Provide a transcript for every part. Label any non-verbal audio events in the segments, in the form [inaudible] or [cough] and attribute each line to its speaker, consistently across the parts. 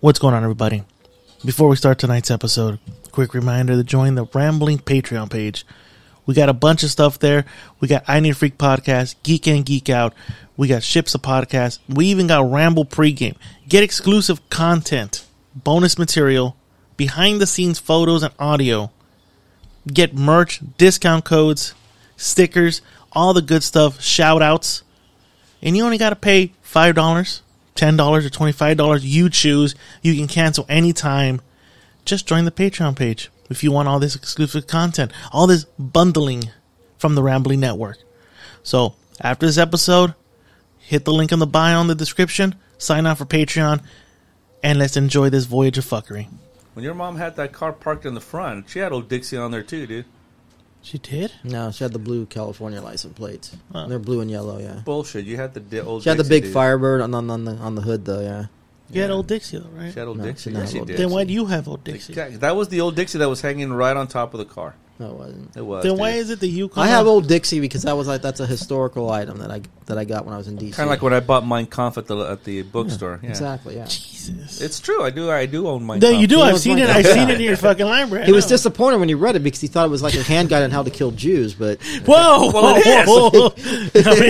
Speaker 1: What's going on, everybody? Before we start tonight's episode, quick reminder to join the Rambling Patreon page. We got a bunch of stuff there. We got I Need Freak Podcast, Geek and Geek Out. We got Ships of Podcast. We even got Ramble Pregame. Get exclusive content, bonus material, behind the scenes photos and audio. Get merch, discount codes, stickers, all the good stuff, shout outs. And you only got to pay $5, $10, or $25. You choose. You can cancel anytime just join the Patreon page if you want all this exclusive content, all this bundling from the Rambling Network. So after this episode, hit the link in the bio in the description, sign up for Patreon, and let's enjoy this voyage of fuckery.
Speaker 2: When your mom had that car parked in the front, she had old Dixie on there too, dude.
Speaker 1: She did?
Speaker 3: No, she had the blue California license plates.
Speaker 1: Oh.
Speaker 3: They're blue and yellow. Yeah,
Speaker 2: Bullshit. You had the di- old.
Speaker 3: she had the
Speaker 2: Dixie,
Speaker 3: big
Speaker 2: dude.
Speaker 3: Firebird on, on on the on the hood though. Yeah,
Speaker 1: You had old Dixie though, right?
Speaker 2: She had old
Speaker 3: No,
Speaker 2: Dixie.
Speaker 3: she didn't
Speaker 2: Yes,
Speaker 3: have
Speaker 2: she
Speaker 3: old
Speaker 2: did.
Speaker 1: Then why do you have old Dixie?
Speaker 2: Exactly. That was the old Dixie that was hanging right on top of the car.
Speaker 3: no, it wasn't.
Speaker 2: It was.
Speaker 1: Then why is it that you?
Speaker 3: I have old Dixie because that was like that's a historical item that I that I got when I was in DC.
Speaker 2: kind of like when I bought Mein Kampf at the at the bookstore? Yeah.
Speaker 1: [laughs]
Speaker 3: exactly. Yeah,
Speaker 1: Jesus.
Speaker 2: It's true. I do. I do own Mein
Speaker 1: Then
Speaker 2: Kampf.
Speaker 1: you
Speaker 2: [laughs]
Speaker 1: do.
Speaker 3: He
Speaker 1: I've
Speaker 3: was
Speaker 1: seen
Speaker 3: like
Speaker 1: it.
Speaker 3: that.
Speaker 1: I've seen it in your fucking library. I
Speaker 3: he was
Speaker 1: know.
Speaker 3: disappointed when he read it because he thought it was like a hand guide on how to kill Jews,
Speaker 1: [laughs]
Speaker 3: but
Speaker 1: Whoa!
Speaker 2: Well, it is.
Speaker 1: whoa, whoa. I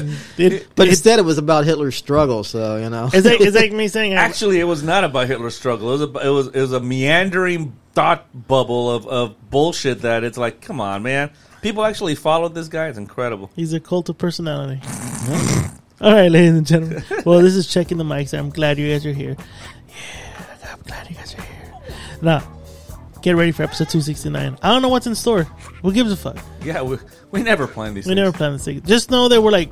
Speaker 1: mean, it-
Speaker 3: but
Speaker 1: it-
Speaker 3: instead it was about Hitler's struggle. So you know,
Speaker 1: It's like, it's like me saying, uh, I-
Speaker 2: [laughs] Actually, it was not about Hitler's struggle. It was. A, it was. It was a meandering thought bubble of of bullshit. That it's like, come on, man. People actually followed this guy. It's incredible.
Speaker 1: he's a cult of personality. [laughs] All right, ladies and gentlemen. Well, this is checking the mics. I'm glad you guys are here. Yeah, I'm glad you guys are here. Now, get ready for episode 269. I don't know what's in store. Who gives a fuck?
Speaker 2: Yeah, we, we never planned these.
Speaker 1: We
Speaker 2: things.
Speaker 1: never planned this thing. Just know that we're like,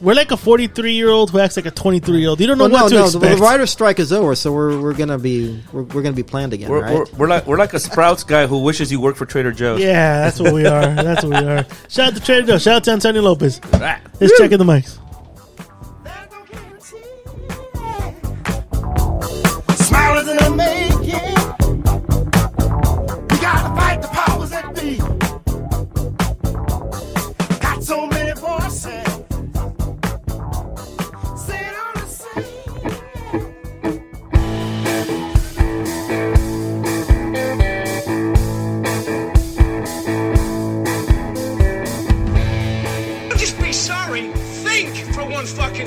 Speaker 1: we're like a 43 year old who acts like a 23 year old. You don't know
Speaker 3: well, no,
Speaker 1: what to
Speaker 3: no, the, the
Speaker 1: expect.
Speaker 3: writer's strike is over, so we're we're gonna be we're, we're gonna be planned again,
Speaker 2: We're,
Speaker 3: right?
Speaker 2: we're, we're like we're like a Sprouts guy who wishes you worked for Trader Joe's.
Speaker 1: yeah, that's what we are. That's what we are. Shout out to Trader Joe. Shout out to Antonio Lopez.
Speaker 2: Ah.
Speaker 1: Let's check in the mics.
Speaker 4: Smile is in the making. We gotta fight the powers that be. Got so many voices. Sit on the scene.
Speaker 5: Just be sorry. Think for one fucking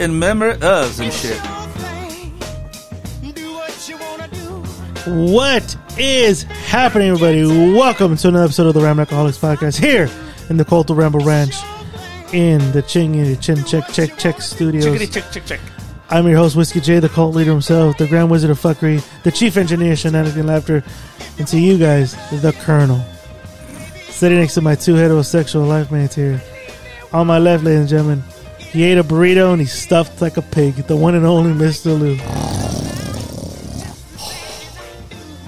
Speaker 2: in memory of some shit.
Speaker 1: What is happening, everybody? Welcome to another episode of the Ram Alcoholics Podcast here in the Cult of Ramble Ranch in the Ching Chin Check Check Check Studios.
Speaker 2: check, check, check.
Speaker 1: I'm your host, Whiskey J, the cult leader himself, the Grand Wizard of Fuckery, the Chief Engineer of Shenanigans and Laughter, and to you guys, the Colonel. Sitting next to my two heterosexual life mates here. On my left, ladies and gentlemen, he ate a burrito and he stuffed like a pig. The one and only Mr. Lou.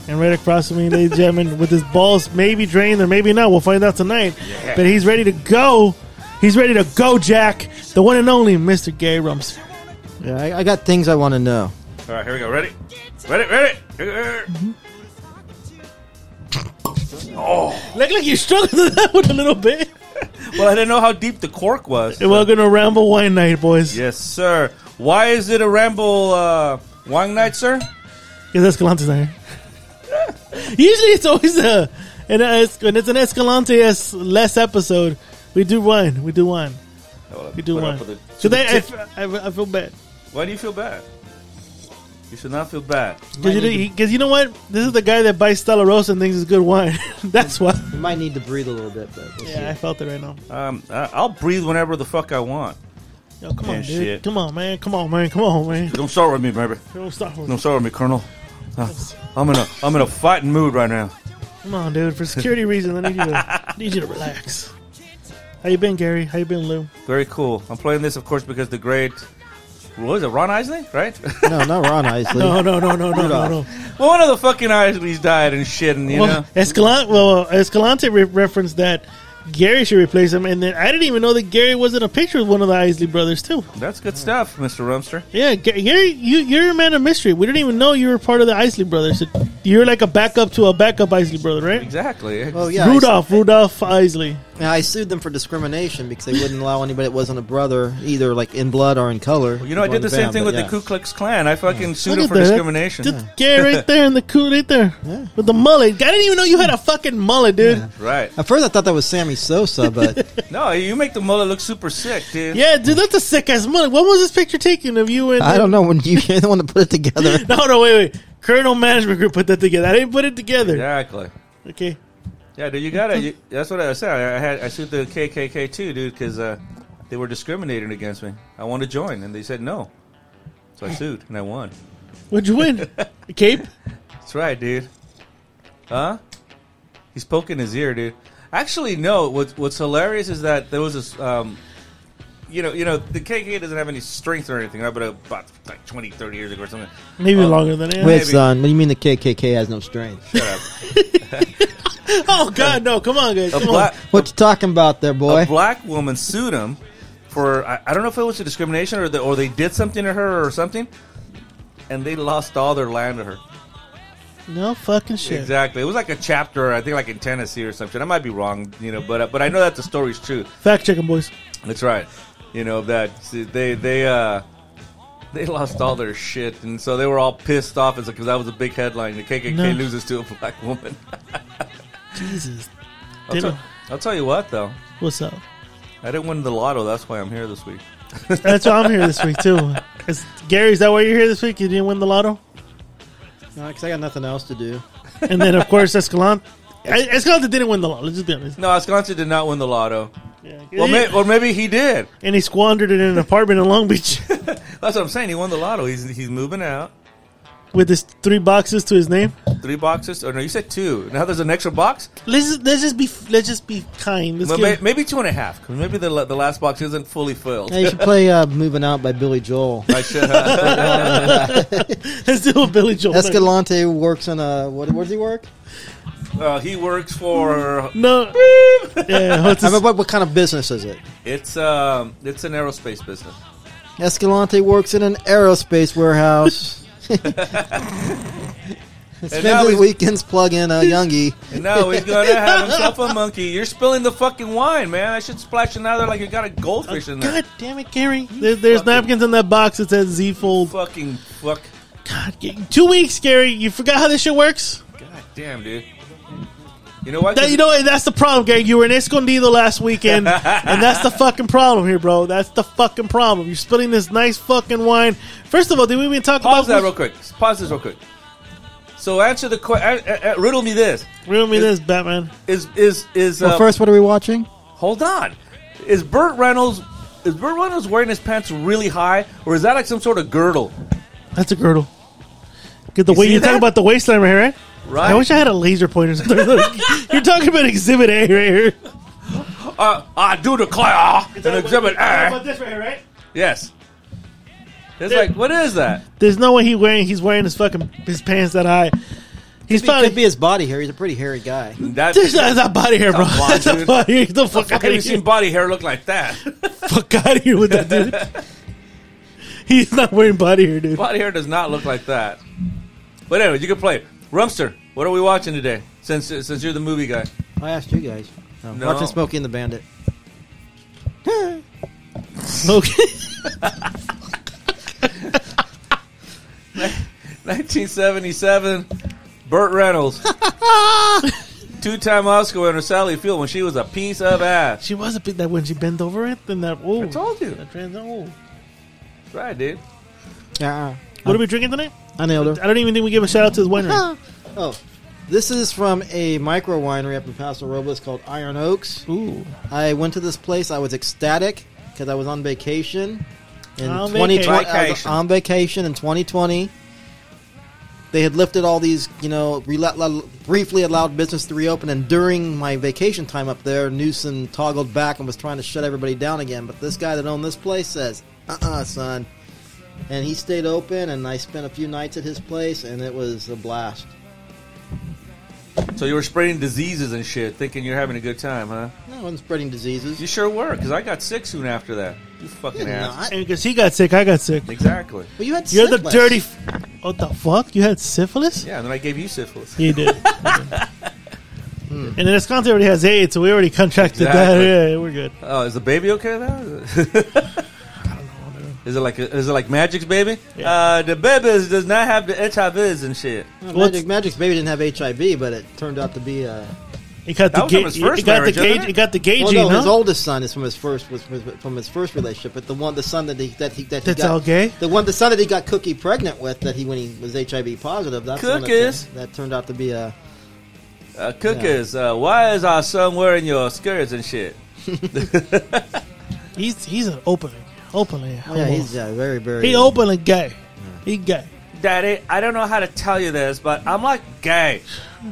Speaker 1: And right across from me, ladies and gentlemen, with his balls maybe drained or maybe not, we'll find out tonight. But he's ready to go. He's ready to go, Jack. The one and only Mr. Gay Rumps.
Speaker 3: yeah, I, I got things I want to know.
Speaker 2: All right, here we go. Ready? Ready? Ready? Here-
Speaker 1: Look like you struggled with that one a little bit.
Speaker 2: Well, I didn't know how deep the cork was.
Speaker 1: And welcome to Ramble Wine Night, boys.
Speaker 2: Yes, sir. Why is it a ramble uh, wine night, sir?
Speaker 1: Because Escalante's not here. [laughs] Usually it's always a, an, es- when it's an Escalante es- less episode, we do wine. We do wine. We do
Speaker 2: Put up
Speaker 1: wine.
Speaker 2: with it.
Speaker 1: Today, I, f- I, I feel bad.
Speaker 2: Why do you feel bad? You should not feel bad.
Speaker 1: Because you, know- 'cause you know what? This is the guy that buys Stella Rosa and thinks it's good wine. [laughs] That's why.
Speaker 3: You might need to breathe a little bit, but we'll see.
Speaker 1: Yeah, I felt it right now.
Speaker 2: Um, I- I'll breathe whenever the fuck I want.
Speaker 1: Yo, come
Speaker 2: Yeah,
Speaker 1: on, dude.
Speaker 2: shit.
Speaker 1: Come on, man. Come on, man. Come on, man.
Speaker 2: Don't start with me, baby.
Speaker 1: [laughs] Don't stop.
Speaker 2: Don't start with me, Colonel. Uh, I'm in a I'm in a fighting mood right now.
Speaker 1: Come on, dude. For security reasons, I need you to need you to relax. How you been, Gary? How you been, Lou?
Speaker 2: Very cool. I'm playing this, of course, because the great what was it, Ron Isley, right? [laughs]
Speaker 3: No, not Ron
Speaker 1: [laughs]
Speaker 3: Isley.
Speaker 1: No, no, no, no, no, no,
Speaker 3: Rudolph.
Speaker 1: no.
Speaker 2: well, one of the fucking Isleys died and shit, and you know.
Speaker 1: Well, Escalante, well, Escalante re- referenced that Gary should replace him, and then I didn't even know that Gary was in a picture with one of the Isley brothers too.
Speaker 2: That's good stuff, Mr. Rumster.
Speaker 1: Yeah, Ga- Gary, you, you're a man of mystery. We didn't even know you were part of the Isley brothers. You're like a backup to a backup Isley brother, right?
Speaker 2: Exactly.
Speaker 3: Well, yeah, I-
Speaker 1: Rudolph, Rudolph Isley.
Speaker 3: Yeah, I sued them for discrimination because they wouldn't allow anybody that wasn't a brother, either like in blood or in color.
Speaker 2: You know, I did the same thing with the Ku Klux Klan. I fucking sued him for
Speaker 1: that.
Speaker 2: discrimination.
Speaker 1: Dude, Gary right there in the coup right there with the mullet. I didn't even know you had a fucking mullet, dude. [laughs]
Speaker 2: Right.
Speaker 3: At first, I thought that was Sammy Sosa, but [laughs]
Speaker 2: No, you make the mullet look super sick, dude.
Speaker 1: Yeah, dude, that's a sick ass mullet. When was this picture taken of you and?
Speaker 3: I don't know when you, [laughs] you're the one that put it
Speaker 2: [laughs]
Speaker 3: together.
Speaker 1: [laughs] No, no, wait, wait. Colonel Management Group put that together. I didn't put it together.
Speaker 2: Exactly.
Speaker 1: Okay.
Speaker 2: Yeah, dude, you gotta. You, that's what I said. I had I sued the KKK too, dude, because uh, they were discriminating against me. I wanted to join, and they said no, so I sued and I won.
Speaker 1: What'd you win? A cape?
Speaker 2: That's right, dude. Huh? He's poking his ear, dude. Actually, no. What's What's hilarious is that there was this. Um, you know, you know, the KKK doesn't have any strength or anything, right? But about like 20, 30 years ago or something.
Speaker 1: Maybe
Speaker 2: Um,
Speaker 1: longer than that.
Speaker 3: Wait, son, what do you mean the KKK has no strength?
Speaker 2: Shut up.
Speaker 1: [laughs] Oh God, no! Come on, guys.
Speaker 2: A
Speaker 1: Come
Speaker 2: black,
Speaker 3: What you talking about there, boy?
Speaker 2: a black woman sued him for I, I don't know if it was a discrimination or the, or they did something to her or something, and they lost all their land to her.
Speaker 1: on. No fucking shit.
Speaker 2: Exactly, it was like a chapter I think like in Tennessee or something. I might be wrong, you know, but but I know that the story's true.
Speaker 1: Fact checking, boys.
Speaker 2: That's right, you know that see, they they uh they lost all their shit, and so they were all pissed off because that was a big headline. The KKK
Speaker 1: No.
Speaker 2: loses to a black woman. [laughs]
Speaker 1: Jesus,
Speaker 2: I'll,
Speaker 1: Ditto.
Speaker 2: tell- I'll tell you what though,
Speaker 1: what's up?
Speaker 2: I didn't win the lotto. That's why I'm here this week.
Speaker 1: That's why I'm here this week too. Is, Gary, is that why you're here this week? You didn't win the lotto,
Speaker 3: No, because I got nothing else to do.
Speaker 1: and then of course Escalante. I- Escalante didn't win the lotto. Let's just be honest.
Speaker 2: No, Escalante did not win the lotto.
Speaker 1: Yeah.
Speaker 2: Well, may, or maybe he did.
Speaker 1: and he squandered it in an apartment in Long Beach [laughs]
Speaker 2: That's what I'm saying. He won the lotto. He's he's moving out.
Speaker 1: with his three boxes to his name.
Speaker 2: Three boxes. Or no, you said two. Now there's an extra box.
Speaker 1: Let's just, let's just be let's just be kind. Let's
Speaker 2: Well, may,
Speaker 1: give,
Speaker 2: maybe two and a half. 'cause Maybe the la- the last box isn't fully filled.
Speaker 3: Yeah, you should play uh, "Moving Out" by Billy
Speaker 2: [laughs]
Speaker 3: Joel.
Speaker 2: I should have.
Speaker 1: let's do a Billy Joel.
Speaker 3: Escalante works in a what? Where does he work?
Speaker 2: Uh, he works for. [laughs]
Speaker 1: No. yeah. What's
Speaker 3: I
Speaker 1: his,
Speaker 3: mean, what, what kind of business is it?
Speaker 2: It's um. It's an aerospace business.
Speaker 3: Escalante works in an aerospace warehouse. [laughs]
Speaker 2: And
Speaker 3: Spends
Speaker 2: now
Speaker 3: his
Speaker 2: he's-
Speaker 3: weekends plugging a youngie.
Speaker 2: And now he's gonna have himself a monkey. You're spilling the fucking wine, man. I should splash another like you got a goldfish in there.
Speaker 1: God damn it, Gary! There, there's
Speaker 2: fucking-
Speaker 1: napkins in that box that says Z
Speaker 3: Oh,
Speaker 1: Fold.
Speaker 2: Fucking fuck.
Speaker 1: God, g- two weeks, Gary. You forgot how this shit works.
Speaker 2: God damn, dude. You know what?
Speaker 1: That, you know what? that's the problem, Gary. You were in Escondido last
Speaker 2: [laughs]
Speaker 1: weekend, and that's the fucking problem here, bro. That's the fucking problem. You're spilling this nice fucking wine. First of all, did we even talk
Speaker 2: Pause that
Speaker 1: about
Speaker 2: real quick. Pause this real quick. So answer the question. Uh, uh, riddle me this:
Speaker 1: Riddle me this, Batman.
Speaker 2: Is is is? Uh,
Speaker 3: Well, first, what are we watching?
Speaker 2: hold on. Is Burt Reynolds is Burt Reynolds wearing his pants really high, or is that like some sort of girdle?
Speaker 1: That's a girdle. Get the
Speaker 2: You
Speaker 1: way
Speaker 2: see
Speaker 1: you're
Speaker 2: that?
Speaker 1: talking about the waistline right here, right?
Speaker 2: Right.
Speaker 1: I wish I had a laser pointer. [laughs] you're talking about Exhibit A right here.
Speaker 2: Uh, I do declare an exhibit A.
Speaker 1: this right here, right?
Speaker 2: Yes. It's like what is that?
Speaker 1: There's no way he wearing he's wearing his fucking his pants that high. He's
Speaker 3: It
Speaker 1: probably
Speaker 3: could be his body hair. He's a pretty hairy guy.
Speaker 2: That
Speaker 1: There's not that body hair, bro.
Speaker 2: Come on,
Speaker 1: That's a
Speaker 2: dude.
Speaker 1: body hair. [laughs] Get The fuck
Speaker 2: I've
Speaker 1: out
Speaker 2: never
Speaker 1: of here.
Speaker 2: seen body hair look like
Speaker 3: [laughs]
Speaker 2: that.
Speaker 1: [laughs] Fuck out of here with that, dude. [laughs] He's not wearing body hair, dude.
Speaker 2: body hair does not look like that. But anyway, you can play it. Rumster, what are we watching today? Since since you're the movie guy. [laughs]
Speaker 3: I asked you guys. No,
Speaker 2: No.
Speaker 3: Watching Smokey and the Bandit.
Speaker 1: Okay. [laughs]
Speaker 2: 1977, Burt
Speaker 3: [laughs]
Speaker 2: Reynolds. Two time Oscar winner Sally Field when she was a piece of ass.
Speaker 1: She was a bit that when she bent over it, then that. Oh,
Speaker 2: I told you.
Speaker 1: That trans, oh.
Speaker 2: That's right, dude.
Speaker 3: Yeah,
Speaker 1: What are we drinking tonight?
Speaker 3: I nailed her.
Speaker 1: I don't even think we give a shout out to the winery.
Speaker 3: [laughs] Oh, this is from a micro winery up in Paso Robles called Iron Oaks.
Speaker 1: Ooh.
Speaker 3: I went to this place. I was ecstatic. because I was on vacation in
Speaker 1: On
Speaker 3: 2020. I was
Speaker 2: vacation.
Speaker 3: on vacation in 2020. They had lifted all these, you know, rela- la- briefly allowed business to reopen, and during my vacation time up there, Newsom toggled back and was trying to shut everybody down again. But this guy that owned this place says, "Uh-uh, son," and he stayed open, and I spent a few nights at his place, and it was a blast.
Speaker 2: So you were spreading diseases and shit, thinking you're having a good time, huh?
Speaker 3: No, I wasn't spreading diseases.
Speaker 2: You sure were, because I got sick soon after that. You fucking
Speaker 3: You're
Speaker 2: ass.
Speaker 3: not.
Speaker 1: Because he got sick, I got sick.
Speaker 2: Exactly.
Speaker 3: Well, you had
Speaker 1: You're the
Speaker 3: syphilis.
Speaker 1: dirty. F- what the fuck? You had syphilis?
Speaker 2: Yeah, and then I gave you syphilis.
Speaker 1: You did. And then Esconce already has AIDS, so we already contracted that.
Speaker 2: Hmm. Exactly.
Speaker 1: Yeah, we're good.
Speaker 2: Oh, is the baby okay now? [laughs] Is it like is it like Magic's baby?
Speaker 1: Yeah.
Speaker 2: Uh, the baby is- does not have the HIVs and shit.
Speaker 3: Well,
Speaker 1: What's-
Speaker 3: Magic, Magic's baby didn't have HIV, but it turned out to be a.
Speaker 1: It got
Speaker 2: That
Speaker 1: the gauge.
Speaker 2: was from his first
Speaker 1: It got the
Speaker 2: marriage,
Speaker 1: gauge.
Speaker 2: wasn't it?
Speaker 1: It got the gauge.
Speaker 3: Well, no,
Speaker 1: gene,
Speaker 3: his
Speaker 1: huh?
Speaker 3: oldest son is from his first was was- from his first relationship, but the one the son that he that he that he
Speaker 1: That's
Speaker 3: got,
Speaker 1: all gay?
Speaker 3: The one the son that he got Cookie pregnant with that he when he was HIV positive. That's the one that-
Speaker 2: Cookies.
Speaker 3: That, turned out to be a.
Speaker 2: Uh, cookers, uh, why is our son wearing your skirts and shit?
Speaker 1: He's he's an openly, openly.
Speaker 3: Oh, yeah, he's yeah, very very.
Speaker 1: he openly gay. He gay.
Speaker 2: Daddy, I don't know how to tell you this, but I'm like gay.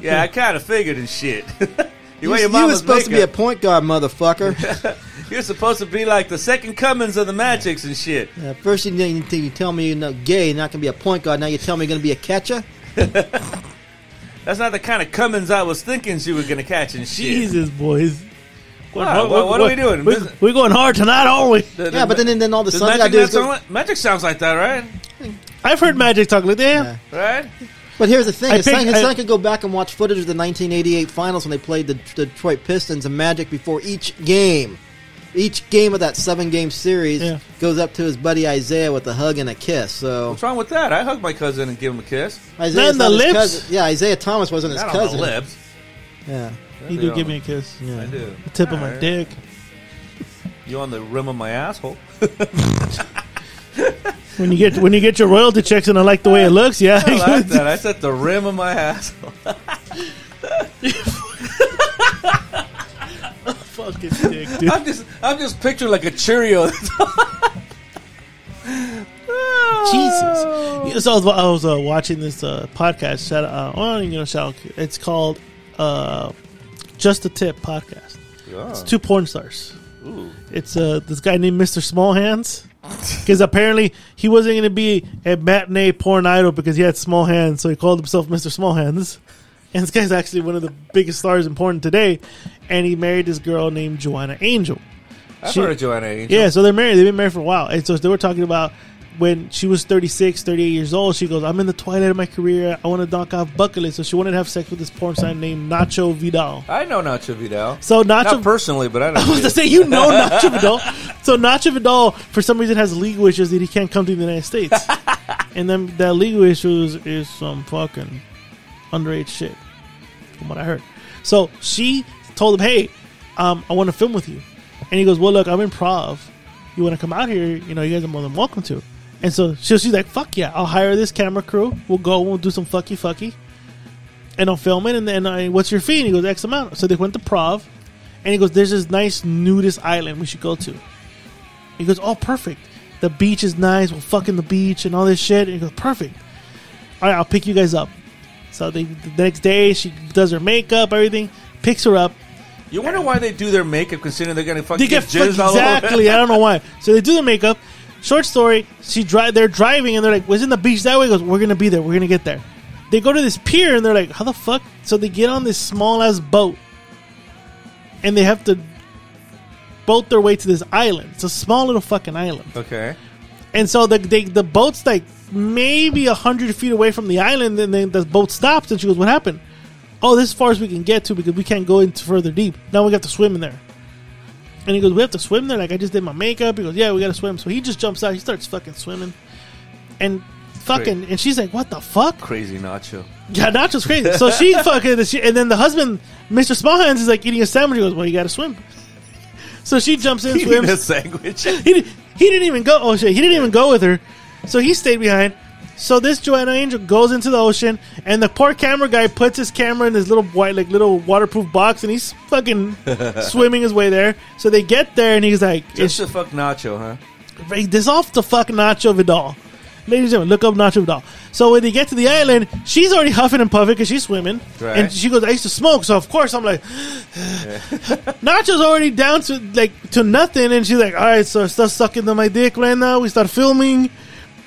Speaker 2: Yeah, I kind of figured and shit. [laughs] you,
Speaker 3: You,
Speaker 2: wear
Speaker 3: was-
Speaker 2: your
Speaker 3: you
Speaker 2: mama's
Speaker 3: was supposed to be a
Speaker 2: makeup.
Speaker 3: point guard, motherfucker.
Speaker 2: You're supposed to be like the second comings of the Magics and shit.
Speaker 3: yeah, Uh, first you, you, you tell me you're not gay, you're not gonna be a point guard. Now you tell me you're gonna be a catcher.
Speaker 2: That's not the kind of Cummins I was thinking you were gonna catch and shit.
Speaker 1: Jesus, boys. Going
Speaker 2: Wow,
Speaker 1: hard-
Speaker 2: what- what are we
Speaker 1: we're-
Speaker 2: doing?
Speaker 1: We're,
Speaker 2: Business-
Speaker 1: we're going hard tonight, aren't we?
Speaker 2: The- the-
Speaker 3: Yeah, but then then all the
Speaker 2: does
Speaker 3: son got to
Speaker 2: Magic,
Speaker 3: do is
Speaker 2: not
Speaker 3: go-
Speaker 2: sound like- Magic sounds like that, right?
Speaker 1: I've heard Magic talk like that.
Speaker 3: Mm-hmm. Yeah.
Speaker 2: Right?
Speaker 3: But here's the thing:
Speaker 1: I
Speaker 3: his, son,
Speaker 1: think-
Speaker 3: his
Speaker 1: I-
Speaker 3: son could go back and watch footage of the 1988 finals when they played the the Detroit Pistons and Magic before each game. Each game of that seven-game series
Speaker 1: Yeah.
Speaker 3: goes up to his buddy Isaiah with a hug and a kiss. So
Speaker 2: What's wrong with that? I hug my cousin and give him a kiss.
Speaker 1: Not
Speaker 3: Isaiah
Speaker 1: on the lips?
Speaker 3: cousin. Yeah, Isaiah Thomas wasn't his
Speaker 2: Not on
Speaker 3: cousin.
Speaker 2: the lips.
Speaker 3: Yeah,
Speaker 1: You do give me a kiss. [laughs]
Speaker 2: I do.
Speaker 1: The tip of my
Speaker 2: Alright.
Speaker 1: dick.
Speaker 2: You on the rim of
Speaker 1: [laughs]
Speaker 2: my asshole?
Speaker 1: When you get when you get your royalty checks and I like the way it looks, yeah.
Speaker 2: [laughs] I
Speaker 1: [laughs]
Speaker 2: like that. I said the rim of my asshole.
Speaker 1: Fucking dick, dude.
Speaker 2: I'm just, I'm just picturing like a Cheerio. [laughs]
Speaker 1: Jesus. You know, so I was, I was uh, watching this uh, podcast. Shout out, uh, I don't even know shout out. It's called uh, Just a Tip Podcast. It's two porn stars.
Speaker 2: Ooh.
Speaker 1: It's uh, this guy named Mr. Small Hands. Because apparently he wasn't going to be a matinee porn idol because he had small hands, so he called himself Mr. Small Hands. And this guy's actually one of the biggest stars in porn today. And he married this girl named Joanna Angel.
Speaker 2: I've
Speaker 1: She-
Speaker 2: heard of Joanna Angel.
Speaker 1: Yeah, so they're married. They've been married for a while. And so they were talking about when she was 36, 38 years old, she goes, I'm in the twilight of my career. I want to knock off bucket list. So she wanted to have sex with this porn star named Nacho Vidal.
Speaker 2: I know Nacho Vidal.
Speaker 1: So Nacho
Speaker 2: Not personally, but I know.
Speaker 1: [laughs] I was to say, you know Nacho Vidal. So Nacho Vidal, for some reason, has legal issues that he can't come to the United States. and then that legal issue is, is some fucking underage shit, from what I heard. So she told him, hey, um, I want to film with you. And he goes, well, look, I'm improv. You want to come out here? You know, you guys are more than welcome to. And so she, she's like, fuck yeah, I'll hire this camera crew. We'll go, we'll do some fucky fucky. And I'll film it. And then I, what's your fee? And he goes, X amount. So they went to Prov. And he goes, There's this nice nudist island we should go to. He goes, Oh, perfect. The beach is nice. We'll fuck in the beach and all this shit. And he goes, Perfect. All right, I'll pick you guys up. So they, the next day, she does her makeup, everything, picks her up.
Speaker 2: you wonder why they do their makeup considering they're gonna fucking
Speaker 1: They get
Speaker 2: jizzed
Speaker 1: fucked-
Speaker 2: all over.
Speaker 1: exactly. I don't know why. So they do their makeup. Short story. She drive. They're driving and they're like, "Was in the beach that way?" He goes, "We're gonna be there. We're gonna get there." They go to this pier and they're like, "How the fuck?" So they get on this small ass boat, and they have to boat their way to this island. It's a small little fucking island.
Speaker 2: Okay.
Speaker 1: And so the they, the boat's like maybe a hundred feet away from the island, and then the boat stops, and she goes, "What happened?" Oh, this is as far as we can get to because we can't go into further deep. Now we got to swim in there. And he goes, "We have to swim there." Like I just did my makeup. He goes, "Yeah, we got to swim." So he just jumps out. He starts fucking swimming, and fucking, and she's like, "What the fuck?" [laughs]
Speaker 2: Crazy Nacho.
Speaker 1: Yeah, Nacho's crazy. So she fucking, she, and then the husband, Mr. Smallhands, is like eating a sandwich. He goes, "Well, you got to swim." [laughs] So she jumps in,
Speaker 2: Eating
Speaker 1: swims [laughs]
Speaker 2: a sandwich.
Speaker 1: he, di- he didn't even go. Oh shit! He didn't even go with her, so he stayed behind. So this Joanna Angel goes into the ocean, and the poor camera guy puts his camera in this little white, like little waterproof box, and he's fucking swimming his way there. So they get there, and he's like,
Speaker 2: Just to fuck Nacho, huh?
Speaker 1: Ray, this off the fuck Nacho Vidal. Ladies and gentlemen, look up Nacho Vidal. So when they get to the island, she's already huffing and puffing because she's swimming.
Speaker 2: Right.
Speaker 1: And she goes, I used to smoke, so of course I'm like, [laughs] Nacho's already down to like to nothing. And she's like, all right, so stuff sucking to my dick right now. We start filming.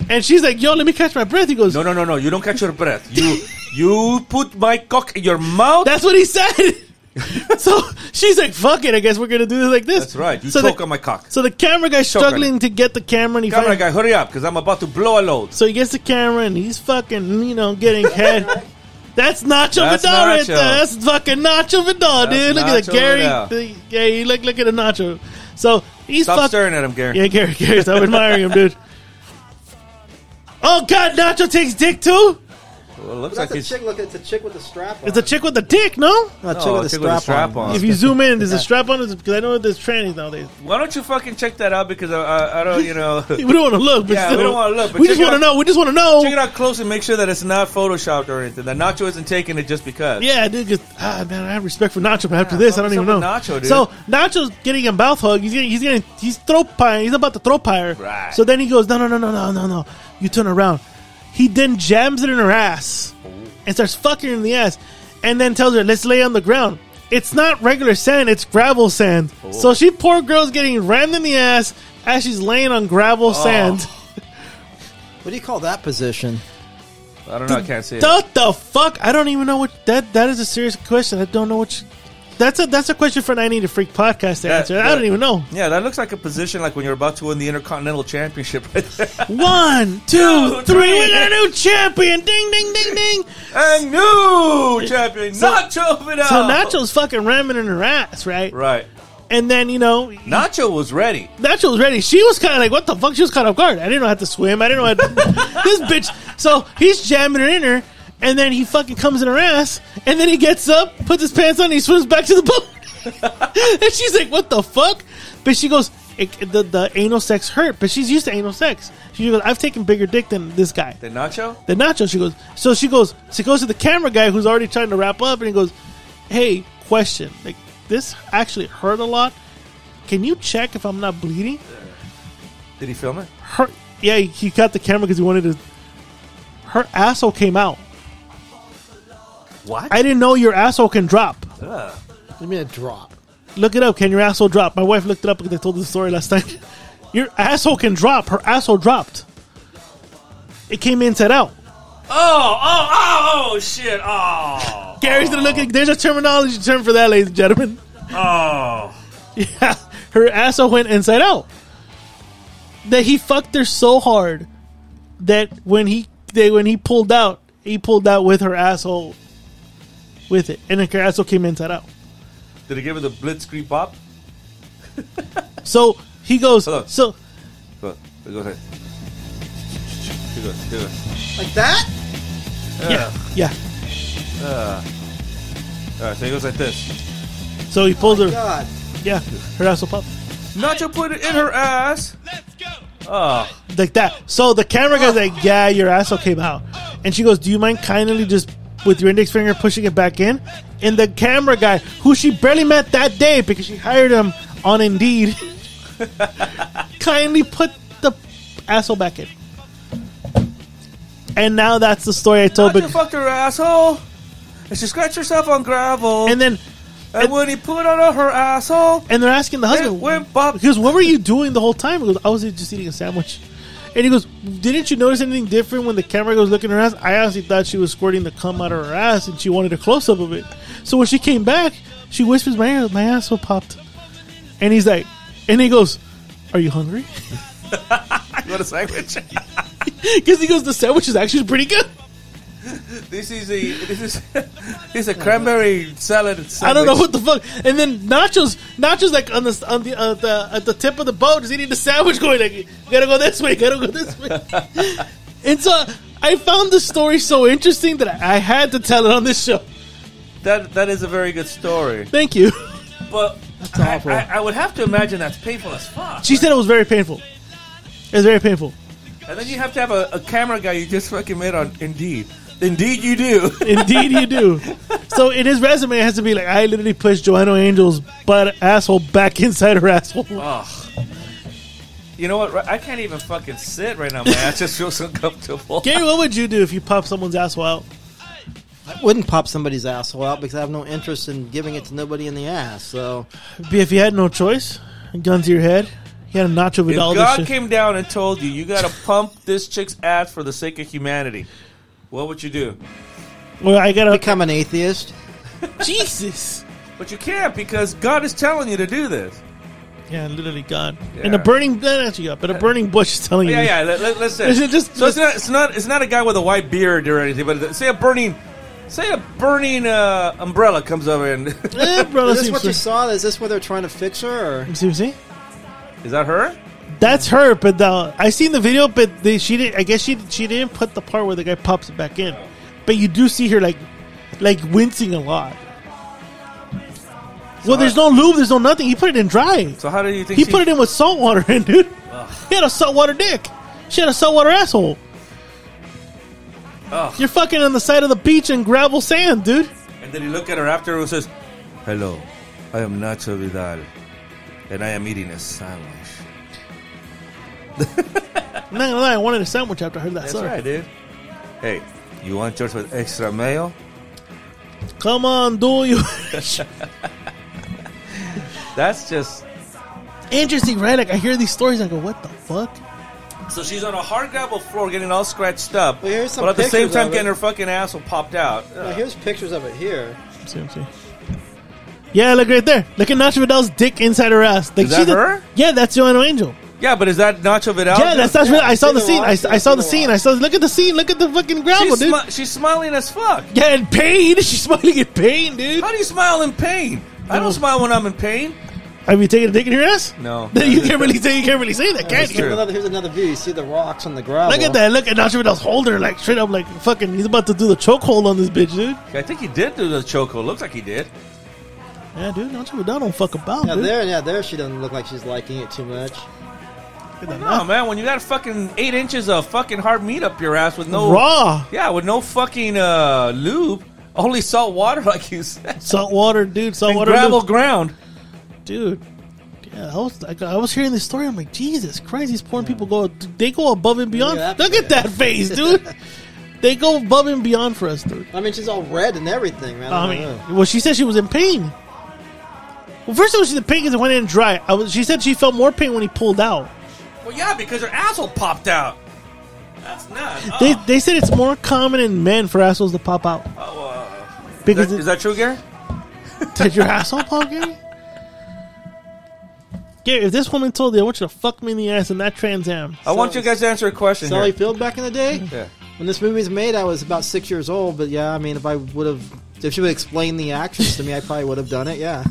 Speaker 1: And she's like, yo, let me catch my breath. He goes,
Speaker 2: No, no, no, no. You don't catch your breath.
Speaker 1: [laughs]
Speaker 2: You you put my cock in your mouth.
Speaker 1: that's what he said. [laughs] so she's like, fuck it, I guess we're going to do this like this.
Speaker 2: That's right. You
Speaker 1: so
Speaker 2: choke
Speaker 1: the,
Speaker 2: on my cock.
Speaker 1: So the camera guy's
Speaker 2: Choke on
Speaker 1: struggling to get the camera and he
Speaker 2: Camera
Speaker 1: finally-
Speaker 2: guy, hurry up, because I'm about to blow a load.
Speaker 1: So he gets the camera and he's fucking, you know, getting
Speaker 2: [laughs]
Speaker 1: head. That's Nacho
Speaker 2: That's
Speaker 1: Vidal right
Speaker 2: Nacho.
Speaker 1: there. That's fucking Nacho Vidal,
Speaker 2: That's
Speaker 1: dude. Look at
Speaker 2: Nacho
Speaker 1: that, Gary.
Speaker 2: Vidal.
Speaker 1: The, yeah, you look look at the Nacho. So he's
Speaker 2: Stop
Speaker 1: fucking.
Speaker 2: staring at him, Gary.
Speaker 1: Yeah, Gary, Gary, stop admiring him,
Speaker 2: [laughs]
Speaker 1: dude. Oh God, Nacho takes dick too.
Speaker 2: Well, it looks like
Speaker 3: That's a
Speaker 2: he's
Speaker 3: chick. Look, it's a chick with a strap on.
Speaker 1: It's a chick with a dick, no?
Speaker 3: No, a chick
Speaker 2: No,
Speaker 3: with a
Speaker 2: chick with a
Speaker 3: strap,
Speaker 2: strap
Speaker 3: on.
Speaker 2: on.
Speaker 1: If you zoom in, there's a strap on because I know there's trannies nowadays.
Speaker 2: Why don't you fucking check that out? Because I, I, I don't, you
Speaker 1: [laughs]
Speaker 2: know.
Speaker 1: We don't want to look, but
Speaker 2: Yeah, we
Speaker 1: still,
Speaker 2: don't wanna look, but
Speaker 1: we just
Speaker 2: check it
Speaker 1: want to
Speaker 2: out.
Speaker 1: know. We just want to know.
Speaker 2: [laughs] Check it out close and make sure that it's not photoshopped or anything. That Nacho isn't taking it just because.
Speaker 1: Yeah, dude. Just, ah, man, I have respect for Nacho, but after this, I don't
Speaker 2: what's
Speaker 1: even know.
Speaker 2: up with Nacho, dude?
Speaker 1: So Nacho's getting a mouth hug. He's getting, he's getting, he's throat pie. He's about to throw pie. her.
Speaker 2: Right.
Speaker 1: So then he goes, no, no, no, no, no, no, no. You turn around. He then jams it in her ass and starts fucking her in the ass, and then tells her, "Let's lay on the ground." It's not regular sand; it's gravel sand. So she, poor girl's, getting rammed in the ass as she's laying on
Speaker 2: Oh.
Speaker 1: gravel
Speaker 2: [laughs]
Speaker 1: sand.
Speaker 3: What do you call that position?
Speaker 2: I don't know. I can't see it.
Speaker 1: What the fuck? I don't even know what that. That is a serious question. I don't know what. You, that's a that's a question for I Need a Freak podcast to
Speaker 2: That-
Speaker 1: answer. I
Speaker 2: that-
Speaker 1: don't even know.
Speaker 2: Yeah, that looks like a position like when you're about to win the Intercontinental Championship [laughs] right there.
Speaker 1: One, two,
Speaker 2: Two,
Speaker 1: three.
Speaker 2: three.
Speaker 1: We got a new champion. Ding, ding, ding, ding.
Speaker 2: and new champion,
Speaker 1: So-
Speaker 2: Nacho Vidal.
Speaker 1: So Nacho's fucking ramming in her ass, right?
Speaker 2: Right.
Speaker 1: And then you know,
Speaker 2: Nacho was ready.
Speaker 1: Nacho was ready. She was kind of like, "What the fuck?" She was caught off guard. I didn't know how to swim. I didn't know how to, [laughs] this bitch. So he's jamming her in her, and then he fucking comes in her ass, and then he gets up, puts his pants on, and he swims back to the boat. [laughs] and she's like, "What the fuck?" But she goes, it, "The the anal sex hurt," but she's used to anal sex. She goes, "I've taken bigger dick than this guy."
Speaker 2: The Nacho?
Speaker 1: the nacho. She goes, so she goes, she goes to the camera guy who's already trying to wrap up, and he goes, "Hey, question. Like this actually hurt a lot. Can you check if I'm not bleeding?"
Speaker 2: Did he film it?
Speaker 1: Her, yeah, he- he got the camera because he wanted to. Her asshole came out.
Speaker 2: What?
Speaker 1: I didn't know your asshole can drop.
Speaker 2: Ugh.
Speaker 3: What do you mean a drop?
Speaker 1: Look it up. Can your asshole drop? My wife looked it up because I told the story last [laughs] time. Your asshole can drop. Her asshole dropped. It came inside out.
Speaker 2: Oh, oh, oh, oh, shit. Oh,
Speaker 1: Gary's gonna look at. There's a terminology term for that, ladies and gentlemen.
Speaker 2: oh.
Speaker 1: Yeah, [laughs] her asshole went inside out. That he fucked her so hard that when he they when he pulled out, he pulled out with her asshole with it, and then her asshole came inside out.
Speaker 2: Did he give her the blitzkrieg pop?
Speaker 1: So he goes,
Speaker 2: Hold on.
Speaker 1: so
Speaker 2: Go, go ahead. Here goes, here goes.
Speaker 3: Like that?
Speaker 1: yeah, yeah.
Speaker 2: All right, so he goes like this.
Speaker 1: So he pulls her,
Speaker 3: God.
Speaker 1: yeah, her asshole popped
Speaker 2: Nacho put it in her ass.
Speaker 5: Let's go.
Speaker 2: Oh,
Speaker 1: like that. So the camera guy's like, yeah, your asshole came out, and she goes, do you mind kindly just with your index finger pushing it back in? And the camera guy, who she barely met that day because she hired him on Indeed. [laughs] kindly put the asshole back in. And now that's the story I told.
Speaker 2: Nacho
Speaker 1: But,
Speaker 2: fucked her asshole. And she scratched herself on gravel.
Speaker 1: and
Speaker 2: And,
Speaker 1: then and-
Speaker 2: when he put it on her [laughs] asshole,
Speaker 1: and they're asking the
Speaker 2: it
Speaker 1: husband,
Speaker 2: went bop.
Speaker 1: because what were you doing the whole time? He goes, I was just eating a sandwich. And he goes, didn't you notice anything different when the camera goes looking at her ass? I honestly thought she was squirting the cum out of her ass and she wanted a close up of it. So when she came back, she whispers, my, ass- my asshole popped. And he's like, and he goes, are you hungry? [laughs]
Speaker 2: You want a sandwich?
Speaker 1: Because he goes, the sandwich is actually pretty good.
Speaker 2: this is a this is [laughs] this is a cranberry salad. Sandwich.
Speaker 1: I don't know what the fuck. And then Nachos, Nachos like on the on the, uh, the at the tip of the boat is eating the sandwich, going like, gotta go this way, gotta go this way. [laughs] and so I found the story so interesting that I had to tell it on this show.
Speaker 2: That that is a very good story.
Speaker 1: Thank you.
Speaker 2: But I,
Speaker 1: awful.
Speaker 2: I, I would have to imagine that's painful as fuck.
Speaker 1: She said it was very painful. It was very painful.
Speaker 2: And then you have to have a, a camera guy you just fucking met on Indeed. Indeed, you do. [laughs]
Speaker 1: Indeed, you do. So in his resume, it has to be like I literally pushed Joanna Angel's butt asshole back inside her asshole.
Speaker 2: Ugh. You know what? Ri- I can't even fucking sit right now, man. I just feel so [laughs] comfortable.
Speaker 1: Gary, what would you do if you pop someone's asshole out?
Speaker 3: I wouldn't pop somebody's asshole out because I have no interest in giving it to nobody in the ass. So
Speaker 1: If you had no choice, gun to your head, you had a nacho
Speaker 2: If
Speaker 1: Vidal. this
Speaker 2: God
Speaker 1: shit.
Speaker 2: came down and told you you gotta pump this chick's ass for the sake of humanity, what would you do?
Speaker 1: Well, I got a
Speaker 3: become an atheist.
Speaker 1: Jesus.
Speaker 2: But you can't because God is telling you to do this.
Speaker 1: Yeah, literally God.
Speaker 2: Yeah.
Speaker 1: And a burning not actually God, but a burning bush is telling
Speaker 2: Yeah,
Speaker 1: you.
Speaker 2: yeah. Let, let, let's say.
Speaker 1: Mm-hmm. Is it just-
Speaker 2: so it's not. It's not. It's not a guy with a white beard or anything. But say a burning, say a burning uh, umbrella comes over and [laughs]
Speaker 1: Eh, bro,
Speaker 3: Is
Speaker 1: let's
Speaker 3: this
Speaker 1: see
Speaker 3: what you
Speaker 1: what
Speaker 3: saw? Is this where they're trying to fix her? Or?
Speaker 1: you see.
Speaker 2: is that her?
Speaker 1: That's her, but the, I seen the video, but they, she didn't. I guess she she didn't put the part where the guy pops it back in. But you do see her like like wincing a lot. well, there's no lube, there's no nothing. He put it in dry.
Speaker 2: So how do you think
Speaker 1: He
Speaker 2: she-
Speaker 1: put it in with salt water, in dude. He had a saltwater dick. She had a saltwater asshole.
Speaker 2: Ugh.
Speaker 1: You're fucking on the side of the beach in gravel sand, dude.
Speaker 2: And then he looked at her after and says, "Hello, I am Nacho Vidal, and I am eating a sandwich."
Speaker 1: I'm not gonna lie, I wanted a sandwich after I heard that
Speaker 2: That's
Speaker 1: song.
Speaker 2: right, dude. Hey, you want yours with extra mayo?
Speaker 1: Come on, do
Speaker 2: [laughs]
Speaker 1: you?
Speaker 2: That's just.
Speaker 1: Interesting, right? Like I hear these stories, I go, what the fuck?
Speaker 2: So she's on a hard gravel floor, getting all scratched up,
Speaker 3: Well, here's some
Speaker 2: but at the same
Speaker 3: pictures
Speaker 2: time,
Speaker 3: of
Speaker 2: getting
Speaker 3: it.
Speaker 2: her fucking asshole popped out.
Speaker 3: Now, here's pictures of it here.
Speaker 1: Seriously. Yeah, look right there. Look at Nacho Vidal's dick inside her ass. Like
Speaker 2: Is that
Speaker 1: she's a-
Speaker 2: her? Oh,
Speaker 1: yeah, that's Joanna Angel.
Speaker 2: Yeah, but is that Nacho Vidal?
Speaker 1: yeah,
Speaker 2: dude?
Speaker 1: that's Nacho. Vidal. I saw
Speaker 3: It's
Speaker 1: the
Speaker 3: been a
Speaker 1: scene.
Speaker 3: while.
Speaker 1: I,
Speaker 3: It's
Speaker 1: I saw
Speaker 3: been
Speaker 1: the
Speaker 3: a
Speaker 1: scene.
Speaker 3: while.
Speaker 1: I saw. Look at the scene. Look at the fucking gravel,
Speaker 2: She's,
Speaker 1: dude.
Speaker 2: smi- she's smiling as fuck.
Speaker 1: yeah, in pain. [laughs] She's smiling in pain, dude.
Speaker 2: How do you smile in pain? I
Speaker 1: No.
Speaker 2: don't smile when I'm in pain.
Speaker 1: Have you taken a dick in your ass?
Speaker 2: No.
Speaker 1: Then [laughs] you can't really say you can't really say that, can
Speaker 2: That's
Speaker 1: you?
Speaker 2: true.
Speaker 3: Here's another, here's another view. You see the rocks on the gravel.
Speaker 1: Look at that. Look at Nacho Vidal's holding her like straight up, like fucking. He's about to do the chokehold on this bitch, dude.
Speaker 2: I think he did do the choco. Looks like he did.
Speaker 1: Yeah, dude. Nacho Vidal don't fuck about,
Speaker 3: Now
Speaker 1: dude.
Speaker 3: there, yeah, there. She doesn't look like she's liking it too much.
Speaker 2: No, man, when you got fucking eight inches of fucking hard meat up your ass with no
Speaker 1: Raw
Speaker 2: Yeah, with no fucking uh, lube, only salt water, [laughs] like you said.
Speaker 1: salt water, dude. Salt
Speaker 2: And
Speaker 1: water,
Speaker 2: gravel ground.
Speaker 1: dude. Yeah, I was like, I was hearing this story. I'm like, Jesus Christ, these porn people go they go above and beyond.
Speaker 3: Look at that
Speaker 1: Look at
Speaker 3: face.
Speaker 1: that face,
Speaker 3: [laughs]
Speaker 1: dude. they go above and beyond for us, dude.
Speaker 3: I mean, she's all red and everything, man.
Speaker 1: Oh, I
Speaker 3: don't
Speaker 1: mean,
Speaker 3: know.
Speaker 2: Uh-huh.
Speaker 1: well, she said she was in pain. Well, first of all, she's in pain because it went in dry. I was, she said she felt more pain when he pulled out.
Speaker 2: Well, yeah, because her asshole popped out. That's not. Oh,
Speaker 1: They, they said it's more common in men for assholes to pop out
Speaker 2: oh, uh,
Speaker 1: because
Speaker 2: that, is that true, Gary?
Speaker 1: it, did your asshole pop,
Speaker 2: [laughs]
Speaker 1: Gary? Gary, if this woman told you, I want you to fuck me in the ass in that Trans Am.
Speaker 2: I want you guys to answer a question
Speaker 3: Sally
Speaker 2: here.
Speaker 3: Field back in the day.
Speaker 2: Yeah.
Speaker 3: When this movie was made, I was about six years old. But yeah, I mean, if I would have, if she would explain the actions to me, I probably would have done it. Yeah.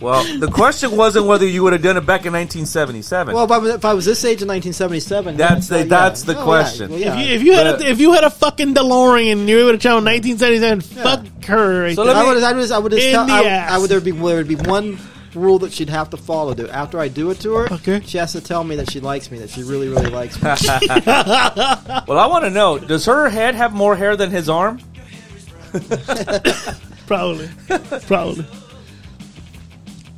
Speaker 2: Well, the question wasn't whether you would have done it back in 1977.
Speaker 3: Well, if I was, if I was this age in 1977,
Speaker 2: That's the-
Speaker 3: yeah.
Speaker 2: that's the
Speaker 3: Oh, yeah.
Speaker 2: question.
Speaker 3: Well,
Speaker 1: If
Speaker 3: yeah.
Speaker 1: you, if you had
Speaker 2: But-
Speaker 1: a, if you had a fucking DeLorean and you were able to travel 1977, fuck her. Right
Speaker 2: So
Speaker 1: there.
Speaker 2: let
Speaker 3: I
Speaker 2: me-
Speaker 3: would, I would, I would just
Speaker 1: In
Speaker 3: tell,
Speaker 1: the
Speaker 3: I, would-
Speaker 1: ass.
Speaker 3: I would there be there would be one rule that she'd have to follow. To after I do it to her,
Speaker 1: Okay.
Speaker 3: she has to tell me that she likes me, that she really really likes me.
Speaker 2: well, I want to know: Does her head have more hair than his arm? [laughs]
Speaker 1: probably, probably.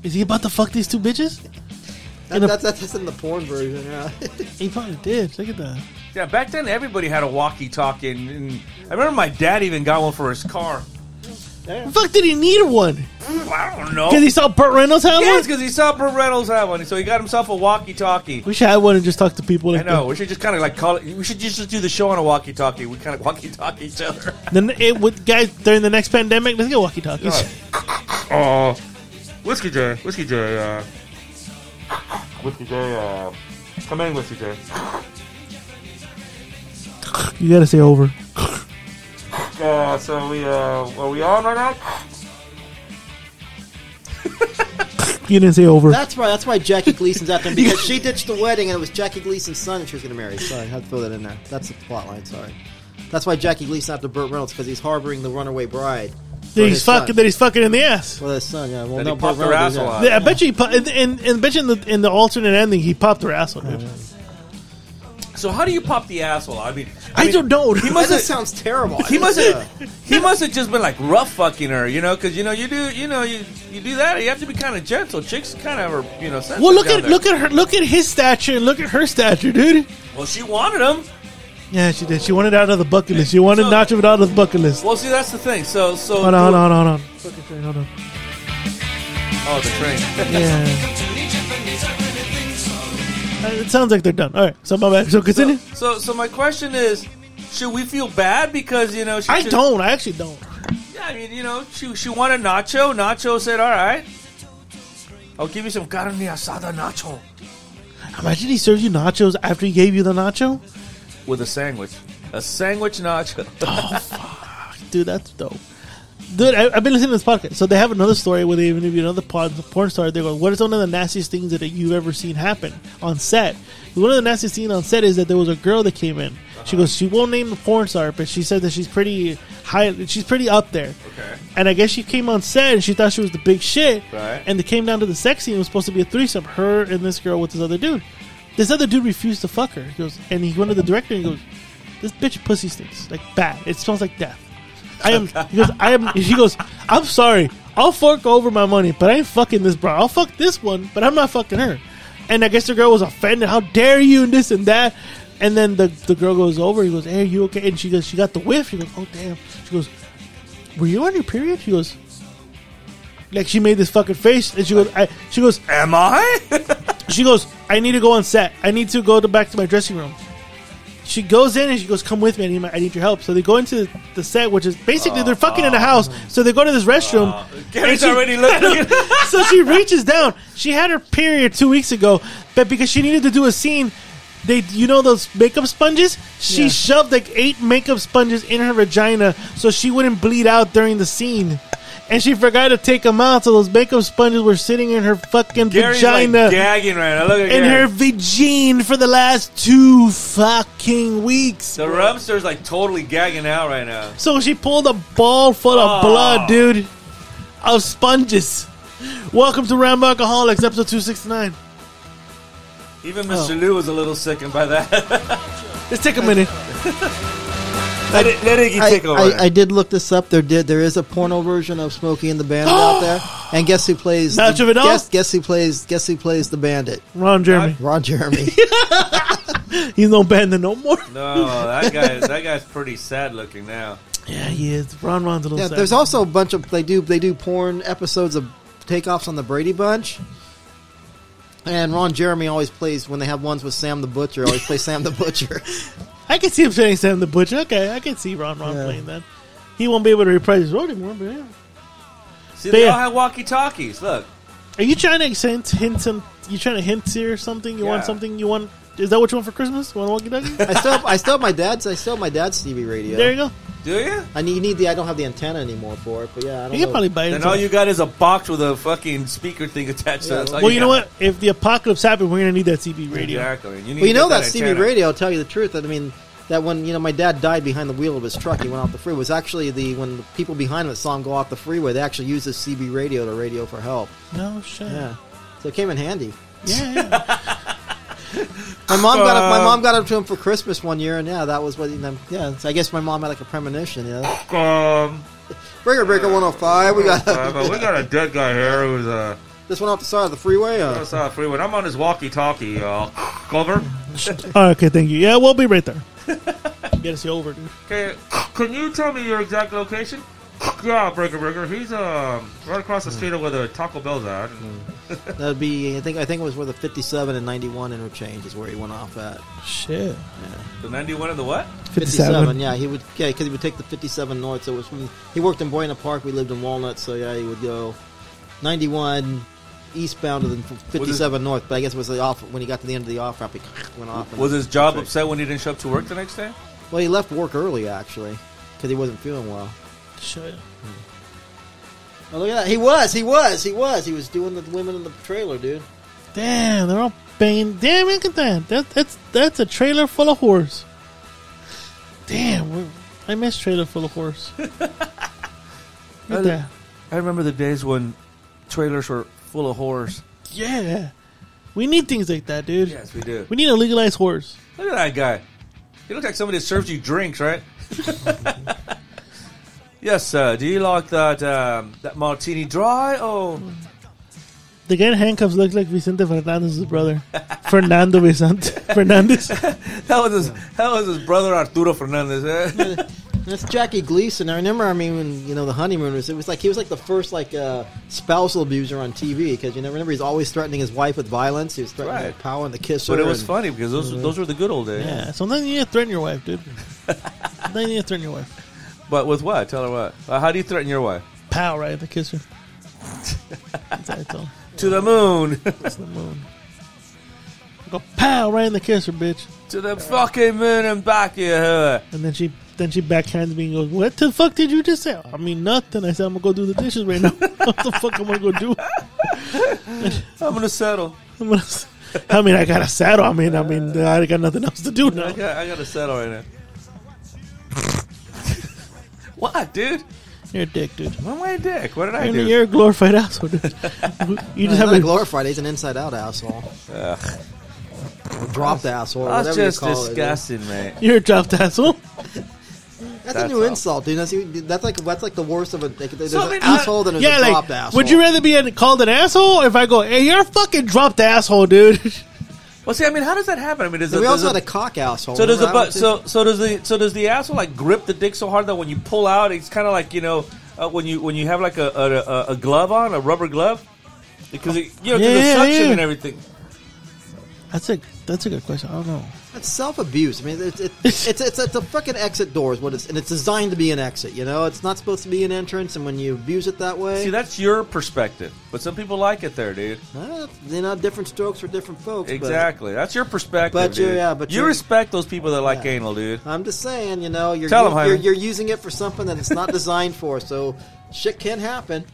Speaker 1: Is he about to fuck these two bitches?
Speaker 3: That, that's, that's that's in the porn version. Yeah. [laughs]
Speaker 1: He probably did. Look at that.
Speaker 2: Yeah, back then everybody had a walkie-talkie, and, and I remember my dad even got one for his car.
Speaker 1: The fuck did he need one?
Speaker 2: I don't know.
Speaker 1: Because he saw Burt Reynolds have one.
Speaker 2: Yes, because he saw Burt Reynolds have one, so he got himself a walkie-talkie.
Speaker 1: We should have one and just talk to people.
Speaker 2: I
Speaker 1: Like
Speaker 2: know. We should just kind of like call it. We should just do the show on a walkie-talkie. We kind of walkie-talkie each other.
Speaker 1: that. Then it would guys during the next pandemic. Let's get walkie talkies.
Speaker 2: Oh, whiskey J, whiskey J, uh, whiskey J, uh, come in, whiskey J.
Speaker 1: You gotta say over.
Speaker 2: Uh, so we uh, are we on right now?
Speaker 1: You didn't say over.
Speaker 3: That's why that's why Jackie Gleason's after him because she ditched the wedding and it was Jackie Gleason's son that she was going to marry. Sorry, I had to throw that in there. That's the plot line. Sorry. That's why Jackie Gleason's after Burt Reynolds because he's harboring the runaway bride.
Speaker 1: That
Speaker 3: for
Speaker 1: he's
Speaker 3: his son.
Speaker 1: fucking. That he's fucking in the ass.
Speaker 3: Well, his son, yeah. Well,
Speaker 2: That
Speaker 3: no,
Speaker 2: he
Speaker 3: Burt
Speaker 2: popped her
Speaker 3: Reynolds,
Speaker 2: asshole
Speaker 3: yeah.
Speaker 2: out.
Speaker 1: Yeah, I bet you. He, po- and, and, and I bet you in the in the alternate ending, he popped her asshole, dude.
Speaker 2: So how do you pop the asshole? I mean,
Speaker 1: I,
Speaker 2: mean,
Speaker 1: don't know.
Speaker 2: He
Speaker 3: That
Speaker 2: must
Speaker 3: just uh,
Speaker 2: have.
Speaker 3: sounds terrible.
Speaker 2: He must have. He must have just been like rough fucking her, you know? Because you know you do, you know you you do that. You have to be kind of gentle. Chicks kind of are, you know. sensitive
Speaker 1: well, look
Speaker 2: down
Speaker 1: at
Speaker 2: there.
Speaker 1: look at her. Look at his stature and look at her stature, dude.
Speaker 2: Well, she wanted him.
Speaker 1: Yeah, she did. She wanted out of the bucket list. She wanted
Speaker 2: So-
Speaker 1: Nacho out of the bucket list.
Speaker 2: Well, see, that's the thing. So, so.
Speaker 1: Hold on, hold on, hold on. Fucking train, hold on.
Speaker 2: Oh, the train.
Speaker 1: Yeah. Uh, It sounds like they're done. All right, so my bad. So continue.
Speaker 2: so, so my question is, should we feel bad because you know? She
Speaker 1: I
Speaker 2: should-
Speaker 1: don't. I actually don't.
Speaker 2: Yeah, I mean, you know, she she wanted nacho. Nacho said, "All right, I'll give you some carne asada nacho
Speaker 1: Imagine he served you nachos after he gave you the nacho.
Speaker 2: with a sandwich, a sandwich nacho." [laughs]
Speaker 1: dude, that's dope. Dude, I, I've been listening to this podcast. So they have another story where they interview another pod, porn star. They go, "What is one of the nastiest things that you've ever seen happen on set?" One of the nastiest things on set is that there was a girl that came in. She goes, she won't name the porn star, but she said that she's pretty high. She's pretty up there.
Speaker 2: Okay.
Speaker 1: And I guess she came on set and she thought she was the big shit.
Speaker 2: Right.
Speaker 1: And it came down to the sex scene. It was supposed to be a threesome, her and this girl with this other dude. This other dude refused to fuck her. He goes, and he went to the director and he goes, "This bitch pussy stinks like bad. It smells like death." I am. He goes. I am. He goes. I'm sorry. I'll fork over my money, but I ain't fucking this bro. I'll fuck this one, but I'm not fucking her. And I guess the girl was offended. How dare you? And this and that. And then the, the girl goes over. He goes, "Hey, you okay?" And she goes, "She got the whiff." She goes, "Oh damn." She goes, "Were you on your period?" She goes, "Like she made this fucking face." And she goes, I, "She goes,
Speaker 2: Am I? [laughs]
Speaker 1: she goes, I need to go on set. I need to go to back to my dressing room. She goes in and she goes, "Come with me. I need, my, I need your help." So they go into the set, which is basically they're fucking in a house. So they go to this restroom. and
Speaker 2: Ah. Gary's
Speaker 1: she- [laughs]
Speaker 2: already looking.
Speaker 1: so she reaches down. She had her period two weeks ago, but because she needed to do a scene, they you know those makeup sponges. She
Speaker 3: Yeah.
Speaker 1: shoved like eight makeup sponges in her vagina so she wouldn't bleed out during the scene. And she forgot to take them out, so those makeup sponges were sitting in her fucking
Speaker 2: Gary's like
Speaker 1: vagina
Speaker 2: gagging right now. Look at
Speaker 1: in
Speaker 2: Gary.
Speaker 1: her vagine for the last two fucking weeks.
Speaker 2: The rumster's like totally gagging out right now.
Speaker 1: So she pulled a ball full of
Speaker 2: Oh.
Speaker 1: blood, dude, of sponges. Welcome to Rambo Alcoholics, episode 269.
Speaker 2: Even
Speaker 1: Oh.
Speaker 2: Mr. Liu was a little sickened by that.
Speaker 3: [laughs]
Speaker 1: Let's take a minute.
Speaker 2: let, it, let Iggy
Speaker 3: I,
Speaker 2: take over.
Speaker 3: I, I did look this up. There did there is a porno version of Smokey and the Bandit
Speaker 1: [gasps]
Speaker 3: out there, and guess who plays?
Speaker 1: Nacho
Speaker 3: the,
Speaker 1: Vidal?
Speaker 3: guess, guess who plays? Guess who plays the Bandit?
Speaker 1: Ron Jeremy.
Speaker 3: Ron Jeremy.
Speaker 1: [laughs] He's no bandit no more. [laughs]
Speaker 2: no, that guy, that guy's pretty sad looking now.
Speaker 1: Yeah, he is. Ron Ron's a little
Speaker 3: yeah,
Speaker 1: sad.
Speaker 3: there's also a bunch of they do they do porn episodes of takeoffs on the Brady Bunch. And Ron Jeremy always plays when they have ones with Sam the Butcher. Always plays Sam the Butcher.
Speaker 1: I can see him saying Sam the Butcher. Okay, I can see Ron Ron
Speaker 3: Yeah.
Speaker 1: playing that. He won't be able to reprise his role anymore, but yeah.
Speaker 2: See, they
Speaker 1: Yeah.
Speaker 2: all have walkie talkies. Look,
Speaker 1: Are you trying to hint, hint some? You trying to hint here or something? You want
Speaker 2: Yeah.
Speaker 1: something? You want? Is that what you want for Christmas? You want a
Speaker 3: [laughs]
Speaker 1: walkie-talkie?
Speaker 3: I still have, I still have my dad's I still have my dad's TV radio.
Speaker 1: There you go.
Speaker 2: do you?
Speaker 3: I need, you need the I don't have the antenna anymore for it, but yeah, I don't
Speaker 1: You can
Speaker 3: know.
Speaker 1: probably buy it.
Speaker 2: Then all you got is a box with a fucking speaker thing attached to
Speaker 3: Yeah.
Speaker 2: it. That's all
Speaker 1: well, you know
Speaker 2: got.
Speaker 1: what? If the apocalypse happens, we're gonna need that CB radio.
Speaker 2: Exactly. And need
Speaker 3: Well, you
Speaker 2: to
Speaker 3: know
Speaker 2: get
Speaker 3: that CB
Speaker 2: antenna.
Speaker 3: radio. I'll tell you the truth. That I mean, that when you know my dad died behind the wheel of his truck, he went off the freeway. It was actually the when the people behind him that saw him go off the freeway, they actually used the CB radio to radio for help.
Speaker 1: No shit. Yeah.
Speaker 3: Yeah, so it came in handy.
Speaker 2: [laughs]
Speaker 1: yeah.
Speaker 3: My mom got up, my
Speaker 2: Um,
Speaker 3: mom got up to him for Christmas one year, and yeah, that was what. You know, yeah, so I guess my mom had like a premonition. Yeah,
Speaker 2: Um,
Speaker 3: breaker breaker one hundred five. We
Speaker 2: uh, but
Speaker 3: got
Speaker 2: we got a dead guy here who's uh,
Speaker 3: [laughs] this one off the side of the freeway. Uh,
Speaker 2: outside the freeway. I'm on his walkie-talkie. Uh, cover.
Speaker 1: All right, okay, thank you. Yeah, we'll be right there. [laughs] Get us over, dude.
Speaker 2: Okay, can you tell me your exact location? Yeah, Breaker Breaker. He's um right across the street of where the Taco Bell's at.
Speaker 3: that'd be I think I think it was where the fifty seven and ninety one interchange is where he went off at.
Speaker 1: Shit.
Speaker 2: The 91 of the what?
Speaker 1: 57.
Speaker 3: Yeah, he would. Yeah, because he would take the fifty-seven north. So it was from, he worked in Buena Park. We lived in Walnut. So yeah, he would go ninety-one eastbound and then fifty-seven north. But I guess it was the off when he got to the end of the off ramp, he [laughs] went off. And,
Speaker 2: Was his job upset when he didn't show up to work the next day?
Speaker 3: well, he left work early actually because he wasn't feeling well.
Speaker 1: Shit.
Speaker 3: Oh, look at that. He was. He was. He was. He was doing the women in the trailer, dude.
Speaker 1: Damn, they're all banging. Damn, look at that. that that's that's a trailer full of whores. Damn, we're- I miss trailer full of
Speaker 2: [laughs]
Speaker 1: whores. Look at that.
Speaker 2: I remember the days when trailers were full of horrors.
Speaker 1: Yeah. We need things like that, dude.
Speaker 2: Yes, we do.
Speaker 1: We need a legalized horse.
Speaker 2: Look at that guy. He looks like somebody that serves you drinks,
Speaker 3: [laughs]
Speaker 2: right? yes, sir. Do you like that um, that martini dry Oh, or
Speaker 1: The guy in handcuffs looks like Vicente Fernandez's brother. Fernando Vicente Fernandez.
Speaker 2: that was his that was his brother Arturo Fernandez?
Speaker 3: [laughs]
Speaker 2: Eh?
Speaker 3: That's Jackie Gleason. I remember. I mean, when you know the honeymooners, it was like he was like the first like uh, spousal abuser on TV because you know remember he's always threatening his wife with violence. He was threatening
Speaker 2: Right.
Speaker 3: the power and the kiss.
Speaker 2: but
Speaker 3: her
Speaker 2: it was
Speaker 3: and-
Speaker 2: funny because those those were the good old days.
Speaker 1: Yeah, sometimes you need to threaten your wife, dude. Sometimes you need to threaten your wife.
Speaker 2: But with what? Tell her what? Uh, how do you threaten your wife?
Speaker 1: Pow, right? The kisser. That's how I tell her.
Speaker 2: To the moon. [laughs]
Speaker 1: It's the moon. I go pow right in the kisser, bitch.
Speaker 2: to the fucking moon and back you. huh?
Speaker 1: And then she then she backhands me and goes, "What the fuck did you just say?" I mean nothing. I said I'm gonna go do the dishes right now. [laughs] what the fuck am I gonna do?
Speaker 2: I'm gonna settle.
Speaker 1: I'm gonna, s- I mean I got a saddle. I mean I mean I got nothing else to do
Speaker 2: I
Speaker 1: now.
Speaker 2: got I gotta settle right now. [laughs] what, dude?
Speaker 1: You're a dick, dude.
Speaker 2: Why am I a dick? What did I
Speaker 1: You're,
Speaker 2: do?
Speaker 1: a, you're a glorified asshole, dude. You
Speaker 3: No,
Speaker 1: just
Speaker 3: he's
Speaker 1: have
Speaker 3: not
Speaker 1: a
Speaker 3: a glorified. He's an inside out asshole. Or dropped asshole. or
Speaker 2: That's
Speaker 3: whatever you
Speaker 2: just
Speaker 3: call it, dude.
Speaker 2: disgusting, mate.
Speaker 1: you're a dropped asshole.
Speaker 3: That's,
Speaker 2: That's
Speaker 3: a new
Speaker 2: all.
Speaker 3: insult, dude. That's, that's like that's like the worst of a. Like, there's
Speaker 2: So, I
Speaker 3: an
Speaker 2: mean, I-
Speaker 3: asshole than there's
Speaker 1: yeah,
Speaker 3: a
Speaker 1: like
Speaker 3: dropped asshole.
Speaker 1: would you rather be an, called an asshole or if I go, "Hey, you're a fucking dropped asshole, dude"? [laughs]
Speaker 2: Well, see, I mean, how does that happen? I mean, is
Speaker 3: So
Speaker 2: it,
Speaker 3: we also
Speaker 2: does
Speaker 3: had a
Speaker 2: it
Speaker 3: cock asshole.
Speaker 2: so does the
Speaker 3: Remember
Speaker 2: butt,
Speaker 3: that
Speaker 2: so
Speaker 3: one,
Speaker 2: so does the so does the asshole like grip the dick so hard that when you pull out, it's kind of like you know uh, when you when you have like a a, a, a glove on a rubber glove because it, you know 'cause
Speaker 1: Yeah,
Speaker 2: the
Speaker 1: yeah,
Speaker 2: suction
Speaker 1: yeah.
Speaker 2: and everything.
Speaker 1: That's a that's a good question. I don't know.
Speaker 3: too? That's self abuse. I mean, it's it, it's it's it's a fucking exit door is what it's and it's designed to be an exit. You know, it's not supposed to be an entrance. And when you abuse it that way,
Speaker 2: See, that's your perspective, but some people like it there, dude.
Speaker 3: well, you know, different strokes for different folks. but-
Speaker 2: Exactly, that's your perspective.
Speaker 3: But you're-
Speaker 2: dude.
Speaker 3: yeah, but
Speaker 2: you
Speaker 3: you're-
Speaker 2: respect those people that like
Speaker 3: Yeah.
Speaker 2: anal, dude.
Speaker 3: I'm just saying, you know, you're
Speaker 2: Tell 'em,
Speaker 3: you're,
Speaker 2: Jaime.
Speaker 3: you're using it for something that it's not [laughs] designed for. So shit can happen.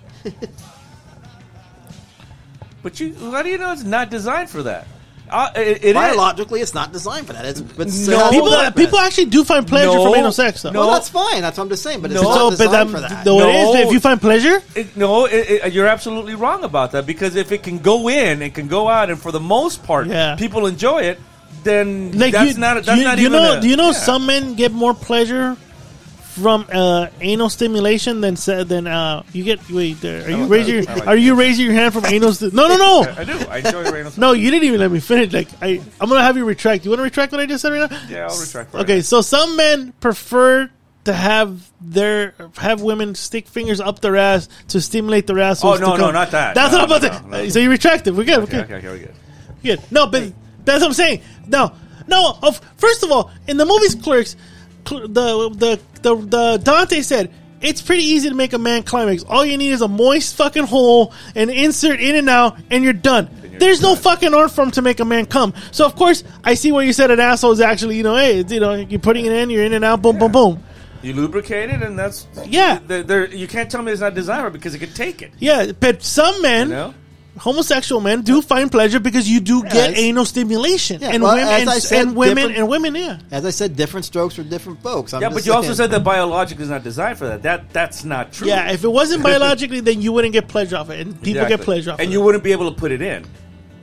Speaker 2: But you, how do you know it's not designed for that? Uh, it, it is.
Speaker 3: Biologically, it's not designed for that. It's but
Speaker 2: No.
Speaker 1: People
Speaker 2: Well,
Speaker 1: people actually do find pleasure
Speaker 2: No.
Speaker 1: from anal sex, though.
Speaker 2: No.
Speaker 3: Well, that's fine. That's what I'm just saying. But it's
Speaker 2: No. um,
Speaker 1: So,
Speaker 3: not
Speaker 1: but
Speaker 3: designed
Speaker 1: that-
Speaker 3: for that.
Speaker 1: though it is,
Speaker 2: No.
Speaker 1: if you find pleasure,
Speaker 2: It, no, it, it, you're absolutely wrong about that because if it can go in and can go out, and for the most part,
Speaker 1: Yeah.
Speaker 2: people enjoy it, then
Speaker 1: like
Speaker 2: that's
Speaker 1: you,
Speaker 2: not that's
Speaker 1: you,
Speaker 2: not
Speaker 1: you
Speaker 2: even.
Speaker 1: know,
Speaker 2: a-
Speaker 1: do you know
Speaker 2: yeah.
Speaker 1: some men get more pleasure from uh, anal stimulation than se- than uh, you get? Wait, there, are you
Speaker 2: like
Speaker 1: raising?
Speaker 2: that.
Speaker 1: Your,
Speaker 2: I like
Speaker 1: are you raising your hand from anal? Sti- no, no,
Speaker 2: [laughs]
Speaker 1: no.
Speaker 2: I, I do. I enjoy anal.
Speaker 1: [laughs] No, you didn't even let me finish. Like I, I'm gonna have you retract. You want to retract what I just said right now?
Speaker 2: Yeah, I'll retract right
Speaker 1: Okay,
Speaker 2: now.
Speaker 1: so some men prefer to have their have women stick fingers up their ass to stimulate their assholes.
Speaker 2: Oh, no,
Speaker 1: to
Speaker 2: no,
Speaker 1: come.
Speaker 2: not that.
Speaker 1: That's
Speaker 2: No,
Speaker 1: what I'm
Speaker 2: no,
Speaker 1: about to.
Speaker 2: no, no.
Speaker 1: So you retract it. We're good.
Speaker 2: Okay,
Speaker 1: we're
Speaker 2: okay,
Speaker 1: good.
Speaker 2: okay, we're good.
Speaker 1: Good. No, but that's what I'm saying. No, no. Of first of all, in the movies Clerks, cl- the the the, the Dante said. It's pretty easy to make a man climax. All you need is a moist fucking hole and insert in and out, and you're done.
Speaker 2: you're
Speaker 1: There's no
Speaker 2: done.
Speaker 1: fucking art form to make a man come. So of course, I see where you said an asshole is actually, you know, hey, it's, you know, you're putting it in, you're in and out, boom, boom, boom.
Speaker 2: You lubricate it, and that's
Speaker 1: Yeah.
Speaker 2: There, there- you can't tell me it's not desirable because it could take it.
Speaker 1: Yeah, but some men,
Speaker 2: You know.
Speaker 1: homosexual men, do find pleasure because you do get
Speaker 3: it's-
Speaker 1: anal stimulation,
Speaker 3: Yeah,
Speaker 1: and,
Speaker 3: well,
Speaker 1: women,
Speaker 3: as
Speaker 1: and,
Speaker 3: I said,
Speaker 1: and women,
Speaker 3: different-
Speaker 1: and women, yeah.
Speaker 3: As I said, different strokes for different folks. I'm
Speaker 2: Yeah,
Speaker 3: just
Speaker 2: but you also
Speaker 3: saying.
Speaker 2: said that biologically is not designed for that. That that's not true.
Speaker 1: Yeah, if it
Speaker 2: [laughs]
Speaker 1: wasn't biologically, then you wouldn't get pleasure off it, and people
Speaker 2: Exactly.
Speaker 1: get pleasure off
Speaker 2: and
Speaker 1: it.
Speaker 2: you wouldn't be able to put it in.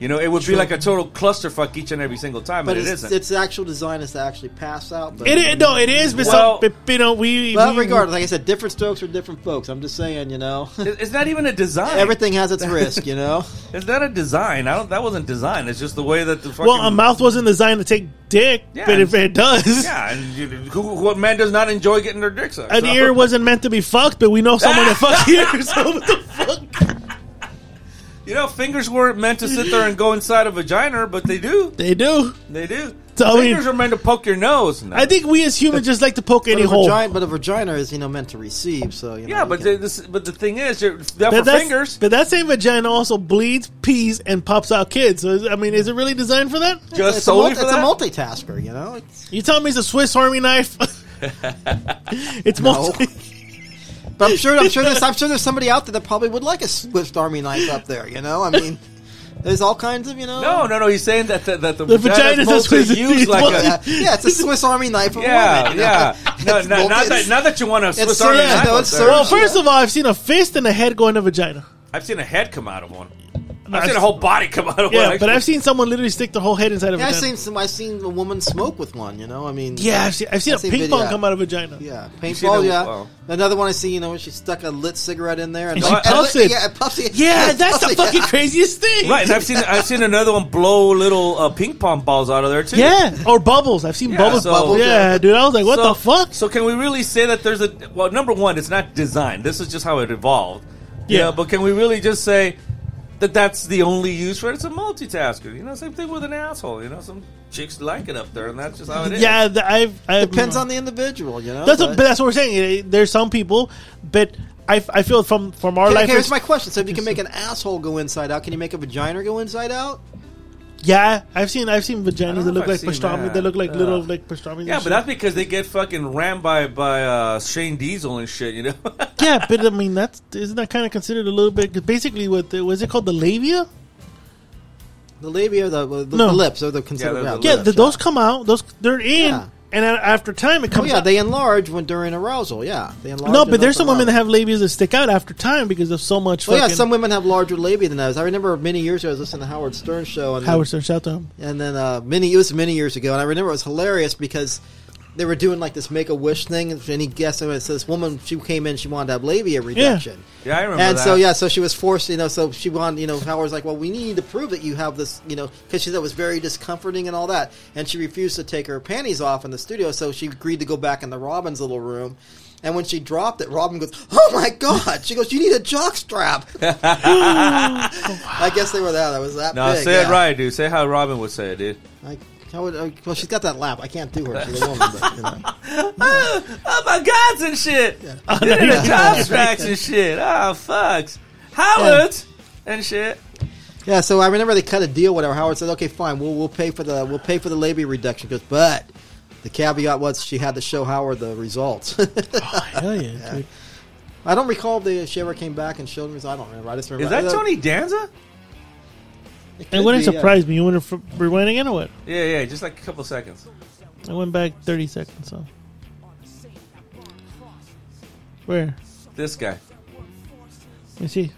Speaker 2: You know, it would
Speaker 1: True.
Speaker 2: be like a total clusterfuck each and every single time,
Speaker 3: But
Speaker 2: and it
Speaker 3: it's,
Speaker 2: isn't.
Speaker 3: its actual design is to actually pass out. But
Speaker 1: it is, no, it is, but,
Speaker 2: Well-
Speaker 1: some, but you know, we.
Speaker 3: Well,
Speaker 1: we-
Speaker 3: regardless, like I said, different strokes for different folks. I'm just saying, you know, [laughs]
Speaker 2: It- it's not even a design.
Speaker 3: everything has its risk.
Speaker 2: [laughs]
Speaker 3: You know,
Speaker 2: It's not a design. I don't. That wasn't design. It's just the way that the fucking.
Speaker 1: Well, a mouth wasn't designed to take dick,
Speaker 2: Yeah,
Speaker 1: but if
Speaker 2: and-
Speaker 1: it does,
Speaker 2: Yeah, and you, who, what man does not enjoy getting their dick sucked?
Speaker 1: an
Speaker 2: so.
Speaker 1: ear wasn't meant to be fucked, but we know someone
Speaker 2: [laughs]
Speaker 1: that fucks ears. [laughs] So what the fuck?
Speaker 2: You know, fingers weren't meant to sit there and go inside a vagina, but they do.
Speaker 1: They do.
Speaker 2: They do.
Speaker 1: So, I mean-
Speaker 2: fingers are meant to poke your nose. No.
Speaker 1: I think we as humans just like to poke
Speaker 3: but
Speaker 1: any
Speaker 3: a,
Speaker 1: hole.
Speaker 3: vagina, but a vagina is you know meant to receive. So you know,
Speaker 2: yeah,
Speaker 3: you
Speaker 2: but
Speaker 3: can-
Speaker 2: the, this, but the thing is, you're, that
Speaker 1: But
Speaker 2: for
Speaker 1: that's-
Speaker 2: fingers.
Speaker 1: but that same vagina also bleeds, pees, and pops out kids. So, is- I mean, is it really designed for that?
Speaker 2: just
Speaker 3: it's, a,
Speaker 2: solely
Speaker 3: mul-
Speaker 2: for
Speaker 3: it's a
Speaker 2: that?
Speaker 3: multitasker. You know, it's,
Speaker 1: You tell me it's a Swiss Army knife? [laughs] it's multi.
Speaker 3: but I'm sure, I'm sure there's, I'm sure there's somebody out there that probably would like a Swift Army knife up there. You know, I mean, [laughs] there's all kinds of you know.
Speaker 2: no, no, no. He's saying that the, that the,
Speaker 1: The
Speaker 2: vagina's
Speaker 1: vagina's a
Speaker 2: mostly
Speaker 1: Swiss-
Speaker 2: used like a.
Speaker 3: Yeah, [laughs] yeah, it's a Swiss Army knife. Of a
Speaker 2: Yeah,
Speaker 3: woman, you know? [laughs]
Speaker 2: yeah. No,
Speaker 3: It's
Speaker 2: no, not
Speaker 3: multi-
Speaker 2: that. Not that you want a Swiss Army
Speaker 3: yeah,
Speaker 2: knife.
Speaker 3: no,
Speaker 2: out
Speaker 3: it's
Speaker 2: there.
Speaker 3: circular.
Speaker 1: Well, first of all, I've seen a fist and a head go in a vagina.
Speaker 2: I've seen a head come out of one. I've seen a whole body come out of one.
Speaker 1: Yeah, but
Speaker 2: actually.
Speaker 1: I've seen someone literally stick their whole head inside of a
Speaker 3: Yeah, I've
Speaker 1: vagina.
Speaker 3: seen some. I've seen a woman smoke with one. You know, I mean,
Speaker 1: yeah, I've seen, I've seen a
Speaker 3: I've seen
Speaker 1: ping
Speaker 3: video.
Speaker 1: pong come out of a vagina.
Speaker 3: yeah,
Speaker 2: seen that-
Speaker 3: paintball. Yeah,
Speaker 2: wow.
Speaker 3: another one I see. You know, where she stuck a lit cigarette in there and,
Speaker 1: And she puffs
Speaker 3: lit-
Speaker 1: it.
Speaker 3: Yeah, puffs it.
Speaker 1: Yeah, that's the
Speaker 3: puffs it,
Speaker 1: fucking
Speaker 3: [laughs] yeah.
Speaker 1: craziest thing.
Speaker 2: Right, and I've seen I've seen another one blow little uh, ping pong balls out of there too.
Speaker 1: Yeah, or bubbles. I've seen
Speaker 2: Yeah,
Speaker 1: bubbles.
Speaker 2: so-
Speaker 1: bubbles. Yeah, dude. I was like, what
Speaker 2: So-
Speaker 1: the fuck?
Speaker 2: So can we really say that there's a well? Number one, it's not design. This is just how it evolved. You
Speaker 1: Yeah.
Speaker 2: know, but can we really just say that that's the only use for it? It's a multitasker. You know, same thing with an asshole. You know, some chicks like it up there, and that's just how it is.
Speaker 1: Yeah, th- I've, I've
Speaker 3: Depends on the individual. You know,
Speaker 1: That's what,
Speaker 3: but-
Speaker 1: but that's what we're saying. There's some people, but I, I feel from from our
Speaker 3: Okay,
Speaker 1: life.
Speaker 3: okay, here's my question. So if you can make an asshole go inside out, can you make a vagina go inside out?
Speaker 1: yeah, I've seen I've seen
Speaker 2: know
Speaker 1: vaginas that
Speaker 2: if
Speaker 1: look
Speaker 2: I've
Speaker 1: like
Speaker 2: seen
Speaker 1: pastrami.
Speaker 2: that.
Speaker 1: They look like little
Speaker 2: Yeah.
Speaker 1: like pastrami.
Speaker 2: Yeah, but that's because they get fucking rammed by by uh, Shane Diesel and shit. You know, [laughs]
Speaker 1: yeah, but I mean that's isn't that kind of considered a little bit? 'cause basically, what the, was it called? The labia.
Speaker 3: The labia, the, the, the
Speaker 1: No.
Speaker 3: lips, or the consider-
Speaker 2: they're
Speaker 3: yeah,
Speaker 2: the
Speaker 1: Yeah,
Speaker 2: lips,
Speaker 1: the, those come out. Those they're in,
Speaker 3: Yeah.
Speaker 1: and a- after time it
Speaker 3: Oh
Speaker 1: comes.
Speaker 3: yeah,
Speaker 1: out.
Speaker 3: they enlarge when during arousal. Yeah, they enlarge.
Speaker 1: no,
Speaker 3: enough
Speaker 1: but there's some women
Speaker 3: arousal.
Speaker 1: that have labias that stick out after time because of so much.
Speaker 3: Well, Oh, yeah,
Speaker 1: fucking
Speaker 3: some women have larger labia than others. I remember many years ago, I was listening to Howard Stern show, and
Speaker 1: Howard Stern shout to
Speaker 3: [laughs]
Speaker 1: him.
Speaker 3: and then uh, many it was many years ago, and I remember it was hilarious because they were doing like this make a wish thing, and any guest, and it says this woman she came in, she wanted to have labia reduction.
Speaker 2: yeah, I remember.
Speaker 3: And
Speaker 2: that.
Speaker 3: so yeah, so she was forced, you know. So she wanted, you know, Howard's like, well, we need to prove that you have this, you know, because she said it was very discomforting and all that, and she refused to take her panties off in the studio, so she agreed to go back in the Robin's little room. And when she dropped it, Robin goes, "Oh my god!" She goes, "You need a
Speaker 2: [laughs]
Speaker 3: jock strap." [laughs] I guess they were that. That was that.
Speaker 2: No,
Speaker 3: big,
Speaker 2: say it
Speaker 3: yeah.
Speaker 2: right, dude. Say how Robin would say it, dude.
Speaker 3: I, I would, I, well, she's got that lap. I can't do her. She's a woman. But, you know.
Speaker 2: Oh my gods and shit.
Speaker 1: Oh,
Speaker 2: Did it in job tracks and shit. Oh fucks. Howard and shit.
Speaker 3: Yeah, so I remember they cut a deal. Whatever Howard said, okay, fine, we'll we'll pay for the we'll pay for the labia reduction. Goes, but the caveat was she had to show Howard the results. [laughs]
Speaker 1: Hell yeah, dude.
Speaker 3: I don't recall if they, she ever came back and showed me. I don't remember. I just
Speaker 2: Is
Speaker 3: remember
Speaker 2: that
Speaker 3: uh,
Speaker 2: Tony Danza?
Speaker 3: it could
Speaker 1: It wouldn't
Speaker 3: be, uh,
Speaker 1: surprise me. You wouldn't fr- rewind again or what?
Speaker 2: Yeah, yeah, just like a couple seconds.
Speaker 1: I went back 30 seconds, so. Where?
Speaker 2: This guy.
Speaker 1: Let me see.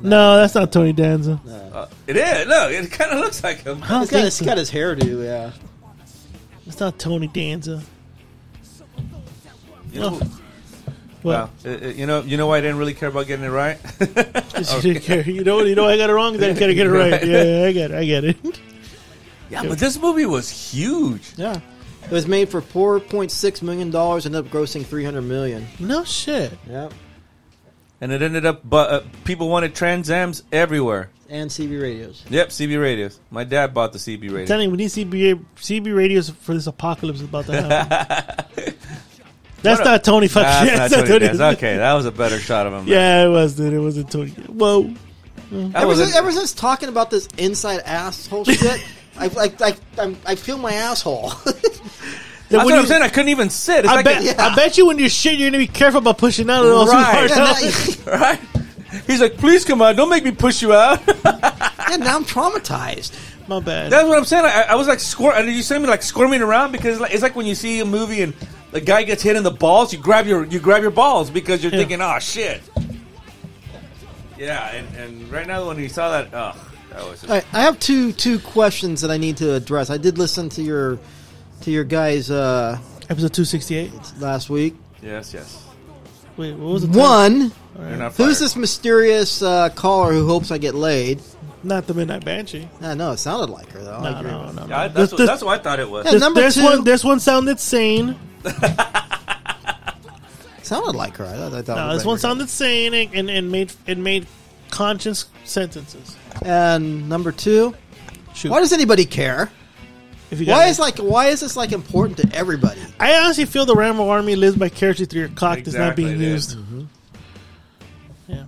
Speaker 1: No, that's not Tony Danza.
Speaker 2: Uh, it is. No, it kind of looks like him.
Speaker 1: I
Speaker 3: Yeah.
Speaker 1: don't
Speaker 3: He's got,
Speaker 1: think
Speaker 3: he's
Speaker 1: so.
Speaker 3: got his hairdo. Yeah,
Speaker 1: It's not Tony Danza.
Speaker 2: You know, who-
Speaker 1: Well,
Speaker 2: wow. Uh, uh, you know, you know why I didn't really care about getting it right.
Speaker 1: [laughs] [laughs]
Speaker 2: [laughs]
Speaker 1: you know, you know, I got it wrong. Then I gotta
Speaker 3: [laughs]
Speaker 1: get it right. Yeah, I get it. I get it.
Speaker 2: yeah, but this movie was huge.
Speaker 3: yeah. It was made for four point six million dollars, ended up grossing three hundred million.
Speaker 1: No shit.
Speaker 3: Yep.
Speaker 2: And it ended up, but uh, people wanted Transams everywhere.
Speaker 3: And CB radios.
Speaker 2: Yep, CB radios. My dad bought the CB
Speaker 1: I'm
Speaker 2: radio.
Speaker 1: telling you, we need CB CB radios for this apocalypse that's about to happen.
Speaker 2: [laughs]
Speaker 1: that's
Speaker 2: What a-
Speaker 1: not Tony. Fuck.
Speaker 2: Nah,
Speaker 1: yeah, [laughs]
Speaker 2: that's
Speaker 1: that's
Speaker 2: not Tony Danza.
Speaker 1: Danza.
Speaker 2: Okay, that was a better shot of him.
Speaker 1: Yeah, it was, dude. It wasn't Tony. Whoa.
Speaker 2: That
Speaker 3: Ever
Speaker 2: wasn't-
Speaker 3: since, ever since talking about this inside [laughs] asshole shit, I I, I, I'm, I feel my asshole. [laughs]
Speaker 2: That's
Speaker 1: When
Speaker 2: what
Speaker 1: you-
Speaker 2: I'm saying. I couldn't even sit. It's
Speaker 1: I
Speaker 2: like
Speaker 1: bet.
Speaker 2: a-
Speaker 1: I bet you when you shit, you're gonna be careful about pushing out a little
Speaker 2: [laughs] Right.
Speaker 1: too
Speaker 3: [laughs]
Speaker 1: hard.
Speaker 2: right? He's like, please come out. Don't make me push you out. [laughs] That's
Speaker 3: and now I'm traumatized.
Speaker 1: My bad.
Speaker 2: what I'm saying. I, I was like, squir- and you see me like squirming around because like, it's like when you see a movie and the guy gets hit in the balls, you grab your you grab your balls because you're
Speaker 1: Yeah.
Speaker 2: thinking, oh shit. Yeah, and, and right now when you saw that, ugh, that was just,
Speaker 3: All right, I have two two questions that I need to address. I did listen to your to your guys uh,
Speaker 1: Episode 268.
Speaker 3: last week.
Speaker 2: yes, yes.
Speaker 1: Wait, what was the title?
Speaker 3: One,
Speaker 2: You're not
Speaker 3: who's
Speaker 2: fired.
Speaker 3: this mysterious uh, caller who hopes I get laid?
Speaker 1: Not the Midnight Banshee.
Speaker 3: I know it sounded like her though. I
Speaker 1: No,
Speaker 3: agree
Speaker 1: no,
Speaker 3: with
Speaker 1: no.
Speaker 2: Yeah, I-
Speaker 1: no.
Speaker 2: that's,
Speaker 1: This,
Speaker 2: what,
Speaker 1: this-
Speaker 2: that's what I thought it was.
Speaker 3: Yeah.
Speaker 1: this-
Speaker 3: Number
Speaker 1: this
Speaker 3: two-
Speaker 1: one, this one sounded sane.
Speaker 3: you. It sounded like her. I thought. I thought
Speaker 1: No,
Speaker 3: we
Speaker 1: this
Speaker 3: read
Speaker 1: one
Speaker 3: her.
Speaker 1: sounded sane and, and, and made and made conscious sentences.
Speaker 3: And number two,
Speaker 1: Shoot.
Speaker 3: why does anybody care?
Speaker 1: If you
Speaker 3: Why
Speaker 1: got
Speaker 3: is like why is this like important to everybody?
Speaker 1: I honestly feel the Rambo army lives vicariously through your cock that's not
Speaker 2: Exactly,
Speaker 1: being
Speaker 2: dude.
Speaker 1: used. Yeah.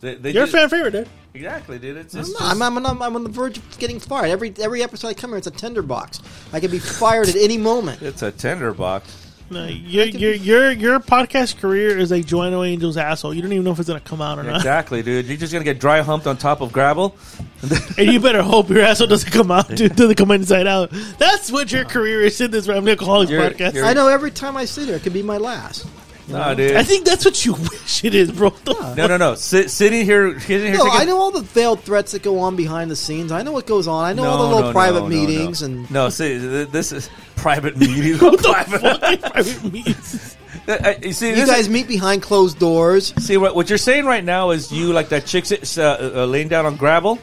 Speaker 2: They, they
Speaker 1: You're a
Speaker 2: just-
Speaker 1: fan favorite, dude.
Speaker 2: Exactly, dude. It's
Speaker 3: I'm,
Speaker 2: just,
Speaker 3: not, I'm, I'm, I'm, I'm on the verge of getting fired. Every every episode I come here, it's a tinderbox. I could be fired at any moment.
Speaker 2: it's a tender box.
Speaker 1: No, your, your your your podcast career is like Joanna Angel's asshole. You don't even know if it's gonna come out or not,
Speaker 2: Exactly, dude. You're just gonna get dry humped on top of gravel.
Speaker 1: [laughs] and you better hope your asshole doesn't come out, dude. Doesn't come inside out. That's what your career is in this Rambling Alcoholics
Speaker 2: You're-
Speaker 1: podcast.
Speaker 2: you're-
Speaker 3: I know every time I sit here, it could be my last.
Speaker 2: Nah, dude.
Speaker 1: I think that's what you [laughs] wish it is, bro.
Speaker 2: no, no, no. Sit, sitting here, sitting here.
Speaker 3: No,
Speaker 2: thinking-
Speaker 3: I know all the veiled threats that go on behind the scenes. I know what goes on. I know all the little private
Speaker 2: no, no.
Speaker 3: meetings and
Speaker 2: no. See, th- this is private
Speaker 3: [laughs]
Speaker 2: meetings. what the
Speaker 1: [laughs]
Speaker 2: [laughs] you see,
Speaker 3: you
Speaker 2: this
Speaker 3: guys meet behind closed doors.
Speaker 2: is, see what, what you're saying right now is you like that chick sit, uh, uh, laying down on gravel,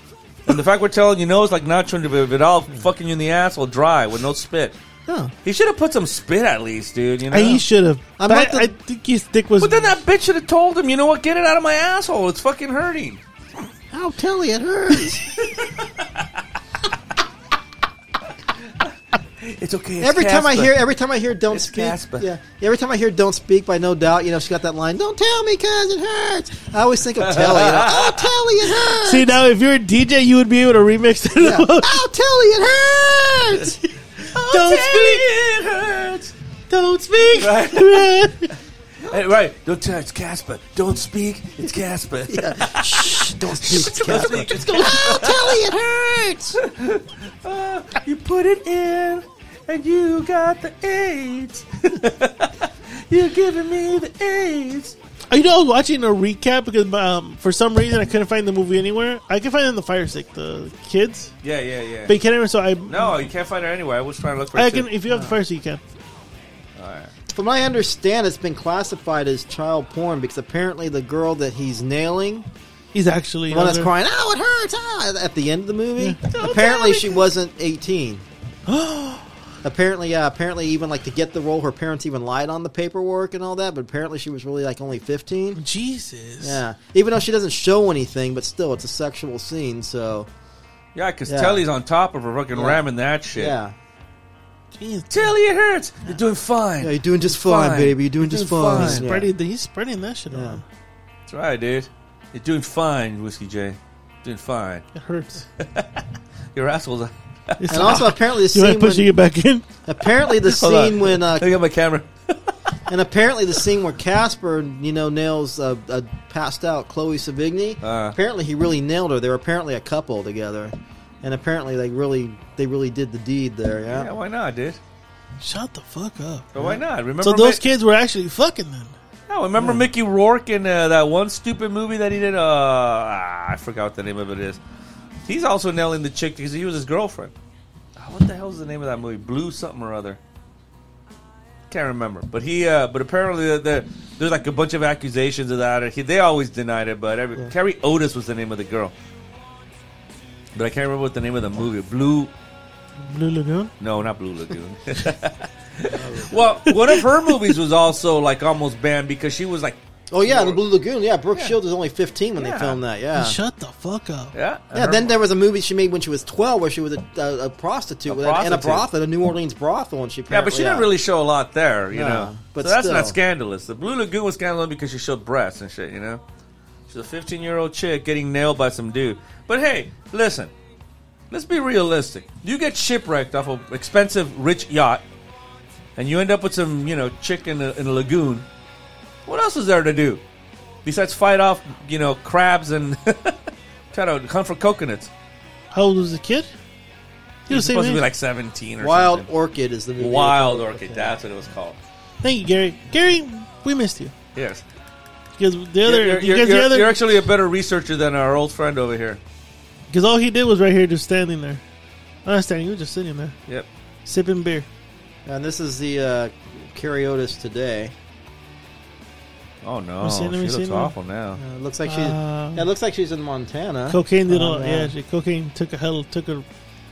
Speaker 2: and the fact we're telling you no is like Nacho Vidal fucking you in the asshole dry with no spit.
Speaker 3: Huh.
Speaker 2: He should have put some spit at least, dude. You know.
Speaker 1: He should have.
Speaker 3: I
Speaker 1: But I,
Speaker 3: might have-
Speaker 1: I think his dick was.
Speaker 2: but then that bitch should have told him, you know what? Get it out of my asshole. It's fucking hurting.
Speaker 3: Oh, Telly, it hurts.
Speaker 2: It's okay. It's
Speaker 3: every time I
Speaker 2: Casper.
Speaker 3: hear, every time I hear, "Don't
Speaker 2: It's
Speaker 3: speak."
Speaker 2: Casper.
Speaker 3: Yeah, every time I hear "Don't speak" by No Doubt, you know she got that line. Don't tell me, cause it hurts. I always think of
Speaker 2: [laughs]
Speaker 3: Telly. You know, oh, Telly, it hurts.
Speaker 1: See now, if you're a DJ, you would be able to remix it. [laughs]
Speaker 3: Yeah. Oh, Telly, it hurts.
Speaker 1: Don't speak.
Speaker 2: it hurts.
Speaker 1: Don't speak. [laughs]
Speaker 2: Hey, right. Don't tell it's Casper. Don't speak. It's
Speaker 3: [laughs]
Speaker 2: Casper. [laughs]
Speaker 3: Don't speak.
Speaker 2: Don't
Speaker 3: Casper.
Speaker 2: speak. It's Casper.
Speaker 3: Oh, Telly, it hurts.
Speaker 2: You put it in, and you got the AIDS. [laughs] You're giving me the AIDS.
Speaker 1: You know, I was watching a recap because um, for some reason I couldn't find the movie anywhere. I could find it on the Fire Stick, the kids,
Speaker 2: Yeah, yeah, yeah.
Speaker 1: but you can't. remember, So I
Speaker 2: no, you can't find her anywhere. I was trying to look for
Speaker 1: I
Speaker 2: it.
Speaker 1: can.
Speaker 2: too.
Speaker 1: If you have the Fire Stick, you can.
Speaker 3: From what I understand, it's been classified as child porn because apparently the girl that he's nailing,
Speaker 1: He's actually
Speaker 3: the one that's
Speaker 1: older.
Speaker 3: crying, "Oh, it hurts!" ah," at the end of the movie, apparently she wasn't [gasps] eighteen. apparently, yeah. Apparently, even like to get the role, her parents even lied on the paperwork and all that. But apparently, she was really like only fifteen.
Speaker 1: Jesus.
Speaker 3: Yeah, even though she doesn't show anything, but still, it's a sexual scene. So,
Speaker 2: Yeah, because
Speaker 3: Yeah.
Speaker 2: Telly's on top of her fucking
Speaker 3: Yeah.
Speaker 2: ramming that shit.
Speaker 3: yeah,
Speaker 1: Jeez.
Speaker 2: Telly, it hurts. You're doing fine.
Speaker 3: yeah, you're doing just fine,
Speaker 2: Fine.
Speaker 3: baby. You're doing just
Speaker 2: Doing
Speaker 3: fine.
Speaker 2: fine.
Speaker 3: Yeah.
Speaker 1: Spreading, he's spreading that shit around.
Speaker 2: That's right, dude. You're doing fine, Whiskey J. Doing fine.
Speaker 1: It
Speaker 3: [laughs]
Speaker 1: hurts.
Speaker 2: Your asshole's.
Speaker 1: It's
Speaker 3: And also, apparently,
Speaker 1: [laughs]
Speaker 3: the
Speaker 1: you
Speaker 3: scene
Speaker 1: mind pushing
Speaker 3: when,
Speaker 1: it back in? [laughs]
Speaker 3: apparently the
Speaker 2: Hold on.
Speaker 3: scene when uh,
Speaker 2: [laughs] Look at my camera.
Speaker 3: And apparently, the scene where Casper, you know, nails uh, uh, passed out Chloe Savigny.
Speaker 2: Uh.
Speaker 3: apparently, he really nailed her. They were apparently a couple together, and apparently, they really they really did the deed there. Yeah.
Speaker 2: Yeah, [laughs] why not, dude?
Speaker 1: Shut the fuck up.
Speaker 2: But why not? Remember
Speaker 1: So those
Speaker 2: Mi-
Speaker 1: kids were actually fucking them.
Speaker 2: No, remember Mickey Rourke in uh, that one stupid movie that he did? Uh, ah, I forgot what the name of it is. He's also nailing the chick because he was his girlfriend. Ah, what the hell is the name of that movie? Blue something or other. Can't remember. But he, uh, but apparently the, the, there's like a bunch of accusations of that. He, they always denied it, but every, Carrie Otis was the name of the girl. But I can't remember what the name of the movie. Blue
Speaker 1: Blue Lagoon.
Speaker 2: no, not Blue Lagoon. [laughs] well, one of her movies was also like almost banned because she was like,
Speaker 3: Oh yeah, the Blue Lagoon. Yeah, Brooke
Speaker 2: Yeah.
Speaker 3: Shields was only fifteen when
Speaker 2: Yeah.
Speaker 3: they filmed that. Yeah.
Speaker 1: Shut the fuck up.
Speaker 2: yeah.
Speaker 3: Yeah.
Speaker 2: her-
Speaker 3: Then there was a movie she made when she was twelve, where she was a, a, a prostitute,
Speaker 2: A
Speaker 3: with- and a
Speaker 2: prostitute.
Speaker 3: brothel, a New Orleans brothel, and she
Speaker 2: yeah, but she
Speaker 3: apparently-
Speaker 2: didn't really show a lot there, you
Speaker 3: No,
Speaker 2: know. But
Speaker 3: but
Speaker 2: so that's
Speaker 3: still.
Speaker 2: not scandalous. The Blue Lagoon was scandalous because she showed breasts and shit, you know. She's a 15 year old chick getting nailed by some dude. But hey, listen, let's be realistic. You get shipwrecked off an expensive rich yacht, and you end up with some, you know, chick in a, in a lagoon. What else is there to do besides fight off, you know, crabs and [laughs] try to hunt for coconuts?
Speaker 1: How old was the kid? He
Speaker 2: You're
Speaker 1: was the
Speaker 2: supposed
Speaker 1: same
Speaker 2: to be
Speaker 1: age.
Speaker 2: like 17 or
Speaker 3: Wild
Speaker 2: something.
Speaker 3: Orchid is the movie.
Speaker 2: Wild Orchid. That's what it was called.
Speaker 1: Thank you, Gary. Gary, we missed you
Speaker 2: Yes.
Speaker 1: because the other,
Speaker 2: You're, you're-
Speaker 1: because the
Speaker 2: you're-
Speaker 1: other,
Speaker 2: you're actually a better researcher than our old friend over here.
Speaker 1: Because all he did was right here, just standing there. I'm not standing. You were just sitting there,
Speaker 2: Yep.
Speaker 1: sipping beer.
Speaker 3: And this is the uh, Cariotis today.
Speaker 2: Oh no,
Speaker 1: We're seeing
Speaker 2: she
Speaker 1: him, we're
Speaker 2: looks
Speaker 1: seeing him.
Speaker 2: awful now.
Speaker 3: Uh, it looks like she's.
Speaker 1: Uh,
Speaker 3: yeah, it looks like she's in Montana.
Speaker 1: Cocaine did
Speaker 3: Oh,
Speaker 1: all.
Speaker 3: yeah.
Speaker 1: Yeah, she, cocaine took a hell. Took a.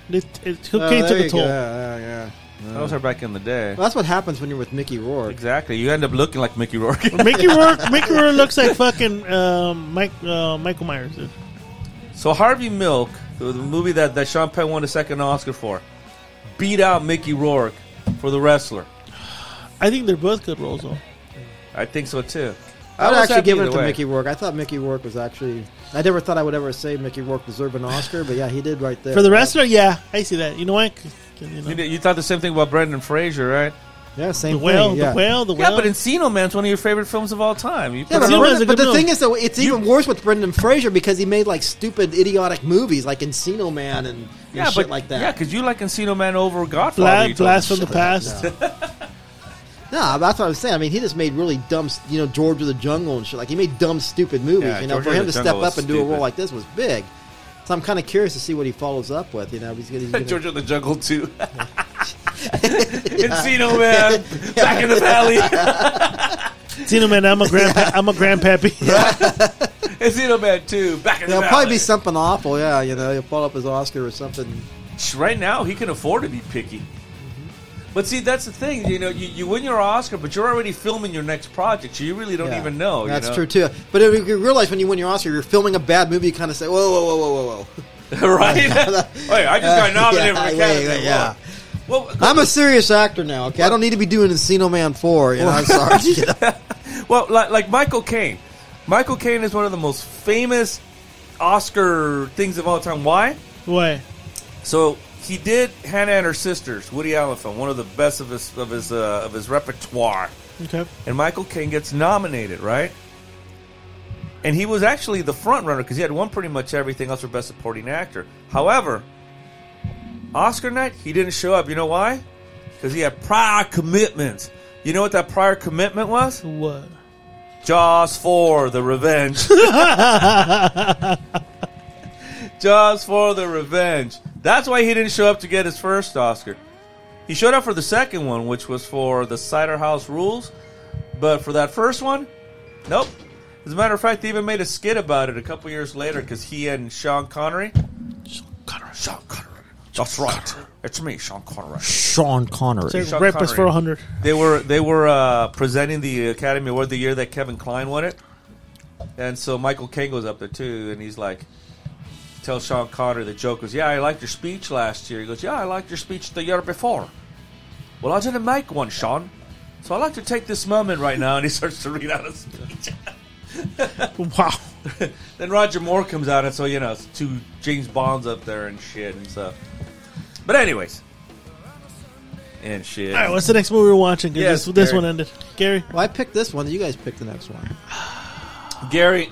Speaker 1: It, it,
Speaker 3: Oh,
Speaker 1: cocaine
Speaker 3: there
Speaker 1: took a
Speaker 3: you
Speaker 1: toll.
Speaker 3: go. Yeah, yeah, yeah.
Speaker 2: That was her back in the day.
Speaker 3: Well, that's what happens when you're with Mickey Rourke.
Speaker 2: Exactly. You end up looking like Mickey Rourke. [laughs]
Speaker 1: Mickey Rourke, Mickey Rourke looks like fucking um, Mike uh, Michael Myers. Dude.
Speaker 2: so Harvey Milk, the the movie that that Sean Penn won a second Oscar for, beat out Mickey Rourke for the wrestler.
Speaker 1: I think they're both good roles though.
Speaker 2: I think so too.
Speaker 3: I would
Speaker 2: was
Speaker 3: actually
Speaker 2: happy
Speaker 3: give it
Speaker 2: either
Speaker 3: to
Speaker 2: way.
Speaker 3: Mickey Rourke. I thought Mickey Rourke was actually. I never thought I would ever say Mickey Rourke deserved an Oscar, but yeah, he did right there.
Speaker 1: For the wrestler, yeah, I see that. You know what? 'Cause, You know,
Speaker 2: You, did- you thought the same thing about Brendan Fraser, right?
Speaker 3: yeah, same
Speaker 1: the whale,
Speaker 3: thing. Yeah.
Speaker 1: the whale, the
Speaker 2: Yeah,
Speaker 1: whale.
Speaker 2: but Encino Man's one of your favorite films of all time. You
Speaker 3: Yeah,
Speaker 2: put
Speaker 3: but,
Speaker 2: it on-
Speaker 1: Encino Man's
Speaker 3: Brendan-
Speaker 1: a
Speaker 3: but
Speaker 1: good
Speaker 3: the
Speaker 1: movie.
Speaker 3: thing is, though, it's even worse with Brendan Fraser because he made like stupid, idiotic movies like Encino Man and, and
Speaker 2: yeah,
Speaker 3: shit
Speaker 2: but
Speaker 3: like
Speaker 2: Yeah,
Speaker 3: that.
Speaker 2: because you like Encino Man over Godfather.
Speaker 1: Bla-
Speaker 2: you told
Speaker 1: blast
Speaker 2: me.
Speaker 1: from the past.
Speaker 3: No, that's what I was saying. I mean, he just made really dumb, st- you know, George of the Jungle and shit. Like he made dumb, stupid movies.
Speaker 2: Yeah,
Speaker 3: you know,
Speaker 2: George
Speaker 3: for
Speaker 2: of
Speaker 3: him
Speaker 2: the
Speaker 3: to step
Speaker 2: Jungle
Speaker 3: up
Speaker 2: was
Speaker 3: and do a role
Speaker 2: stupid.
Speaker 3: like this was big. So I'm kind of curious to see what he follows up with. You know, he's gonna. He's
Speaker 2: [laughs]
Speaker 3: gonna
Speaker 2: George of the Jungle too. [laughs] Encino Man, back in the
Speaker 3: [laughs]
Speaker 2: valley.
Speaker 1: See, no, man, I'm
Speaker 2: [laughs]
Speaker 1: a grandpa. I'm a grandpappy. [laughs]
Speaker 2: Encino Man too, back in the
Speaker 3: There'll
Speaker 2: valley.
Speaker 3: probably be something awful. Yeah, you know, he'll follow up his Oscar or something.
Speaker 2: Right now, he can afford to be picky.
Speaker 3: Mm-hmm.
Speaker 2: But see, that's the thing. You know, you, you win your Oscar, but you're already filming your next project, so you really don't
Speaker 3: Yeah.
Speaker 2: even know. you
Speaker 3: That's
Speaker 2: know?
Speaker 3: true too. But if you realize when you win your Oscar, you're filming a bad movie. You kind of say, "Whoa, whoa, whoa, whoa, whoa,
Speaker 2: [laughs]
Speaker 3: whoa!" [laughs]
Speaker 2: right? [laughs] Wait, I just got
Speaker 3: Uh,
Speaker 2: nominated
Speaker 3: [laughs] yeah,
Speaker 2: for
Speaker 3: yeah,
Speaker 2: Academy
Speaker 3: yeah,
Speaker 2: Award.
Speaker 3: yeah.
Speaker 2: Well,
Speaker 3: I'm a serious actor now. Okay, I don't need to be doing Encino Man four. You
Speaker 2: [laughs]
Speaker 3: know, I'm sorry. You know?
Speaker 2: well, like, like Michael Caine. Michael Caine is one of the most famous Oscar things of all time. Why?
Speaker 1: Why?
Speaker 2: So he did Hannah and Her Sisters, Woody Allen film, one of the best of his of his uh, of his repertoire.
Speaker 1: Okay.
Speaker 2: and Michael Caine gets nominated, right? And he was actually the front runner because he had won pretty much everything else for Best Supporting Actor. However, Oscar night he didn't show up. You know why? Because he had prior commitments. You know what that prior commitment was?
Speaker 1: What?
Speaker 2: Jaws 4, The [laughs] Revenge. Jaws 4, The Revenge. That's why he didn't show up to get his first Oscar. He showed up for the second one, which was for The Cider House Rules. But for that first one, nope. As a matter of fact, they even made a skit about it a couple years later because he and Sean Connery. Sean Connery. That's right. It's me, Sean Connery.
Speaker 6: Sean Connery.
Speaker 1: Take
Speaker 2: Sean
Speaker 1: breakfast for
Speaker 2: Connery.
Speaker 1: a hundred.
Speaker 2: They were they were uh, presenting the Academy Award the year that Kevin Klein won it, and so Michael Caine goes up there too, and he's like, tells Sean Connery the joke was, "Yeah, I liked your speech last year." He goes, "Yeah, I liked your speech the year before." Well, I didn't make one, Sean, so I'd like to take this moment right now, [laughs] and he starts to read out a speech.
Speaker 1: Wow.
Speaker 2: then Roger Moore comes out, and so you know, it's two James Bonds up there and shit and stuff. But anyways, and shit.
Speaker 1: All right. What's the next movie we're watching? 'Cause
Speaker 2: Yes,
Speaker 1: this, this
Speaker 2: Gary.
Speaker 1: one ended. Gary.
Speaker 3: well, I picked this one. You guys picked the next one.
Speaker 2: Gary,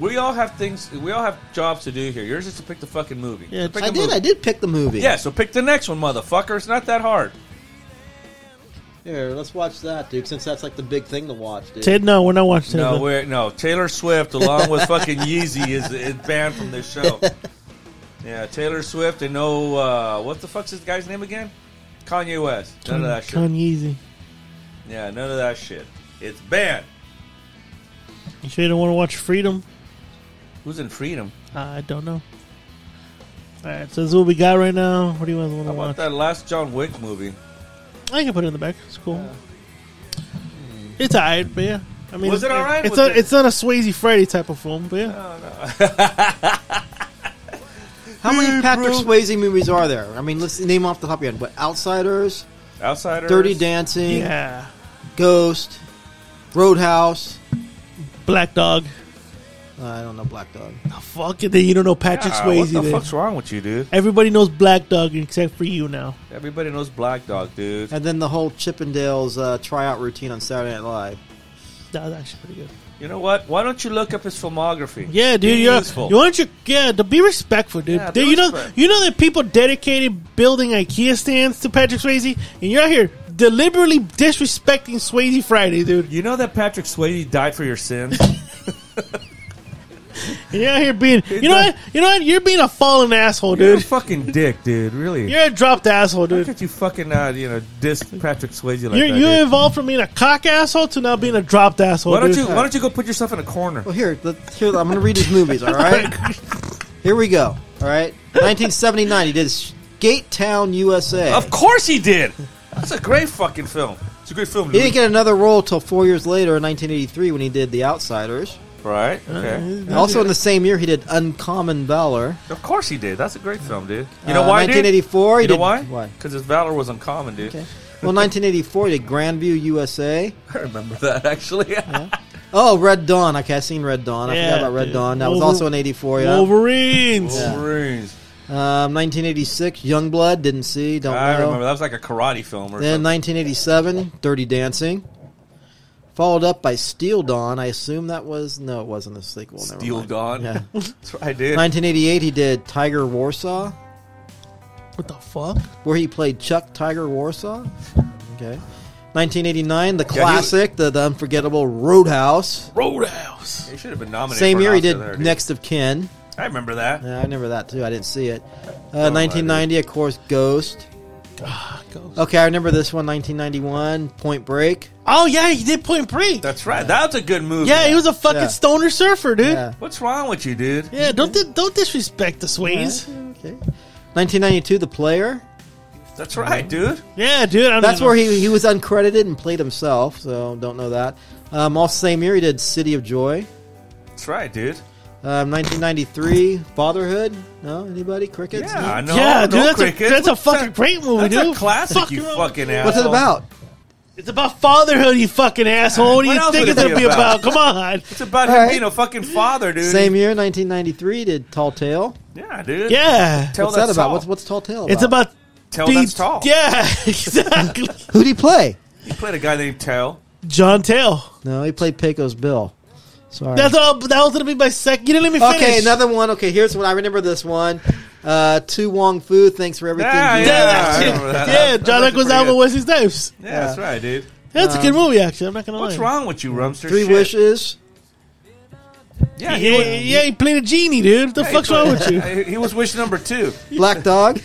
Speaker 2: we all have things. We all have jobs to do here. Yours is to pick the fucking movie.
Speaker 1: Yeah,
Speaker 2: So pick
Speaker 3: I
Speaker 2: a
Speaker 3: did.
Speaker 2: movie.
Speaker 3: I did pick the movie.
Speaker 2: Yeah, so pick the next one, motherfucker. It's not that hard.
Speaker 3: Here, let's watch that, dude. Since that's like the big thing to watch, dude.
Speaker 1: Ted. No, we're not watching. Ted.
Speaker 2: No,
Speaker 1: Lasso.
Speaker 2: we're, no. Taylor Swift, along with fucking Yeezy, is, is banned from this show. Yeah, Taylor Swift and no, uh, what the fuck's this guy's name again? Kanye West. None
Speaker 1: Mm,
Speaker 2: of that shit.
Speaker 1: Kanyeezy.
Speaker 2: Yeah, none of that shit. It's banned.
Speaker 1: You sure you don't want to watch Freedom? Uh,
Speaker 2: Who's in freedom?
Speaker 1: I don't know. All right. So this is what we got right now. What do you guys want
Speaker 2: How
Speaker 1: to watch?
Speaker 2: about that last John Wick movie?
Speaker 1: I can put it in the back. It's cool. Mm. It's alright, but yeah. I mean,
Speaker 2: Was it alright?
Speaker 1: It's
Speaker 2: Was
Speaker 1: a,
Speaker 2: it-
Speaker 1: it's not a Swayze Freddy type of film, but yeah.
Speaker 3: How many Patrick
Speaker 2: bro.
Speaker 3: Swayze movies are there? I mean, let's name off the top of your head. What? Outsiders,
Speaker 2: Outsiders.
Speaker 3: Dirty
Speaker 2: Oh.
Speaker 3: Dancing,
Speaker 1: yeah.
Speaker 3: Ghost, Roadhouse.
Speaker 1: Black Dog.
Speaker 3: Uh, I don't know Black Dog.
Speaker 1: The fuck it, then you don't know Patrick
Speaker 2: Ah,
Speaker 1: Swayze.
Speaker 2: What the
Speaker 1: then.
Speaker 2: fuck's wrong with you, dude?
Speaker 1: Everybody knows Black Dog except for you now.
Speaker 2: Everybody knows Black Dog, dude.
Speaker 3: And then the whole Chippendales uh, tryout routine on Saturday Night Live.
Speaker 1: That was actually pretty good.
Speaker 2: You know what? Why don't you look up his filmography?
Speaker 1: Yeah, dude,
Speaker 2: Be
Speaker 1: you're,
Speaker 2: useful.
Speaker 1: you want you yeah to be respectful, dude.
Speaker 2: Yeah,
Speaker 1: Dude,
Speaker 2: be
Speaker 1: you know
Speaker 2: respect-
Speaker 1: you know that people dedicated building IKEA stands to Patrick Swayze, and you're out here deliberately disrespecting Swayze Friday, dude.
Speaker 2: You know that Patrick Swayze died for your sins.
Speaker 1: And you're out here being you know what you know what you're being a fallen asshole,
Speaker 2: you're a
Speaker 1: dude.
Speaker 2: fucking dick, dude. Really?
Speaker 1: You're a dropped asshole,
Speaker 2: Look
Speaker 1: dude.
Speaker 2: at you fucking uh, you know diss Patrick Swayze like
Speaker 1: You're,
Speaker 2: that.
Speaker 1: you're
Speaker 2: dude.
Speaker 1: involved from being a cock asshole to now being a dropped asshole.
Speaker 2: Why don't
Speaker 1: dude.
Speaker 2: you Why don't you go put yourself in a corner?
Speaker 3: Well, here, let, here I'm going to read his movies.
Speaker 2: [laughs]
Speaker 3: All
Speaker 2: Oh
Speaker 3: right, here we go. All right, 1979. He did Gate Town, USA.
Speaker 2: Of course he did. That's a great fucking film. It's a great film.
Speaker 3: He
Speaker 2: Louis.
Speaker 3: didn't get another role till four years later in 1983 when he did The Outsiders.
Speaker 2: right? Okay.
Speaker 3: And also in the same year, he did Uncommon Valor.
Speaker 2: Of course he did. That's a great film, dude. You know
Speaker 3: Uh,
Speaker 2: why, dude?
Speaker 3: 1984.
Speaker 2: You
Speaker 3: he
Speaker 2: know
Speaker 3: did,
Speaker 2: why?
Speaker 3: Why?
Speaker 2: Because his valor was uncommon, dude.
Speaker 3: Okay. Well, 1984, he did Grandview, USA.
Speaker 2: [laughs] I remember that actually. [laughs]
Speaker 3: Oh, Red Dawn. Okay, I seen Red Dawn. I
Speaker 1: Yeah,
Speaker 3: forgot about Red
Speaker 1: dude.
Speaker 3: Dawn. That was
Speaker 1: Wolver-
Speaker 3: also in '84. Yeah.
Speaker 1: Wolverines?
Speaker 2: Wolverines.
Speaker 3: Um, 1986, Youngblood. Didn't see. Don't
Speaker 2: I
Speaker 3: know.
Speaker 2: remember that was like a karate film or
Speaker 3: Then
Speaker 2: something.
Speaker 3: 1987, Dirty Dancing. Followed up by Steel Dawn. I assume that was no, it wasn't a sequel. never
Speaker 2: Steel
Speaker 3: mind.
Speaker 2: Dawn.
Speaker 3: Yeah.
Speaker 2: [laughs] That's what I did.
Speaker 3: 1988, he did Tiger Warsaw,
Speaker 1: What the fuck?
Speaker 3: where he played Chuck Tiger Warsaw. Okay. 1989, the
Speaker 2: he-
Speaker 3: classic, the, the unforgettable Roadhouse.
Speaker 1: Roadhouse.
Speaker 2: He should have been nominated. for
Speaker 3: Same
Speaker 2: an
Speaker 3: year he
Speaker 2: Oscar
Speaker 3: did
Speaker 2: there, dude.
Speaker 3: Next of Kin.
Speaker 2: I remember that.
Speaker 3: Yeah, I remember that too. I didn't see it.
Speaker 2: my,
Speaker 3: Uh, 1990, of course, Ghost. Okay, I remember this one. 1991, Point Break.
Speaker 1: Oh yeah, he did Point Break.
Speaker 2: That's right. That's a good movie.
Speaker 1: yeah, he was a fucking
Speaker 3: Yeah.
Speaker 1: stoner surfer, dude.
Speaker 3: Yeah.
Speaker 1: Yeah,
Speaker 2: What's wrong with you, dude?
Speaker 1: don't di- don't disrespect the Sways.
Speaker 3: Okay. 1992, The Player.
Speaker 2: That's right, dude.
Speaker 1: Yeah, dude. I don't
Speaker 3: That's
Speaker 1: know.
Speaker 3: where he, he was uncredited and played himself, so don't know that. Um, all same year, he did City of Joy.
Speaker 2: That's right, dude.
Speaker 3: Um, 1993, Fatherhood. No, anybody? Crickets?
Speaker 2: Yeah, I know.
Speaker 1: Yeah,
Speaker 2: no
Speaker 1: dude, that's a-
Speaker 2: cricket.
Speaker 1: that's a
Speaker 2: What's
Speaker 1: fucking
Speaker 2: that?
Speaker 1: great movie,
Speaker 2: that's
Speaker 1: dude.
Speaker 2: a classic,
Speaker 1: Fuck
Speaker 2: you
Speaker 1: you.
Speaker 2: fucking asshole.
Speaker 3: What's it about?
Speaker 1: It's about fatherhood, you fucking asshole. What do
Speaker 2: What
Speaker 1: you
Speaker 2: else
Speaker 1: think
Speaker 2: would
Speaker 1: it's
Speaker 2: it
Speaker 1: gonna be
Speaker 2: be
Speaker 1: about?
Speaker 2: about?
Speaker 1: Come
Speaker 2: [laughs]
Speaker 1: on.
Speaker 2: It's about
Speaker 3: All
Speaker 2: him
Speaker 3: right.
Speaker 2: being a fucking father, dude.
Speaker 3: Same year, 1993, did Tall Tale.
Speaker 2: Yeah, dude.
Speaker 1: Yeah.
Speaker 2: Tell
Speaker 3: What's that
Speaker 2: that's
Speaker 3: about?
Speaker 2: tall.
Speaker 3: What's, what's Tall Tale about?
Speaker 1: It's about
Speaker 2: Tell
Speaker 1: these-
Speaker 2: that's tall.
Speaker 1: Yeah, [laughs] exactly.
Speaker 3: Who'd he play?
Speaker 2: He played a guy named Tell.
Speaker 1: John Tail.
Speaker 3: No, he played Pecos Bill. Sorry.
Speaker 1: That's all. That was gonna be my second. You didn't let me finish.
Speaker 3: okay, another one. Okay, here's one. I remember this one. Uh, Tu Wong Fu, thanks for everything.
Speaker 2: Yeah,
Speaker 3: you
Speaker 1: [laughs]
Speaker 3: uh,
Speaker 1: Yeah,
Speaker 2: yeah.
Speaker 3: did.
Speaker 1: that's
Speaker 2: I
Speaker 1: it.
Speaker 2: remember that.
Speaker 1: yeah
Speaker 2: That's
Speaker 1: John
Speaker 2: actually
Speaker 1: Eccles out
Speaker 2: pretty
Speaker 1: with Wesley Snipes.
Speaker 2: Yeah, that's right, dude.
Speaker 1: That's
Speaker 3: Uh,
Speaker 1: a good movie, actually. I'm not gonna
Speaker 2: What's
Speaker 1: lie.
Speaker 2: wrong with you, Rumster?
Speaker 3: Three
Speaker 2: Shit.
Speaker 3: Wishes.
Speaker 2: Yeah,
Speaker 1: Yeah,
Speaker 2: was-
Speaker 1: yeah, he played a genie, dude. The
Speaker 2: yeah, he
Speaker 1: fuck's wrong
Speaker 2: played- [laughs]
Speaker 1: with you?
Speaker 2: He was wish number two. [laughs]
Speaker 3: Black Dog.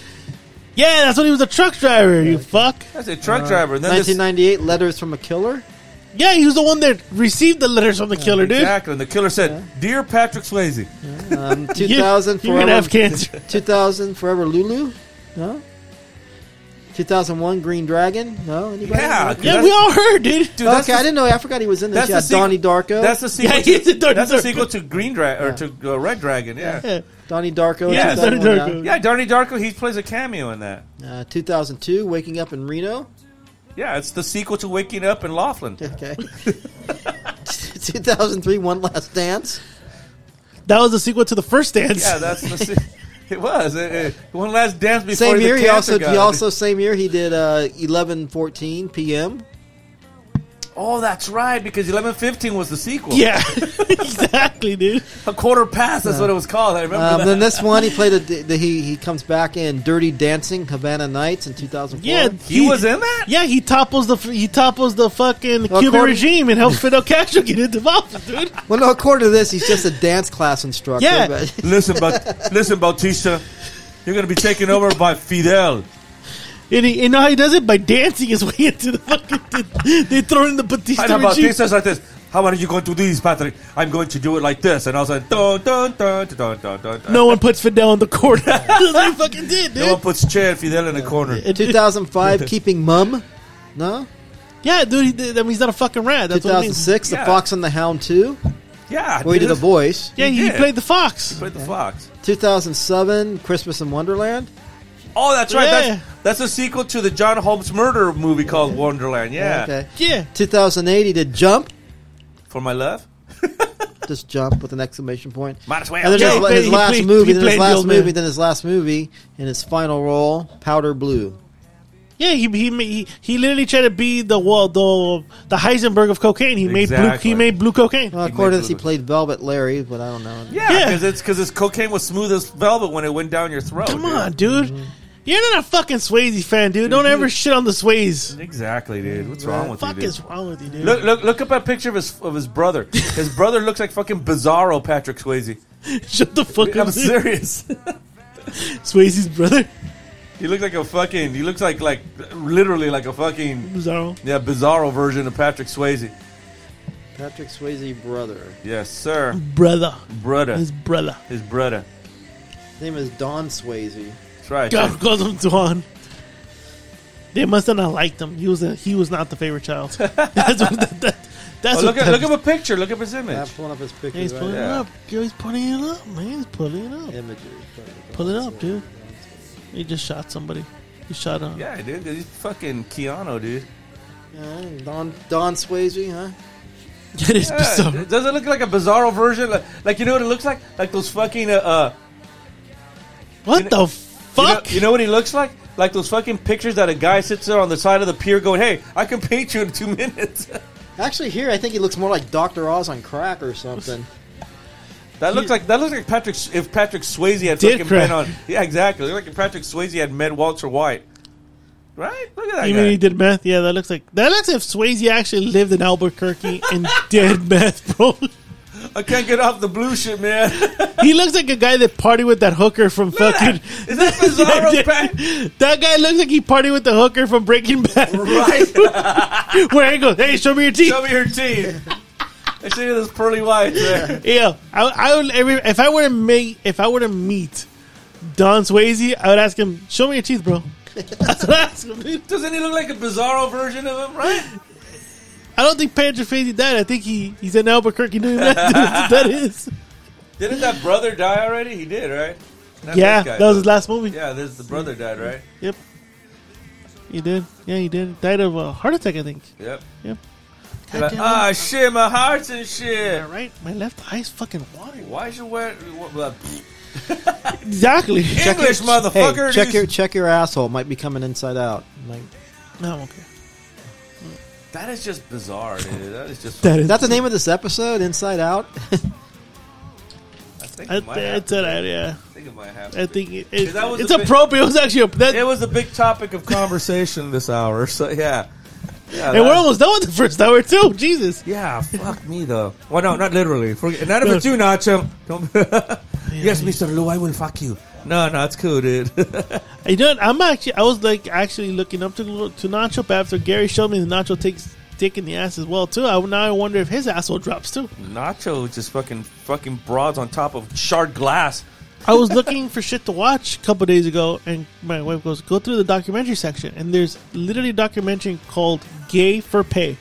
Speaker 1: Yeah, that's when he was a truck driver. You fuck.
Speaker 2: That's a truck driver. Then this,
Speaker 3: 1998, Letters from a Killer.
Speaker 1: Yeah, he was the one that received the letters from the killer, dude.
Speaker 2: Exactly. And the killer said, "Dear Patrick Swayze, [laughs]
Speaker 3: Um,
Speaker 1: You-
Speaker 3: 2000,
Speaker 1: You're gonna have
Speaker 3: Forever,
Speaker 1: cancer.
Speaker 3: 2000, Forever Lulu. No. 2001, Green Dragon. No, anybody?
Speaker 2: yeah,
Speaker 3: Okay,
Speaker 1: Yeah, we all heard, dude.
Speaker 2: dude, that's
Speaker 3: I
Speaker 2: the-
Speaker 3: didn't know. I forgot he was in this.
Speaker 2: That's
Speaker 3: Yeah,
Speaker 2: the sequel-
Speaker 3: Donnie Darko.
Speaker 2: That's
Speaker 3: [laughs]
Speaker 2: the sequel.
Speaker 1: Yeah, he
Speaker 2: to,
Speaker 1: did Donnie
Speaker 2: that's
Speaker 1: Darko.
Speaker 2: the sequel to Green Dragon or to uh, Red Dragon. Yeah. yeah,
Speaker 1: Yeah.
Speaker 3: Donnie Darko.
Speaker 2: Yeah,
Speaker 3: 2001,
Speaker 1: Donnie Darko.
Speaker 2: Donnie Darko. He plays a cameo in that.
Speaker 3: Uh, 2002, Waking Up in Reno.
Speaker 2: Yeah, it's the sequel to Waking Up in Laughlin.
Speaker 3: Okay. [laughs] 2003, One Last Dance.
Speaker 1: That was the sequel to the first dance. [laughs]
Speaker 2: Yeah, that's the. se- [laughs] it was it, it- one last dance before
Speaker 3: Same
Speaker 2: he's a
Speaker 3: year, he
Speaker 2: cancer
Speaker 3: also
Speaker 2: guy.
Speaker 3: he also same year he did uh, 11:14
Speaker 1: [laughs]
Speaker 3: p.m.
Speaker 2: Oh, that's right, because eleven fifteen was the sequel.
Speaker 1: yeah, [laughs] exactly, dude.
Speaker 2: a quarter past. That's what it was called. I remember.
Speaker 3: Um,
Speaker 2: that.
Speaker 3: then this one he played a, the, he he comes back in Dirty Dancing Havana Nights in 2004.
Speaker 1: Yeah,
Speaker 2: he was in that.
Speaker 1: Yeah, he topples the he topples the fucking Cuban
Speaker 3: according-
Speaker 1: regime and helps Fidel Castro get into office, dude.
Speaker 3: Well, no, according to this, he's just a dance class instructor.
Speaker 1: Yeah.
Speaker 3: But
Speaker 1: [laughs]
Speaker 3: [laughs]
Speaker 2: Listen, but listen, Bautista, you're gonna be taken over by Fidel.
Speaker 1: And, he, and know how he does it by dancing his way into the fucking. [laughs] They, they throw in the Batista
Speaker 2: I know
Speaker 1: regime.
Speaker 2: Bautista's like this. How are you going to do this, Patrick? I'm going to do it like this, and I was like, dun dun dun dun dun dun. dun.
Speaker 1: No one puts Fidel in the corner. [laughs] That's what he fucking did, dude.
Speaker 2: No one puts Che and Fidel in the corner.
Speaker 1: And- [laughs]
Speaker 3: 2005, Keeping Mum. No.
Speaker 1: Yeah, dude. He, did- I mean, he's not a fucking rat. That's what I mean.
Speaker 3: 2006,
Speaker 2: Yeah.
Speaker 3: The Fox and the Hound 2.
Speaker 2: Yeah,
Speaker 3: Where he
Speaker 2: dude.
Speaker 3: did a voice.
Speaker 1: Yeah,
Speaker 2: He
Speaker 1: he,
Speaker 2: did.
Speaker 1: played the fox.
Speaker 2: Played the fox.
Speaker 3: 2007, Christmas in Wonderland.
Speaker 2: Oh, that's right.
Speaker 1: Yeah.
Speaker 2: That's that's a sequel to the John Holmes murder movie called Wonderland. Yeah,
Speaker 3: Okay.
Speaker 1: Yeah,
Speaker 3: 2008, he did Jump.
Speaker 2: for my love.
Speaker 3: Just jump with an exclamation point.
Speaker 2: Might as well.
Speaker 3: And then
Speaker 1: Yeah,
Speaker 3: his,
Speaker 1: he played-
Speaker 3: his
Speaker 1: he
Speaker 3: last
Speaker 1: played-
Speaker 3: movie,
Speaker 1: he
Speaker 3: then his
Speaker 1: played the
Speaker 3: last
Speaker 1: old
Speaker 3: movie,
Speaker 1: man.
Speaker 3: then his last movie, and his final role, Powder Blue.
Speaker 1: yeah. He he ma- he, he literally tried to be the well, the the Heisenberg of cocaine. He made blue.
Speaker 2: Exactly.
Speaker 1: He made blue cocaine.
Speaker 3: Well,
Speaker 2: He
Speaker 3: according to
Speaker 2: made
Speaker 3: this, he
Speaker 2: Blue.
Speaker 3: played Velvet Larry, but I don't know.
Speaker 2: Yeah,
Speaker 1: Yeah.
Speaker 2: because it's because his cocaine was smooth as velvet when it went down your throat.
Speaker 1: Come
Speaker 2: dude.
Speaker 1: on, dude. You're not a fucking Swayze fan, dude. Don't
Speaker 2: Dude,
Speaker 1: ever
Speaker 2: dude.
Speaker 1: shit on the Swayze.
Speaker 2: Exactly, dude. What's wrong with
Speaker 1: Fuck
Speaker 2: you? Dude?
Speaker 1: is wrong with you, dude?
Speaker 2: Look, look, look up a picture of his of his brother. His brother looks like fucking Bizarro Patrick Swayze.
Speaker 1: [laughs] Shut the fuck up, dude.
Speaker 2: I'm serious.
Speaker 1: Swayze's brother.
Speaker 2: He looks like a fucking. He looks like like literally like a fucking
Speaker 1: Bizarro.
Speaker 2: yeah Bizarro version of Patrick Swayze.
Speaker 3: Patrick Swayze brother.
Speaker 2: Yes, sir,
Speaker 1: Brother.
Speaker 2: brother,
Speaker 1: His brother.
Speaker 2: his brother.
Speaker 3: His name is Don Swayze.
Speaker 2: That's right.
Speaker 1: God [laughs] calls him Duan. They must have not liked him. He was a, he was not the favorite child. [laughs] That's what that, that, that's what
Speaker 2: Oh, look, at,
Speaker 1: that-
Speaker 2: look up a picture. Look up his
Speaker 3: I'm
Speaker 2: image.
Speaker 3: pulling up his
Speaker 1: Yeah, he's
Speaker 3: pictures.
Speaker 1: pulling
Speaker 3: Right?
Speaker 1: it
Speaker 2: Yeah.
Speaker 1: up. Yo, he's pulling it up, man. He's pulling it up.
Speaker 3: Images.
Speaker 1: Pull it up, dude. He just shot somebody. He shot um, him. [laughs]
Speaker 2: Yeah, dude. He's fucking Keanu, dude.
Speaker 3: Yeah, Don Don Swayze, huh?
Speaker 1: it is
Speaker 2: Yeah,
Speaker 1: bizarre.
Speaker 2: Does it look like a Bizarro version? Like, like, you know what it looks like? Like those fucking uh. uh
Speaker 1: What
Speaker 2: You
Speaker 1: the
Speaker 2: know- you know-
Speaker 1: fuck?
Speaker 2: You know, what he looks like? Like those fucking pictures that a guy sits there on the side of the pier going, "Hey, I can paint you in two [laughs] minutes."
Speaker 3: Actually, here I think he looks more like Doctor Oz on crack
Speaker 2: [laughs]
Speaker 3: or something.
Speaker 2: That looks like that looks like Patrick. If Patrick Swayze had
Speaker 1: Did
Speaker 2: fucking
Speaker 1: crack.
Speaker 2: been on, yeah, exactly. It looked like if Patrick Swayze had met Walter White. Right? Look at that
Speaker 1: You
Speaker 2: guy.
Speaker 1: mean he did meth? Yeah, that looks like that looks if Swayze actually lived in Albuquerque and [laughs] did meth, bro.
Speaker 2: I can't get off the blue shit, man. [laughs]
Speaker 1: He looks like a guy that partied with that hooker from
Speaker 2: at
Speaker 1: fucking.
Speaker 2: that. Is that
Speaker 1: [laughs]
Speaker 2: Bizarro
Speaker 1: that, that guy looks like he partied with the hooker from Breaking Bad,
Speaker 2: right.
Speaker 1: [laughs] where he goes, "Hey, show me your teeth."
Speaker 2: Show me your teeth. I see those pearly whites there.
Speaker 1: Yeah, I, I would every if I were to make if I were to meet Don Swayze, I would ask him, "Show me your teeth, bro." [laughs] That's what I ask him, dude.
Speaker 2: Doesn't he look like a bizarro version of him, right?
Speaker 1: I don't think Patrick Swayze died. I think he he's in Albuquerque doing that. [laughs] That's what that is.
Speaker 2: Didn't that brother die already? He did, right?
Speaker 1: [laughs]
Speaker 2: Not
Speaker 1: yeah,
Speaker 2: this guy,
Speaker 1: that was his
Speaker 2: but-
Speaker 1: last movie.
Speaker 2: Yeah, this the brother died, right?
Speaker 1: Yep. He did. Yeah, he did. Died of a heart attack, I think.
Speaker 2: Yep.
Speaker 1: Yep.
Speaker 2: They're like, ah, shit, my heart's and shit.
Speaker 1: All right, my left eye's fucking watering.
Speaker 2: Why is you wearing what, what,
Speaker 1: Exactly.
Speaker 2: English
Speaker 3: Hey,
Speaker 2: motherfucker?
Speaker 3: check
Speaker 2: these-
Speaker 3: your check your asshole. Might be coming inside out. Like,
Speaker 1: [laughs] No, [laughs] okay.
Speaker 2: That is just bizarre, dude. That is just.
Speaker 1: That is.
Speaker 3: is that the name of this episode? Inside Out.
Speaker 2: I think
Speaker 1: I,
Speaker 2: it might
Speaker 1: that's
Speaker 2: happen.
Speaker 1: all right. Yeah,
Speaker 2: I think it might happen.
Speaker 1: I think it, it,
Speaker 2: That was
Speaker 1: it's
Speaker 2: a bit-
Speaker 1: appropriate. It was actually a, that,
Speaker 2: It was a big topic of conversation this hour. So yeah, yeah.
Speaker 1: and we're
Speaker 2: that-
Speaker 1: almost done with the first hour too. Jesus.
Speaker 2: yeah, fuck me though. Well, no, not literally. Forget, not number two, Nacho. Don't, [laughs] yes, Mister Lou, I will fuck you. No, no, it's cool, dude. [laughs]
Speaker 1: You know, what? I'm actually. I was like actually looking up to to Nacho but after Gary showed me the Nacho takes dick in the ass as well too. I now I wonder if his asshole drops too.
Speaker 2: Nacho just fucking fucking broads on top of shard glass.
Speaker 1: I was looking for shit to watch a couple days ago, and my wife goes, "Go through the documentary section." And there's literally a documentary called "Gay for Pay."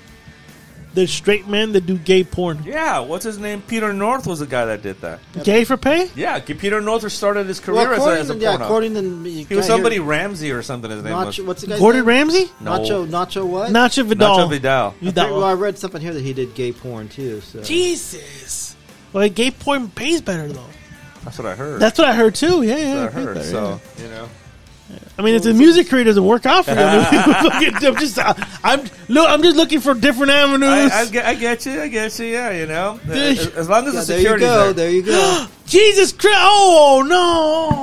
Speaker 1: There's straight men that do gay porn.
Speaker 2: Yeah, what's his name? Peter North was the guy that did that.
Speaker 1: Gay for pay?
Speaker 2: Yeah, Peter North started his career
Speaker 3: well,
Speaker 2: as a,
Speaker 3: according
Speaker 2: as
Speaker 3: to,
Speaker 2: a
Speaker 3: yeah,
Speaker 2: porno.
Speaker 3: according to
Speaker 2: he was somebody Ramsey or something. His name was
Speaker 3: Nacho, what's the guy's
Speaker 1: Gordon
Speaker 3: name?
Speaker 1: Ramsay?
Speaker 2: No.
Speaker 3: Nacho, Nacho what?
Speaker 1: Nacho Vidal.
Speaker 2: Nacho Vidal.
Speaker 1: Vidal.
Speaker 3: Well, I read something here that he did gay porn too. So
Speaker 1: Jesus. Well, gay porn pays better though.
Speaker 2: That's what I heard.
Speaker 1: That's what I heard too. Yeah, yeah.
Speaker 2: what
Speaker 1: [laughs]
Speaker 2: I
Speaker 1: it pays
Speaker 2: heard.
Speaker 1: better, yeah.
Speaker 2: So you know,
Speaker 1: I mean, if the music career doesn't work out for you,
Speaker 2: [laughs]
Speaker 1: I mean, [laughs] fucking- I'm just, I'm, look, I'm just looking for different avenues.
Speaker 2: I, I, get, I get you. I get you. Yeah, you know,
Speaker 1: Dude.
Speaker 2: as, as long as
Speaker 3: Yeah,
Speaker 2: the
Speaker 3: there you
Speaker 2: security
Speaker 3: go.
Speaker 2: there.
Speaker 3: There
Speaker 1: [gasps]
Speaker 3: you go.
Speaker 1: Jesus Christ! Oh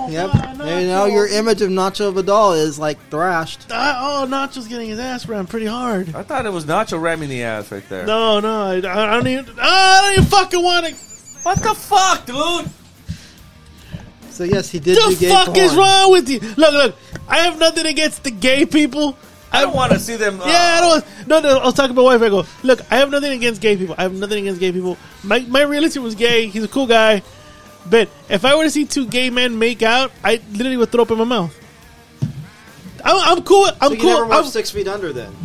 Speaker 1: no!
Speaker 3: yep.
Speaker 1: Ah,
Speaker 3: And now
Speaker 1: Nacho.
Speaker 3: your image of Nacho Vidal is like thrashed.
Speaker 1: Ah, oh, Nacho's getting his ass ran pretty hard.
Speaker 2: I thought it was Nacho ramming the ass right there.
Speaker 1: No, no, I, I don't even. I don't even fucking want to.
Speaker 2: What the fuck, dude?
Speaker 3: So yes, he did do
Speaker 1: The
Speaker 3: gay
Speaker 1: fuck
Speaker 3: porn.
Speaker 1: is wrong with you? Look, look. I have nothing against the gay people.
Speaker 2: I don't want to see them. Uh,
Speaker 1: Yeah, I don't. No, no. I was talking about wife. I go, look. I have nothing against gay people. I have nothing against gay people. My my realtor was gay. He's a cool guy. But if I were to see two gay men make out, I literally would throw up in my mouth. I'm, I'm cool. I'm
Speaker 3: So you never
Speaker 1: cool.
Speaker 3: watched
Speaker 1: I'm,
Speaker 3: Six Feet Under then?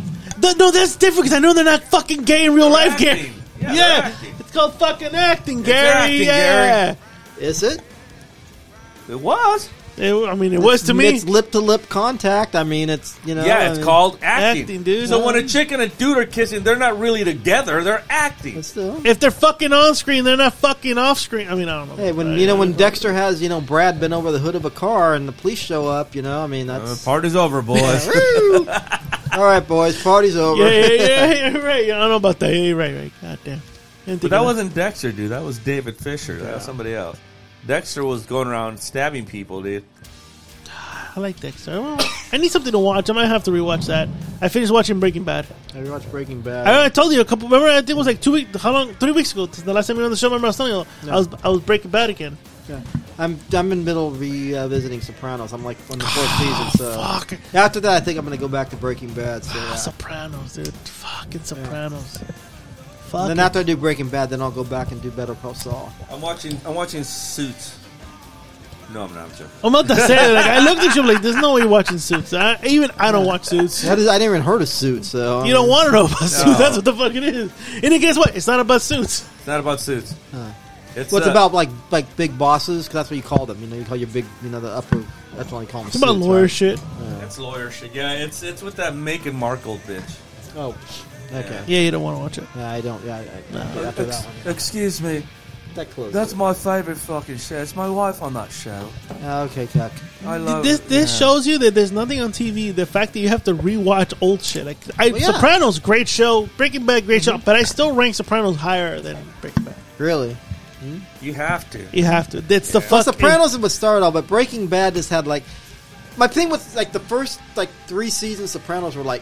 Speaker 1: Th- no, that's different because I know they're not fucking gay in real life,
Speaker 2: acting.
Speaker 1: Gary. Yeah,
Speaker 2: Yeah, they're acting.
Speaker 1: it's called fucking acting, Gary.
Speaker 2: acting,
Speaker 1: yeah,
Speaker 3: Is it?
Speaker 2: It was.
Speaker 1: It- I mean, it was to me.
Speaker 3: It's lip to lip contact. I mean, it's you know.
Speaker 2: yeah,
Speaker 3: I
Speaker 2: it's
Speaker 3: mean,
Speaker 2: called acting.
Speaker 1: acting, dude.
Speaker 2: So when a chick and a dude are kissing, they're not really together. They're acting.
Speaker 3: But still.
Speaker 1: If they're fucking on screen, they're not fucking off screen. I mean, I don't know.
Speaker 3: Hey, when
Speaker 1: I-
Speaker 3: you know when Dexter has you know Brad been over the hood of a car and the police show up, you know, I mean
Speaker 2: Uh,
Speaker 3: that's
Speaker 2: party's over, boys. [laughs]
Speaker 3: Woo! all right, boys. Party's over. [laughs]
Speaker 1: yeah, yeah, yeah, yeah, right. Yeah, I don't know about that. Yeah, right, right. Goddamn. Didn't
Speaker 2: But
Speaker 1: think
Speaker 2: that
Speaker 1: of
Speaker 2: wasn't Dexter, dude. That was David Fisher. That was somebody else. Dexter was going around stabbing people, dude.
Speaker 1: I like Dexter. Well, I need something to watch. I might have to rewatch that. I finished watching Breaking Bad.
Speaker 3: Have you watched Breaking Bad?
Speaker 1: I, I told you a couple. Remember, I think it was like two weeks. How long? Three weeks ago. The last time you were on the show, remember I was telling you I was I was Breaking Bad again.
Speaker 3: Yeah. I'm I'm in the middle of revisiting Sopranos. I'm like on the fourth season, so
Speaker 1: Ah, Fuck.
Speaker 3: after that, I think I'm gonna go back to Breaking Bad. So
Speaker 1: Ah,
Speaker 3: yeah.
Speaker 1: Sopranos, dude. Fucking Sopranos.
Speaker 3: And
Speaker 1: Fuck.
Speaker 3: then after I do Breaking Bad, then I'll go back and do Better Call Saul.
Speaker 2: I'm watching. I'm watching Suits. No, I'm not. I'm joking.
Speaker 1: I'm about to say that. Like, I looked at you I'm like, there's no way you're watching Suits. I, even I don't watch Suits.
Speaker 3: That is, I never even heard of Suits, so
Speaker 1: You don't want to know about
Speaker 2: No.
Speaker 1: Suits. That's what the fuck it is. And then guess what? It's not about Suits.
Speaker 2: It's not about Suits. It's
Speaker 3: What's
Speaker 2: uh,
Speaker 3: about like like big bosses? Because that's what you call them. You know, you call your big, you know, the upper. That's what you call them.
Speaker 1: It's about
Speaker 3: suits,
Speaker 1: lawyer
Speaker 3: right?
Speaker 1: shit.
Speaker 2: It's lawyer shit. Yeah, it's it's with that Meghan Markle bitch.
Speaker 3: Oh, okay.
Speaker 1: Yeah, you don't want to watch it.
Speaker 3: Yeah, I don't. Yeah, I, I, after that one,
Speaker 2: Excuse me.
Speaker 3: that close.
Speaker 2: my favorite fucking show. It's my wife on that show.
Speaker 3: Ah, okay, Chuck.
Speaker 2: I
Speaker 3: Oh,
Speaker 1: This this shows you that there's nothing on TV. The fact that you have to rewatch old shit. Like I,
Speaker 3: Well, yeah. Mm-hmm.
Speaker 1: Sopranos, great show. Breaking Bad, great show. But I still rank Sopranos higher than Breaking Bad.
Speaker 3: Really?
Speaker 2: You have to.
Speaker 1: You have to. It's the
Speaker 3: Well,
Speaker 1: fuck.
Speaker 3: Sopranos was started all, but Breaking Bad just had like my thing with like the first like three seasons Sopranos were like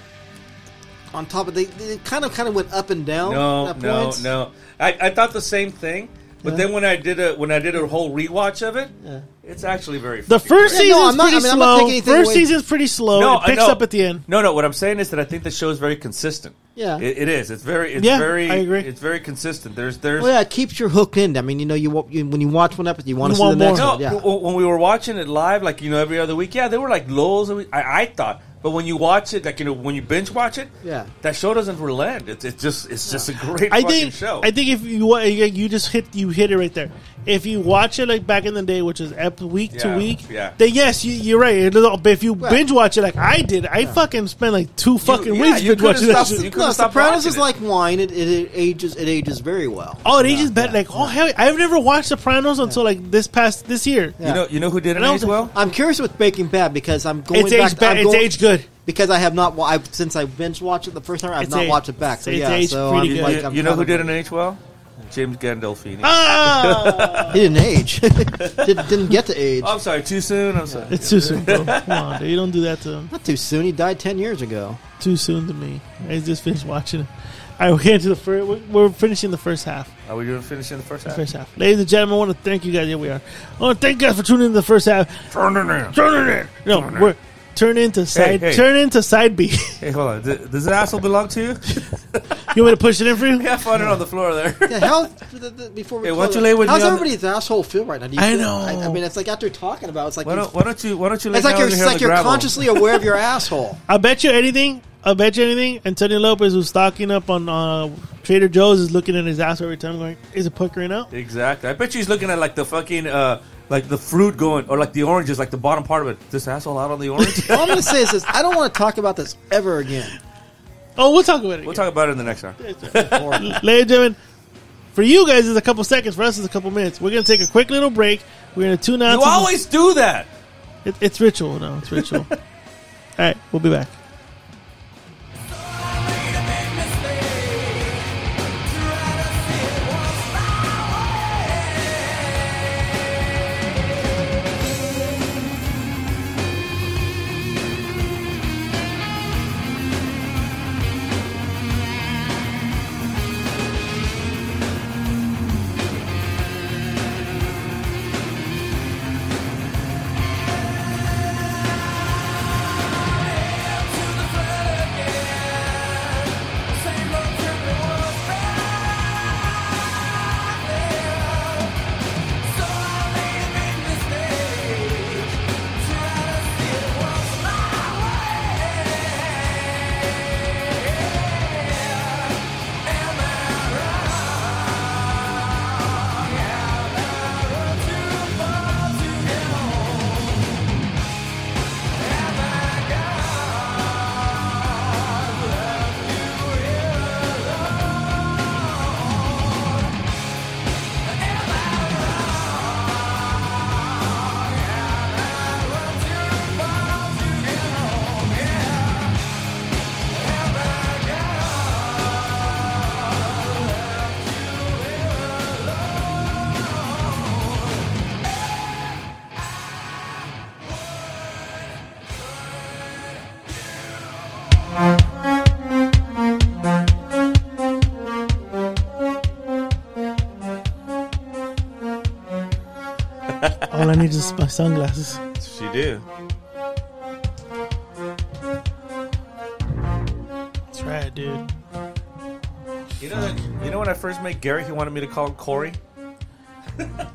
Speaker 3: on top of they, they kind of kind of went up and down.
Speaker 2: No,
Speaker 3: at
Speaker 2: no,
Speaker 3: points.
Speaker 2: no. I, I thought the same thing, but
Speaker 3: Yeah.
Speaker 2: then when I did a when I did a whole rewatch of it,
Speaker 3: Yeah.
Speaker 2: it's actually very
Speaker 1: The
Speaker 2: fucking
Speaker 1: first
Speaker 3: Yeah, no,
Speaker 1: season's
Speaker 3: I'm not- I
Speaker 1: pretty
Speaker 3: mean, I'm not
Speaker 1: slow.
Speaker 3: taking anything
Speaker 1: first
Speaker 3: away.
Speaker 1: season's pretty slow.
Speaker 2: No,
Speaker 1: it
Speaker 2: I
Speaker 1: picks
Speaker 2: know.
Speaker 1: up at the end.
Speaker 2: No, no. What I'm saying is that I think the show is very consistent.
Speaker 3: Yeah.
Speaker 2: it, it is. It's very. It's
Speaker 1: Yeah,
Speaker 2: very.
Speaker 1: I agree.
Speaker 2: It's very consistent. There's. There's.
Speaker 3: Well, yeah, it keeps your hook in. I mean, you know, you, wa- you when you watch one episode, you want
Speaker 1: You
Speaker 3: to see
Speaker 1: want
Speaker 3: the next
Speaker 1: more.
Speaker 2: No,
Speaker 3: one. Yeah.
Speaker 2: w- when we were watching it live, like you know, every other week, yeah, there were like lulls. that we- I, I thought, but when you watch it, like you know, when you binge watch it,
Speaker 3: Yeah.
Speaker 2: that show doesn't relent. It's, it's just, it's just a great
Speaker 1: I
Speaker 2: fucking
Speaker 1: think
Speaker 2: show.
Speaker 1: I think if you wa- you you just hit you hit it right there. If you watch it like back in the day, which is ep- week
Speaker 2: Yeah,
Speaker 1: to week,
Speaker 2: yeah.
Speaker 1: then yes, you, you're right. It- But if you
Speaker 3: Well-
Speaker 1: binge watch it like I did, I fucking spent like two fucking
Speaker 2: yeah,
Speaker 1: weeks
Speaker 2: you
Speaker 1: binge watching
Speaker 2: could've
Speaker 1: that
Speaker 2: stopped-
Speaker 1: shit.
Speaker 2: you could've
Speaker 3: No,
Speaker 2: stopped
Speaker 3: Sopranos
Speaker 2: watching
Speaker 3: is
Speaker 2: it.
Speaker 3: like wine. It, it, it ages. It ages very well.
Speaker 1: Oh, it ages bad. Like oh hell, I have never watched Sopranos until like this past this year.
Speaker 2: you know, you know who did it
Speaker 1: And I was
Speaker 2: as well.
Speaker 3: I'm curious with Breaking Bad because I'm going
Speaker 1: It's
Speaker 3: back.
Speaker 1: aged bad.
Speaker 3: I'm
Speaker 1: It's
Speaker 3: going-
Speaker 1: aged [laughs] good.
Speaker 3: because I have not. wa- I since I binge watched it the first time, I've
Speaker 1: It's
Speaker 3: not
Speaker 1: aged-
Speaker 3: watched it back. So
Speaker 1: it's
Speaker 3: yeah,
Speaker 1: aged
Speaker 3: so
Speaker 1: pretty
Speaker 2: You,
Speaker 3: I'm
Speaker 1: good.
Speaker 3: like,
Speaker 2: you-
Speaker 3: I'm
Speaker 2: you know who
Speaker 3: kinda-
Speaker 2: did an H well? James Gandolfini.
Speaker 1: Ah,
Speaker 3: He didn't age. [laughs] didn't, didn't get to age.
Speaker 2: Oh, I'm sorry, too soon. I'm sorry.
Speaker 1: it's too soon, bro. Come on, dude. You don't do that to him.
Speaker 3: Not too soon. He died ten years ago.
Speaker 1: Too soon to me. I just finished watching it. I we're getting to the first. We're, we're finishing the first half.
Speaker 2: Are we doing finishing the first half?
Speaker 1: First half. Ladies and gentlemen, I want to thank you guys. Here we are. I want to thank you guys for tuning in the first half.
Speaker 2: Turn it in.
Speaker 1: Turn it in. No, we're turn into side.
Speaker 2: hey.
Speaker 1: Turn into side B. [laughs]
Speaker 2: Hey, hold on. Does, does that asshole belong to you? [laughs]
Speaker 1: you want me to push it in for you?
Speaker 2: yeah, I found it on the floor
Speaker 3: [laughs]
Speaker 2: there.
Speaker 3: Yeah, how the, the, before we
Speaker 2: Hey, why don't
Speaker 3: close
Speaker 2: you
Speaker 3: it,
Speaker 2: lay with
Speaker 3: how's
Speaker 2: me on the-
Speaker 3: everybody's asshole feel right now? Do you
Speaker 1: I
Speaker 3: feel-
Speaker 1: know.
Speaker 3: I, I mean, it's like after talking about, it, it's like
Speaker 2: Why
Speaker 3: you-
Speaker 2: don't, why don't you? Why don't you? lay
Speaker 3: it's like
Speaker 2: down
Speaker 3: you're,
Speaker 2: here
Speaker 3: it's
Speaker 2: on
Speaker 3: like
Speaker 2: the
Speaker 3: you're
Speaker 2: gravel?
Speaker 3: consciously aware of your asshole.
Speaker 1: I bet you anything. I bet you anything. Antonio Lopez was stocking up on uh, Trader Joe's is looking at his ass every time, going, "Is it puckering out?"
Speaker 2: Exactly. I bet you he's looking at like the fucking uh like the fruit going or like the oranges, like the bottom part of it. This asshole out on the
Speaker 3: [laughs]
Speaker 2: orange.
Speaker 3: All I'm gonna say is this: I don't want to talk about this ever again.
Speaker 1: Oh, we'll talk about it.
Speaker 2: we'll talk about it in the next hour.
Speaker 3: Or-
Speaker 1: again. Ladies and gentlemen, for you guys it's a couple seconds. For us it's a couple minutes. We're gonna take a quick little break. We're gonna tune out.
Speaker 2: You
Speaker 1: to-
Speaker 2: always do that.
Speaker 1: It, it's ritual now. It's
Speaker 2: [laughs]
Speaker 1: ritual. All right, we'll be back. All I need is my sunglasses.
Speaker 2: She do.
Speaker 1: That's right, dude.
Speaker 2: You know that, you know when I first met Gary, he wanted me to call him Corey.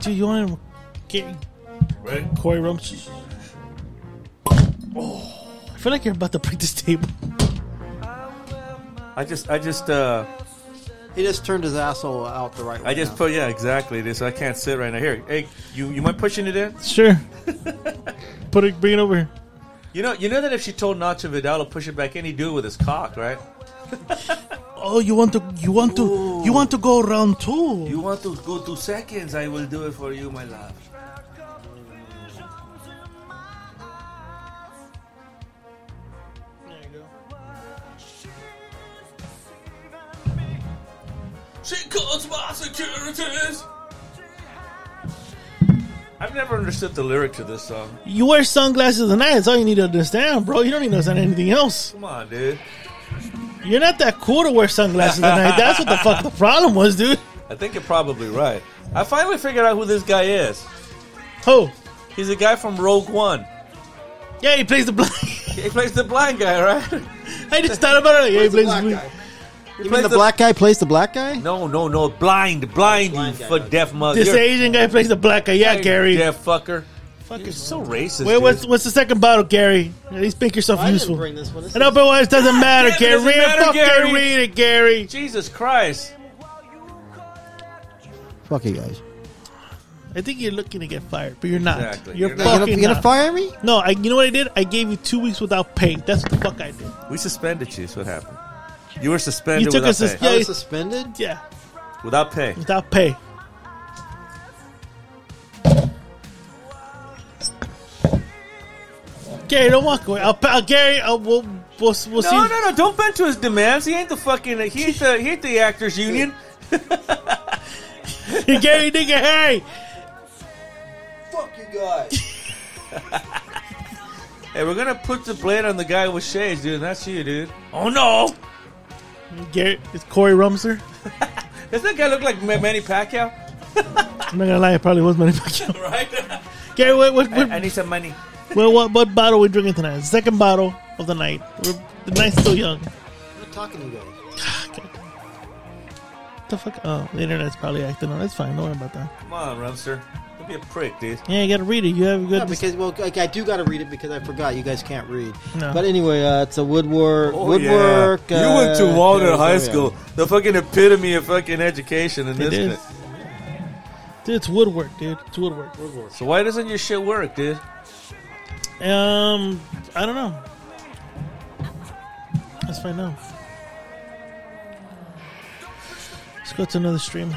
Speaker 1: Dude, you want to get
Speaker 2: Right?
Speaker 1: Corey Rump? Oh, I feel like you're about to break this table.
Speaker 2: I just I just uh
Speaker 3: he just turned his asshole out the right way.
Speaker 2: I just
Speaker 3: now.
Speaker 2: put yeah, exactly this. I can't sit right now. Here. Hey, you you mind pushing it in?
Speaker 1: Sure. Put it, bring it over here.
Speaker 2: You know you know that if she told Nacho Vidal to push it back in, he'd do it with his cock, right?
Speaker 1: Oh, you want to, you want to, you want to go round two?
Speaker 2: You want to go two seconds, I will do it for you, my love. She calls my securities. I've never understood the lyric to this song.
Speaker 1: You wear sunglasses at night. That's all you need to understand, bro. You don't need to understand anything else.
Speaker 2: Come on, dude.
Speaker 1: You're not that cool to wear sunglasses at night. That's what the fuck the problem was, dude.
Speaker 2: I think you're probably right. I finally figured out who this guy is.
Speaker 1: Oh,
Speaker 2: He's a guy from Rogue One.
Speaker 1: yeah, he plays the black.
Speaker 2: He plays the blind guy, right?
Speaker 1: [laughs]
Speaker 2: [laughs]
Speaker 1: I just thought about it. Yeah, he
Speaker 7: It's a
Speaker 1: plays
Speaker 7: black
Speaker 1: the
Speaker 7: guy.
Speaker 1: black.
Speaker 2: He
Speaker 3: You
Speaker 2: plays
Speaker 3: mean the black guy plays the black guy?
Speaker 2: No, no, no. Blind, blind,
Speaker 3: Blind
Speaker 2: you
Speaker 3: guy,
Speaker 2: for
Speaker 3: okay.
Speaker 2: deaf mug.
Speaker 1: This
Speaker 2: You're-
Speaker 1: Asian guy plays the black guy. Yeah,
Speaker 2: Hey,
Speaker 1: Gary.
Speaker 2: Deaf fucker.
Speaker 1: Fuck
Speaker 2: You're
Speaker 1: yourself.
Speaker 2: so racist.
Speaker 1: Wait,
Speaker 2: dude.
Speaker 1: what's what's the second bottle, Gary? At least make yourself
Speaker 3: I didn't
Speaker 1: useful.
Speaker 3: bring this one. This
Speaker 1: And open wise
Speaker 2: [laughs]
Speaker 1: doesn't matter,
Speaker 2: damn it,
Speaker 1: Gary.
Speaker 2: doesn't
Speaker 1: Read
Speaker 2: matter,
Speaker 1: it, fuck
Speaker 2: Gary.
Speaker 1: Gary. Read it, Gary.
Speaker 2: Jesus Christ.
Speaker 3: Fuck you guys.
Speaker 1: I think you're looking to get fired, but you're not.
Speaker 2: Exactly.
Speaker 1: You're,
Speaker 2: You're not.
Speaker 3: You're gonna,
Speaker 1: fucking
Speaker 3: you gonna
Speaker 1: not.
Speaker 3: fire me?
Speaker 1: No, I, you know what I did? I gave you two weeks without pay. That's what the fuck I did.
Speaker 2: We suspended you. Is what happened. You were suspended
Speaker 1: You took
Speaker 2: without,
Speaker 1: a sus-
Speaker 2: pay.
Speaker 3: I
Speaker 1: Yeah.
Speaker 3: was suspended.
Speaker 1: Yeah,
Speaker 2: without pay.
Speaker 1: without pay. Gary, don't walk away. I'll, I'll Gary, I'll, we'll, we'll, we'll see.
Speaker 2: No, no, no! Don't bend to his demands. He ain't the fucking. He ain't the. He ain't the actors union.
Speaker 1: [laughs] Gary, nigga, hey.
Speaker 7: Fuck you guys.
Speaker 2: Hey, we're gonna put the blade on the guy with shades, dude. That's you, dude. Oh no!
Speaker 1: Gary, it's Corey Rumser.
Speaker 2: Does that guy look like Ma- Manny Pacquiao?
Speaker 1: I'm not gonna lie, it probably was Manny Pacquiao.
Speaker 2: Right?
Speaker 1: [laughs] Gary, what, what,
Speaker 2: [laughs] I, I
Speaker 1: what,
Speaker 2: need some money.
Speaker 1: what, what, what bottle we drinking tonight? The second bottle of the night. We're, the night's still young.
Speaker 3: I'm not talking to you guys.
Speaker 1: the fuck? Oh, the internet's probably acting on. It's fine. Don't worry about that.
Speaker 2: Come on, Rumster. Don't be a prick, dude.
Speaker 1: Yeah, you gotta read it. You have a
Speaker 3: No,
Speaker 1: good.
Speaker 3: because well, like, I do gotta read it because I forgot you guys can't read.
Speaker 1: No.
Speaker 3: But anyway, uh, it's a woodwork.
Speaker 2: Oh,
Speaker 3: woodwork.
Speaker 2: yeah.
Speaker 3: uh,
Speaker 2: you went to Walnut
Speaker 3: yeah,
Speaker 2: High
Speaker 3: yeah.
Speaker 2: School, the fucking epitome of fucking education in
Speaker 1: it
Speaker 2: this.
Speaker 1: is.
Speaker 2: bit.
Speaker 1: Dude, it's woodwork, dude. It's woodwork.
Speaker 2: So why doesn't your shit work, dude?
Speaker 1: Um, I don't know. Let's find out. Let's go to another
Speaker 2: [laughs]
Speaker 1: stream.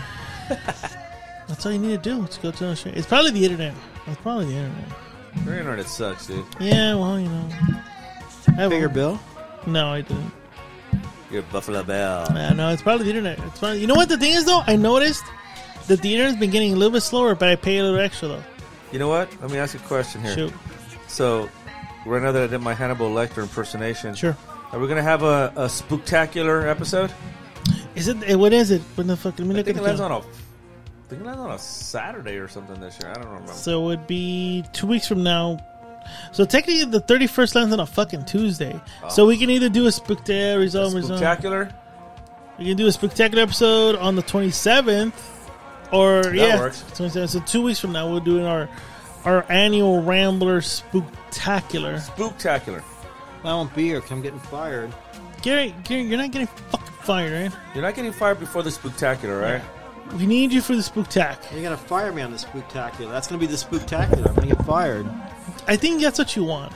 Speaker 1: That's all you need to do. Let's go to another stream. It's probably the internet. It's probably the internet.
Speaker 2: Your internet sucks, dude.
Speaker 1: Yeah, well, you know. I have a-
Speaker 3: Bigger bill.
Speaker 1: No, I didn't.
Speaker 2: You're Buffalo Bill.
Speaker 1: Nah, no, it's probably the internet. It's probably, you know what the thing is though? I noticed that the internet's been getting a little bit slower, but I pay a little extra though.
Speaker 2: You know what? Let me ask you a question here.
Speaker 1: Shoot,
Speaker 2: So, right now that I did my Hannibal Lecter impersonation,
Speaker 1: sure.
Speaker 2: Are we gonna have a, a spooktacular episode?
Speaker 1: Is it? eh, What is it? When the fuck? Let me
Speaker 2: I
Speaker 1: look
Speaker 2: think it
Speaker 1: at the
Speaker 2: lands on
Speaker 1: calendar.
Speaker 2: a, I think it lands on a Saturday or something this year. I don't remember.
Speaker 1: So it would be two weeks from now. So technically, the thirty first lands on a fucking Tuesday. So we can either do a spectacular, resolve, resolve.
Speaker 2: Spectacular.
Speaker 1: We can do a spectacular episode on the twenty seventh, or yeah,
Speaker 2: works.
Speaker 1: twenty seventh. So two weeks from now, we're doing our our annual Rambler spectacular.
Speaker 2: Spooktacular.
Speaker 3: I won't be here because I'm getting fired.
Speaker 1: Gary, Gary, you're not getting fucking fired, right?
Speaker 2: You're not getting fired before the spooktacular, right?
Speaker 1: We need you for the spooktac.
Speaker 3: You're gonna fire me on the spooktacular. That's gonna be the spooktacular. I'm gonna get fired.
Speaker 1: I think that's what you want.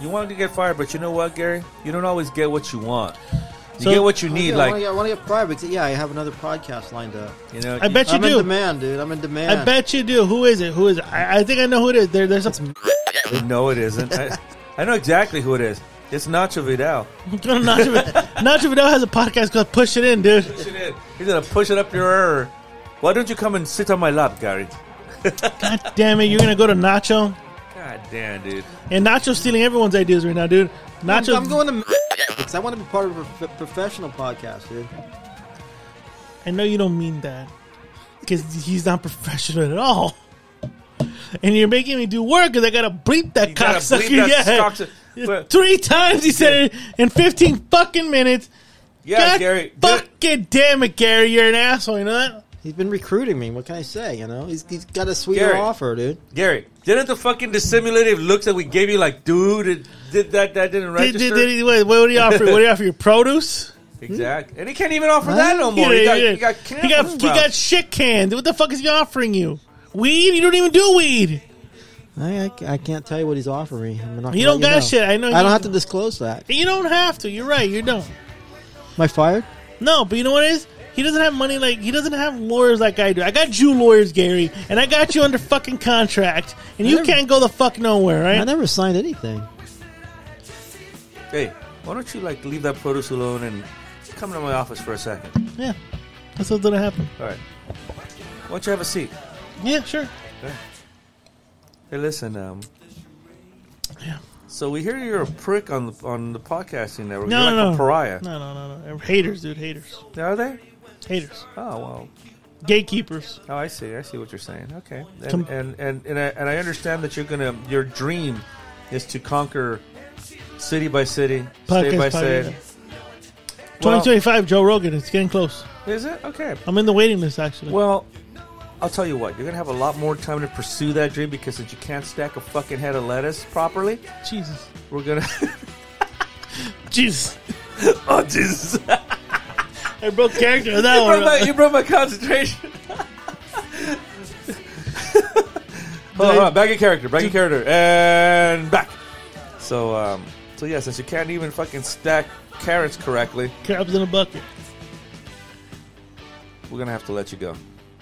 Speaker 2: You want to get fired, but you know what, Gary? You don't always get what you want. You
Speaker 1: So-
Speaker 2: get what you need,
Speaker 3: I wanna,
Speaker 2: like
Speaker 3: get, I wanna get fired because yeah, I have another podcast lined up.
Speaker 2: you know.
Speaker 1: I bet you
Speaker 3: I'm in
Speaker 1: do.
Speaker 3: demand, dude. I'm in demand.
Speaker 1: I bet you do. Who is it? Who is it? I, I think I know who it is. There, there's a
Speaker 2: you no, it isn't. I, I know exactly who it is. It's Nacho Vidal.
Speaker 1: [laughs] Nacho, Vidal- Nacho Vidal has a podcast called Push It In, dude.
Speaker 2: Push it in. He's gonna push it up your ear. Why don't you come and sit on my lap, Gary?
Speaker 1: God damn it, you're gonna go to Nacho.
Speaker 2: God damn, dude.
Speaker 1: And Nacho's stealing everyone's ideas right now, dude.
Speaker 3: I'm,
Speaker 1: Nacho
Speaker 3: I'm going to [laughs] because I want to be part of a prof- professional podcast, dude.
Speaker 1: I know you don't mean that. Because he's not professional at all. And you're making me do work because I gotta bleep that
Speaker 2: You gotta
Speaker 1: cocksucker.
Speaker 2: bleep that
Speaker 1: yeah.
Speaker 2: cocksucker. But-
Speaker 1: Three times he said it in 15 fucking minutes.
Speaker 2: Yeah,
Speaker 1: God
Speaker 2: Gary. Good.
Speaker 1: Fucking damn it, Gary. You're an asshole, you know that?
Speaker 3: He's been recruiting me. What can I say? You know, he's, he's got a sweeter
Speaker 2: Gary.
Speaker 3: offer, dude.
Speaker 2: Gary, didn't the fucking dissimulative looks that we gave you, like, dude, it, did that that didn't
Speaker 1: Did,
Speaker 2: register?
Speaker 1: did, did, he- what, what do you offer? what do you offer? Your produce?
Speaker 2: exactly, and he can't even offer that no more. He got, he got,
Speaker 1: he got, he got shit canned. What the fuck is he offering you? Weed? You don't even do weed.
Speaker 3: I, I, I can't tell you what he's offering. I'm not gonna
Speaker 1: You don't
Speaker 3: let
Speaker 1: got shit. I know.
Speaker 3: I
Speaker 1: you-
Speaker 3: don't have to disclose that.
Speaker 1: You don't have to. You're right. You don't.
Speaker 3: Am I fired?
Speaker 1: No, but you know what it is? He doesn't have money like he doesn't have lawyers like I do. I got you lawyers, Gary, and I got you under fucking contract, and you
Speaker 3: never-
Speaker 1: can't go the fuck nowhere,
Speaker 3: I
Speaker 1: right?
Speaker 3: never signed anything.
Speaker 2: Hey, why don't you like leave that produce alone and come to my office for a second?
Speaker 1: Yeah, that's what's gonna happen.
Speaker 2: All right, why don't you have a seat?
Speaker 1: Yeah, sure.
Speaker 2: Hey, listen. Um, So we hear you're a prick on the on the podcasting network.
Speaker 1: No,
Speaker 2: you're
Speaker 1: no,
Speaker 2: like
Speaker 1: no.
Speaker 2: a pariah.
Speaker 1: No, no, no, no. They're Haters, dude. Haters.
Speaker 2: Are they?
Speaker 1: Haters.
Speaker 2: Oh well.
Speaker 1: Gatekeepers.
Speaker 2: Oh, I see. I see what you're saying. Okay. And
Speaker 1: Come-
Speaker 2: and and, and, I, and I understand that you're gonna your dream is to conquer city by city, state
Speaker 1: Podcast
Speaker 2: by
Speaker 1: pioneer.
Speaker 2: state. Well,
Speaker 1: 2025, Joe Rogan. It's getting close.
Speaker 2: is it okay?
Speaker 1: I'm in the waiting list, actually.
Speaker 2: Well, I'll tell you what. You're gonna have a lot more time to pursue that dream because since you can't stack a fucking head of lettuce properly,
Speaker 1: Jesus.
Speaker 2: we're gonna. [laughs]
Speaker 1: Jesus.
Speaker 2: oh Jesus!
Speaker 1: I broke character with that
Speaker 2: [laughs] you,
Speaker 1: one.
Speaker 2: broke my, you broke my concentration. [laughs] hold on, hold on. Back in character. Back in character. And back. So, um, so yeah, since you can't even fucking stack carrots correctly,
Speaker 1: Crabs in a bucket.
Speaker 2: we're gonna have to let you go.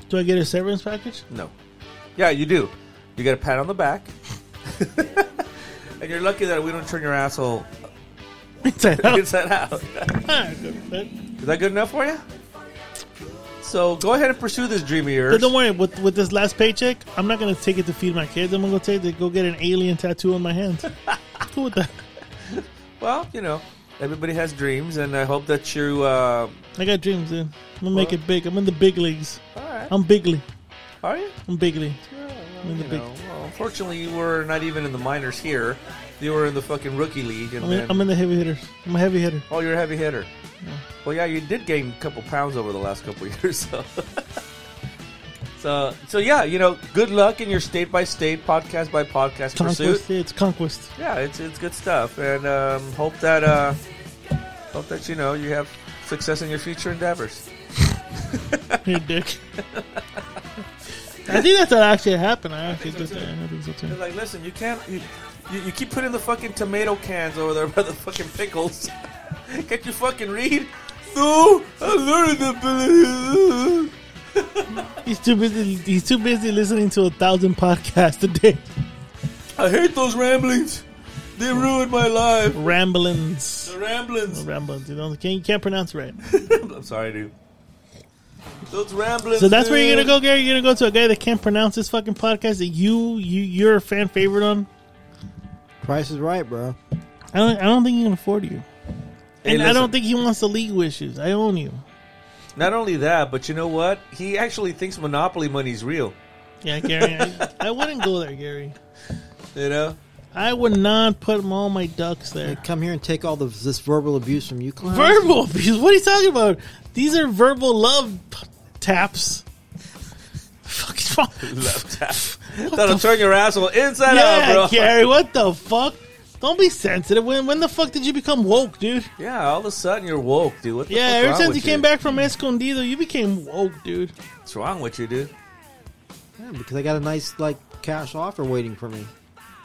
Speaker 1: Do I get a severance
Speaker 2: [laughs]
Speaker 1: package?
Speaker 2: No. Yeah, you do. You get a pat on the back. [laughs] and you're lucky that we don't turn your asshole [laughs]
Speaker 1: [laughs] Inside out.
Speaker 2: inside out.
Speaker 1: but
Speaker 2: Is that good enough for you? So go ahead and pursue this dream of yours.
Speaker 1: don't worry, with, with this last paycheck, I'm not going to take it to feed my kids. I'm going to take it to go get an alien tattoo on my hands. cool with that.
Speaker 2: Well, you know, everybody has dreams, and I hope that you. Uh,
Speaker 1: I got dreams, dude. I'm going to make it big. I'm in the big leagues.
Speaker 2: all right,
Speaker 1: I'm bigly.
Speaker 2: are you?
Speaker 1: I'm bigly. I'm in the
Speaker 2: you
Speaker 1: big-
Speaker 2: know, well, unfortunately, you were not even in the minors here. You were in the fucking rookie league, and
Speaker 1: I'm
Speaker 2: then
Speaker 1: in, I'm in the heavy hitters. I'm a heavy hitter.
Speaker 2: oh, you're a heavy hitter. Well, yeah, you did gain a couple pounds over the last couple [laughs] years, so. So, so yeah, you know, good luck in your state by state, podcast by podcast pursuit.
Speaker 1: Conquest. yeah, It's conquest.
Speaker 2: Yeah, it's it's good stuff, and um, hope that uh, hope that you know you have success in your future endeavors.
Speaker 1: Your dick. I think that's what actually happened. I actually did that. I think so
Speaker 2: They're
Speaker 1: too.
Speaker 2: like, listen, you can't. You, you, you keep putting the fucking tomato cans over there by the fucking pickles. [laughs] can't you fucking read? No, I learned the.
Speaker 1: He's too busy. He's too busy listening to a thousand podcasts a day.
Speaker 2: I hate those ramblings. They ruined my life.
Speaker 1: Ramblings.
Speaker 2: The ramblings.
Speaker 1: Ramblings. You know, can't, you can't pronounce right.
Speaker 2: I'm sorry, dude. Those ramblings.
Speaker 1: So that's where you're gonna
Speaker 2: dude.
Speaker 1: go, Gary. You're gonna go to a guy that can't pronounce his fucking podcast that you you you're a fan favorite on.
Speaker 3: Price is right, bro.
Speaker 1: I don't. I don't think he can afford you.
Speaker 2: Hey,
Speaker 1: And I
Speaker 2: listen.
Speaker 1: don't think he wants the legal issues. I own you.
Speaker 2: Not only that, but you know what? He actually thinks Monopoly money's real.
Speaker 1: Yeah, Gary. I, I wouldn't go there, Gary. [laughs]
Speaker 2: You know. [laughs]
Speaker 1: I would not put all my ducks there.
Speaker 3: They come here and take all the, this verbal abuse from you, clowns.
Speaker 1: Verbal abuse? What are you talking about? These are verbal love p- taps. Fucking fuck.
Speaker 2: Left tap. That'll turn your asshole inside out,
Speaker 1: Yeah,
Speaker 2: bro.
Speaker 1: Gary, what the fuck? Don't be sensitive. When when the fuck did you become woke, dude?
Speaker 2: Yeah, all of a sudden you're woke, dude. What the
Speaker 1: Yeah,
Speaker 2: fuck's
Speaker 1: ever
Speaker 2: wrong
Speaker 1: since
Speaker 2: with
Speaker 1: you came back from Escondido, you became woke, dude.
Speaker 2: What's wrong with you, dude?
Speaker 3: Yeah, because I got a nice like cash offer waiting for me.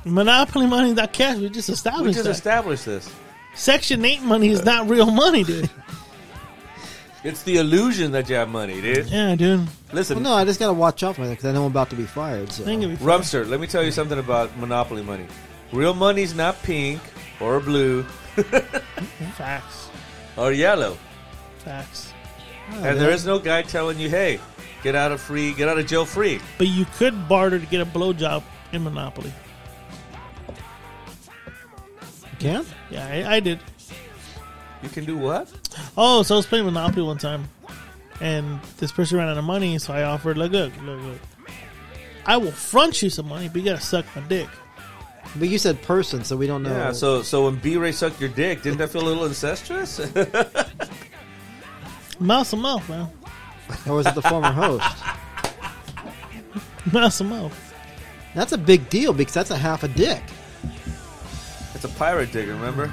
Speaker 1: Monopoly money is not cash. We just
Speaker 2: We
Speaker 1: established
Speaker 2: just
Speaker 1: that.
Speaker 2: established this.
Speaker 1: Section 8 money is not real money,
Speaker 2: [laughs]
Speaker 1: dude.
Speaker 2: It's the illusion that you have money, dude.
Speaker 1: yeah, dude.
Speaker 2: Listen,
Speaker 3: Well, no, I just got to watch out for that because I know I'm about to be fired. So.
Speaker 1: I think it'd be fun.
Speaker 2: Rumster, let me tell you something about Monopoly money. Real money's not pink or blue
Speaker 1: Facts.
Speaker 2: or yellow.
Speaker 1: Oh, Facts.
Speaker 2: And there is no guy telling you, hey, get out of free, get out of jail free.
Speaker 1: But you could barter to get a blowjob in Monopoly.
Speaker 3: You can?
Speaker 1: Yeah, I, I did.
Speaker 2: You can do what?
Speaker 1: Oh, so I was playing Monopoly one time, and this person ran out of money, so I offered, look, look, look, look. I will front you some money, but you gotta suck my dick.
Speaker 3: But you said person, so we don't
Speaker 1: Oh.
Speaker 3: know.
Speaker 2: Yeah, so so when B Ray sucked your dick, didn't that feel a little incestuous? [laughs]
Speaker 1: Mouse to mouth, man. [laughs]
Speaker 3: or was it the former host?
Speaker 2: [laughs]
Speaker 1: Mouse to mouth.
Speaker 3: That's a big deal because that's a half a dick.
Speaker 2: it's a pirate dick, remember?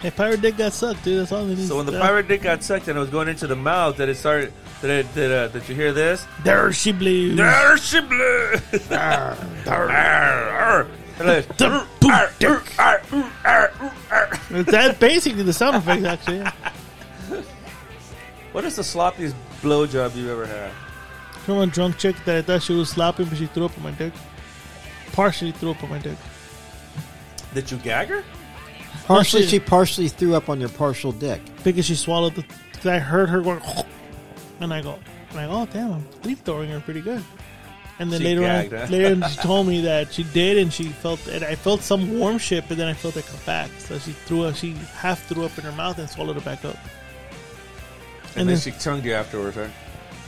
Speaker 1: Hey, pirate dick got sucked, dude. That's all they need.
Speaker 2: So when the
Speaker 1: to-
Speaker 2: pirate dick got sucked and it was going into the mouth, that it started. Did it, did, uh, did you hear this?
Speaker 1: there she blew.
Speaker 2: There she blew. Arr, arr.
Speaker 1: The
Speaker 2: Arr,
Speaker 1: boot
Speaker 2: arr,
Speaker 1: dick.
Speaker 2: arr, arr, arr, arr.
Speaker 1: That's basically the sound effects, actually.
Speaker 2: What is the sloppiest blowjob you ever had?
Speaker 1: From a drunk chick that I thought she was slapping, but she threw up on my dick. Partially threw up on my dick.
Speaker 2: Did you gag her?
Speaker 3: Partially,
Speaker 1: shit.
Speaker 3: she partially threw up on your partial dick.
Speaker 1: because she swallowed the. [laughs] Because I heard her going, and I go, and I go, oh damn, I'm deep throwing her pretty good. And then
Speaker 2: She
Speaker 1: later
Speaker 2: gagged, huh?
Speaker 1: on, later
Speaker 2: [laughs]
Speaker 1: on, she told me that she did, and she felt, and I felt some warm shit, but then I felt it come back. So she threw up, she half threw up in her mouth and swallowed it back up.
Speaker 2: And,
Speaker 1: And
Speaker 2: then
Speaker 1: then-
Speaker 2: she tongued you afterwards, right?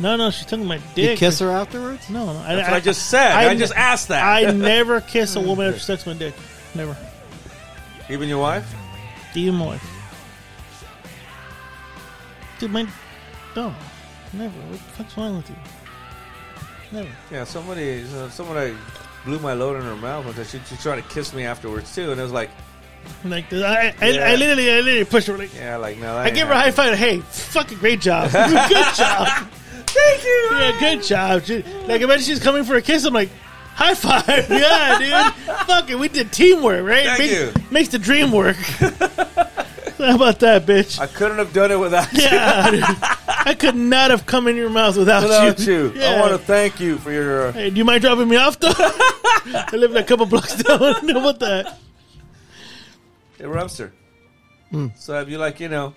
Speaker 1: No, no, she took my dick.
Speaker 3: You kiss her afterwards?
Speaker 1: No, no.
Speaker 2: That's what I just said. I
Speaker 1: ne-
Speaker 2: just asked that. [laughs]
Speaker 1: I never kiss a woman after she sucks my dick. Never.
Speaker 2: Even your wife?
Speaker 1: Even more. Dude, my no, never. What the fuck's wrong with you? Never.
Speaker 2: Yeah, somebody, uh, someone I blew my load in her mouth and she, she tried to kiss me afterwards too, and I was like,
Speaker 1: Like I, I,
Speaker 2: Yeah.
Speaker 1: I literally, I literally pushed her. Like,
Speaker 2: yeah, like no, that
Speaker 1: I
Speaker 2: ain't
Speaker 1: give her a high
Speaker 2: happening.
Speaker 1: five. Hey, fucking great job. [laughs] good job.
Speaker 2: Thank you.
Speaker 1: Yeah, good job. She, like imagine she's coming for a kiss. I'm like, high five. [laughs] yeah, dude. Fucking, we did teamwork, right?
Speaker 2: Thank
Speaker 1: makes,
Speaker 2: you.
Speaker 1: makes the dream work. [laughs] How about that, bitch?
Speaker 2: I couldn't have done it without [laughs]
Speaker 1: [laughs]
Speaker 2: you.
Speaker 1: Yeah, dude. I could not have come in your mouth without, [laughs]
Speaker 2: Without you, I
Speaker 1: Yeah.
Speaker 2: want to thank you for your. Uh,
Speaker 1: Hey, do you mind dropping me off though? [laughs] I live in a couple blocks [laughs] down. How about that?
Speaker 2: It Rumster. So have you like you know,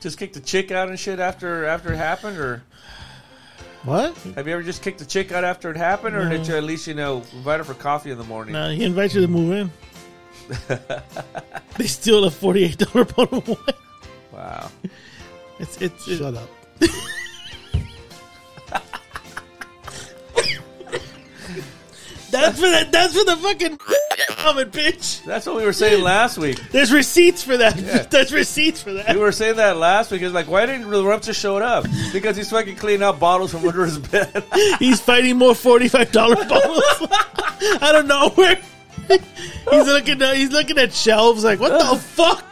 Speaker 2: just kicked the chick out and shit after after it happened, or
Speaker 3: What?
Speaker 2: have you ever just kicked the chick out after it happened, or did you at least you know invite her for coffee in the morning?
Speaker 1: Nah, he invites you to move
Speaker 2: [laughs]
Speaker 1: in. they steal a forty-eight dollar bottle of wine.
Speaker 2: Wow.
Speaker 1: It's it's, it's
Speaker 3: Shut up.
Speaker 1: that's for the that's for the fucking comment, bitch.
Speaker 2: That's what we were saying last week.
Speaker 1: There's receipts for that.
Speaker 2: Yeah.
Speaker 1: [laughs] There's receipts for that.
Speaker 2: We were saying that last week. It's like, why didn't the Rumster show up? Because he's fucking cleaning out bottles from under his [laughs] bed.
Speaker 1: He's fighting more forty-five dollar
Speaker 3: [laughs]
Speaker 1: bottles out of nowhere. he's looking. At, he's looking at shelves like, what the fuck?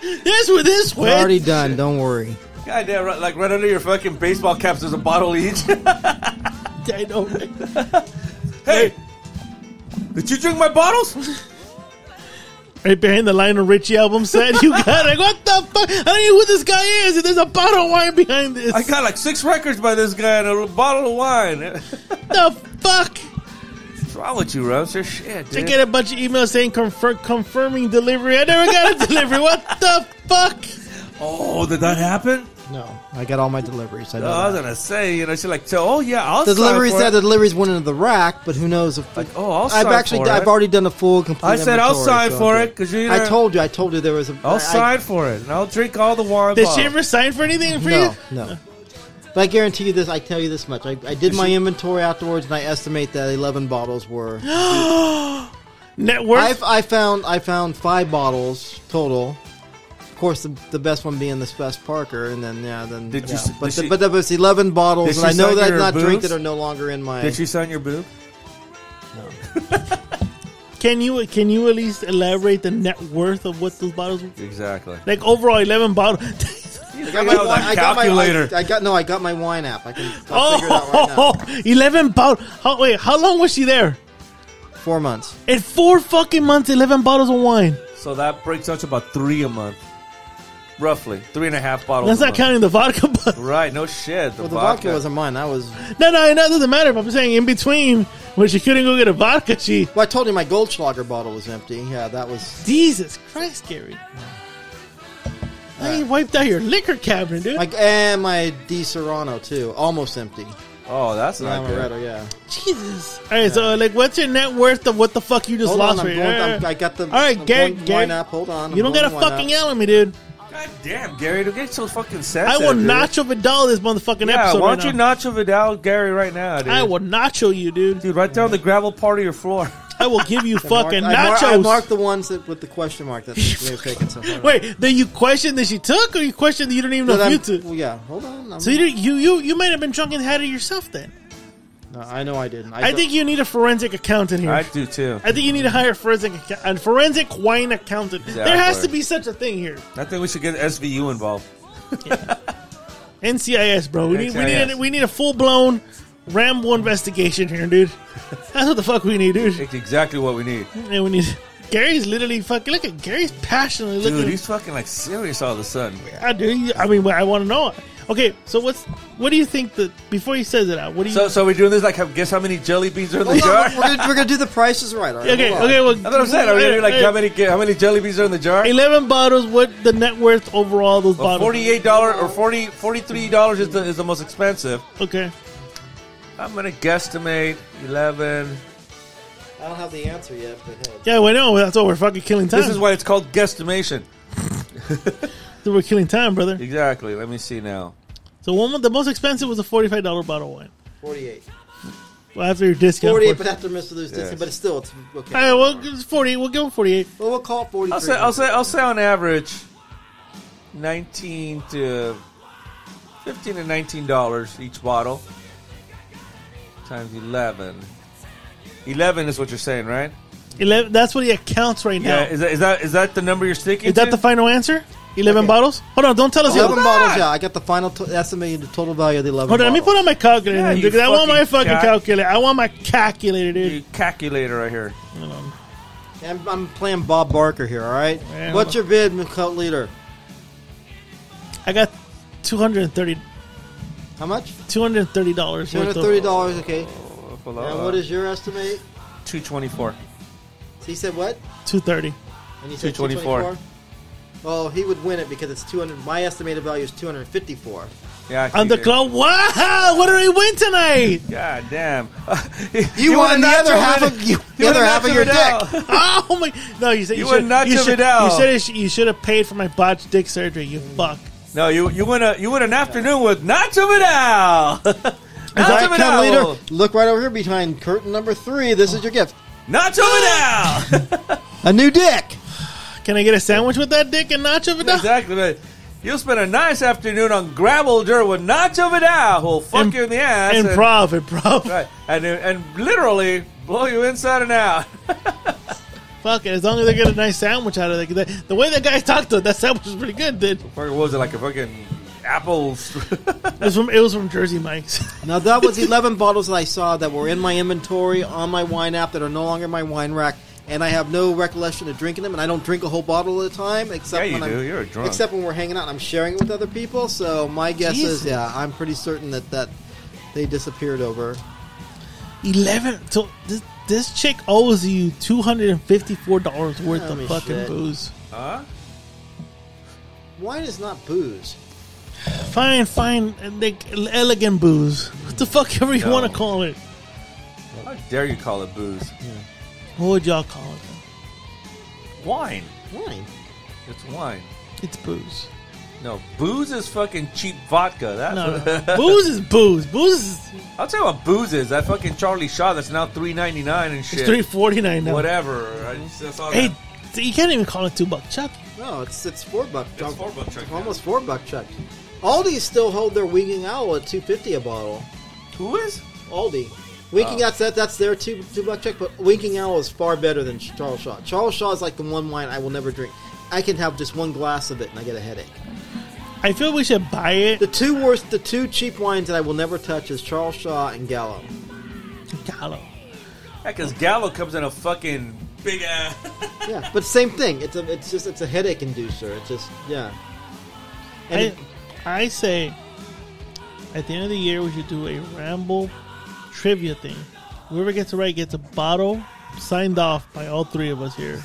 Speaker 1: this with this
Speaker 3: We're
Speaker 1: way. [laughs]
Speaker 3: already done. Don't worry.
Speaker 2: Goddamn, right, like right under your fucking baseball caps, there's a bottle each. [laughs]
Speaker 1: I know. right?
Speaker 2: hey, did you drink my bottles?
Speaker 1: Right behind the Lionel Richie album set, you got like, what the fuck? I don't know who this guy is, and there's a bottle of wine behind this.
Speaker 2: I got like six records by this guy and a bottle of wine.
Speaker 1: the fuck?
Speaker 2: What's wrong with you, Rumster? Shit,
Speaker 1: To
Speaker 2: dude.
Speaker 1: get a bunch of emails saying confirm, confirming delivery. I never got a [laughs] delivery. What the fuck?
Speaker 2: oh, did that happen?
Speaker 3: No, I got all my deliveries. I know
Speaker 2: Oh, I was
Speaker 3: that.
Speaker 2: gonna say, you know, she like, so, oh yeah, I'll
Speaker 3: The
Speaker 2: sign
Speaker 3: delivery
Speaker 2: for
Speaker 3: said
Speaker 2: it.
Speaker 3: the deliveries went into the rack, but who knows if
Speaker 2: Like, oh, I'll
Speaker 3: I've
Speaker 2: sign
Speaker 3: actually
Speaker 2: for
Speaker 3: I've
Speaker 2: it.
Speaker 3: already done a full complete.
Speaker 2: I said I'll
Speaker 3: inventory,
Speaker 2: sign
Speaker 3: so
Speaker 2: for
Speaker 3: I'm
Speaker 2: it
Speaker 3: good.
Speaker 2: because you.
Speaker 3: I told you. I told you there was a.
Speaker 2: I'll
Speaker 3: I-
Speaker 2: sign for it and I'll drink all the wine.
Speaker 1: Did she
Speaker 2: bottles.
Speaker 1: ever sign for anything
Speaker 3: I,
Speaker 1: for you?
Speaker 3: no, no. But I guarantee you this. I tell you this much. I, I did my inventory afterwards, and I estimate that eleven
Speaker 2: [gasps]
Speaker 3: bottles were.
Speaker 1: Net worth?
Speaker 3: I've, I found I found five bottles total. Of course, the, the best one being the Spess Parker, and then yeah, then
Speaker 2: Did you
Speaker 3: yeah.
Speaker 2: s-
Speaker 3: but
Speaker 2: did
Speaker 3: the,
Speaker 2: she-
Speaker 3: but that was eleven bottles,
Speaker 2: Did
Speaker 3: and I
Speaker 2: she
Speaker 3: know
Speaker 2: sign
Speaker 3: that I've
Speaker 2: your
Speaker 3: not drink
Speaker 2: boobs?
Speaker 3: that are no longer in my.
Speaker 2: Did she sign your boob?
Speaker 1: can you can you at least elaborate the net worth of what those bottles were?
Speaker 2: Exactly.
Speaker 1: Like overall, 11 bottles. [laughs]
Speaker 3: I got my,
Speaker 2: Figure out
Speaker 3: wine-
Speaker 2: that
Speaker 3: I got my
Speaker 2: calculator.
Speaker 3: I, I got no. I got my wine app. I can I'll figure it out right now.
Speaker 1: Oh, [laughs] 11 bottles. How, wait, how long was she there?
Speaker 3: Four months.
Speaker 1: In four fucking months, 11 bottles of wine.
Speaker 2: So that breaks out to about three a month, roughly three and a half bottles.
Speaker 1: That's
Speaker 2: a
Speaker 1: not
Speaker 2: month.
Speaker 1: counting the vodka. [laughs] But
Speaker 2: Right? No shit. The
Speaker 3: Well, the
Speaker 2: vodka.
Speaker 3: vodka wasn't mine. I was.
Speaker 1: no, no, it doesn't matter. But I'm saying in between, when she couldn't go get a vodka, she.
Speaker 3: Well, I told you my Goldschlager bottle was empty. Yeah, that was.
Speaker 1: Jesus Christ, Gary. I ain't wiped out your liquor cabinet, dude.
Speaker 3: My, and my Di Serrano too, almost empty.
Speaker 2: Oh, that's not good.
Speaker 3: Amaretto, yeah.
Speaker 1: Jesus. All right, so, like, what's your net worth of what the fuck you just
Speaker 3: Hold
Speaker 1: lost
Speaker 3: on,
Speaker 1: right
Speaker 3: I'm going,
Speaker 1: here?
Speaker 3: I'm, I got the.
Speaker 1: All right,
Speaker 3: I'm
Speaker 1: Gary,
Speaker 3: going
Speaker 1: Gary,
Speaker 3: wine app. Hold on. I'm
Speaker 1: you don't
Speaker 3: going
Speaker 1: gotta
Speaker 3: wine app.
Speaker 1: fucking yell at me, dude.
Speaker 2: God damn, Gary, don't get so fucking
Speaker 1: I
Speaker 2: sensitive.
Speaker 1: will
Speaker 2: dude.
Speaker 1: nacho Vidal this motherfucking
Speaker 2: Yeah,
Speaker 1: episode.
Speaker 2: why
Speaker 1: Right
Speaker 2: don't you
Speaker 1: now.
Speaker 2: nacho Vidal Gary right now, dude?
Speaker 1: I will nacho you, dude.
Speaker 2: Dude, right there on the gravel part of your
Speaker 3: [laughs]
Speaker 2: floor.
Speaker 1: I will give you
Speaker 3: I marked-
Speaker 1: fucking
Speaker 3: I mar- I
Speaker 1: nachos.
Speaker 3: marked the ones that with the question mark that they've taken so far.
Speaker 1: Wait, then you question that she took, or you question that you don't even know
Speaker 3: That
Speaker 1: if
Speaker 3: I'm-
Speaker 1: you took?
Speaker 3: well, yeah, hold on. I'm-
Speaker 1: So you you you you might have been drunk and had it yourself then.
Speaker 3: no, I know I didn't.
Speaker 1: I
Speaker 3: don't-
Speaker 1: think you need a forensic accountant here.
Speaker 2: I
Speaker 1: I,
Speaker 2: do too.
Speaker 1: think you need to hire a forensic acca- a forensic wine accountant. There has
Speaker 2: Exactly.
Speaker 1: to be such a thing here.
Speaker 2: I think we should get SVU involved.
Speaker 1: NCIS, bro. We need we need a,
Speaker 2: NCIS.
Speaker 1: we need a full blown Rambo investigation here, dude. That's what the fuck we need, dude.
Speaker 2: It's exactly what we need.
Speaker 1: And we need Gary's literally fucking look at Gary's passionately looking.
Speaker 2: Dude, he's fucking like serious all of a sudden.
Speaker 1: I do. I mean, I want to know. Okay, so what's what do you think that before he says it out? What do you?
Speaker 2: So, so are we doing this like, guess how many jelly beans are in the
Speaker 3: Hold
Speaker 2: jar?
Speaker 3: on, we're, we're gonna, we're gonna do the prices right. All
Speaker 1: [laughs]
Speaker 3: right
Speaker 1: okay,
Speaker 3: hold on.
Speaker 1: okay. Well,
Speaker 2: That's what I'm saying. Are we doing like how many how many jelly beans are in the jar?
Speaker 1: Eleven bottles. What the net worth overall? of Those
Speaker 2: Well,
Speaker 1: bottles.
Speaker 2: Forty-eight dollar or 40 43 dollars is the is the most expensive.
Speaker 1: Okay.
Speaker 2: Uh, I'm gonna guesstimate eleven.
Speaker 3: I don't have the answer yet, but hey.
Speaker 1: Yeah, well, no, that's all. We're fucking killing time.
Speaker 2: This is why it's called guesstimation.
Speaker 1: we're killing time, brother.
Speaker 2: Exactly. Let me see now.
Speaker 1: So one, of the most expensive was a forty-five dollar bottle of wine.
Speaker 3: 48.
Speaker 1: Well, after your discount,
Speaker 3: 48,
Speaker 1: for-
Speaker 3: but after Mr. Lewis
Speaker 2: Yes.
Speaker 3: but it's still, it's okay.
Speaker 1: All right, well, it's forty. We'll go forty-eight.
Speaker 3: well, we'll call it 43.
Speaker 2: I'll say I'll say I'll say on average nineteen to fifteen to nineteen dollars each bottle. Times eleven. Eleven is what you're saying, right?
Speaker 1: Eleven. That's what he accounts right now.
Speaker 2: Yeah. Is that is that is that the number you're sticking?
Speaker 1: Is that
Speaker 2: to?
Speaker 1: the final answer? Eleven
Speaker 3: Okay.
Speaker 1: bottles. Hold on, don't tell us. yet.
Speaker 3: 11
Speaker 2: Hold
Speaker 3: bottles,
Speaker 2: on.
Speaker 3: yeah. I got the final to- estimated total value of the 11
Speaker 1: Hold on, let me
Speaker 3: bottles.
Speaker 1: put on my calculator.
Speaker 2: Yeah,
Speaker 1: dude,
Speaker 2: you
Speaker 1: 'cause I want my
Speaker 2: fucking
Speaker 1: fucking
Speaker 2: cock.
Speaker 1: calculator. I want my calculator, dude.
Speaker 2: The calculator right here.
Speaker 3: I'm, I'm playing Bob Barker here, all right?
Speaker 1: Man,
Speaker 3: What's your bid, cult leader?
Speaker 1: I got 230
Speaker 3: How much?
Speaker 1: $230 dollars worth of-
Speaker 3: $230, okay. And what
Speaker 2: Two
Speaker 3: is your estimate?
Speaker 2: uh, twenty four.
Speaker 3: He said what?
Speaker 1: 230.
Speaker 3: And you said
Speaker 2: 224.
Speaker 3: 224? Well, he would win it because it's 200. My estimated value is 254.
Speaker 2: Yeah. I
Speaker 1: On the
Speaker 2: see it.
Speaker 1: club. Wow, what did I win
Speaker 2: [laughs]
Speaker 1: tonight?
Speaker 2: God damn.
Speaker 3: [laughs] You
Speaker 2: won
Speaker 3: won the
Speaker 2: Nacho
Speaker 3: other half of-
Speaker 2: Vidal.
Speaker 3: you- the other
Speaker 2: won
Speaker 3: half of
Speaker 2: Nacho
Speaker 3: your
Speaker 2: Vidal.
Speaker 1: oh my! No, you said
Speaker 2: You
Speaker 1: you,
Speaker 2: were
Speaker 1: should.
Speaker 2: Nacho
Speaker 1: you should.
Speaker 2: Vidal.
Speaker 1: You should. You should have paid for my botched dick surgery. You fuck.
Speaker 2: No, you you win a you win an afternoon with Nacho Vidal.
Speaker 3: All
Speaker 2: Nacho
Speaker 3: right, cult
Speaker 2: Vidal.
Speaker 3: leader, look right over here behind curtain number three. This is your gift.
Speaker 2: Nacho Vidal.
Speaker 3: A new dick.
Speaker 1: Can I get a sandwich with that dick and nacho [laughs] Vidal?
Speaker 2: [laughs] Exactly. But you'll spend a nice afternoon on gravel dirt with Nacho Vidal, who'll fuck
Speaker 1: Im-
Speaker 2: you in the ass, and,
Speaker 1: Improv, improv.
Speaker 2: right, and and literally blow you inside and out. [laughs]
Speaker 1: Fuck it. As long as they get a nice sandwich out of it. 'Cause The, the way that guy talked to it, that sandwich was pretty good, dude.
Speaker 2: Fucking- what was it like a fucking apple?
Speaker 1: It was from, it was from Jersey Mike's. [laughs]
Speaker 3: Now that was 11 bottles that I saw that were in my inventory on my wine app that are no longer in my wine rack, and I have no recollection of drinking them. And I don't drink a whole bottle at a time, except
Speaker 2: Yeah, you
Speaker 3: when
Speaker 2: do.
Speaker 3: I'm,
Speaker 2: You're a drunk.
Speaker 3: Except when we're hanging out, and I'm sharing it with other people. So my guess
Speaker 1: Jesus.
Speaker 3: is, yeah, I'm pretty certain that that they disappeared over.
Speaker 1: 11 so this, this chick owes you $254 worth
Speaker 3: Holy
Speaker 1: of fucking
Speaker 3: shit.
Speaker 1: booze
Speaker 2: [laughs] huh?
Speaker 3: Wine is not booze.
Speaker 1: fine fine like elegant booze what the fuck ever you
Speaker 2: No.
Speaker 1: want to call it
Speaker 2: How dare you call it booze?
Speaker 1: what would y'all call it
Speaker 2: Wine.
Speaker 3: Wine.
Speaker 2: It's wine.
Speaker 1: it's booze
Speaker 2: No, booze is fucking cheap vodka. That's
Speaker 1: no,
Speaker 2: what- [laughs]
Speaker 1: no. booze is booze booze is
Speaker 2: I'll tell you what booze is. That fucking Charlie Shaw that's now three ninety nine and shit.
Speaker 1: it's 349 now
Speaker 2: Whatever. I just, that's all
Speaker 1: hey
Speaker 2: that-
Speaker 1: you can't even call it two buck chuck
Speaker 3: No, it's it's four buck.
Speaker 2: It's four buck chuck, yeah.
Speaker 3: Almost four buck chuck. Aldi's still hold their winging owl at two fifty a bottle.
Speaker 2: Who is?
Speaker 3: Aldi. Winking Out's that that's their two two buck check, but Winking Owl is far better than Charles Shaw. Charles Shaw is like the one wine I will never drink. I can have just one glass of it and I get a headache.
Speaker 1: i feel we should buy it
Speaker 3: The two worst, the two cheap wines that I will never touch is Charles Shaw and Gallo.
Speaker 1: Gallo.
Speaker 2: Yeah, because Gallo comes in a fucking big ass.
Speaker 3: Yeah, but same thing. It's a, it's just, it's a headache inducer. It's just, yeah. And
Speaker 1: I, I say at the end of the year we should do a ramble trivia thing. Whoever gets it right gets a bottle signed off by all three of us
Speaker 2: [laughs]
Speaker 1: here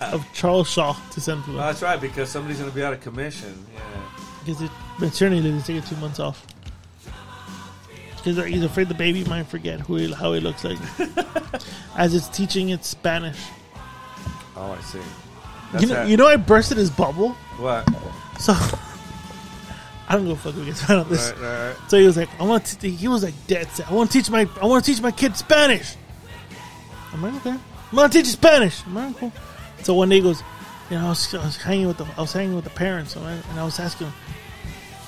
Speaker 1: of Charles Shaw to send to
Speaker 2: Well,
Speaker 1: us
Speaker 2: [laughs] that's right, because somebody's going to be out of commission. Yeah.
Speaker 1: because it maternity leave is taking two months off. Because he's afraid the baby might forget who he, how he looks
Speaker 2: [laughs]
Speaker 1: like, as it's teaching it Spanish.
Speaker 2: Oh, I see.
Speaker 1: You
Speaker 2: That's
Speaker 1: know,
Speaker 2: that-
Speaker 1: you know, I bursted his bubble,
Speaker 2: what?
Speaker 1: so [laughs] I don't give a fuck who gets found out this.
Speaker 2: Right, right, right.
Speaker 1: So he was like, I want to. He was like dead set. I want to teach my. I want to teach my kid Spanish. I'm like, okay. I'm gonna teach you Spanish. I'm like, cool. So one day he goes, you know, I was, I was hanging with the. I was hanging with the parents, and I, and I was asking, him,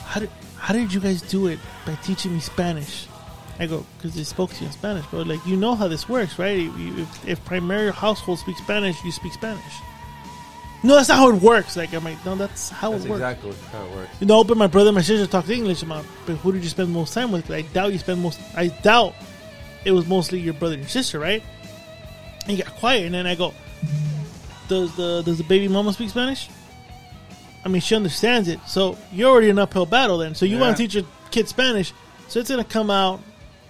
Speaker 1: how did how did you guys do it by teaching me Spanish? I go because they spoke to you in Spanish, bro. Like you know how this works, right? You- you- If, if primary household speaks Spanish, you speak Spanish. No, that's not how it works. Like I'm like, no, that's how
Speaker 2: That's
Speaker 1: it works.
Speaker 2: exactly how it works.
Speaker 1: You know, but my brother and my sister talked English. About, but who did you spend most time with? 'Cause I doubt you spend most. I doubt it was mostly your brother and your sister, right? And he got quiet, and then I go, "Does the does the baby mama speak Spanish? I mean, she understands it. So you're already in an uphill battle then. So you
Speaker 2: Yeah.
Speaker 1: want to teach your kid Spanish, so it's gonna come out,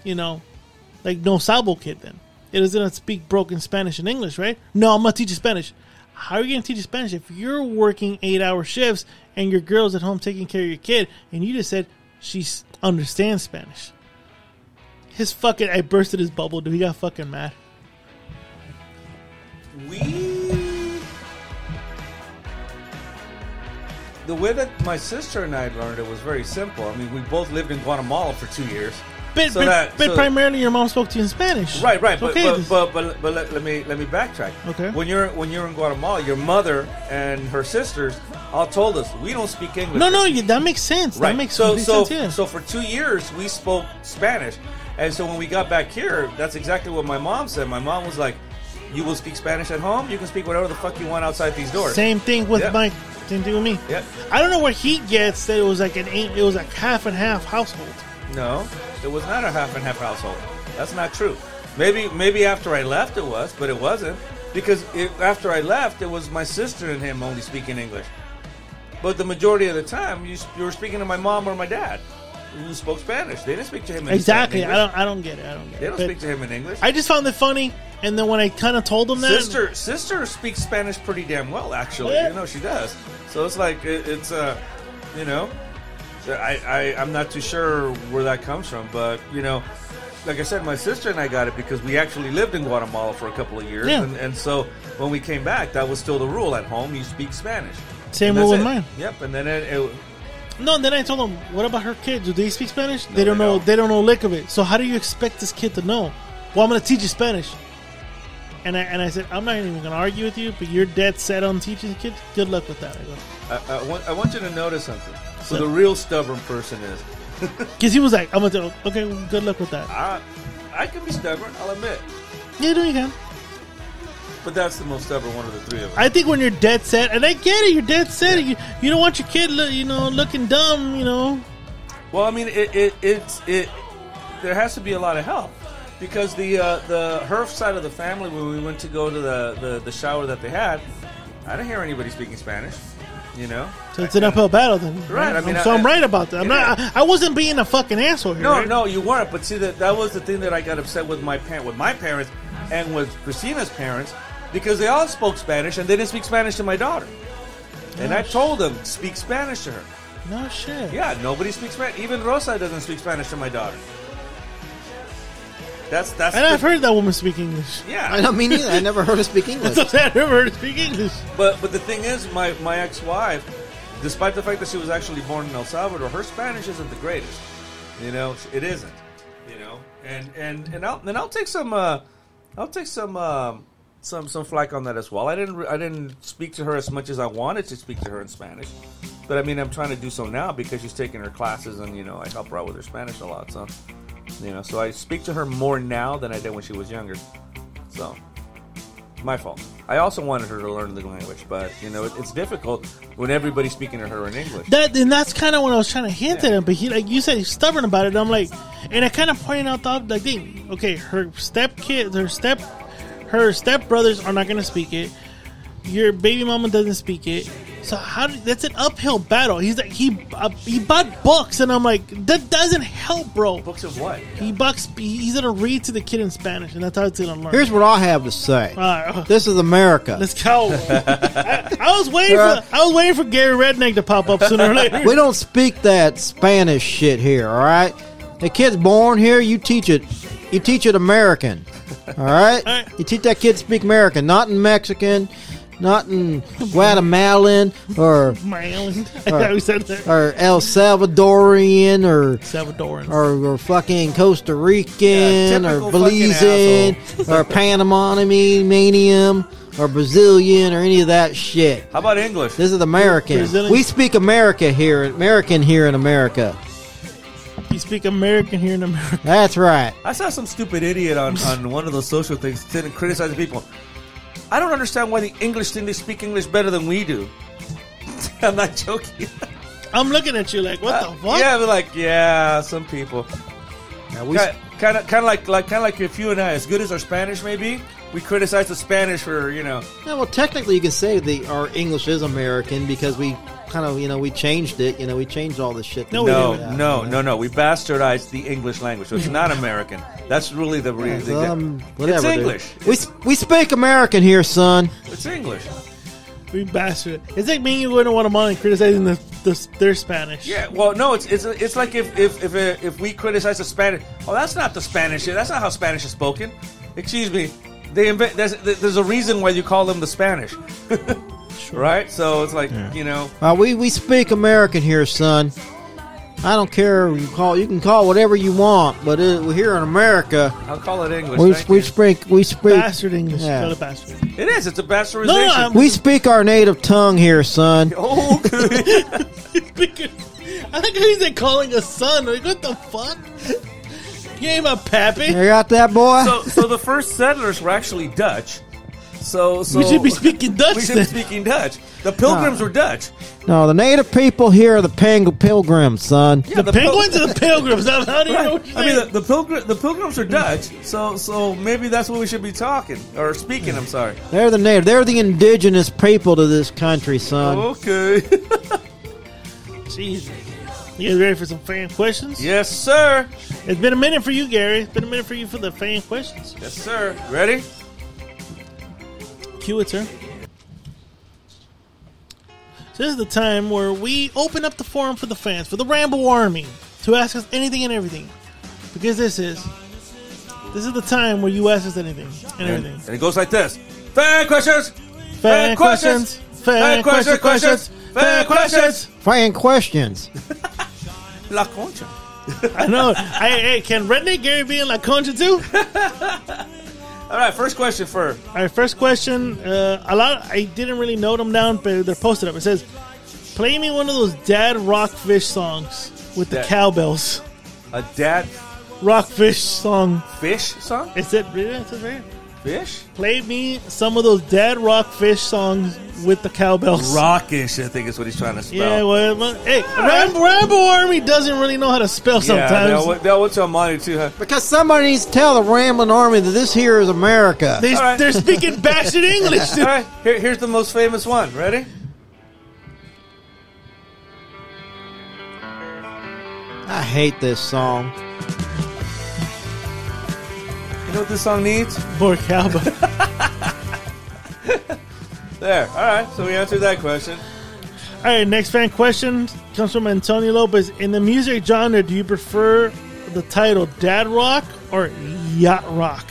Speaker 1: you know, like no sabo kid then. It is gonna speak broken Spanish and English, right? No, I'm gonna teach you Spanish. How are you gonna teach you Spanish if you're working eight hour shifts and your girl's at home taking care of your kid and you just said she s- understands Spanish? His fucking. I bursted his bubble, dude. He got fucking mad.
Speaker 2: We. The way that my sister and I learned it was very simple. I mean, we both lived in Guatemala for two years.
Speaker 1: But,
Speaker 2: So
Speaker 1: but,
Speaker 2: that-
Speaker 1: but
Speaker 2: so-
Speaker 1: primarily, your mom spoke to you in Spanish.
Speaker 2: Right, right.
Speaker 1: It's
Speaker 2: But,
Speaker 1: okay,
Speaker 2: but,
Speaker 1: this-
Speaker 2: but, but, but let, let me let me backtrack.
Speaker 1: Okay.
Speaker 2: When you're when you're in Guatemala, your mother and her sisters all told us we don't speak English.
Speaker 1: no, no, you, that makes sense.
Speaker 2: Right.
Speaker 1: That makes
Speaker 2: so
Speaker 1: complete
Speaker 2: so
Speaker 1: sense. Yeah.
Speaker 2: so for two years we spoke Spanish, and so when we got back here, that's exactly what my mom said. My mom was like, "You will speak Spanish at home. You can speak whatever the fuck you want outside these doors."
Speaker 1: Same thing with
Speaker 2: Yeah.
Speaker 1: Mike. Same thing with me.
Speaker 2: Yeah.
Speaker 1: I don't know what he gets. That it was like an eight, it was like half and half household.
Speaker 2: No, it was not a half and half household. That's not true. Maybe maybe after I left it was, but it wasn't because it, after I left it was my sister and him only speaking English. But the majority of the time you, s- you were speaking to my mom or my dad, who spoke Spanish. They didn't speak to him in
Speaker 1: Exactly.
Speaker 2: In
Speaker 1: I
Speaker 2: English.
Speaker 1: don't. I don't get it. I don't get
Speaker 2: They
Speaker 1: it.
Speaker 2: don't
Speaker 1: But
Speaker 2: speak to him in English.
Speaker 1: I just found it funny, and then when I kind of told him that,
Speaker 2: sister sister speaks Spanish pretty damn well actually.
Speaker 1: Yeah.
Speaker 2: You know she does. So it's like it, it's uh you know I, I I'm not too sure where that comes from, but you know like I said, my sister and I got it because we actually lived in Guatemala for a couple of years,
Speaker 1: Yeah.
Speaker 2: and, and so when we came back, that was still the rule at home. You speak Spanish.
Speaker 1: Same
Speaker 2: And
Speaker 1: rule
Speaker 2: that's
Speaker 1: with
Speaker 2: it.
Speaker 1: mine.
Speaker 2: Yep, and then it, it
Speaker 1: no. And then I told him, "What about her kid? Do they speak Spanish? they don't
Speaker 2: they
Speaker 1: know.
Speaker 2: don't.
Speaker 1: They don't know a lick of it. So how do you expect this kid to know? Well, I'm going to teach you Spanish." And I and I said, "I'm not even going to argue with you, but you're dead set on teaching the kid. Good luck with that." I go
Speaker 2: I, I, want, I want you to notice something. So
Speaker 1: Yeah.
Speaker 2: the real stubborn person is
Speaker 1: because he was like, "I'm going to okay. well, Good luck with that."
Speaker 2: I I can be stubborn, I'll admit,
Speaker 1: Yeah, no, you can.
Speaker 2: but that's the most stubborn one of the three of us.
Speaker 1: I think when you're dead set, and I get it, you're dead set. You, you don't want your kid, look, you know, looking dumb. You know,
Speaker 2: Well, I mean, it, it it's it. There has to be a lot of help because the uh, the Herf side of the family, when we went to go to the, the, the shower that they had, I didn't hear anybody speaking Spanish. You know,
Speaker 1: so it's an uphill battle. Then,
Speaker 2: Right, I mean,
Speaker 1: so I'm
Speaker 2: I-
Speaker 1: right about that. I'm
Speaker 2: Yeah.
Speaker 1: not. I, I wasn't being a fucking asshole here.
Speaker 2: No,
Speaker 1: right?
Speaker 2: no, you weren't. But see, that that was the thing that I got upset with my parent, with my parents, and with Christina's parents, because they all spoke Spanish and they didn't speak Spanish to my daughter. And I told them speak Spanish to her.
Speaker 1: no shit.
Speaker 2: Yeah, nobody speaks Spanish. Even Rosa doesn't speak Spanish to my daughter. That's that's.
Speaker 1: And
Speaker 2: the-
Speaker 1: I've heard that woman speak English.
Speaker 2: Yeah,
Speaker 3: I don't mean either. I never heard her speak
Speaker 1: [laughs]
Speaker 3: English.
Speaker 1: That's what I've heard her speak English.
Speaker 2: But but the thing is, my, my ex wife, despite the fact that she was actually born in El Salvador, her Spanish isn't the greatest. You know, it isn't. You know, and and and I'll and I'll take some uh, I'll take some um, some some flack on that as well. I didn't re- I didn't speak to her as much as I wanted to speak to her in Spanish. But I mean, I'm trying to do so now because she's taking her classes, and you know, I help her out with her Spanish a lot. So, you know, so I speak to her more now than I did when she was younger. So, my fault. I also wanted her to learn the language, but you know, it, it's difficult when everybody's speaking to her in English.
Speaker 1: That and that's kind of what I was trying to hint at
Speaker 2: Yeah.
Speaker 1: him. But he, like you said, he's stubborn about it. And I'm like, and I kind of pointed out the like thing. Okay, her step kid, her step, her step brothers are not going to speak it. Your baby mama doesn't speak it. So how? do- That's an uphill battle. He's like he uh, he bought books, and I'm like that doesn't help, bro.
Speaker 2: Books of what?
Speaker 1: He bucks. He's gonna read to the kid in Spanish, and that's how it's gonna learn.
Speaker 3: Here's what I have to say.
Speaker 1: [laughs] Uh,
Speaker 3: This is America.
Speaker 1: Let's
Speaker 2: [laughs]
Speaker 1: go. I, I was waiting
Speaker 3: Bruh.
Speaker 1: for I was waiting for Gary Redneck to pop up sooner or later.
Speaker 3: We don't speak that Spanish shit here, all right? The kid's born here, you teach it. You teach it American, all right?
Speaker 1: [laughs] All right.
Speaker 3: You teach that kid to speak American, not in Mexican, not in Guatemalan or
Speaker 1: [laughs] My island. I [laughs] thought we said that.
Speaker 3: or El Salvadorian or
Speaker 1: Salvadorans.
Speaker 3: or, or fucking Costa
Speaker 2: Yeah,
Speaker 3: Rican or
Speaker 2: typical
Speaker 3: Belizean or Panamanian or Brazilian or any of that shit.
Speaker 2: How about English?
Speaker 3: This is American.
Speaker 1: Brazilian-
Speaker 3: We speak America here, American here in America.
Speaker 1: You speak American here in America. [laughs]
Speaker 3: That's right.
Speaker 2: I saw some stupid idiot on, on one of those social things sitting criticizing people. I don't understand why the English think they speak English better than we do. [laughs] I'm not joking.
Speaker 1: I'm looking at you like,
Speaker 2: [laughs]
Speaker 1: what the fuck?
Speaker 2: Uh, Yeah, but like, yeah, some people.
Speaker 3: Now, we,
Speaker 2: Kind of, kind of like, like, kind of like if you and I, as good as our Spanish may be, we criticize the Spanish for you know.
Speaker 3: yeah, well, technically, you can say the our English is American because we kind of, you know, we changed it. You know, we changed all this shit.
Speaker 1: No, Oh, we
Speaker 2: No,
Speaker 1: didn't.
Speaker 2: no, no, no. We bastardized the English language,
Speaker 1: [laughs]
Speaker 2: so it's not American. That's really the reason.
Speaker 3: Um, whatever,
Speaker 2: it's
Speaker 3: dude.
Speaker 2: English.
Speaker 3: We we speak American here, son.
Speaker 2: It's English.
Speaker 1: We bastard. It's like me and you going to Guatemala and criticizing the the, they're Spanish.
Speaker 2: Yeah, well, no, it's it's it's like if if if, uh, if we criticize the Spanish, oh, that's not the Spanish. That's not how Spanish is spoken. Excuse me, they invent. There's, there's a reason why you call them the Spanish, [laughs] right? So it's like you know,
Speaker 3: Uh, we we speak American here, son. I don't care. You call you can call whatever you want, but it, we're here in America.
Speaker 2: I'll call it English.
Speaker 3: We,
Speaker 2: thank
Speaker 3: we
Speaker 2: you.
Speaker 3: speak we speak
Speaker 1: Bastard English.
Speaker 3: Yeah.
Speaker 1: Call it bastard. [laughs]
Speaker 2: it is. It's a bastardization.
Speaker 1: No, no, I'm-
Speaker 3: we speak our native tongue here, son.
Speaker 2: [laughs] oh, okay.
Speaker 1: I think he's like calling a son. Like, what the fuck? You ain't my pappy.
Speaker 3: You got that, boy?
Speaker 2: so so the first settlers were actually Dutch. So so
Speaker 1: we should be speaking Dutch
Speaker 2: [laughs] we should be
Speaker 1: then.
Speaker 2: speaking Dutch. The Pilgrims were Dutch.
Speaker 3: no, the native people here are the pang- pilgrims, son.
Speaker 2: Yeah,
Speaker 1: the
Speaker 2: Pil-
Speaker 1: penguins and the pilgrims. How, how do [laughs] you know what
Speaker 2: [laughs] Right.
Speaker 1: you're
Speaker 2: I mean, the,
Speaker 1: saying?
Speaker 2: the, pilgr- the pilgrims are Dutch, so so maybe that's what we should be talking or speaking. I'm sorry.
Speaker 3: They're the native. They're the indigenous people to this country, son.
Speaker 2: Okay. [laughs]
Speaker 1: Jesus. You guys ready for some fan questions?
Speaker 2: yes, sir.
Speaker 1: It's been a minute for you, Gary. It's been a minute for you for the fan questions.
Speaker 2: Yes, sir. Ready?
Speaker 1: Cue it, sir. So this is the time where we open up the forum for the fans, for the Ramble Army, to ask us anything and everything. Because this is this is the time where you ask us anything and
Speaker 2: And,
Speaker 1: everything.
Speaker 2: and it goes like this. Fan questions.
Speaker 1: Fan questions. Fan
Speaker 2: Fan
Speaker 1: question-
Speaker 2: question-
Speaker 1: questions.
Speaker 2: questions.
Speaker 1: Fan
Speaker 2: Fan
Speaker 1: questions.
Speaker 3: Fan questions.
Speaker 2: La concha.
Speaker 1: I know. Hey, hey, can Redneck Gary be in La Concha too?
Speaker 2: All right. First question for
Speaker 1: All right, first question. Uh, a lot. I didn't really note them down, but they're posted up. It says, "Play me one of those Dad Rockfish songs with the
Speaker 2: Dad.
Speaker 1: cowbells."
Speaker 2: a dad
Speaker 1: Rockfish song.
Speaker 2: fish song.
Speaker 1: Is it really? It says right here.
Speaker 2: Fish.
Speaker 1: Play me some of those Dad Rockfish songs with the cowbells.
Speaker 2: Rockish. I think is what he's trying to spell.
Speaker 1: Yeah, well, well, hey, Ram- Rambo Army doesn't really know how to spell
Speaker 2: Yeah,
Speaker 1: sometimes.
Speaker 2: that went, that went to Amani too. Huh?
Speaker 3: because somebody needs to tell the Ramblin' Army that this here is America.
Speaker 1: they,
Speaker 2: All right.
Speaker 1: They're
Speaker 2: [laughs]
Speaker 1: speaking bastard English.
Speaker 2: All
Speaker 1: dude.
Speaker 2: right, here, here's the most famous one. Ready?
Speaker 3: I hate this song.
Speaker 2: You know what this song needs?
Speaker 1: More cowbell.
Speaker 2: There. All right, so we answered that question.
Speaker 1: All right, next fan question comes from Antonio Lopez. In the music genre, do you prefer the title Dad Rock or Yacht Rock?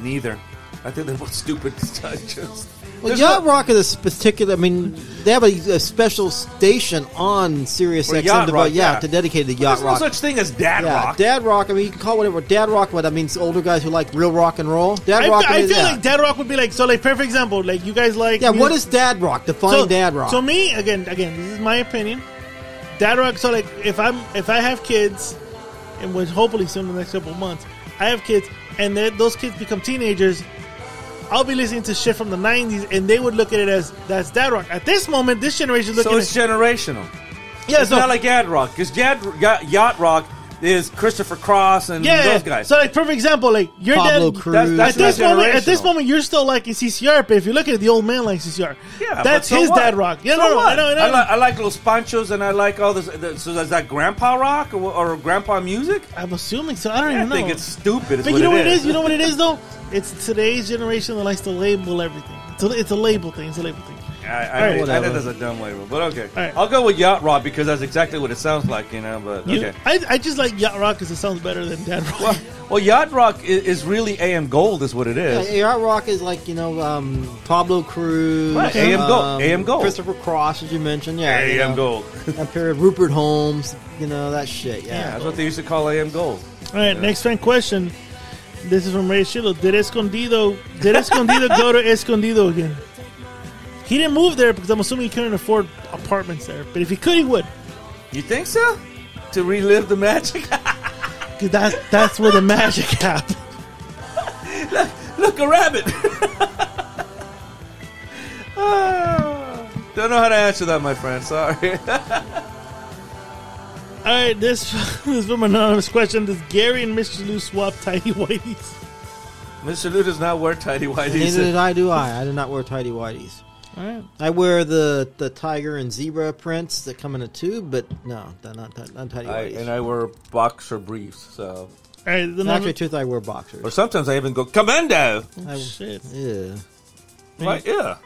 Speaker 2: Neither. I think they're both stupid [laughs] touches.
Speaker 3: Well,
Speaker 2: There's
Speaker 3: Yacht
Speaker 2: no-
Speaker 3: Rock is this particular. I mean, they have a, a special station on Sirius
Speaker 2: For
Speaker 3: XM,
Speaker 2: Yacht
Speaker 3: to,
Speaker 2: Rock,
Speaker 3: yeah,
Speaker 2: yeah.
Speaker 3: to dedicate to Yacht
Speaker 2: There's no
Speaker 3: Rock.
Speaker 2: such thing as dad
Speaker 3: yeah,
Speaker 2: rock.
Speaker 3: Dad Rock. I mean, you can call it whatever Dad Rock, but that means older guys who like real rock and roll. Dad
Speaker 1: I,
Speaker 3: Rock.
Speaker 1: I
Speaker 3: is-
Speaker 1: feel
Speaker 3: yeah.
Speaker 1: like Dad Rock would be like so. Like perfect example, like you guys like
Speaker 3: yeah, what
Speaker 1: music-
Speaker 3: is Dad Rock? Define
Speaker 1: so,
Speaker 3: Dad Rock.
Speaker 1: So me again, again, this is my opinion. Dad Rock. So like, if I'm if I have kids, and which hopefully soon in the next couple of months, I have kids, and then those kids become teenagers. I'll be listening to shit from the '90s, and they would look at it as that's Dad Rock. At this moment, this generation looking
Speaker 2: So
Speaker 1: at
Speaker 2: it's generational.
Speaker 1: Yeah,
Speaker 2: It's not like dad rock because yacht rock is Christopher Cross and
Speaker 1: yeah,
Speaker 2: those guys.
Speaker 1: So like, perfect example, like your
Speaker 3: Pablo
Speaker 1: dad.
Speaker 3: Cruz.
Speaker 2: That's-
Speaker 1: At
Speaker 2: that's-
Speaker 1: this
Speaker 2: not
Speaker 1: moment, at this
Speaker 2: generational.
Speaker 1: moment, you're still liking CCR, but if you look at it, the old man likes CCR.
Speaker 2: yeah, but
Speaker 1: that's
Speaker 2: so
Speaker 1: his
Speaker 2: what?
Speaker 1: dad rock. Yeah,
Speaker 2: so
Speaker 1: no, no,
Speaker 2: what?
Speaker 1: I know, I know.
Speaker 2: I, like, I like Los Panchos and I like all this. the- So is that grandpa rock or, or grandpa music?
Speaker 1: I'm assuming so. I don't
Speaker 2: I
Speaker 1: even know.
Speaker 2: think it's stupid. Is
Speaker 1: But
Speaker 2: what
Speaker 1: you know what it is?
Speaker 2: is.
Speaker 1: You know what it is though? It's today's generation that likes to label everything. It's a, it's a label thing. It's a label thing.
Speaker 2: I, I,
Speaker 1: All right,
Speaker 2: I think
Speaker 1: whatever.
Speaker 2: that's a dumb label, but okay.
Speaker 1: right.
Speaker 2: I'll go with yacht rock because that's exactly what it sounds like, you know. But
Speaker 1: You,
Speaker 2: okay.
Speaker 1: I, I just like yacht rock because it sounds better than dad rock.
Speaker 2: Well, well, yacht rock is, is really AM gold, is what it
Speaker 3: Yeah,
Speaker 2: is.
Speaker 3: Yacht Rock is like you know um, Pablo Cruz,
Speaker 2: Right, AM
Speaker 3: um,
Speaker 2: Gold, AM Gold.
Speaker 3: Christopher Cross, as you mentioned. Yeah, you know,
Speaker 2: AM gold.
Speaker 3: that period, Rupert Holmes, you know that shit. Yeah,
Speaker 2: That's what they used to call AM gold.
Speaker 1: All right, next fan question. This is from Ray Shillo. Did Escondido did Escondido go to Escondido again? He didn't move there because I'm assuming he couldn't afford apartments there. But if he could, he would.
Speaker 2: You think so? To relive the magic? [laughs]
Speaker 1: 'Cause that's that's where the magic [laughs] happened.
Speaker 2: Look, a rabbit. [laughs] Ah. Don't know how to answer that, my friend. Sorry. [laughs]
Speaker 1: All right, this, [laughs] this is from an anonymous question. Does Gary and Mr. Lou swap tidy whiteys?
Speaker 2: Mr. Lou does not wear tidy
Speaker 3: neither did
Speaker 2: whities.
Speaker 3: I. Do I? I did not wear tidy whities.
Speaker 1: All right.
Speaker 3: I wear the, the tiger and zebra prints that come in a tube, but no, they're not not, not
Speaker 2: [laughs]
Speaker 3: tidy
Speaker 2: I,
Speaker 3: whities.
Speaker 2: and I wear boxer briefs, so
Speaker 1: All right, the
Speaker 3: In actual
Speaker 1: anonymous-
Speaker 3: truth, I wear
Speaker 2: or
Speaker 3: boxers.
Speaker 2: sometimes
Speaker 1: Mm-hmm.
Speaker 2: Oh, I even go commando.
Speaker 3: I,
Speaker 1: shit.
Speaker 3: Yeah.
Speaker 2: Right? Yeah.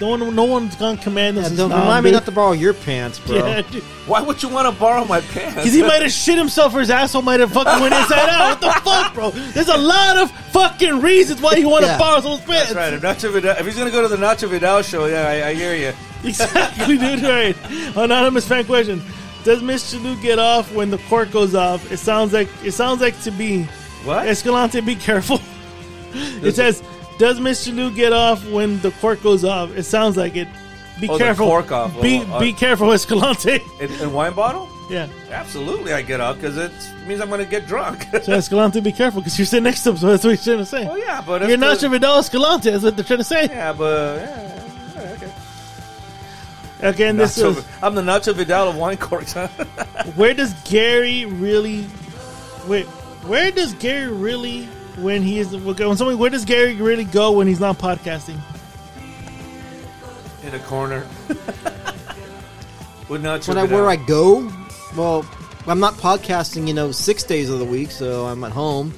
Speaker 1: No one, no one's gonna command us.
Speaker 3: Yeah, don't remind me not to borrow your pants,
Speaker 1: [laughs]
Speaker 3: bro.
Speaker 2: Why would you want to borrow my pants?
Speaker 1: Because he might have shit himself or his asshole might have fucking went inside out. What the fuck, bro? There's a lot of fucking reasons why you want to
Speaker 3: Yeah.
Speaker 1: borrow those pants.
Speaker 2: [laughs] That's right. If, Nacho Vidal, if he's going to go to the Nacho Vidal show, yeah, I, I hear you.
Speaker 1: [laughs] Exactly, dude. All right. Anonymous fan question. Does Miss Chalou get off when the cork goes off? It sounds like it sounds like to be.
Speaker 2: What?
Speaker 1: Escalante, be
Speaker 2: [laughs]
Speaker 1: careful. it says, Does Miss Chalou get off when the cork goes off? It sounds like it. Be
Speaker 2: Oh, the
Speaker 1: careful.
Speaker 2: cork off.
Speaker 1: Be
Speaker 2: Oh, uh,
Speaker 1: be careful, Escalante. [laughs]
Speaker 2: In, in wine bottle?
Speaker 1: yeah.
Speaker 2: Absolutely, I get up because it means I'm going to get drunk. [laughs]
Speaker 1: So Escalante, be careful because you're sitting next to him, so that's what he's trying to say.
Speaker 2: well, yeah, but if
Speaker 1: You're not
Speaker 2: the-
Speaker 1: sure Vidal Escalante. That's what they're trying to say.
Speaker 2: Yeah, but yeah, yeah, okay.
Speaker 1: Okay, and this
Speaker 2: Nacho-
Speaker 1: is
Speaker 2: I'm the Nacho Vidal of wine [laughs] corks. huh?
Speaker 1: where does Gary really? Wait, where does Gary really when he is when somebody? Where does Gary really go when he's not podcasting?
Speaker 2: in a corner. [laughs] With Nacho
Speaker 3: when I,
Speaker 2: Vidal.
Speaker 3: where I go, well, I'm not podcasting, you know, six days of the week, so I'm at home.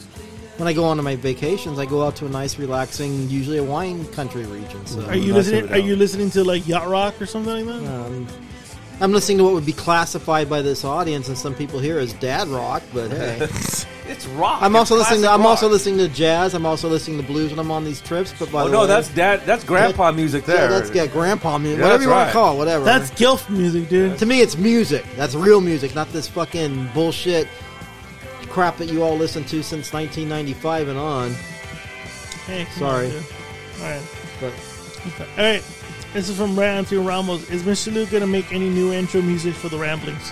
Speaker 3: When I go on my vacations, I go out to a nice, relaxing, usually a wine country region. So
Speaker 1: Are you
Speaker 2: Nacho
Speaker 1: listening?
Speaker 2: Vidal.
Speaker 1: Are you listening to like yacht rock or something like that?
Speaker 3: um, I'm listening to what would be classified by this audience, and some people here as dad rock.
Speaker 2: [laughs]
Speaker 3: But hey,
Speaker 2: It's rock.
Speaker 3: I'm
Speaker 2: It's
Speaker 3: also listening. To,
Speaker 2: classic
Speaker 3: I'm
Speaker 2: rock.
Speaker 3: also listening to jazz. I'm also listening to blues when I'm on these trips. But by
Speaker 2: Oh
Speaker 3: the
Speaker 2: no,
Speaker 3: way,
Speaker 2: that's dad. That's grandpa music
Speaker 3: yeah,
Speaker 2: there.
Speaker 3: that's yeah, grandpa music,
Speaker 2: Yeah, that's
Speaker 3: whatever you want
Speaker 2: right.
Speaker 3: to call, it, whatever.
Speaker 1: That's gilf music, dude. [laughs]
Speaker 3: To me, it's music. That's real music, not this fucking bullshit crap that you all listen to since 1995 and on.
Speaker 1: Hey, come
Speaker 3: Sorry.
Speaker 1: on, dude. All right.
Speaker 3: But
Speaker 1: All right. This is from Ray Antonio Ramos. Is Mr. Luke gonna make any new intro music for the Ramblings?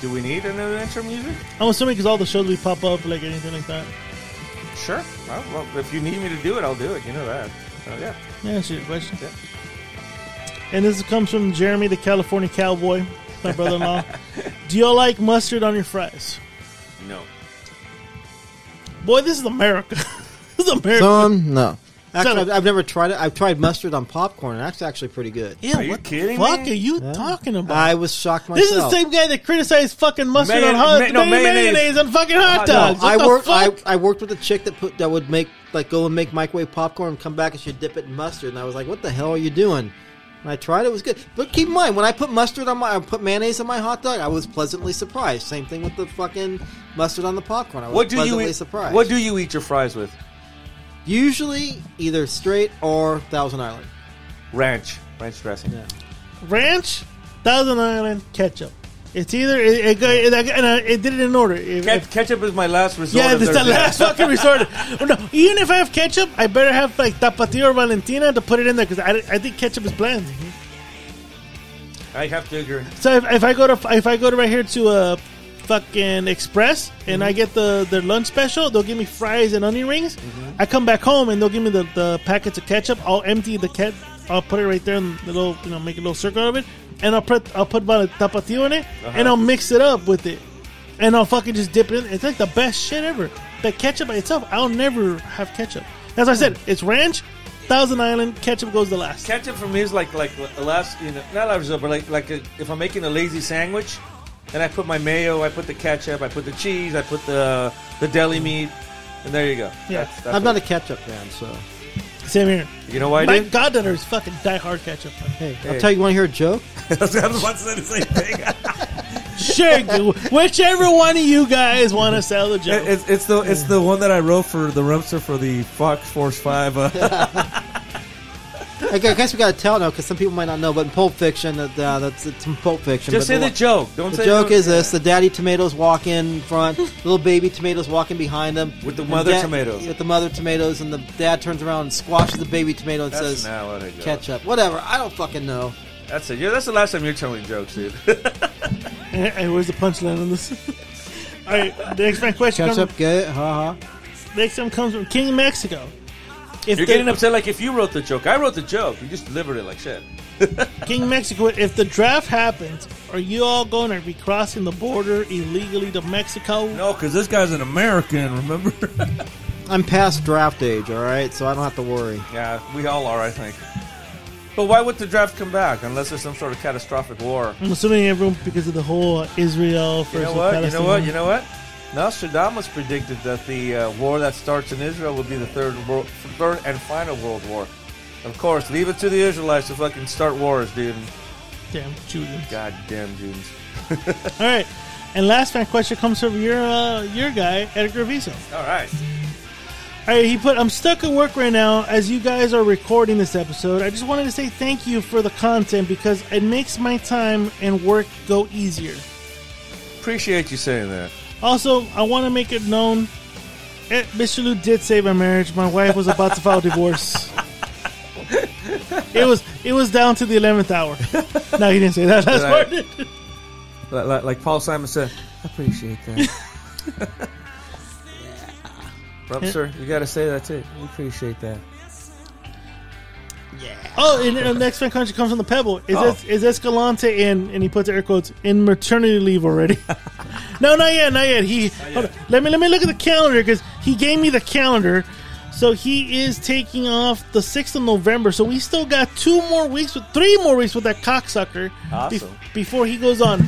Speaker 2: Do we need another intro music?
Speaker 1: I'm assuming because all the shows we pop up, like anything like that.
Speaker 2: Sure. Well, well, if you need me to do it, I'll do it. You know that. So yeah.
Speaker 1: Yeah, shoot, question.
Speaker 2: Yeah.
Speaker 1: And this comes from Jeremy, the California cowboy, my brother-in-law. Do you all like mustard on your fries?
Speaker 2: No.
Speaker 1: Boy, this is America. [laughs] this is America.
Speaker 3: some no. Actually,
Speaker 1: Some-
Speaker 3: I've, I've never tried it. I've tried mustard on popcorn, and that's actually pretty good.
Speaker 1: yeah,
Speaker 2: Are you
Speaker 1: what the
Speaker 2: kidding
Speaker 1: fuck
Speaker 2: me?
Speaker 1: are you
Speaker 3: Yeah.
Speaker 1: talking about?
Speaker 3: I was shocked
Speaker 1: this is the
Speaker 3: myself.
Speaker 1: same guy that criticized fucking mustard
Speaker 2: Mayo-
Speaker 1: on hot
Speaker 2: ma- no,
Speaker 1: mayonnaise.
Speaker 2: mayonnaise.
Speaker 1: on fucking hot
Speaker 2: Hot
Speaker 1: dogs.
Speaker 2: dogs.
Speaker 1: What
Speaker 3: I
Speaker 1: the
Speaker 3: worked. I,
Speaker 1: fuck?
Speaker 3: I worked with a chick that put that would make like go and make microwave popcorn, and come back and she'd dip it in mustard, and I was like, "What the hell are you doing?" And I tried it; it was good. But keep in mind, when I put mustard on my, I put mayonnaise on my hot dog, I was pleasantly surprised. Same thing with the fucking mustard on the popcorn. I was
Speaker 2: What do you
Speaker 3: pleasantly
Speaker 2: eat?
Speaker 3: surprised.
Speaker 2: What do you eat your fries with?
Speaker 3: usually either straight or Thousand Island?
Speaker 2: Ranch, ranch dressing.
Speaker 3: Yeah.
Speaker 1: Ranch, Thousand Island, ketchup. It's either it, it, go- it, and I, it did it in order. If- if-
Speaker 2: Ke- ketchup is my last resort.
Speaker 1: Yeah,
Speaker 2: if
Speaker 1: this is the last [laughs]
Speaker 2: there's-
Speaker 1: fucking resort. Oh, no, even if I have ketchup, I better have like Tapatio or Valentina to put it in there because I, I think ketchup is bland.
Speaker 2: I have to agree.
Speaker 1: So if, if I go to if I go to right here to a fucking Express
Speaker 2: Mm-hmm.
Speaker 1: and I get the their lunch special, they'll give me fries and onion rings.
Speaker 2: Mm-hmm.
Speaker 1: I come back home and they'll give me the, the packets of ketchup. I'll empty the ket. I'll put it right there and the little you know make a little circle out of it, and I'll put I'll put about tapatio in it,
Speaker 2: Uh-huh.
Speaker 1: and I'll mix it up with it, and I'll fucking just dip it in. It's like the best shit ever. The ketchup by itself, I'll never have ketchup. As I said, it's ranch, Thousand Island ketchup goes the last.
Speaker 2: Ketchup for me is like like a last, you know, not last resort, but like like a, if I'm making a lazy sandwich, and I put my mayo, I put the ketchup, I put the cheese, I put the the deli meat, and there you go.
Speaker 1: Yeah.
Speaker 2: That's- that's
Speaker 3: I'm not a
Speaker 2: what-
Speaker 3: ketchup fan, so
Speaker 1: Same here.
Speaker 2: you know why,
Speaker 1: My
Speaker 2: dude?
Speaker 1: goddaughter is fucking diehard ketchup.
Speaker 3: hey, I'll tell you. Want to hear a joke?
Speaker 2: I was about to say the same thing.
Speaker 1: Sure, whichever one of you guys want to sell the joke.
Speaker 2: It's, it's the it's the one that I wrote for the rumster for the Fox Force Five. Uh,
Speaker 3: I gu- I guess we got to tell now because some people might not know. But in Pulp Fiction, that uh, that's it's in Pulp Fiction.
Speaker 2: just
Speaker 3: but
Speaker 2: say the joke. Don't
Speaker 3: The
Speaker 2: say
Speaker 3: joke is this: the daddy tomatoes walk in front, little baby tomatoes walking behind them,
Speaker 2: With the
Speaker 3: and
Speaker 2: mother tomatoes.
Speaker 3: with the mother tomatoes, and the dad turns around and squashes the baby tomato and
Speaker 2: That's
Speaker 3: says,
Speaker 2: not what I do.
Speaker 3: "Ketchup, whatever." I don't fucking know.
Speaker 2: That's it. Yeah, that's the last time you're telling jokes,
Speaker 3: [laughs]
Speaker 2: dude.
Speaker 1: Hey, hey, where's the punchline on this? [laughs] All right, the next fan question. Comes,
Speaker 3: Ketchup, good, haha.
Speaker 1: next one comes from King Mexico. If the,
Speaker 2: you're getting upset like if you wrote the joke. I wrote the joke. You just delivered it like shit.
Speaker 1: King Mexico, if the draft happens, are you all going to be crossing the border illegally to Mexico?
Speaker 2: No, because this guy's an American. Remember? [laughs]
Speaker 3: I'm past draft age, all right, so I don't have to worry.
Speaker 2: yeah, we all are, I think. But why would the draft come back unless there's some sort of catastrophic war?
Speaker 1: I'm assuming everyone because of the whole Israel versus
Speaker 2: You know what? You
Speaker 1: Palestine.
Speaker 2: know what? You know what? Nostradamus predicted that the uh, war that starts in Israel would be the third, world, third and final world war. Of course, leave it to the Israelites to fucking start wars, dude.
Speaker 1: Damn Julian.
Speaker 2: Goddamn Jews.
Speaker 1: All right. And last fan question comes from your uh, your guy, Edgar Viso.
Speaker 2: All right.
Speaker 1: All right, he put, I'm stuck at work right now as you guys are recording this episode. I just wanted to say thank you for the content because it makes my time and work go easier.
Speaker 2: Appreciate you saying that.
Speaker 1: Also, I want to make it known eh, Mr. Lou did save my marriage. My wife was about to file divorce. It was it was down to the eleventh hour. No, he didn't say that last
Speaker 2: Right.
Speaker 1: part.
Speaker 2: Like, like, like Paul Simon said, appreciate [laughs] that. Rumster, you gotta say that too. We appreciate that.
Speaker 1: Oh, and the next fan question comes from the Pebble. Is
Speaker 2: Oh.
Speaker 1: Es- is Escalante in? And he puts air quotes in maternity leave already. no, not yet, not yet. He Hold on. let me let me look at the calendar because he gave me the calendar. So he is taking off the sixth of November. So we still got two more weeks, with three more weeks with that cocksucker bef-
Speaker 2: Awesome.
Speaker 1: before he goes on uh,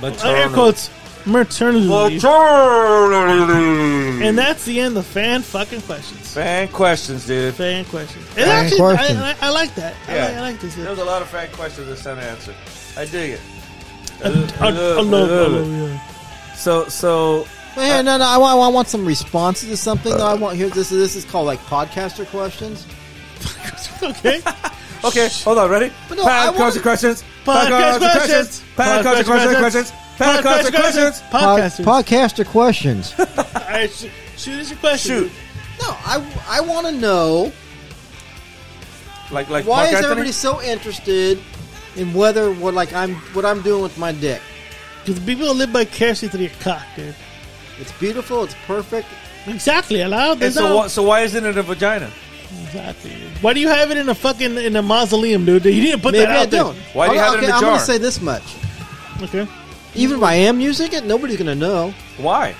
Speaker 2: Maternal.
Speaker 1: air quotes maternity leave.
Speaker 2: Maternal.
Speaker 1: And that's the end of fan fucking questions.
Speaker 2: Fan questions, dude.
Speaker 1: Fan questions. And
Speaker 3: Fan
Speaker 1: actually,
Speaker 3: questions.
Speaker 1: I, I, I like that. I,
Speaker 2: Yeah.
Speaker 1: like, I like this.
Speaker 2: There was a lot of fan questions this time to answer. I dig it.
Speaker 1: I, I love, I love it.
Speaker 2: So, so
Speaker 3: Hey, no, no, I want, I want some responses to something. that I want here. This is this is called like podcaster questions.
Speaker 1: okay.
Speaker 2: okay, hold on, ready?
Speaker 3: But no, I
Speaker 2: Fan
Speaker 3: wanna-
Speaker 2: question questions.
Speaker 1: Podcast
Speaker 2: question
Speaker 1: questions. Podcast questions.
Speaker 2: Fan question questions. Fan question questions.
Speaker 3: Pod-
Speaker 1: Podcasters.
Speaker 3: podcaster [laughs] questions. no,
Speaker 1: All right, shoot, shoot us your question.
Speaker 2: Shoot,
Speaker 3: I I want to know
Speaker 2: like like
Speaker 3: why
Speaker 2: Mark
Speaker 3: is
Speaker 2: Anthony?
Speaker 3: everybody so interested in whether what like I'm what I'm doing with my dick.
Speaker 1: Because people live vicariously through your cock, dude.
Speaker 3: It's beautiful. It's perfect.
Speaker 1: Exactly. Allow
Speaker 2: And
Speaker 1: this
Speaker 2: so,
Speaker 1: out.
Speaker 2: wha- so why isn't it a vagina?
Speaker 1: Exactly. Why do you have it in a fucking in a mausoleum, dude? You need to put
Speaker 3: Maybe
Speaker 1: that out
Speaker 3: I don't.
Speaker 1: there.
Speaker 2: Why do you
Speaker 3: okay,
Speaker 2: have it in
Speaker 3: okay,
Speaker 2: the
Speaker 3: I'm
Speaker 2: jar?
Speaker 3: gonna say this much.
Speaker 1: Okay.
Speaker 3: Even if I am using it, nobody's gonna know.
Speaker 2: Why?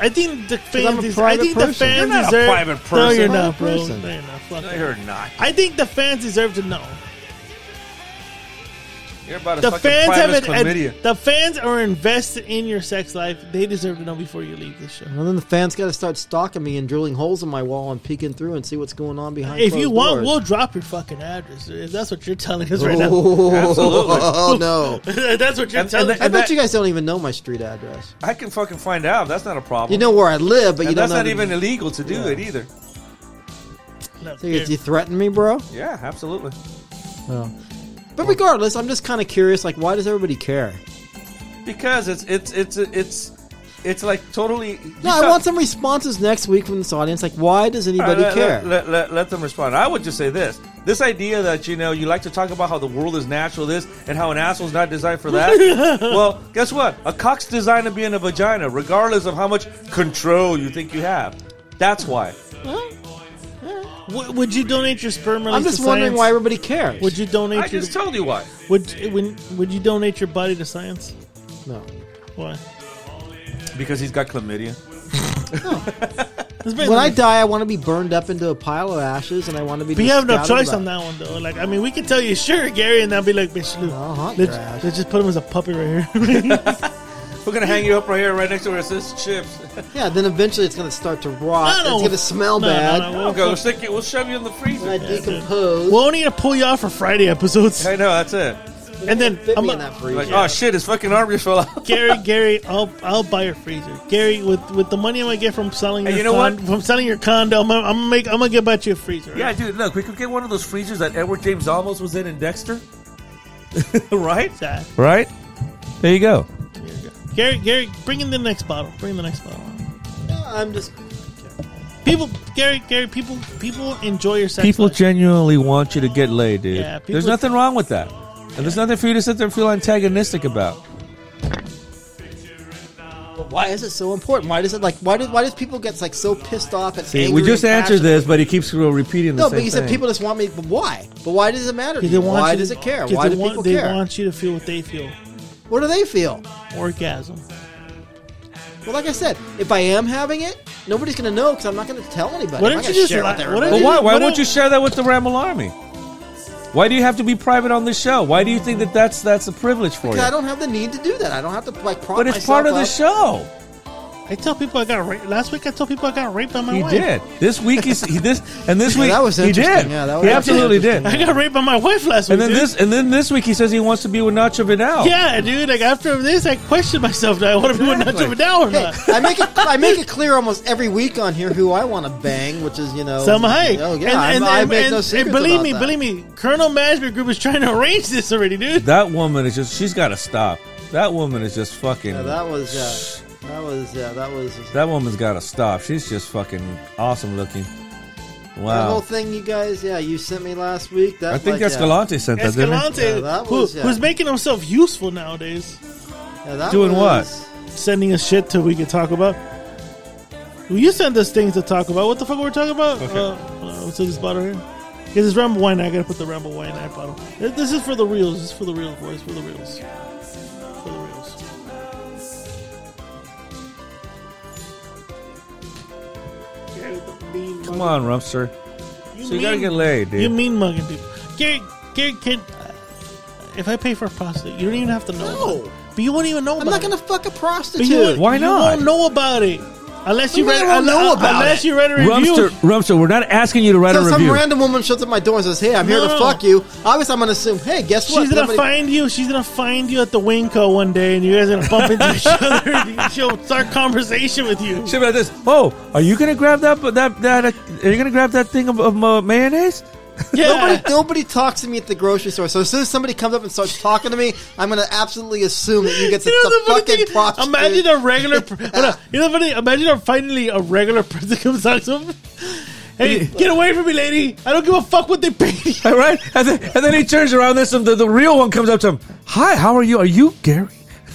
Speaker 1: I think the
Speaker 3: I'm
Speaker 1: fans.
Speaker 3: a
Speaker 1: Des- I
Speaker 3: private
Speaker 1: think the
Speaker 3: person.
Speaker 1: fans
Speaker 2: You're not a
Speaker 1: deserve.
Speaker 2: private
Speaker 1: No,
Speaker 2: person.
Speaker 1: you're not, bro. No,
Speaker 3: Private person.
Speaker 1: you're not. Fuck
Speaker 2: No,
Speaker 1: that.
Speaker 2: you're not.
Speaker 1: I think the fans deserve to know.
Speaker 2: You're about a
Speaker 1: The
Speaker 2: fucking
Speaker 1: fans have
Speaker 2: fans
Speaker 1: an,
Speaker 2: chlamydia.
Speaker 1: the fans are invested in your sex life. They deserve to know before you leave this show.
Speaker 3: Well, then the fans got to start stalking me and drilling holes in my wall and peeking through and see what's going on behind.
Speaker 1: If you
Speaker 3: closed
Speaker 1: want,
Speaker 3: doors.
Speaker 1: we'll drop your fucking address. dude, If that's what you're telling us right
Speaker 3: [laughs]
Speaker 1: now.
Speaker 3: Oh,
Speaker 2: Absolutely.
Speaker 3: oh,
Speaker 1: [laughs]
Speaker 3: no!
Speaker 1: that's what you're
Speaker 2: And-
Speaker 1: telling.
Speaker 2: and
Speaker 3: I
Speaker 1: us.
Speaker 3: bet
Speaker 2: that-
Speaker 3: you guys don't even know my street address.
Speaker 2: I can fucking find out. That's not a problem.
Speaker 3: You know where I live, but
Speaker 2: and
Speaker 3: you don't
Speaker 2: that's
Speaker 3: know.
Speaker 2: not
Speaker 3: the-
Speaker 2: even illegal to do
Speaker 3: Yeah.
Speaker 2: that either.
Speaker 1: Look,
Speaker 3: So you, you
Speaker 1: here.
Speaker 3: threaten me, bro?
Speaker 2: Yeah, absolutely. Oh.
Speaker 3: But regardless, I'm just kind of curious. Like, why does everybody care?
Speaker 2: Because it's it's it's it's it's like totally.
Speaker 3: No, I want some responses next week from this audience. Like, why does
Speaker 2: All right,
Speaker 3: anybody
Speaker 2: let-
Speaker 3: care?
Speaker 2: Let, let, let- let them respond. I would just say this: this idea that you know you like to talk about how the world is natural this and how an asshole's not designed for
Speaker 3: [laughs]
Speaker 2: that. well, guess what? A cock's designed to be in a vagina, regardless of how much control you think you have. That's why.
Speaker 1: W- would you donate your sperm?
Speaker 3: I'm
Speaker 1: release
Speaker 3: just
Speaker 1: to
Speaker 3: wondering
Speaker 1: science?
Speaker 3: why everybody cares.
Speaker 1: Would you donate?
Speaker 2: I
Speaker 1: your,
Speaker 2: just told you why.
Speaker 1: would when, would you donate your body to science?
Speaker 3: no.
Speaker 1: Why?
Speaker 2: Because he's got chlamydia.
Speaker 1: It's been-
Speaker 3: When I die, I want to be burned up into a pile of ashes, and I want to be.
Speaker 1: we have no
Speaker 3: scattered
Speaker 1: choice
Speaker 3: about-
Speaker 1: on that one though. Like I mean, we could tell you sure, Gary, and I'll be like, bitch, Lou,
Speaker 3: I'll hunt
Speaker 1: let's,
Speaker 3: your ass.
Speaker 1: let's just put him as a puppy right here.
Speaker 3: [laughs]
Speaker 2: We're gonna hang you up right here, right next to where it says chips.
Speaker 3: Yeah, then eventually it's going to start to rot.
Speaker 1: No, no.
Speaker 3: It's going to smell
Speaker 1: No, no,
Speaker 3: bad.
Speaker 1: no,
Speaker 2: We'll go stick you. We'll shove you in the freezer.
Speaker 3: When
Speaker 1: [laughs]
Speaker 3: I decompose.
Speaker 1: we'll only need to pull you off for Friday episodes,
Speaker 2: I know that's it.
Speaker 1: and then
Speaker 3: fit
Speaker 1: I'm
Speaker 3: me
Speaker 1: a-
Speaker 3: in that freezer.
Speaker 2: Like, oh shit, his fucking arm just fell out.
Speaker 1: Gary, Gary, I'll I'll buy your freezer. Gary, with with the money I'm gonna get from selling,
Speaker 2: Hey,
Speaker 1: your
Speaker 2: you know
Speaker 1: con-
Speaker 2: what?
Speaker 1: From selling your condo, I'm, gonna- I'm gonna make I'm gonna get about you a freezer.
Speaker 2: Yeah, dude, look, we could get one of those freezers that Edward James almost was in in Dexter. [laughs] right?
Speaker 1: Sad.
Speaker 2: Right? There you go.
Speaker 1: Gary, Gary, bring in the next bottle. Bring in the next bottle.
Speaker 3: I'm just.
Speaker 1: People, Gary, Gary, people, people enjoy your sex.
Speaker 2: People
Speaker 1: life.
Speaker 2: genuinely want you to get laid, dude.
Speaker 1: Yeah, people-
Speaker 2: there's nothing wrong with that. And there's nothing for you to sit there and feel antagonistic about.
Speaker 3: Why is it so important? Why does it like? Why do why does people get like so pissed off at?
Speaker 2: See, we just answered this, but he keeps repeating the
Speaker 3: No,
Speaker 2: same
Speaker 3: but you said
Speaker 2: thing.
Speaker 3: people just want me. But why? But why does it matter? To
Speaker 1: Because they
Speaker 3: you?
Speaker 1: want
Speaker 3: Why
Speaker 1: you to-
Speaker 3: does it care?
Speaker 1: because
Speaker 3: Why
Speaker 1: they
Speaker 3: do
Speaker 1: want-
Speaker 3: people
Speaker 1: They
Speaker 3: care?
Speaker 1: want you to feel what they feel.
Speaker 3: What do they feel?
Speaker 1: Orgasm.
Speaker 3: Well, like I said, if I am having it, nobody's gonna know because I'm not gonna tell anybody.
Speaker 1: Why
Speaker 3: I'm
Speaker 1: don't
Speaker 3: not
Speaker 1: you
Speaker 3: gonna
Speaker 1: just
Speaker 3: share
Speaker 1: li-
Speaker 3: with
Speaker 1: why
Speaker 3: everybody.
Speaker 1: don't
Speaker 2: But why, why
Speaker 1: Why
Speaker 2: won't
Speaker 1: don't-
Speaker 2: you share that with the Ramble Army? Why do you have to be private on this show? Why do you think that that's that's a privilege for
Speaker 3: Because I
Speaker 2: you?
Speaker 3: don't have the need to do that. I don't have to like prop
Speaker 2: But it's
Speaker 3: myself
Speaker 2: part of the
Speaker 3: up.
Speaker 2: show.
Speaker 1: I tell people I got raped. Last week I told people I got raped by my
Speaker 2: He
Speaker 1: wife.
Speaker 2: did this week. He's, he this and this
Speaker 3: [laughs] Yeah,
Speaker 2: week
Speaker 3: that was
Speaker 2: he did.
Speaker 3: interesting. Yeah, that was
Speaker 2: he absolutely
Speaker 3: interesting.
Speaker 2: did.
Speaker 1: I got raped by my wife last
Speaker 2: And
Speaker 1: week.
Speaker 2: then
Speaker 1: dude.
Speaker 2: this oh. and then this week he says he wants to be with Nacho Vidal.
Speaker 1: Yeah, dude. Like after this, I questioned myself. Do I want to be with
Speaker 2: Exactly.
Speaker 1: Nacho Vidal or
Speaker 3: Hey,
Speaker 1: not?
Speaker 3: [laughs] I make it. I make it clear almost every week on here who I want to bang, which is you know
Speaker 1: Selma Hayek.
Speaker 3: Oh yeah, I- I, make no secrets
Speaker 1: and believe
Speaker 3: about
Speaker 1: me,
Speaker 3: that.
Speaker 1: believe me, Colonel Management Group is trying to [laughs] arrange this already, dude.
Speaker 2: That woman is just she's got to stop. That woman is just fucking.
Speaker 3: Yeah,
Speaker 2: that,
Speaker 3: that was uh, yeah, that was yeah, that was
Speaker 2: woman's got to stop. She's just fucking awesome looking.
Speaker 3: the whole
Speaker 2: Wow.
Speaker 3: thing. You guys, yeah, you sent me last week. That
Speaker 2: I think
Speaker 3: like, uh,
Speaker 2: Escalante sent that. Didn't he?
Speaker 1: Escalante,
Speaker 3: Yeah, that
Speaker 1: who-
Speaker 3: was, yeah.
Speaker 1: who's making himself useful nowadays,
Speaker 3: yeah, yeah, that
Speaker 2: Doing what?
Speaker 3: was-
Speaker 1: sending us shit till we can talk about. Well, you send us things to talk about. What the fuck are we talking about?
Speaker 2: Okay.
Speaker 1: Uh, Uh, what's in this bottle here? Because it's Ramble Wine. I gotta put the Ramble Wine Night bottle. Th- This is for the reels. This is for the reels, boys. For the reels. For the reels.
Speaker 2: Come on, Rumpster. So you gotta get laid, dude.
Speaker 1: You mean mugging people. Gary, Gary, can, if I pay for a prostitute, you don't even have to know.
Speaker 3: No.
Speaker 1: about it. But you won't even know
Speaker 3: I'm
Speaker 1: about
Speaker 3: not
Speaker 1: it.
Speaker 3: gonna fuck a
Speaker 1: But you
Speaker 3: prostitute.
Speaker 1: won't-
Speaker 2: Why not?
Speaker 1: You won't know about it. Unless you
Speaker 3: What do
Speaker 1: read
Speaker 3: you mean I won't know about
Speaker 1: unless
Speaker 3: it?
Speaker 1: you read a review.
Speaker 2: Rumpster, Rumpster, we're not asking you to write a
Speaker 3: So some
Speaker 2: review.
Speaker 3: random woman shows up at my door and says, "Hey, I'm here
Speaker 1: No.
Speaker 3: to fuck you." Obviously, I'm gonna assume, "Hey, guess what?"
Speaker 1: She's gonna
Speaker 3: Nobody-
Speaker 1: find you. She's gonna find you at the Winco one day, and you guys are gonna bump into each [laughs] other. And she'll start conversation with you.
Speaker 2: Shit about this. Oh, are you gonna grab that? That that? Uh, are you gonna grab that thing of, of uh, mayonnaise?
Speaker 1: Yeah,
Speaker 3: [laughs] Nobody, nobody talks to me at the grocery store. So as soon as somebody comes up and starts talking to me, I'm gonna absolutely assume that
Speaker 1: [laughs]
Speaker 3: you get
Speaker 1: You know
Speaker 3: some
Speaker 1: the funny
Speaker 3: fucking
Speaker 1: thing-
Speaker 3: prostitute.
Speaker 1: Imagine a regular. per- Hold on. You know, the funny. Imagine a finally a regular person comes out to him. Hey, get away from me, lady! I don't give a fuck what they paid you.
Speaker 2: All right, and then, and then he turns around. This the, the real one comes up to him. Hi, how are you? Are you Gary?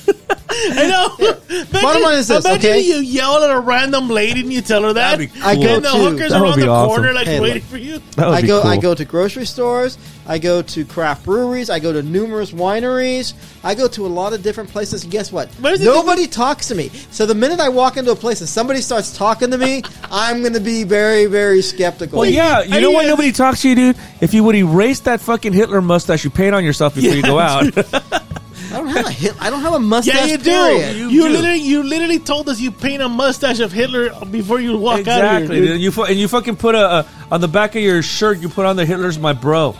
Speaker 1: I know. Imagine-
Speaker 3: Bottom line is this,
Speaker 1: imagine
Speaker 3: okay?
Speaker 1: you yell at a random lady and you tell her that.
Speaker 2: That'd be
Speaker 3: I cool. go
Speaker 1: and the
Speaker 3: to-
Speaker 1: hookers are
Speaker 2: that would
Speaker 1: around
Speaker 2: be
Speaker 1: the
Speaker 2: awesome.
Speaker 1: corner, like
Speaker 3: Hey,
Speaker 1: waiting
Speaker 3: look.
Speaker 1: for you.
Speaker 2: That would
Speaker 3: I
Speaker 2: be
Speaker 3: go.
Speaker 2: cool.
Speaker 3: I go to grocery stores. I go to craft breweries. I go to numerous wineries. I go to a lot of different places. And guess what?
Speaker 1: But isn't
Speaker 3: Nobody talks to me. So the minute I walk into a place and somebody starts talking
Speaker 1: [laughs]
Speaker 3: to me, I'm going to be very, very skeptical.
Speaker 2: Well, yeah, you
Speaker 1: I
Speaker 2: know
Speaker 1: mean,
Speaker 2: why
Speaker 1: it's-
Speaker 2: nobody talks to you, dude? If you would erase that fucking Hitler mustache you paint on yourself before you go [laughs] out.
Speaker 3: I don't have a hit. I don't have a mustache.
Speaker 1: Yeah, you do.
Speaker 3: period.
Speaker 1: You,
Speaker 2: You do.
Speaker 1: literally, you literally told us you paint a mustache of Hitler before you walk out of
Speaker 2: exactly.
Speaker 1: here. dude.
Speaker 2: dude. You fu- and you fucking put a, a on the back of your shirt. You put on the Hitler's my bro.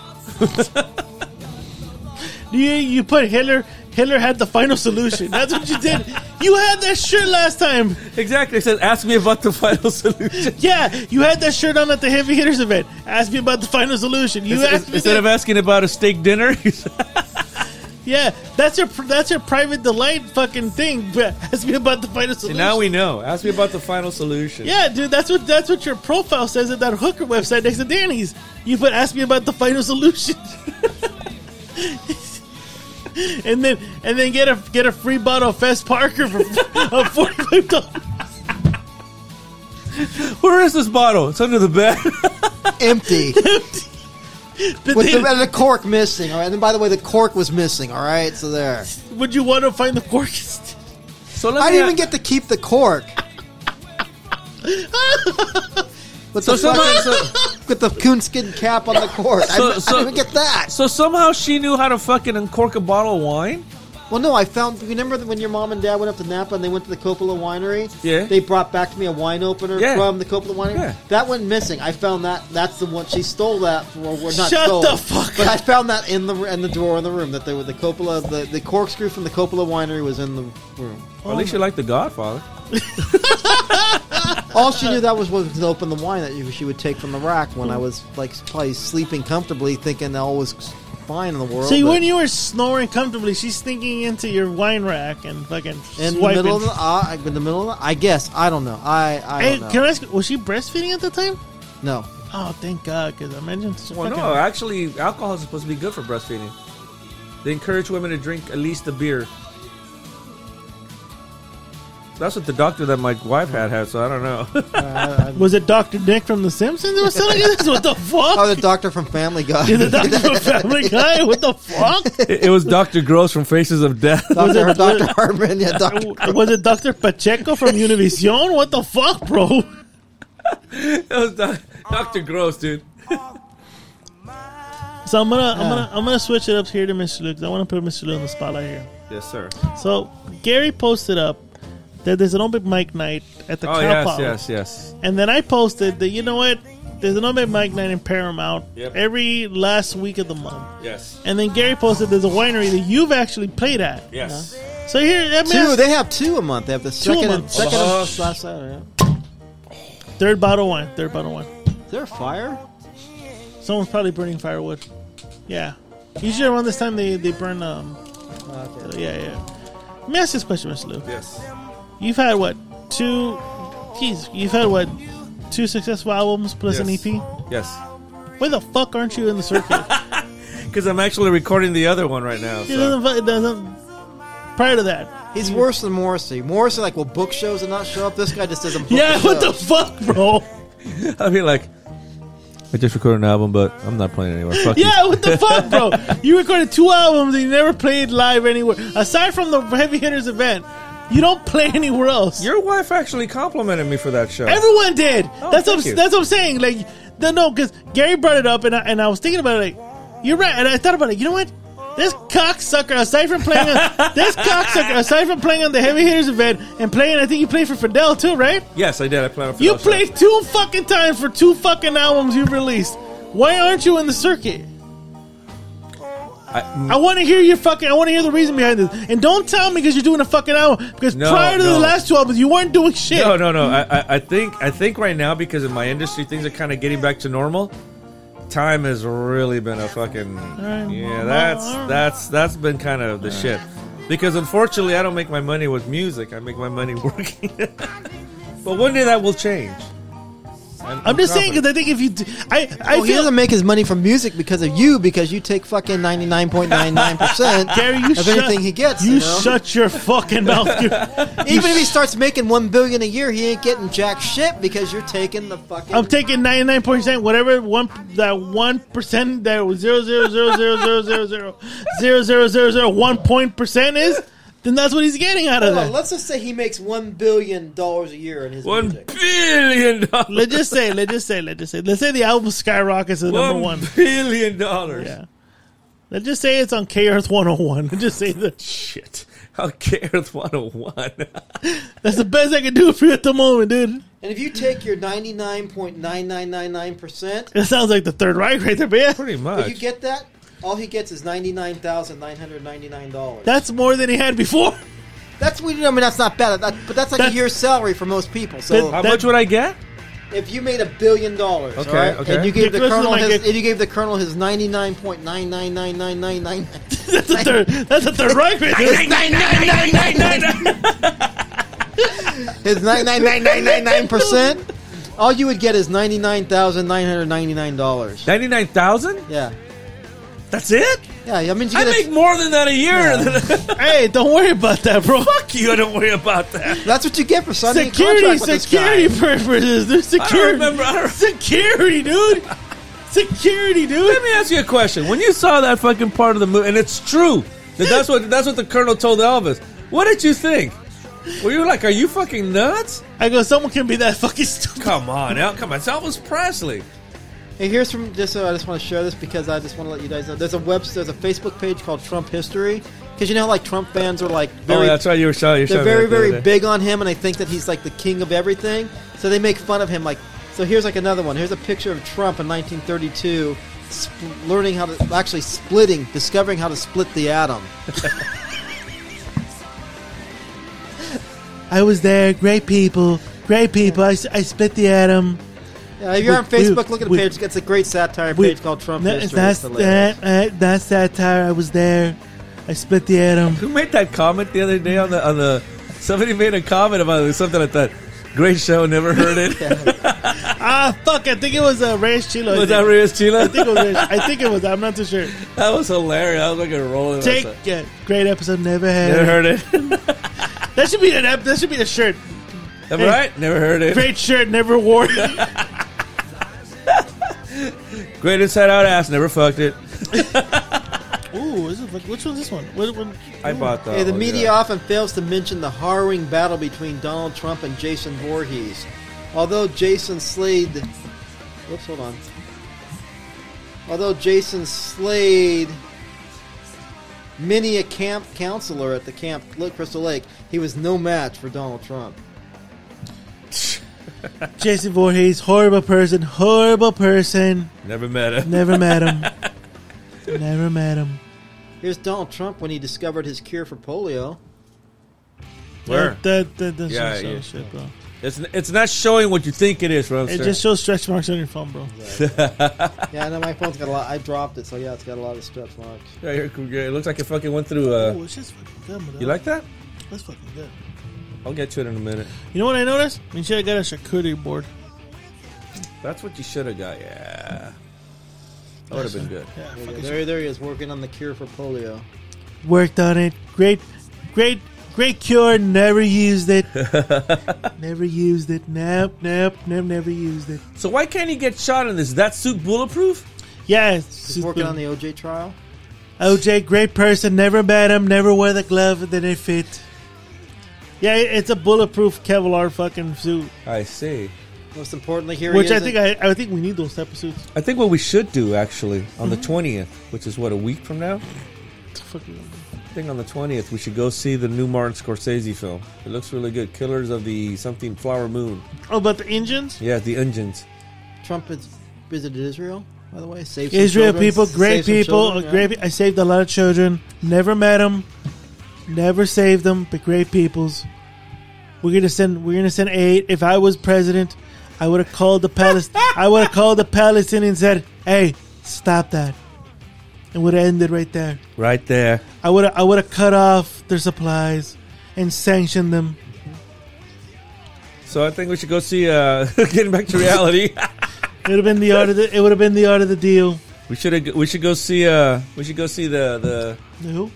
Speaker 1: You, you put Hitler. Hitler had the final solution. That's what you did. You had that shirt last time.
Speaker 2: Exactly. It says, ask me about the final [laughs] solution.
Speaker 1: Yeah, you had that shirt on at the heavy hitters event. Ask me about the final solution. You asked me
Speaker 2: Instead
Speaker 1: that-
Speaker 2: of asking about a steak dinner, [laughs] you said-
Speaker 1: yeah, that's your pr- that's your private delight fucking thing. [laughs] But ask me about the final
Speaker 2: and
Speaker 1: solution.
Speaker 2: now we know. Ask me about the final solution.
Speaker 1: Yeah, dude, that's what that's what your profile says at that hooker website next to Danny's. You put ask me about the final solution. [laughs] and then and then get a get a free bottle of Fest Parker for [laughs] uh, forty five dollars.
Speaker 2: Where is this bottle? It's under the bed. [laughs]
Speaker 3: Empty.
Speaker 1: But
Speaker 3: With the,
Speaker 1: then,
Speaker 3: and the cork missing. All right. And by the way, the cork was missing. All right. So there.
Speaker 1: would you want to find the cork?
Speaker 2: so let me
Speaker 3: I didn't even
Speaker 2: a-
Speaker 3: get to keep
Speaker 2: [laughs]
Speaker 3: the cork. With
Speaker 2: So
Speaker 3: the,
Speaker 2: somebody-
Speaker 3: fucking- with the coonskin cap on the cork. I-
Speaker 2: So-
Speaker 3: I, didn't
Speaker 2: so-
Speaker 3: even get that.
Speaker 2: [laughs] So somehow she knew how to fucking uncork a bottle of wine.
Speaker 3: Well, no, I found. You remember when your mom and dad went up to Napa and they went to the Coppola Winery?
Speaker 2: Yeah.
Speaker 3: They brought back to me a wine opener
Speaker 2: Yeah.
Speaker 3: from the Coppola Winery.
Speaker 2: Yeah.
Speaker 3: That went missing. I found that. That's the one she stole that. for well, not
Speaker 1: Shut
Speaker 3: stole,
Speaker 1: the fuck
Speaker 3: But I found that in the in the drawer in the room that they were the Coppola the, the corkscrew from the Coppola Winery was in the room.
Speaker 2: Or at least she liked The Godfather.
Speaker 3: All she knew that was was to open the wine that you- she would take from the rack when I was like probably sleeping comfortably, thinking all was fine in the world.
Speaker 1: See,
Speaker 3: but
Speaker 1: when you were snoring comfortably, she's sneaking into your wine rack and fucking
Speaker 3: in the
Speaker 1: swiping.
Speaker 3: middle of the, uh, in the middle of the, I guess I don't know. I I
Speaker 1: hey,
Speaker 3: don't know.
Speaker 1: can I ask? Was she breastfeeding at the time?
Speaker 3: no.
Speaker 1: Oh, thank God, because I imagine.
Speaker 2: Well,
Speaker 1: fucking-
Speaker 2: no, actually, alcohol is supposed to be good for breastfeeding. They encourage women to drink at least a beer. That's what the doctor that my wife had had, so I don't know. [laughs]
Speaker 1: Was it Dr. Nick from The Simpsons that was selling you this?
Speaker 3: [laughs]
Speaker 1: What the fuck?
Speaker 3: Oh, the doctor from Family Guy.
Speaker 1: You're the doctor from Family Guy? What the fuck?
Speaker 2: it, it was Dr. Gross from Faces of Death.
Speaker 1: Was
Speaker 3: [laughs] Doctor,
Speaker 1: it-
Speaker 3: Doctor Hartman, yeah, Doctor.
Speaker 1: Was it Dr. Pacheco from Univision? What the fuck, bro?
Speaker 2: [laughs] it was doc- Dr. Gross, dude.
Speaker 1: So I'm gonna I'm gonna I'm gonna switch it up here to Mr. Luke. I wanna put Mr. Luke in the spotlight here.
Speaker 2: Yes, sir.
Speaker 1: So Gary posted up that there's an open mic night at the
Speaker 2: oh yes,
Speaker 1: compound.
Speaker 2: yes, yes.
Speaker 1: And then I posted that you know what? There's an open mic night in Paramount
Speaker 2: Yep.
Speaker 1: every last week of the month.
Speaker 2: Yes.
Speaker 1: And then Gary posted there's a winery that you've actually played at.
Speaker 2: Yes.
Speaker 1: So here, that
Speaker 3: Two.
Speaker 1: means
Speaker 3: They have two a month. They have the
Speaker 1: a
Speaker 3: second and
Speaker 1: month. Uh-huh.
Speaker 3: second
Speaker 2: Oh.
Speaker 3: and last Saturday.
Speaker 1: third bottle of wine, third bottle of wine.
Speaker 3: Is there a fire?
Speaker 1: Someone's probably burning firewood. Yeah. Usually around this time they, they burn um
Speaker 3: Okay.
Speaker 1: yeah, yeah. Let me ask this question, Mr. Lou.
Speaker 2: Yes.
Speaker 1: You've had what? Two geez, you've had what? Two successful albums plus
Speaker 2: Yes.
Speaker 1: an EP?
Speaker 2: Yes.
Speaker 1: Where the fuck aren't you in the
Speaker 3: [laughs]
Speaker 1: circuit?
Speaker 2: Because I'm actually recording the other one right now.
Speaker 1: it
Speaker 2: So.
Speaker 1: doesn't fu- it doesn't prior to that.
Speaker 3: He's worse than Morrissey. Morrissey like will book shows and not show up. This guy just doesn't. Book
Speaker 1: Yeah,
Speaker 3: the
Speaker 1: what the
Speaker 3: shows.
Speaker 1: fuck, bro?
Speaker 2: I mean, like, I just recorded an album, but I'm not playing anywhere. [laughs] Fuck you.
Speaker 1: Yeah, what the fuck, bro? You recorded two albums and you never played live anywhere. Aside from the Heavy Hitters event, you don't play anywhere else.
Speaker 2: Your wife actually complimented me for that show.
Speaker 1: Everyone did.
Speaker 2: Oh,
Speaker 1: that's what
Speaker 2: thank
Speaker 1: I'm,
Speaker 2: you.
Speaker 1: that's what I'm saying. Like, the, no, because Gary brought it up, and I, and I was thinking about it. Like, you're right, and I thought about it. You know what? This cocksucker, aside from playing,
Speaker 2: [laughs]
Speaker 1: on, this cocksucker, aside from playing on the Heavy Hitters event and playing, I think you played for Fidel too, right?
Speaker 2: yes, I did. I played.
Speaker 1: You played two fucking times for two fucking albums you released. Why aren't you in the circuit? I want to hear your fucking. I want to hear the reason behind this, and don't tell me because you're doing a fucking album. Because
Speaker 2: No,
Speaker 1: prior to the
Speaker 2: no.
Speaker 1: last two albums, you weren't doing shit.
Speaker 2: No, no, no. I, I, I think I think right now because in my industry things are kind of getting back to normal. Time has really been a fucking
Speaker 1: right.
Speaker 2: yeah. That's that's that's been kind of the shit. Because unfortunately, I don't make my money with music. I make my money [laughs] working. but one day that will change.
Speaker 1: I'm just saying because I think if you, d- I, I
Speaker 3: Oh, he
Speaker 1: feel
Speaker 3: doesn't make his money from music because of you, because you take fucking ninety nine point nine nine percent
Speaker 1: [laughs] Gary, you
Speaker 3: of
Speaker 1: shut,
Speaker 3: anything he gets.
Speaker 1: You,
Speaker 3: You, know?
Speaker 1: shut your fucking mouth,
Speaker 2: [laughs]
Speaker 1: dude.
Speaker 3: Even if he starts making one billion a year, he ain't getting jack shit because you're taking the fucking.
Speaker 1: I'm taking 99 percent, whatever one that one percent that was zero zero zero zero zero zero zero zero zero zero zero one point percent is. Then that's what he's getting out of
Speaker 3: Hold on,
Speaker 1: that.
Speaker 3: let's just say he makes one billion dollars a year in his
Speaker 2: One
Speaker 3: music.
Speaker 2: billion dollars.
Speaker 1: Let's just say, let's just say, let's just say, let's say the album skyrockets to number one.
Speaker 2: One billion dollars.
Speaker 1: Yeah. Let's just say it's on K Earth 101. Let's [laughs] just say that.
Speaker 2: Shit. How cares 101?
Speaker 1: That's the best I can do for you at the moment, dude.
Speaker 3: And if you take your ninety nine point nine nine nine nine percent,
Speaker 1: That sounds like the third Reich right there, but yeah.
Speaker 2: Pretty
Speaker 3: But you
Speaker 2: much.
Speaker 3: get that? All he gets is ninety nine thousand nine hundred ninety nine dollars.
Speaker 1: That's more than he had before.
Speaker 3: that's we. I mean, that's not bad. That, but that's like
Speaker 1: That-
Speaker 3: a year's salary for most people. So
Speaker 2: How
Speaker 1: That-
Speaker 2: much would I get?
Speaker 3: if you made a billion dollars,
Speaker 2: Okay,
Speaker 3: all right,
Speaker 2: okay.
Speaker 3: and you
Speaker 1: Get
Speaker 3: gave the
Speaker 1: close to
Speaker 3: colonel
Speaker 1: my
Speaker 3: his,
Speaker 1: gig.
Speaker 3: and you gave the colonel his ninety nine point nine nine nine nine nine nine.
Speaker 1: [laughs] That's the third. That's the third Reich right there.
Speaker 3: his nine nine nine nine nine nine percent. All you would get is ninety nine thousand nine hundred ninety nine dollars.
Speaker 2: 99,000?
Speaker 3: Yeah,
Speaker 2: That's it?
Speaker 3: yeah. I mean, you
Speaker 2: I
Speaker 3: get a-
Speaker 2: make more than that a year. [laughs]
Speaker 1: Hey, don't worry about that, bro.
Speaker 2: Fuck you! I don't worry about that.
Speaker 3: that's what you get for signing a
Speaker 1: Security,
Speaker 3: contract with
Speaker 1: security
Speaker 3: this guy.
Speaker 1: purposes. There's
Speaker 2: I don't
Speaker 1: security.
Speaker 2: remember. I don't-
Speaker 1: Security, dude. Security, dude.
Speaker 2: Let me ask you a question. When you saw that fucking part of the movie, and it's true that that's what that's what the colonel told Elvis. What did you think? Were you like, are you fucking nuts?
Speaker 1: I go. Someone can be that fucking stupid.
Speaker 2: Come on, El, come on, it's Elvis Presley.
Speaker 3: Hey, here's from just so I just want to share this because I just want to let you guys know there's a web there's a Facebook page called Trump History because you know how, like Trump fans are like very
Speaker 2: oh, that's right. You were showing.
Speaker 3: they're very very big on him and they think that he's like the king of everything so they make fun of him like so here's like another one here's a picture of Trump in 1932 sp- learning how to actually splitting discovering how to split the atom
Speaker 1: I was there. Great people. Great people. I, s- I spit the atom.
Speaker 3: yeah, if you're on
Speaker 1: We- we-
Speaker 3: Facebook look at the
Speaker 1: we-
Speaker 3: page it's a great satire
Speaker 1: We-
Speaker 3: page called Trump
Speaker 1: that-
Speaker 3: History
Speaker 1: That's
Speaker 3: It's hilarious.
Speaker 1: that, that, that's that tire. I was there. I split the atom.
Speaker 2: Who made that comment the other day on the on the? Somebody made a comment about it, something like that. Great show, never heard it. [laughs]
Speaker 1: Ah, fuck! I think it was uh, Reyes Chilo.
Speaker 2: Was
Speaker 1: I,
Speaker 2: that
Speaker 1: think.
Speaker 2: Reyes Chila?
Speaker 1: I think it was. Reyes. I think it was. I'm not too sure.
Speaker 2: That was hilarious. I was like a rolling.
Speaker 1: Take
Speaker 2: myself.
Speaker 1: yeah, great episode. Never had.
Speaker 2: Never heard [laughs] it.
Speaker 1: That should be an. ep- That should be a shirt.
Speaker 2: Am I right? Never heard it.
Speaker 1: Great shirt. Never wore. it.
Speaker 2: Great inside out ass. Never fucked it.
Speaker 1: Ooh, this is, like- which one's this one? What, what,
Speaker 2: I bought that.
Speaker 3: Hey, the media often fails to mention the harrowing battle between Donald Trump and Jason Voorhees. Although Jason Slade, whoops, hold on. Although Jason Slade many a camp counselor at the camp Look, Crystal Lake, he was no match for Donald Trump.
Speaker 1: Jason Voorhees, horrible person, horrible person.
Speaker 2: Never met him.
Speaker 1: Never met him. Never met him.
Speaker 3: Here's Donald Trump when he discovered his cure for polio.
Speaker 2: Where?
Speaker 1: That, that, that
Speaker 2: Yeah,
Speaker 1: yeah,
Speaker 2: yeah.
Speaker 1: shit, bro.
Speaker 2: It's it's not showing what you think it is,
Speaker 1: It just shows stretch marks on your phone, bro.
Speaker 3: Yeah, I know my phone's got a lot. I dropped it, so yeah, it's got a lot of stretch marks.
Speaker 2: Right here, cool, yeah, it looks like it fucking went through. Uh,
Speaker 1: Ooh, it's just fucking good, man.
Speaker 2: you like that?
Speaker 1: That's fucking good.
Speaker 2: I'll get to it in a minute.
Speaker 1: You know what I noticed? I mean, shit, I got a charcuterie board.
Speaker 2: That's what you should have got. Yeah, that would have been good.
Speaker 1: Yeah,
Speaker 3: There, you go.
Speaker 1: fucking
Speaker 3: there, there he is working on the cure for polio.
Speaker 1: worked on it. Great, great, great cure. Never used it. never used it. Nope, nope, nope. Never used it.
Speaker 2: So why can't he get shot in this? Is that suit bulletproof?
Speaker 1: Yeah, it's
Speaker 3: He's working on the OJ trial.
Speaker 1: OJ. Great person. Never met him. Never wore the glove that it fit. Yeah, it- it's a bulletproof Kevlar fucking suit,
Speaker 2: I see.
Speaker 3: Most importantly, here
Speaker 1: which
Speaker 3: he
Speaker 1: I
Speaker 3: is.
Speaker 1: think I, I think we need those type of suits.
Speaker 2: I think what we should do actually on the twentieth, which is what a week from now.
Speaker 1: Fucking-
Speaker 2: I think on the twentieth we should go see the new Martin Scorsese film. It looks really good. Killers of the something Flower Moon.
Speaker 1: Oh, but the engines.
Speaker 2: Yeah, the engines.
Speaker 3: Trump has visited Israel, by the way. Saved some
Speaker 1: Israel
Speaker 3: children.
Speaker 1: people, great
Speaker 3: Saved some
Speaker 1: people,
Speaker 3: children, yeah.
Speaker 1: great. pe- I saved a lot of children. Never met them, never saved them, but great peoples. We're gonna send. We're gonna send aid. If I was president, I would have called the Palest- I would have called the Palestinians and said, "Hey, stop that," and would have ended right there.
Speaker 2: Right there.
Speaker 1: I would. I would have cut off their supplies and sanctioned them.
Speaker 2: So I think we should go see. Uh, [laughs] getting back to reality. [laughs]
Speaker 1: It would have been the art of the. It would have been the art of the deal.
Speaker 2: we should. We should go see. Uh, we should go see the the.
Speaker 1: Who?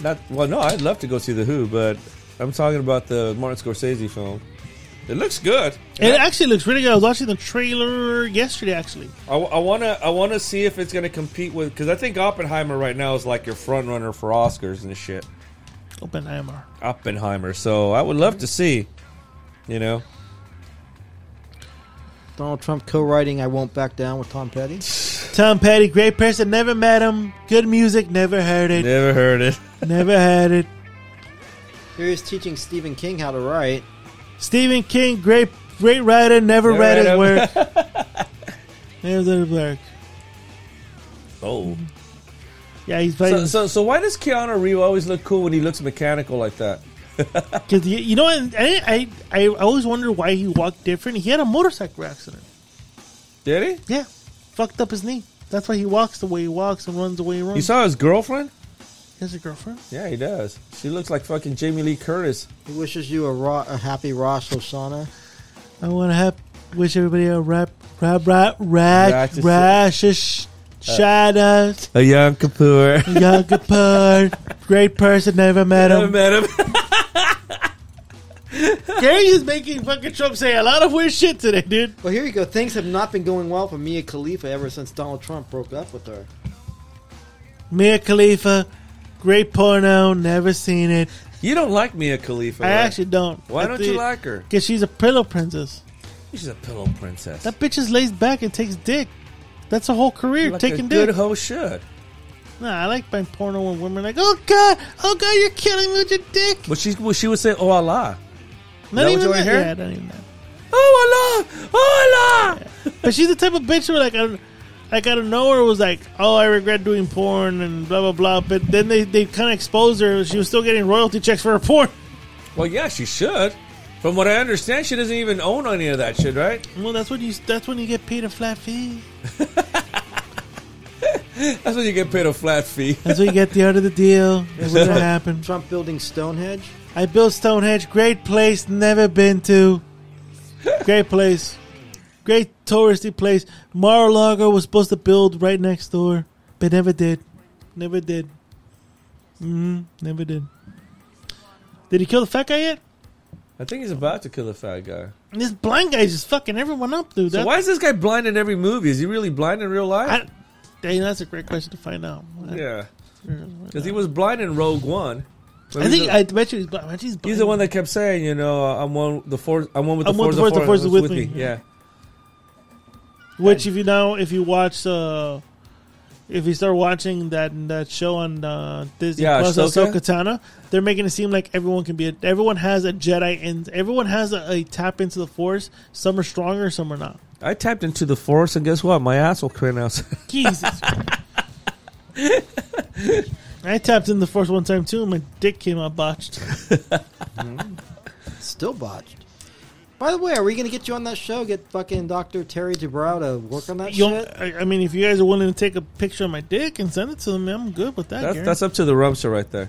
Speaker 2: Not well. No, I'd love to go see the Who, but I'm talking about the Martin Scorsese film. It looks good.
Speaker 1: It actually looks really good. I was watching the trailer yesterday. Actually,
Speaker 2: I, I wanna I wanna see if it's gonna compete with because I think Oppenheimer right now is like your front runner for Oscars and shit.
Speaker 1: Oppenheimer.
Speaker 2: Oppenheimer. So I would love to see. You know,
Speaker 3: Donald Trump co-writing "I Won't Back Down" with Tom Petty.
Speaker 1: Tom Petty, great person, never met him. Good music, never heard [laughs] it,
Speaker 2: never heard it.
Speaker 1: never had it.
Speaker 3: Here he is teaching Stephen King how to write.
Speaker 1: Stephen King, great great writer, never
Speaker 2: Never
Speaker 1: read his
Speaker 2: read
Speaker 1: work. [laughs] Never read his work.
Speaker 2: Oh,
Speaker 1: Yeah, he's
Speaker 2: so,
Speaker 1: playing.
Speaker 2: so so why does Keanu Reeves always look cool when he looks mechanical like that?
Speaker 1: Cause you, you know, what? I, I I always wonder why he walked different. He had a motorcycle accident.
Speaker 2: Did he?
Speaker 1: Yeah, fucked up his knee. That's why he walks the way he walks and runs the way he
Speaker 2: You
Speaker 1: runs.
Speaker 2: saw his girlfriend?
Speaker 1: he has a girlfriend.
Speaker 2: Yeah, he does. She looks like fucking Jamie Lee Curtis.
Speaker 3: He wishes you a, ro- a happy Rosh Hashanah.
Speaker 1: I want to have wish everybody a rap rap rap rap
Speaker 2: Righteous-
Speaker 1: rashish shadows.
Speaker 2: A young Kapoor.
Speaker 1: Young Kapoor, great person, never met
Speaker 2: Never
Speaker 1: him.
Speaker 2: [laughs] met him.
Speaker 1: Gary is making fucking Trump say a lot of weird shit today, dude.
Speaker 3: Well, here you go. Things have not been going well for Mia Khalifa ever since Donald Trump broke up with her.
Speaker 1: Mia Khalifa, great porno, never seen it.
Speaker 2: You don't like Mia Khalifa.
Speaker 1: I
Speaker 2: right?
Speaker 1: actually don't.
Speaker 2: Why don't you like her?
Speaker 1: Because she's a pillow princess.
Speaker 2: She's a pillow princess.
Speaker 1: That bitch is laid back and takes dick. That's a whole career
Speaker 2: like
Speaker 1: taking
Speaker 2: a good
Speaker 1: dick.
Speaker 2: hoe should.
Speaker 1: nah, I like buying porno when women are like, oh god, oh god, you're killing me with your dick.
Speaker 2: But she, well, she would say, "Oh Allah,
Speaker 1: Not
Speaker 2: what
Speaker 1: even
Speaker 2: you wanna
Speaker 1: that.
Speaker 2: hear?
Speaker 1: Yeah, not even that.
Speaker 2: oh Allah, oh Allah."
Speaker 1: But she's the type of bitch where like I don't, like out of nowhere was like, oh, I regret doing porn and blah blah blah. But then they they kind of exposed her. She was still getting royalty checks for her porn.
Speaker 2: Well, yeah, she should. From what I understand, she doesn't even own any of that shit, right?
Speaker 1: Well, that's when you that's when you get paid a flat fee.
Speaker 2: That's when you get paid a flat fee. [laughs]
Speaker 1: That's when you get the art of the deal. That's what [laughs] happened.
Speaker 3: Trump building Stonehenge.
Speaker 1: I built Stonehenge, great place, never been to. Great place, great touristy place. Mar-a-Lago was supposed to build right next door, but never did. Never did. Mm, never did. Did he kill the fat guy yet?
Speaker 2: I think he's about to kill the fat guy.
Speaker 1: And This blind guy's just fucking everyone up, dude.
Speaker 2: So
Speaker 1: That-
Speaker 2: why is this guy blind in every movie? Is he really blind in real life?
Speaker 1: I, dang, that's a great question to find out.
Speaker 2: yeah, because he was blind in Rogue One. But
Speaker 1: I
Speaker 2: he's
Speaker 1: think
Speaker 2: the-
Speaker 1: I bet you he's blind. I bet you he's blind.
Speaker 2: he's the one that kept saying, you know, uh, I'm one the force. I'm one with the
Speaker 1: I'm one
Speaker 2: force.
Speaker 1: with the force, the force is with me.
Speaker 2: Yeah.
Speaker 1: Which, if you know, if you watch uh, if you start watching that that show on uh, Disney
Speaker 2: Yeah,
Speaker 1: Plus,
Speaker 2: Ahsoka?
Speaker 1: Ahsoka Tana, they're making it seem like everyone can be a, everyone has a Jedi and everyone has a, a tap into the Force. Some are stronger, some are not.
Speaker 2: I tapped into the force, and guess what? My asshole came out. [laughs]
Speaker 1: Jesus. [laughs] I tapped in the Force one time too, and my dick came out botched.
Speaker 3: Still botched. By the way, are we going to get you on that show? Get fucking Dr. Terry Gibrow to work on that
Speaker 1: You
Speaker 3: shit?
Speaker 1: don't- I, I mean, if you guys are willing to take a picture of my dick and send it to them, I'm good with that.
Speaker 2: that's,
Speaker 1: Gary,
Speaker 2: that's up to the rumster right there.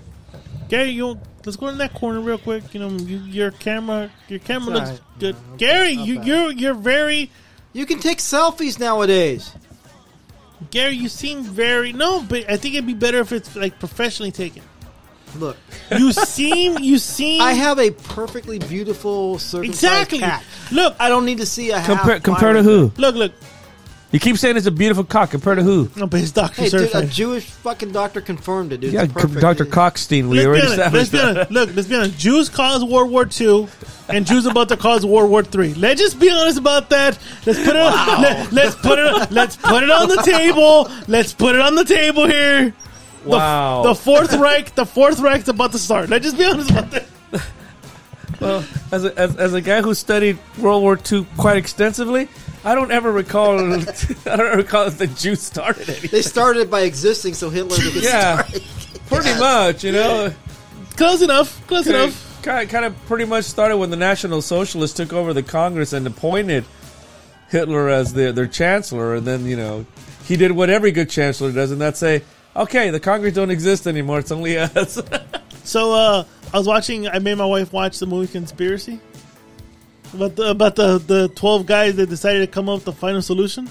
Speaker 1: Gary, you let's go in that corner real quick. You know, you, your camera, your camera
Speaker 3: It's all
Speaker 1: looks
Speaker 3: right.
Speaker 1: good.
Speaker 3: No,
Speaker 1: Gary,
Speaker 3: not
Speaker 1: you,
Speaker 3: bad.
Speaker 1: you're you're very
Speaker 3: You can take selfies nowadays.
Speaker 1: Gary. You seem very no, but I think it'd be better if it's like professionally taken.
Speaker 3: Look,
Speaker 1: You [laughs] seem, you seem.
Speaker 3: I have a perfectly beautiful circumcised
Speaker 1: exactly.
Speaker 3: cat.
Speaker 1: Look,
Speaker 3: I don't need to see a half
Speaker 2: Compare, compare to
Speaker 3: fired-
Speaker 2: who?
Speaker 1: look, look.
Speaker 2: You keep saying it's a beautiful cock. Compare to who?
Speaker 1: No, but his doctor
Speaker 3: Hey, dude, uh, a
Speaker 1: certified.
Speaker 3: Jewish fucking doctor confirmed it, dude.
Speaker 2: Yeah,
Speaker 3: It's
Speaker 2: c-
Speaker 3: perfect.
Speaker 2: Dr. Cockstein. We already
Speaker 1: Let's be, honest, let's
Speaker 2: established
Speaker 1: be
Speaker 2: that.
Speaker 1: honest. Look, let's be honest. Jews caused World War II, and Jews about to cause World War III. Let's just be honest about that. Let's put it. On, let, let's put it. Let's put it on the table. Let's put it on the table here. The,
Speaker 2: Wow.
Speaker 1: The Fourth Reich. The Fourth Reich's about to start. Let's just be honest about that.
Speaker 2: Well, as a, as, as a guy who studied World War II quite extensively, I don't ever recall. [laughs] I don't ever recall that the Jews started it.
Speaker 3: They started it by existing so Hitler could
Speaker 2: Yeah, pretty much. You know,
Speaker 1: Close enough. Close enough.
Speaker 2: kind of, kind of pretty much started when the National Socialists took over the Congress and appointed Hitler as their their chancellor, and then you know he did what every good chancellor does, and that's say, okay, the Congress don't exist anymore; it's only us. [laughs]
Speaker 1: So uh, I was watching. I made my wife watch the movie Conspiracy. About the about the, the twelve guys that decided to come up with the final solution.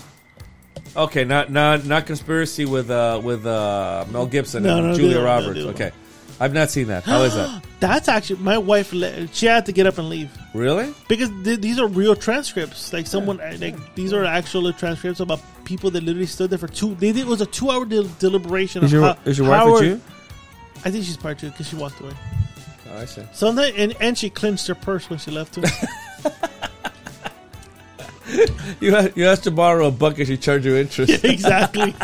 Speaker 2: Okay, not not not conspiracy with uh with uh Mel Gibson
Speaker 1: No,
Speaker 2: and
Speaker 1: no,
Speaker 2: Julia
Speaker 1: the-
Speaker 2: Roberts.
Speaker 1: the- the-
Speaker 2: okay, I've not seen that. How is
Speaker 1: [gasps]
Speaker 2: that?
Speaker 1: That's actually my wife. le- She had to get up and leave.
Speaker 2: really?
Speaker 1: because th- these are real transcripts. Like someone, like these are actual transcripts about people that literally stood there for two. They did, it was a two-hour del- deliberation. of
Speaker 2: Is your
Speaker 1: how,
Speaker 2: is your wife
Speaker 1: how
Speaker 2: a
Speaker 1: are-
Speaker 2: Jew?
Speaker 1: I think she's part Jew because she walked away.
Speaker 2: Oh, I see.
Speaker 1: Sometimes, and, and she clenched her purse when she left. Too. [laughs]
Speaker 2: You ha- you asked to borrow a bucket, she charge you interest.
Speaker 1: exactly.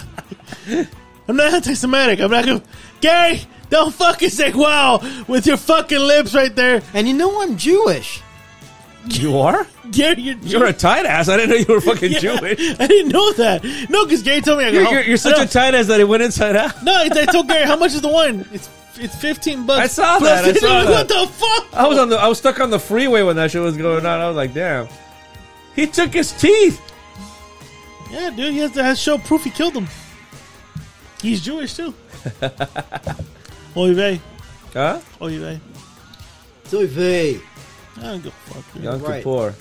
Speaker 1: [laughs] I'm not anti-Semitic. I'm not gonna. Gary, don't fucking say wow with your fucking lips right there.
Speaker 3: And you know I'm Jewish.
Speaker 2: You are?
Speaker 1: Gary, you're,
Speaker 2: You're a tight ass. I didn't know you were
Speaker 1: [laughs]
Speaker 2: fucking
Speaker 1: Yeah,
Speaker 2: Jewish.
Speaker 1: I didn't know that. No, because Gary told me. I go,
Speaker 2: You're,
Speaker 1: oh,
Speaker 2: you're, you're such
Speaker 1: no.
Speaker 2: a tight ass that it went inside out.
Speaker 1: No, it's, I told Gary how much is the wine. It's it's fifteen bucks.
Speaker 2: I saw that, I
Speaker 1: it.
Speaker 2: saw
Speaker 1: Like, [laughs] What
Speaker 2: that.
Speaker 1: the fuck?
Speaker 2: I was on the I was stuck on the freeway when that shit was going on. I was like, damn. He took his teeth.
Speaker 1: yeah, dude. He has to has show proof he killed him. He's Jewish
Speaker 2: [laughs]
Speaker 1: too. Oy vey,
Speaker 2: Huh?
Speaker 1: oy vey.
Speaker 3: So hey,
Speaker 1: I don't give a fuck. dude.
Speaker 2: Yom
Speaker 3: Right.
Speaker 2: Kippur.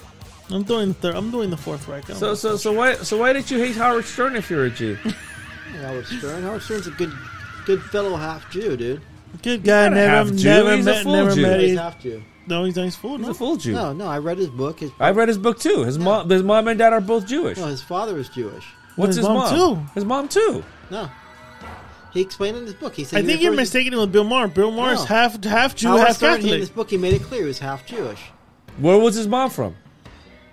Speaker 1: I'm doing the third. I'm doing the fourth right now.
Speaker 2: So so so why so why did you hate Howard Stern if you're a Jew?
Speaker 3: Howard Stern. Howard Stern's a good, good fellow half Jew, dude.
Speaker 1: good guy.
Speaker 2: not a
Speaker 1: Never,
Speaker 2: half Jew,
Speaker 1: never
Speaker 2: he's a
Speaker 1: met,
Speaker 2: full
Speaker 1: never
Speaker 2: Jew.
Speaker 1: met.
Speaker 3: He's
Speaker 1: His,
Speaker 3: half Jew.
Speaker 1: no, he's not. He's full.
Speaker 2: He's
Speaker 1: No.
Speaker 2: a full Jew.
Speaker 3: No, no, I read his book. His,
Speaker 2: I read his book too. His mom, his mom and dad are both Jewish.
Speaker 3: no, his father was Jewish.
Speaker 2: What's
Speaker 1: His
Speaker 2: his,
Speaker 1: mom,
Speaker 2: mom?
Speaker 1: too.
Speaker 2: His mom too.
Speaker 3: No, he explained in his book. He said
Speaker 1: I
Speaker 3: he
Speaker 1: think you're
Speaker 3: refers-
Speaker 1: mistaken him with Bill Maher. Bill Maher's
Speaker 3: No.
Speaker 1: half half Jew,
Speaker 3: Howard
Speaker 1: half
Speaker 3: Stern, he- in
Speaker 1: Catholic.
Speaker 3: his book, he made it clear he was half Jewish.
Speaker 2: Where was his mom from?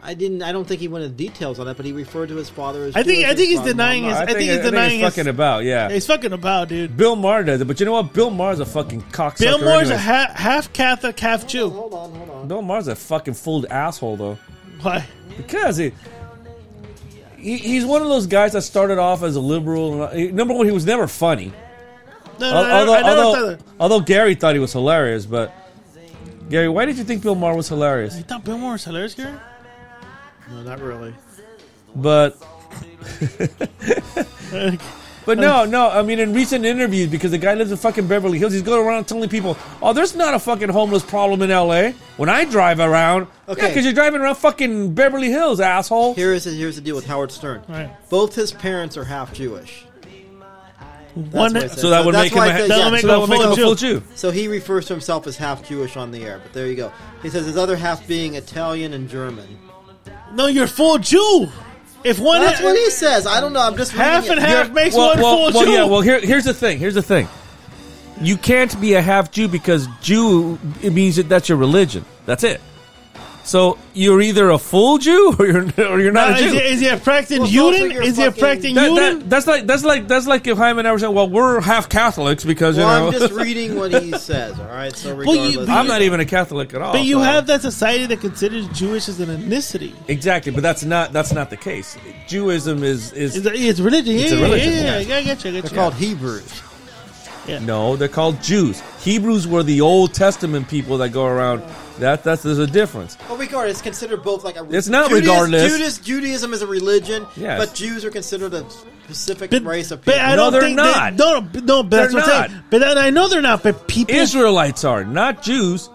Speaker 3: I didn't. I don't think he went into details on that, but he referred to his father as.
Speaker 1: I think-
Speaker 3: Jewish,
Speaker 1: I
Speaker 3: his
Speaker 1: think he's
Speaker 3: father-
Speaker 1: denying his- I think he's denying his-
Speaker 2: fucking about. Yeah.
Speaker 1: He's fucking about, dude.
Speaker 2: Bill Maher does it, but you know what? Bill Maher's a fucking cocksucker.
Speaker 1: Bill Maher's a
Speaker 2: anyways.
Speaker 1: half, half Catholic, half Jew.
Speaker 3: Hold on, hold on.
Speaker 2: Bill Maher's a fucking fooled asshole though,
Speaker 1: Why?
Speaker 2: because he. He, he's one of those guys that started off as a liberal. and- uh, he- Number one, he was never funny.
Speaker 1: No, no,
Speaker 2: Al-
Speaker 1: no,
Speaker 2: Although,
Speaker 1: I never thought
Speaker 2: although,
Speaker 1: that.
Speaker 2: although Gary thought he was hilarious, but Gary, why did you think Bill Maher was hilarious?
Speaker 1: You thought Bill Maher was hilarious, Gary?
Speaker 3: No, not really.
Speaker 1: [laughs]
Speaker 2: But
Speaker 1: Uh,
Speaker 2: But no, no. I mean, in recent interviews, because the guy lives in fucking Beverly Hills, he's going around telling people, "Oh, there's not a fucking homeless problem in L.A." When I drive around, okay,
Speaker 3: Okay.
Speaker 2: because you're driving around fucking Beverly Hills, asshole.
Speaker 3: Here is here's the deal with Howard Stern.
Speaker 1: All right.
Speaker 3: Both his parents are half Jewish.
Speaker 1: One,
Speaker 3: what I said.
Speaker 2: So that would
Speaker 3: that's
Speaker 2: make him.
Speaker 3: why
Speaker 2: A,
Speaker 3: I said-
Speaker 2: so
Speaker 1: yeah.
Speaker 2: that would make him a full,
Speaker 1: full
Speaker 2: Jew.
Speaker 3: So he refers to himself as half Jewish on the air, but there you go. He says his other half being Italian and German.
Speaker 1: no, you're full Jew. If one
Speaker 3: That's what he says. I don't know. I'm just
Speaker 1: half
Speaker 3: reading
Speaker 1: and
Speaker 3: it.
Speaker 1: half makes
Speaker 2: Well,
Speaker 1: one
Speaker 2: well,
Speaker 1: full
Speaker 2: well,
Speaker 1: Jew.
Speaker 2: yeah. Well, here, here's the thing. Here's the thing. You can't be a half Jew because Jew it means that that's your religion. That's it. So you're either a full Jew or you're or you're not a
Speaker 1: is,
Speaker 2: Jew.
Speaker 1: he, is he a practicing
Speaker 3: Well, it's also
Speaker 1: Yudin?
Speaker 3: your
Speaker 1: Is he a
Speaker 3: fucking-
Speaker 1: practicing
Speaker 2: That-
Speaker 1: Yudin?
Speaker 2: that- that's like that's like that's like if Hyman and I were saying, "Well, we're half Catholics because [laughs] you
Speaker 3: Well,
Speaker 2: know."
Speaker 3: I'm just reading what he says. All right, so
Speaker 1: Well, you-
Speaker 3: regardless,
Speaker 2: I'm not even a Catholic at all.
Speaker 1: But you
Speaker 2: so-
Speaker 1: have that society that considers Jewish as an ethnicity.
Speaker 2: exactly, but that's not that's not the case. Jewism is is,
Speaker 1: It's, it's religion.
Speaker 2: It's
Speaker 1: yeah,
Speaker 2: a
Speaker 1: yeah,
Speaker 2: religion,
Speaker 1: Yeah,
Speaker 2: yeah.
Speaker 1: yeah, I get you. I get
Speaker 3: They're
Speaker 1: you.
Speaker 3: called Hebrews.
Speaker 2: no, they're called Jews. Hebrews were the Old Testament people that go around. That that's there's a difference.
Speaker 3: Well, regardless, it's considered both like a.
Speaker 2: It's not regardless.
Speaker 3: Judas, Judaism is a religion,
Speaker 2: Yes.
Speaker 3: but Jews are considered a specific
Speaker 1: But,
Speaker 3: race of
Speaker 1: but
Speaker 3: people.
Speaker 1: I
Speaker 2: No,
Speaker 1: don't
Speaker 2: they're
Speaker 1: think
Speaker 2: not.
Speaker 1: They, no, no, but- no, but that's
Speaker 2: They're
Speaker 1: what I'm saying.
Speaker 2: not.
Speaker 1: But then I know they're not. But people,
Speaker 2: Israelites are not Jews.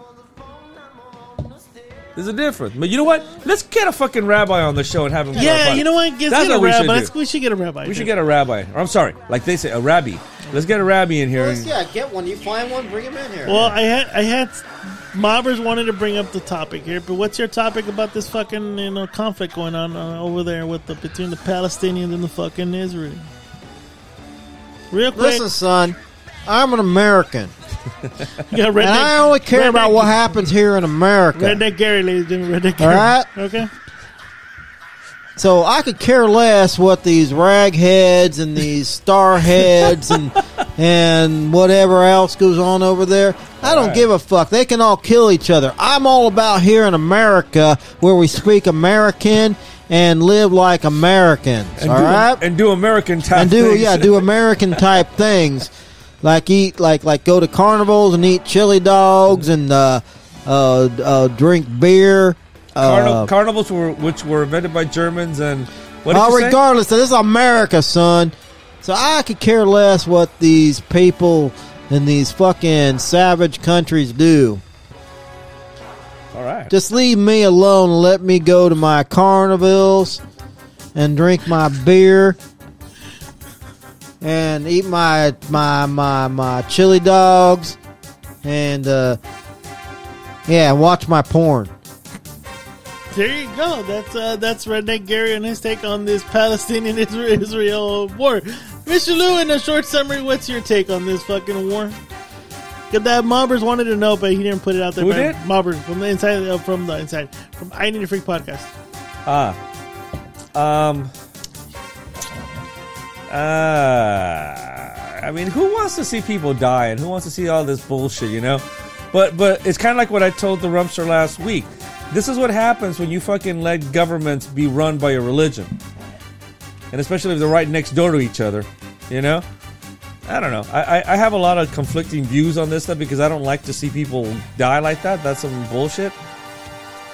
Speaker 2: There's a difference. But you know what? Let's get a fucking rabbi on the show and have him.
Speaker 1: yeah,
Speaker 2: clarify.
Speaker 1: you know what? Get,
Speaker 2: That's
Speaker 1: get a
Speaker 2: what we
Speaker 1: rabbi.
Speaker 2: should
Speaker 1: Let's-
Speaker 2: do.
Speaker 1: We should get a rabbi.
Speaker 2: We should get a rabbi. Or I'm sorry, like they say, a rabbi. Let's get a rabbi in here.
Speaker 3: Well,
Speaker 2: and-
Speaker 3: yeah, get one. You find one, bring him in here.
Speaker 1: Well, I had I had mobbers wanted to bring up the topic here, but what's your topic about this fucking you know conflict going on uh, over there with the between the Palestinians and the fucking Israel? Real quick, [laughs]
Speaker 3: Listen, son, I'm an American,
Speaker 1: you got redneck,
Speaker 3: and I only care
Speaker 1: redneck,
Speaker 3: about what happens here in America.
Speaker 1: Redneck Gary, ladies and gentlemen, redneck
Speaker 3: All
Speaker 1: Gary.
Speaker 3: right.
Speaker 1: okay.
Speaker 3: So I could care less what these ragheads and these starheads and and whatever else goes on over there. I don't give a fuck. They can all kill each other. I'm all about here in America where we speak American and live like Americans.
Speaker 2: and
Speaker 3: all
Speaker 2: do,
Speaker 3: right?
Speaker 2: and do American type
Speaker 3: and do
Speaker 2: things.
Speaker 3: yeah do American type things, like eat like like go to carnivals and eat chili dogs and uh, uh, uh, drink beer.
Speaker 2: [laughs] Carni-
Speaker 3: uh,
Speaker 2: carnivals were which were invented by Germans and what did
Speaker 3: well,
Speaker 2: you say?
Speaker 3: regardless, this is America, son. So I could care less what these people in these fucking savage countries do.
Speaker 2: All right.
Speaker 3: Just leave me alone. and Let me go to my carnivals and drink my beer and eat my my my my chili dogs and uh, yeah, and watch my porn.
Speaker 1: There you go. That's uh, that's Redneck Gary and his take on this Palestinian [laughs] Isra- Israel war. Mr. Lou, in a short summary, what's your take on this fucking war? Cause that mobbers wanted to know, but he didn't put it out there.
Speaker 2: Who
Speaker 1: but
Speaker 2: did?
Speaker 1: Mobbers from the inside, uh, from the inside, from I Need a Freak podcast.
Speaker 2: Ah. Um. Uh, I mean, who wants to see people die and who wants to see all this bullshit, you know? But but it's kind of like what I told the Rumpster last week. This is what happens when you fucking let governments be run by your religion, and especially if they're right next door to each other, you know. I don't know. I, I, I have a lot of conflicting views on this stuff because I don't like to see people die like that. That's some bullshit.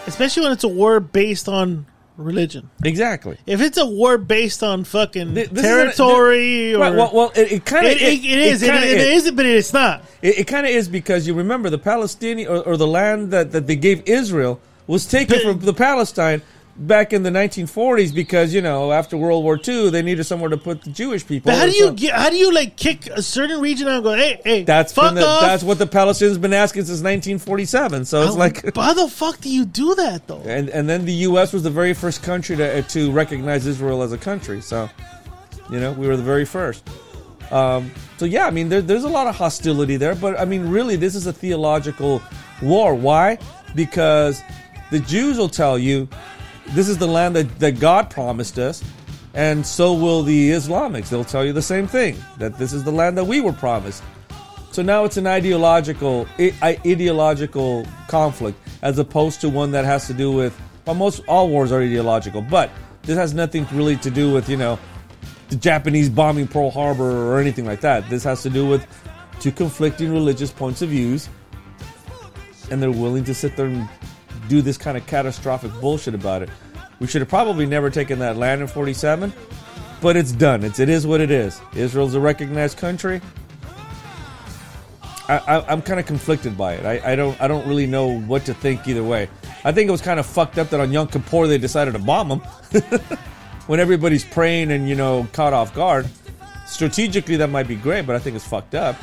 Speaker 1: Especially when it's a war based on religion.
Speaker 2: Exactly.
Speaker 1: If it's a war based on fucking
Speaker 2: Th- this isn't a-
Speaker 1: territory, or
Speaker 2: Right, well, well, it, it kind of
Speaker 1: it, it, it is, it,
Speaker 2: kinda
Speaker 1: it is, but it's not.
Speaker 2: It, it kind of is because you remember the Palestinian or, or the land that, that they gave Israel was taken
Speaker 1: But-
Speaker 2: from the Palestine back in the 1940s because you know after World War II they needed somewhere to put the Jewish people.
Speaker 1: But how
Speaker 2: and
Speaker 1: do you
Speaker 2: so-
Speaker 1: get? How do you like kick a certain region out and go, hey, hey,
Speaker 2: That's
Speaker 1: fuck
Speaker 2: been the,
Speaker 1: off? Oh,
Speaker 2: that's what the Palestinians been asking since 1947. So it's
Speaker 1: How-
Speaker 2: like.
Speaker 1: but how the fuck do you do that though?
Speaker 2: And, and then the U.S. was the very first country to, to recognize Israel as a country. So, you know, we were the very first. Um, so, yeah, I mean, there, there's a lot of hostility there. But, I mean, really, this is a theological war. Why? Because the Jews will tell you this is the land that, that God promised us. And so will the Islamics. They'll tell you the same thing that this is the land that we were promised. So now it's an ideological i- i- ideological conflict as opposed to one that has to do with well, most all wars are ideological, but this has nothing really to do with you know the Japanese bombing Pearl Harbor or anything like that. This has to do with two conflicting religious points of views, and they're willing to sit there and do this kind of catastrophic bullshit about it. We should have probably never taken that land in '47, but it's done. It's it is what it is. Israel's a recognized country. I, I, I'm kind of conflicted by it. I, I don't I don't really know what to think either way. I think it was kind of fucked up that on Yom Kippur they decided to bomb them [laughs] when everybody's praying and you know caught off guard. Strategically, that might be great, but I think it's fucked up.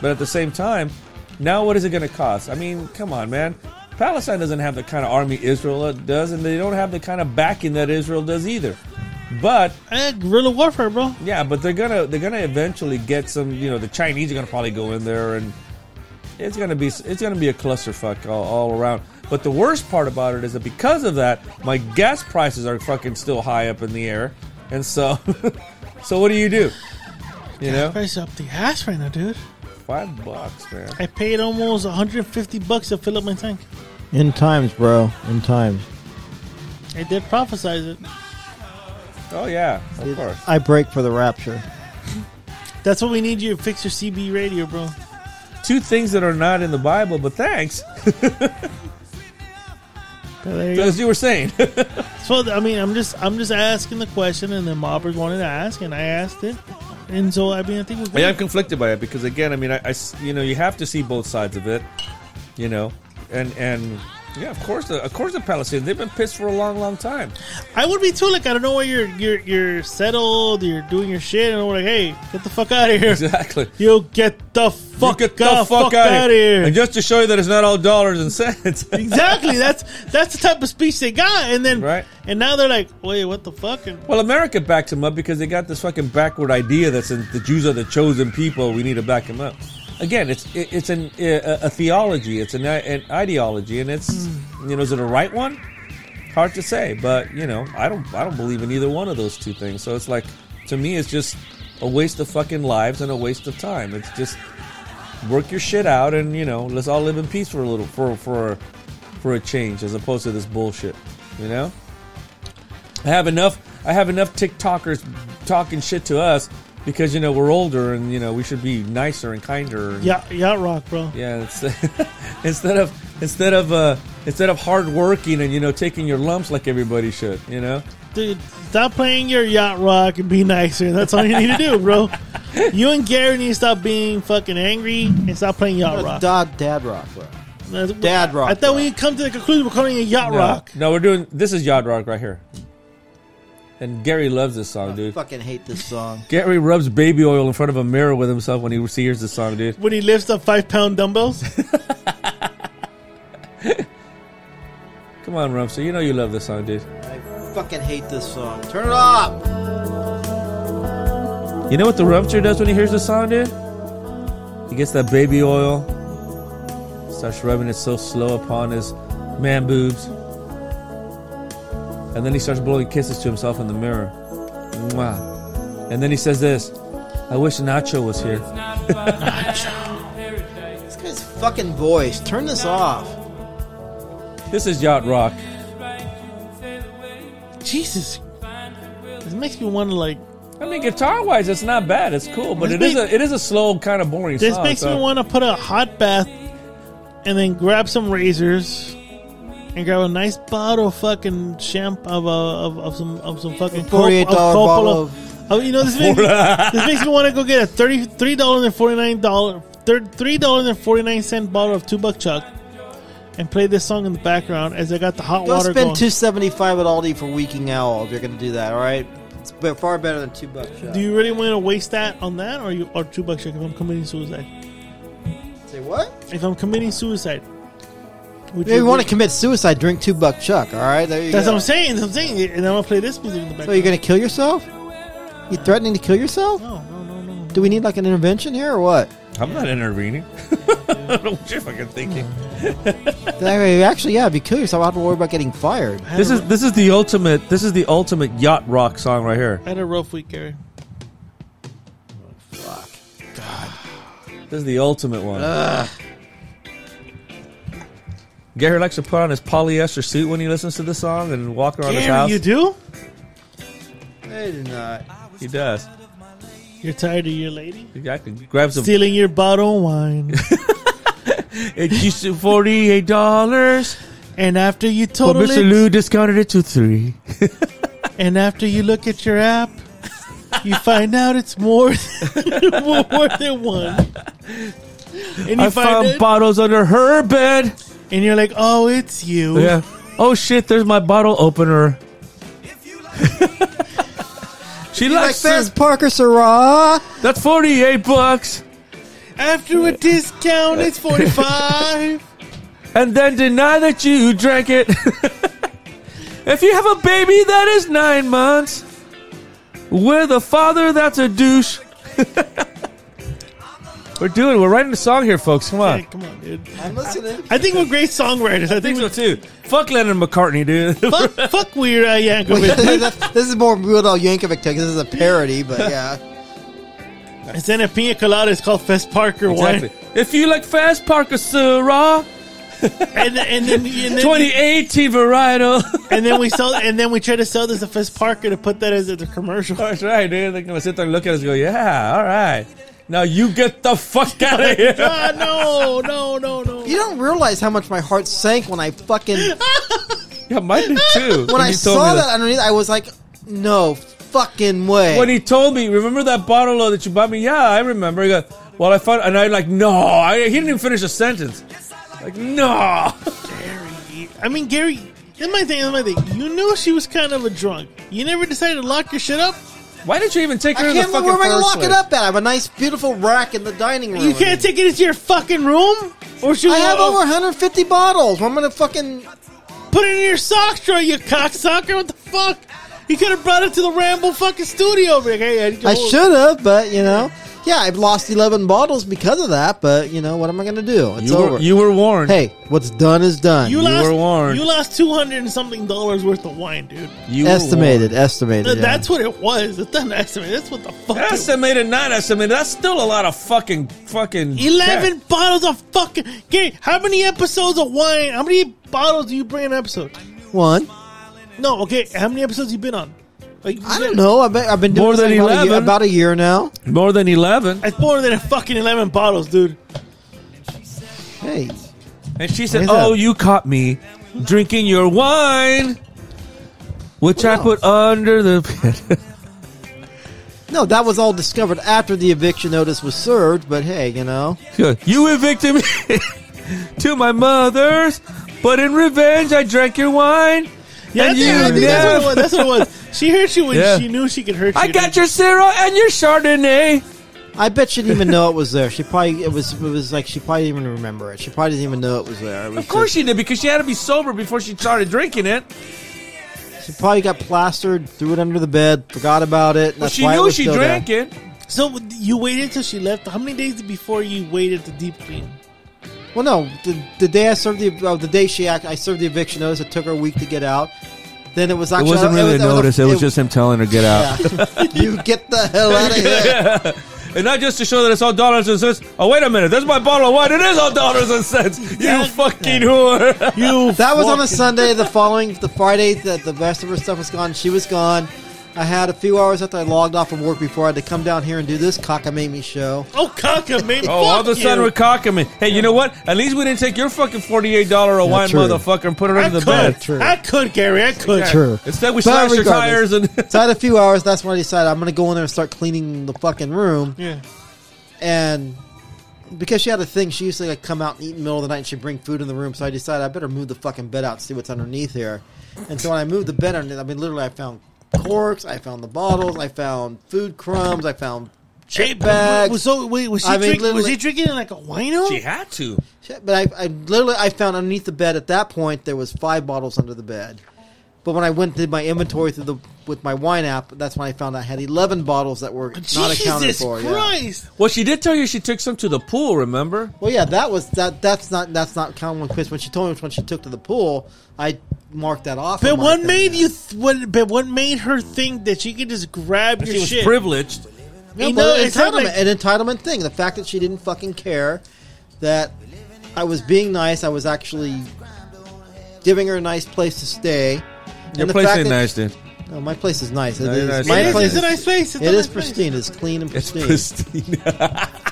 Speaker 2: But at the same time, now what is it going to cost? I mean, come on, man. Palestine doesn't have the kind of army Israel does, and they don't have the kind of backing that Israel does either. But
Speaker 1: Eh, guerrilla warfare, bro.
Speaker 2: yeah, but they're gonna they're gonna eventually get some. You know, the Chinese are gonna probably go in there and It's gonna be it's gonna be a clusterfuck all, all around. But the worst part about it is that because of that, my gas prices are fucking still high up in the air, and so [laughs] so what do you do? You know,
Speaker 1: Price up the ass right now, dude.
Speaker 2: five bucks, man.
Speaker 1: I paid almost 150 bucks to fill up my tank.
Speaker 3: In times, bro. In times.
Speaker 1: I did prophesize it.
Speaker 2: Oh yeah, of course.
Speaker 3: I break for the rapture.
Speaker 1: That's what we need you to fix your CB radio, bro.
Speaker 2: Two things that are not in the Bible, but thanks.
Speaker 1: But there you go.
Speaker 2: As you were saying, [laughs]
Speaker 1: So I mean, I'm just I'm just asking the question, and then Mobbers wanted to ask, and I asked it, and so I mean, I think we're
Speaker 2: I
Speaker 1: good.
Speaker 2: am conflicted by it because again, I mean, I, I s- you know, you have to see both sides of it, you know, and and yeah, of course, the, of course, the Palestinians they've been pissed for a long, long time. [laughs]
Speaker 1: I would be too. Like I don't know where you're you're you're settled, you're doing your shit, and I'm like, hey, get the fuck out of here.
Speaker 2: Exactly.
Speaker 1: You get the fuck,
Speaker 2: you get the,
Speaker 1: the
Speaker 2: fuck, out, of here. And just to show you that it's not all dollars and cents. [laughs]
Speaker 1: exactly. That's that's the type of speech they got, and then
Speaker 2: Right.
Speaker 1: and now they're like, wait, what the fuck? And
Speaker 2: well, America backs him up because they got this fucking backward idea that says the Jews are the chosen people. We need to back him up. Again, it's it, it's an, a, a theology. It's an, i- an ideology, and it's you know, is it a right one? Hard to say, but you know, I don't I don't believe in either one of those two things. So it's like to me, it's just a waste of fucking lives and a waste of time. It's just work your shit out, and you know, let's all live in peace for a little for for for a change, as opposed to this bullshit. You know. I have enough. I have enough TikTokers talking shit to us because you know we're older and you know we should be nicer and kinder. and-
Speaker 1: yeah, yacht rock, bro.
Speaker 2: yeah. It's, [laughs] instead of instead of uh, instead of hard working and you know taking your lumps like everybody should, you know.
Speaker 1: Dude, stop playing your yacht rock and be nicer. That's all you need to do, bro. You and Gary need to stop being fucking angry and stop playing yacht rock.
Speaker 3: Dad, dad rock, bro.
Speaker 1: That's-
Speaker 3: Dad rock,
Speaker 1: I thought
Speaker 3: bro.
Speaker 1: we had come to the conclusion we're calling it yacht rock.
Speaker 2: No, we're doing this is Yod Rock right here. And Gary loves this song,
Speaker 3: I
Speaker 2: dude.
Speaker 3: fucking hate this song.
Speaker 2: Gary rubs baby oil in front of a mirror with himself when he hears this song, dude.
Speaker 1: When he lifts up five pound
Speaker 2: [laughs]
Speaker 1: dumbbells,
Speaker 2: Come on, Rumster, you know you love this song, dude.
Speaker 3: I fucking hate this song. Turn it off.
Speaker 2: You know what the rumster does when he hears the song, dude? He gets that baby oil, starts rubbing it so slow upon his man boobs, and then he starts blowing kisses to himself in the mirror. Mwah. And then he says this I wish Nacho was here.
Speaker 3: This guy's fucking voice. Turn this off.
Speaker 2: This is Yacht Rock.
Speaker 1: Jesus, this makes me want to like.
Speaker 2: I mean, guitar wise, it's not bad. It's cool, but
Speaker 1: This
Speaker 2: it is,
Speaker 1: makes-
Speaker 2: a, it is a slow, kind of boring
Speaker 1: This
Speaker 2: song.
Speaker 1: makes
Speaker 2: so-
Speaker 1: me want to put a hot bath and then grab some razors and grab a nice bottle of fucking champ of, uh, of, of some of some fucking
Speaker 3: $48
Speaker 1: Coppola-
Speaker 3: bottle of-
Speaker 1: Oh, you know this makes, me, this makes me want to go get a thirty three dollars and forty nine dollar three dollars and forty nine cent bottle of two buck chuck and play this song in the background as I got the hot
Speaker 3: Don't
Speaker 1: water
Speaker 3: spend
Speaker 1: going.
Speaker 3: two seventy five at Aldi for Weeking Owl if you're gonna do that. All right, it's be- far better than two bucks. Shot.
Speaker 1: Do you really want to waste that on that, or you or two buck chuck if I'm committing suicide?
Speaker 3: say what?
Speaker 1: If I'm committing suicide, would
Speaker 3: If you want
Speaker 1: agree?
Speaker 3: to commit suicide, drink two buck chuck. All right, there you
Speaker 1: That's
Speaker 3: go.
Speaker 1: what I'm saying. That's what I'm saying. And I'm gonna play this music in the
Speaker 3: So you're
Speaker 1: background.
Speaker 3: gonna kill yourself? You threatening to kill yourself?
Speaker 1: no, no, no, no.
Speaker 3: Do we need like an intervention here or what? [laughs]
Speaker 2: I'm not intervening. I don't know what you're fucking thinking.
Speaker 3: That- Actually, yeah. If you kill yourself, I have to worry about getting fired.
Speaker 1: I had
Speaker 2: This
Speaker 1: a
Speaker 2: is
Speaker 1: rou-
Speaker 2: this is the ultimate. This is the ultimate yacht rock song right here.
Speaker 1: I had a rough week, Gary.
Speaker 3: Fuck.
Speaker 2: This is the ultimate one. Gary likes to put on his polyester suit when he listens to this song and walk around his
Speaker 1: Gary,
Speaker 2: house.
Speaker 1: you do?
Speaker 3: I do not.
Speaker 2: He does.
Speaker 1: You're tired of your lady
Speaker 2: Exactly. Grabs a.
Speaker 1: stealing your bottle of
Speaker 2: [laughs]
Speaker 1: wine,
Speaker 2: It used to forty-eight dollars,
Speaker 1: and after you
Speaker 2: but
Speaker 1: total
Speaker 2: Mr.
Speaker 1: it,
Speaker 2: Lou discounted it to three.
Speaker 1: and after you look at your app, you find out it's more than, [laughs] more than one. And you
Speaker 2: I
Speaker 1: find
Speaker 2: found
Speaker 1: it,
Speaker 2: bottles under her bed.
Speaker 1: and you're like, "Oh, it's you."
Speaker 2: Yeah. Oh shit! There's my bottle opener. [laughs] she
Speaker 3: Like
Speaker 2: likes this.
Speaker 3: Fez Parker Syrah.
Speaker 2: That's forty-eight bucks,
Speaker 1: After a discount, it's forty
Speaker 2: [laughs]
Speaker 1: five.
Speaker 2: and then deny that you drank it. [laughs] if you have a baby that is nine months with a father that's a douche, [laughs] We're doing. We're writing a song here, folks. Come on.
Speaker 1: Hey, come on, dude. [laughs]
Speaker 3: I'm listening.
Speaker 1: I think we're great songwriters. I
Speaker 2: I think
Speaker 1: think
Speaker 2: so too. Fuck Lennon McCartney, dude. [laughs]
Speaker 1: fuck, fuck Weird uh, Al Yankovic.
Speaker 3: [laughs] this is more Weird Al Yankovic because this is a parody, but yeah.
Speaker 1: Instead of pina colada, it's called Fest Parker
Speaker 2: exactly.
Speaker 1: wine.
Speaker 2: If you like fast Parker Syrah,
Speaker 1: And, and then, and then
Speaker 2: 2018 varietal. [laughs]
Speaker 1: and then we sell, and then we try to sell this to Fest Parker to put that as a commercial.
Speaker 2: [laughs] That's right, dude. They're gonna sit there and look at us and go, "Yeah, all right." Now you get the [laughs] fuck out of here.
Speaker 1: Ah, no, no, no, no.
Speaker 3: You don't realize how much my heart sank when I fucking
Speaker 2: [laughs] Yeah, mine did too.
Speaker 3: when I
Speaker 2: he told
Speaker 3: saw
Speaker 2: me
Speaker 3: that underneath. I was like, no fucking way.
Speaker 2: When he told me, remember that bottle of that you bought me? Yeah, I remember. He goes, well, I found, and I'm like, no, I, he didn't even finish a sentence. Like, no. [laughs]
Speaker 1: I mean, Gary, that's my thing. That's my thing. You knew she was kind of a drunk. You never decided to lock your shit up.
Speaker 2: Why didn't you even take
Speaker 3: I
Speaker 2: her to the
Speaker 3: can't
Speaker 2: fucking
Speaker 3: remember where am I gonna
Speaker 2: first
Speaker 3: lock
Speaker 2: place?
Speaker 3: it up at. I have a nice, beautiful rack in the dining room.
Speaker 1: You can't take it into your fucking room, or she
Speaker 3: I have over
Speaker 1: will uh,
Speaker 3: 150 bottles. I'm gonna fucking.
Speaker 1: put it in your sock drawer. You cocksucker! What the fuck? You could have brought it to the Ramble fucking studio. Be Like, hey, I, need your
Speaker 3: I
Speaker 1: whole-
Speaker 3: should have, but you know, yeah, I've lost 11 bottles because of that. But you know, what am I gonna do? It's
Speaker 2: You
Speaker 3: over.
Speaker 2: were, you were warned.
Speaker 3: hey, what's done is done.
Speaker 1: You
Speaker 2: You
Speaker 1: lost.
Speaker 2: were warned.
Speaker 1: You lost two hundred and something dollars worth of wine, dude.
Speaker 2: you were
Speaker 3: estimated, estimated.
Speaker 1: Th-
Speaker 3: yeah.
Speaker 1: That's what it was. It's not an estimate. That's what the fuck.
Speaker 2: warned.
Speaker 1: it was.
Speaker 2: Estimated, not estimated. That's still a lot of fucking, fucking.
Speaker 1: Eleven bottles of fucking. Gary, how many episodes of wine? How many bottles do you bring an episode?
Speaker 3: one.
Speaker 1: No, okay. How many episodes you been on? Like, you
Speaker 3: I
Speaker 1: got-
Speaker 3: don't know. I've been, I've been doing
Speaker 2: More
Speaker 3: this
Speaker 2: than
Speaker 3: about, a year,
Speaker 2: 11.
Speaker 3: about a year now.
Speaker 2: More than 11.
Speaker 1: It's more than a fucking eleven bottles, dude.
Speaker 3: Hey,
Speaker 2: And she said,
Speaker 3: What is
Speaker 2: oh,
Speaker 3: that?
Speaker 2: you caught me drinking your wine, which I
Speaker 3: else?
Speaker 2: put under the [laughs] bed.
Speaker 3: no, that was all discovered after the eviction notice was served. But hey, you know,
Speaker 2: Good. You evicted me [laughs] to my mother's, but in revenge, I drank your wine.
Speaker 1: Yeah, that's,
Speaker 2: And you
Speaker 1: I think that's what it
Speaker 2: never-
Speaker 1: was. That's what it was. She hurt you when
Speaker 2: Yeah.
Speaker 1: she knew she could hurt you.
Speaker 2: I got your Syrah and your Chardonnay.
Speaker 3: I bet she didn't even know it was there. She probably it was it was like she probably didn't even remember it. She probably didn't even know it was there. It was
Speaker 2: Of course
Speaker 3: just-
Speaker 2: she did because she had to be sober before she started drinking it.
Speaker 3: she probably got plastered, threw it under the bed, forgot about it. and
Speaker 2: But
Speaker 3: That's
Speaker 2: she
Speaker 3: why it
Speaker 2: knew
Speaker 3: was
Speaker 2: she
Speaker 3: still there.
Speaker 2: drank
Speaker 3: [laughs]
Speaker 2: it.
Speaker 1: dude. So you waited till she left. How many days before you waited to deep clean?
Speaker 3: Well, no, the, the day I served the uh, the day she act, I served the eviction notice. It took her a week to get out. Then it was actually it was-
Speaker 2: him telling her get
Speaker 3: yeah. [laughs] you get the hell out of here.
Speaker 2: [laughs] And not just to show that it's all dollars and cents. Oh wait a minute, that's my bottle of wine. It is all dollars and
Speaker 3: [laughs]
Speaker 2: cents. You fucking whore.
Speaker 1: You
Speaker 3: That was on a Sunday. The following, the Friday, that the rest of her stuff was gone. She was gone. I had a few hours after I logged off from work before I had to come down here and do this cockamamie show.
Speaker 1: oh cocker mate.
Speaker 2: [laughs] Oh, all of a sudden we're
Speaker 1: you.
Speaker 2: cocking me. Hey, you know what? At least we didn't take your fucking forty-eight dollar a wine,
Speaker 3: true.
Speaker 2: motherfucker, and put it
Speaker 1: I
Speaker 2: under the bed.
Speaker 1: could. I could, Gary. I could.
Speaker 2: Instead, we
Speaker 3: But
Speaker 2: slashed your
Speaker 3: regardless,
Speaker 2: tires and
Speaker 3: so I had a few hours. That's when I decided I'm going to go in there and start cleaning the fucking room.
Speaker 1: Yeah.
Speaker 3: And because she had a thing, she used to like come out and eat in the middle of the night, and she'd bring food in the room. So I decided I better move the fucking bed out, and see what's underneath here. And so when I moved the bed underneath, I mean, literally, I found corks, I found the bottles, I found food crumbs, I found
Speaker 1: Hey,
Speaker 3: chip bags.
Speaker 1: So wait, was she
Speaker 3: I mean,
Speaker 1: drinking? Was
Speaker 3: literally-
Speaker 1: he drinking in like a wino?
Speaker 2: she had to.
Speaker 3: Shit, But I, I literally I found underneath the bed at that point there was five bottles under the bed. But when I went to my inventory through the with my wine app, that's when I found I had eleven bottles that were not accounted
Speaker 1: Jesus
Speaker 3: for. Yeah. Oh
Speaker 1: Christ!
Speaker 2: Well, she did tell you she took some to the pool. Remember?
Speaker 3: Well, yeah, that was that. That's not that's not counting when Chris. When she told me which one she took to the pool, I marked that off.
Speaker 1: But
Speaker 3: on my
Speaker 1: what
Speaker 3: thing,
Speaker 1: made
Speaker 3: yeah.
Speaker 1: you? Th- what, but what made her think that she could just grab your
Speaker 2: She was
Speaker 1: shit?
Speaker 2: privileged.
Speaker 3: Yeah,
Speaker 1: You
Speaker 3: but
Speaker 1: know,
Speaker 3: an
Speaker 1: it sounds
Speaker 3: entitlement,
Speaker 1: like-
Speaker 3: an entitlement thing. The fact that she didn't fucking care that I was being nice, I was actually giving her a nice place to stay. And
Speaker 2: Your
Speaker 3: the
Speaker 2: place
Speaker 3: fact
Speaker 2: ain't
Speaker 3: that-
Speaker 2: nice,
Speaker 3: [laughs]
Speaker 2: dude.
Speaker 3: No, my place is nice. It
Speaker 2: No,
Speaker 3: is-
Speaker 2: you're nice.
Speaker 3: My
Speaker 1: It is,
Speaker 3: place
Speaker 1: it's a nice place. It's a
Speaker 3: It is
Speaker 1: nice place.
Speaker 3: pristine. It's clean and
Speaker 2: It's
Speaker 3: pristine.
Speaker 2: pristine. [laughs]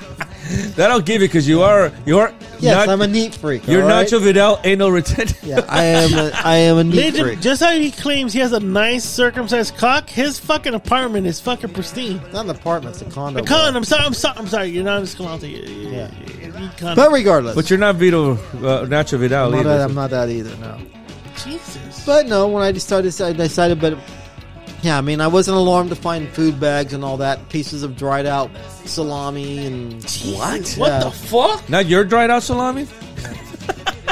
Speaker 2: That'll give you because you are you are
Speaker 3: Yes,
Speaker 2: not,
Speaker 3: I'm a neat freak.
Speaker 2: you're
Speaker 3: all right?
Speaker 2: Nacho Vidal anal retentive.
Speaker 3: Yeah, I am. A, I am a neat
Speaker 1: Legend-
Speaker 3: freak.
Speaker 1: just how he claims he has a nice circumcised cock, his fucking apartment is fucking pristine.
Speaker 3: Not an apartment. It's a condo.
Speaker 1: A con, I'm sorry, I'm sorry, I'm sorry. You're not just Escalante. Yeah.
Speaker 3: Yeah.
Speaker 1: Con.
Speaker 3: But
Speaker 2: [laughs]
Speaker 3: regardless,
Speaker 2: But you're not Vito uh, Nacho Vidal
Speaker 3: I'm not,
Speaker 2: either.
Speaker 3: that, I'm not that either. No.
Speaker 1: Jesus.
Speaker 3: But no, when I decided, I decided, but yeah, I mean, I wasn't alarmed to find food bags and all that, pieces of dried out salami and
Speaker 1: what? What
Speaker 3: Yeah.
Speaker 1: the fuck?
Speaker 2: Not your dried out salami.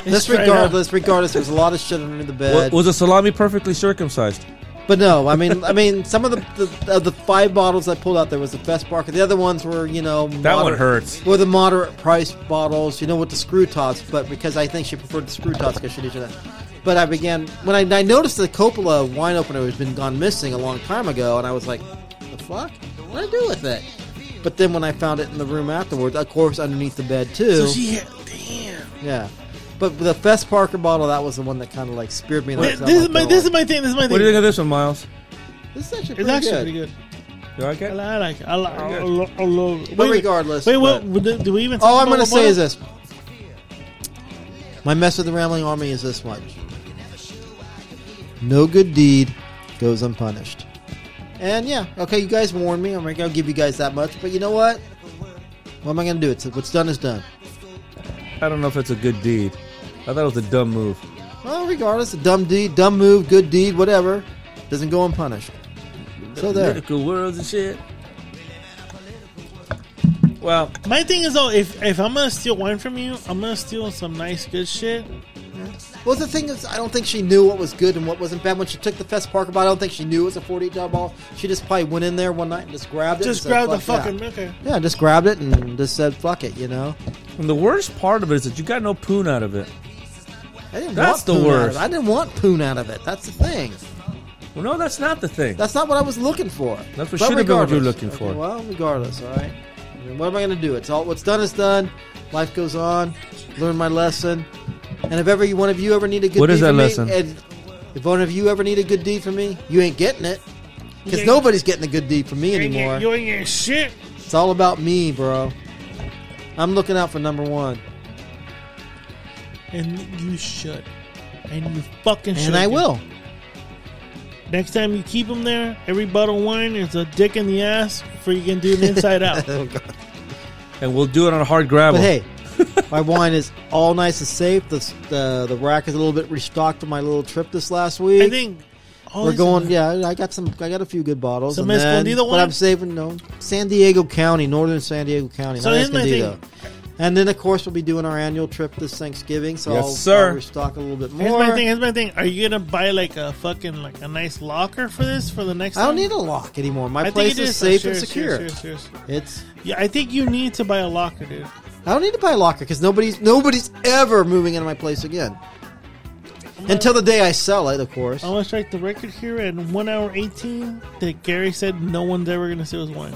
Speaker 3: this.
Speaker 1: dried
Speaker 3: Regardless, regardless, there's a lot of shit under the
Speaker 2: Wa-
Speaker 3: bed.
Speaker 2: Was the salami perfectly circumcised?
Speaker 3: But no, I mean, I mean, some of the the, of the five bottles I pulled out there was the best Barker. The other ones were, you know,
Speaker 2: That one hurts.
Speaker 3: Were the moderate price bottles, you know, with the screw tops. But because I think she preferred the screw tops because she did that. But I began when I, I noticed the Coppola wine opener has been gone missing a long time ago, and I was like, "The fuck? What do I do with it?" But then when I found it in the room afterwards, of course, underneath the bed too.
Speaker 1: Yeah, damn.
Speaker 3: yeah. But the Fest Parker bottle, that was the one that kind of like speared me. in the
Speaker 1: This,
Speaker 3: back.
Speaker 1: this
Speaker 3: I'm
Speaker 1: is
Speaker 3: like,
Speaker 1: my
Speaker 3: "Oh,
Speaker 1: this is my thing. This is my thing.
Speaker 2: What do you think of this one, Miles?
Speaker 3: This is actually
Speaker 1: It's
Speaker 3: pretty
Speaker 1: actually
Speaker 3: good.
Speaker 1: pretty good.
Speaker 2: You like
Speaker 1: I
Speaker 2: it?
Speaker 1: li- I like it. I li- I
Speaker 2: Pretty
Speaker 1: lo- I lo-
Speaker 3: Oh. But
Speaker 1: wait,
Speaker 3: regardless,
Speaker 1: Wait,
Speaker 3: but-
Speaker 1: what? Do, do we even?
Speaker 3: All
Speaker 1: talk
Speaker 3: I'm
Speaker 1: about
Speaker 3: going to
Speaker 1: what-
Speaker 3: say is this. My mess with the Rambling Army is this much. No good deed goes unpunished. And yeah, okay, you guys warned me. I'm not going to give you guys that much. But you know what? What am I going to do? It's What's done is done.
Speaker 2: I don't know if it's a good deed. I thought it was a dumb move.
Speaker 3: Well, regardless, a dumb deed, dumb move, good deed, whatever, doesn't go unpunished. So
Speaker 1: [laughs]
Speaker 3: there.
Speaker 2: Political worlds and shit. Well,
Speaker 1: My thing is though, if if I'm gonna steal wine from you, I'm gonna steal some nice good shit.
Speaker 3: Well, the thing is, I don't think she knew what was good and what wasn't bad when she took the Fest Parker bottle. I don't think she knew it was a forty-eight dollar ball. She just probably went in there one night and just grabbed it.
Speaker 1: Just
Speaker 3: and said,
Speaker 1: grab the
Speaker 3: "Fuck
Speaker 1: fucking
Speaker 3: yeah.
Speaker 1: okay.
Speaker 3: yeah, just grabbed it and just said "fuck it," you know.
Speaker 2: and the worst part of it is that you got no poon out of it.
Speaker 3: I didn't
Speaker 2: That's
Speaker 3: want
Speaker 2: the
Speaker 3: poon out of
Speaker 2: worst.
Speaker 3: it. I didn't want poon out of it. That's the thing.
Speaker 2: Well, no, that's not the thing.
Speaker 3: That's not what I was looking for.
Speaker 2: That's what
Speaker 3: But
Speaker 2: should have been what you were
Speaker 3: regardless-
Speaker 2: looking for.
Speaker 3: Okay, well, regardless, all right. I mean, what am I going to do? It's all what's done is done. Life goes on. Learn my lesson. And if ever you, one of you ever need a good
Speaker 2: What
Speaker 3: deed
Speaker 2: is that
Speaker 3: from
Speaker 2: lesson?
Speaker 3: me, and if one of you ever need a good deed from me, you ain't getting it because
Speaker 1: Yeah.
Speaker 3: nobody's getting a good deed from me
Speaker 1: You ain't
Speaker 3: anymore.
Speaker 1: get- You ain't getting shit.
Speaker 3: It's all about me, bro. I'm looking out for number one,
Speaker 1: And you should. And you fucking should.
Speaker 3: and I
Speaker 1: dude.
Speaker 3: will.
Speaker 1: Next time you keep them there, every bottle of wine is a dick in the ass for you can do the
Speaker 3: [laughs]
Speaker 1: inside out.
Speaker 3: Oh, God.
Speaker 2: And we'll do it on a hard gravel.
Speaker 3: But hey, my wine is all nice and safe. The, the the rack is a little bit restocked from my little trip this last week.
Speaker 1: I think. all
Speaker 3: We're
Speaker 1: these-
Speaker 3: going. Yeah, I got some. I got a few good bottles.
Speaker 1: Some
Speaker 3: and then-
Speaker 1: Escondido
Speaker 3: but
Speaker 1: wine?
Speaker 3: I'm saving no San Diego County, northern San Diego County,
Speaker 1: So
Speaker 3: not
Speaker 1: here's my
Speaker 3: Escondido. And then of course we'll be doing our annual trip this Thanksgiving, so
Speaker 2: Yes,
Speaker 3: I'll,
Speaker 2: sir.
Speaker 3: I'll restock a little bit more.
Speaker 1: Here's my thing. Here's my thing. Are you gonna buy like a fucking like a nice locker for this for the next?
Speaker 3: I don't
Speaker 1: time?
Speaker 3: need a lock anymore. My
Speaker 1: I think
Speaker 3: place
Speaker 1: it is.
Speaker 3: is
Speaker 1: Oh,
Speaker 3: safe
Speaker 1: Cheers,
Speaker 3: and secure.
Speaker 1: cheers, cheers, cheers.
Speaker 3: It's
Speaker 1: Yeah, I think you need to buy a locker, dude.
Speaker 3: I don't need to buy a locker because nobody's nobody's ever moving into my place again until the day I sell it, of course.
Speaker 1: I want to strike the record here at one hour eighteen that Gary said no one's ever gonna steal his wine.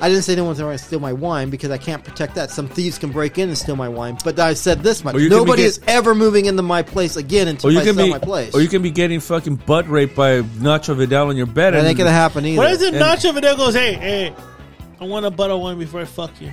Speaker 3: I didn't say no one's going to steal my wine because I can't protect that. Some thieves can break in and steal my wine. But I said this much:
Speaker 2: Or you can
Speaker 3: nobody
Speaker 2: be-
Speaker 3: is ever moving into my place again until
Speaker 2: or you
Speaker 3: I
Speaker 2: can
Speaker 3: sell
Speaker 2: be,
Speaker 3: my place.
Speaker 2: or you can be getting fucking butt raped by Nacho Vidal in your bed.
Speaker 3: that
Speaker 2: and
Speaker 3: ain't gonna happen either.
Speaker 1: What is it?
Speaker 2: And-
Speaker 1: Nacho Vidal goes, hey, hey, I want a butt of wine before I fuck you.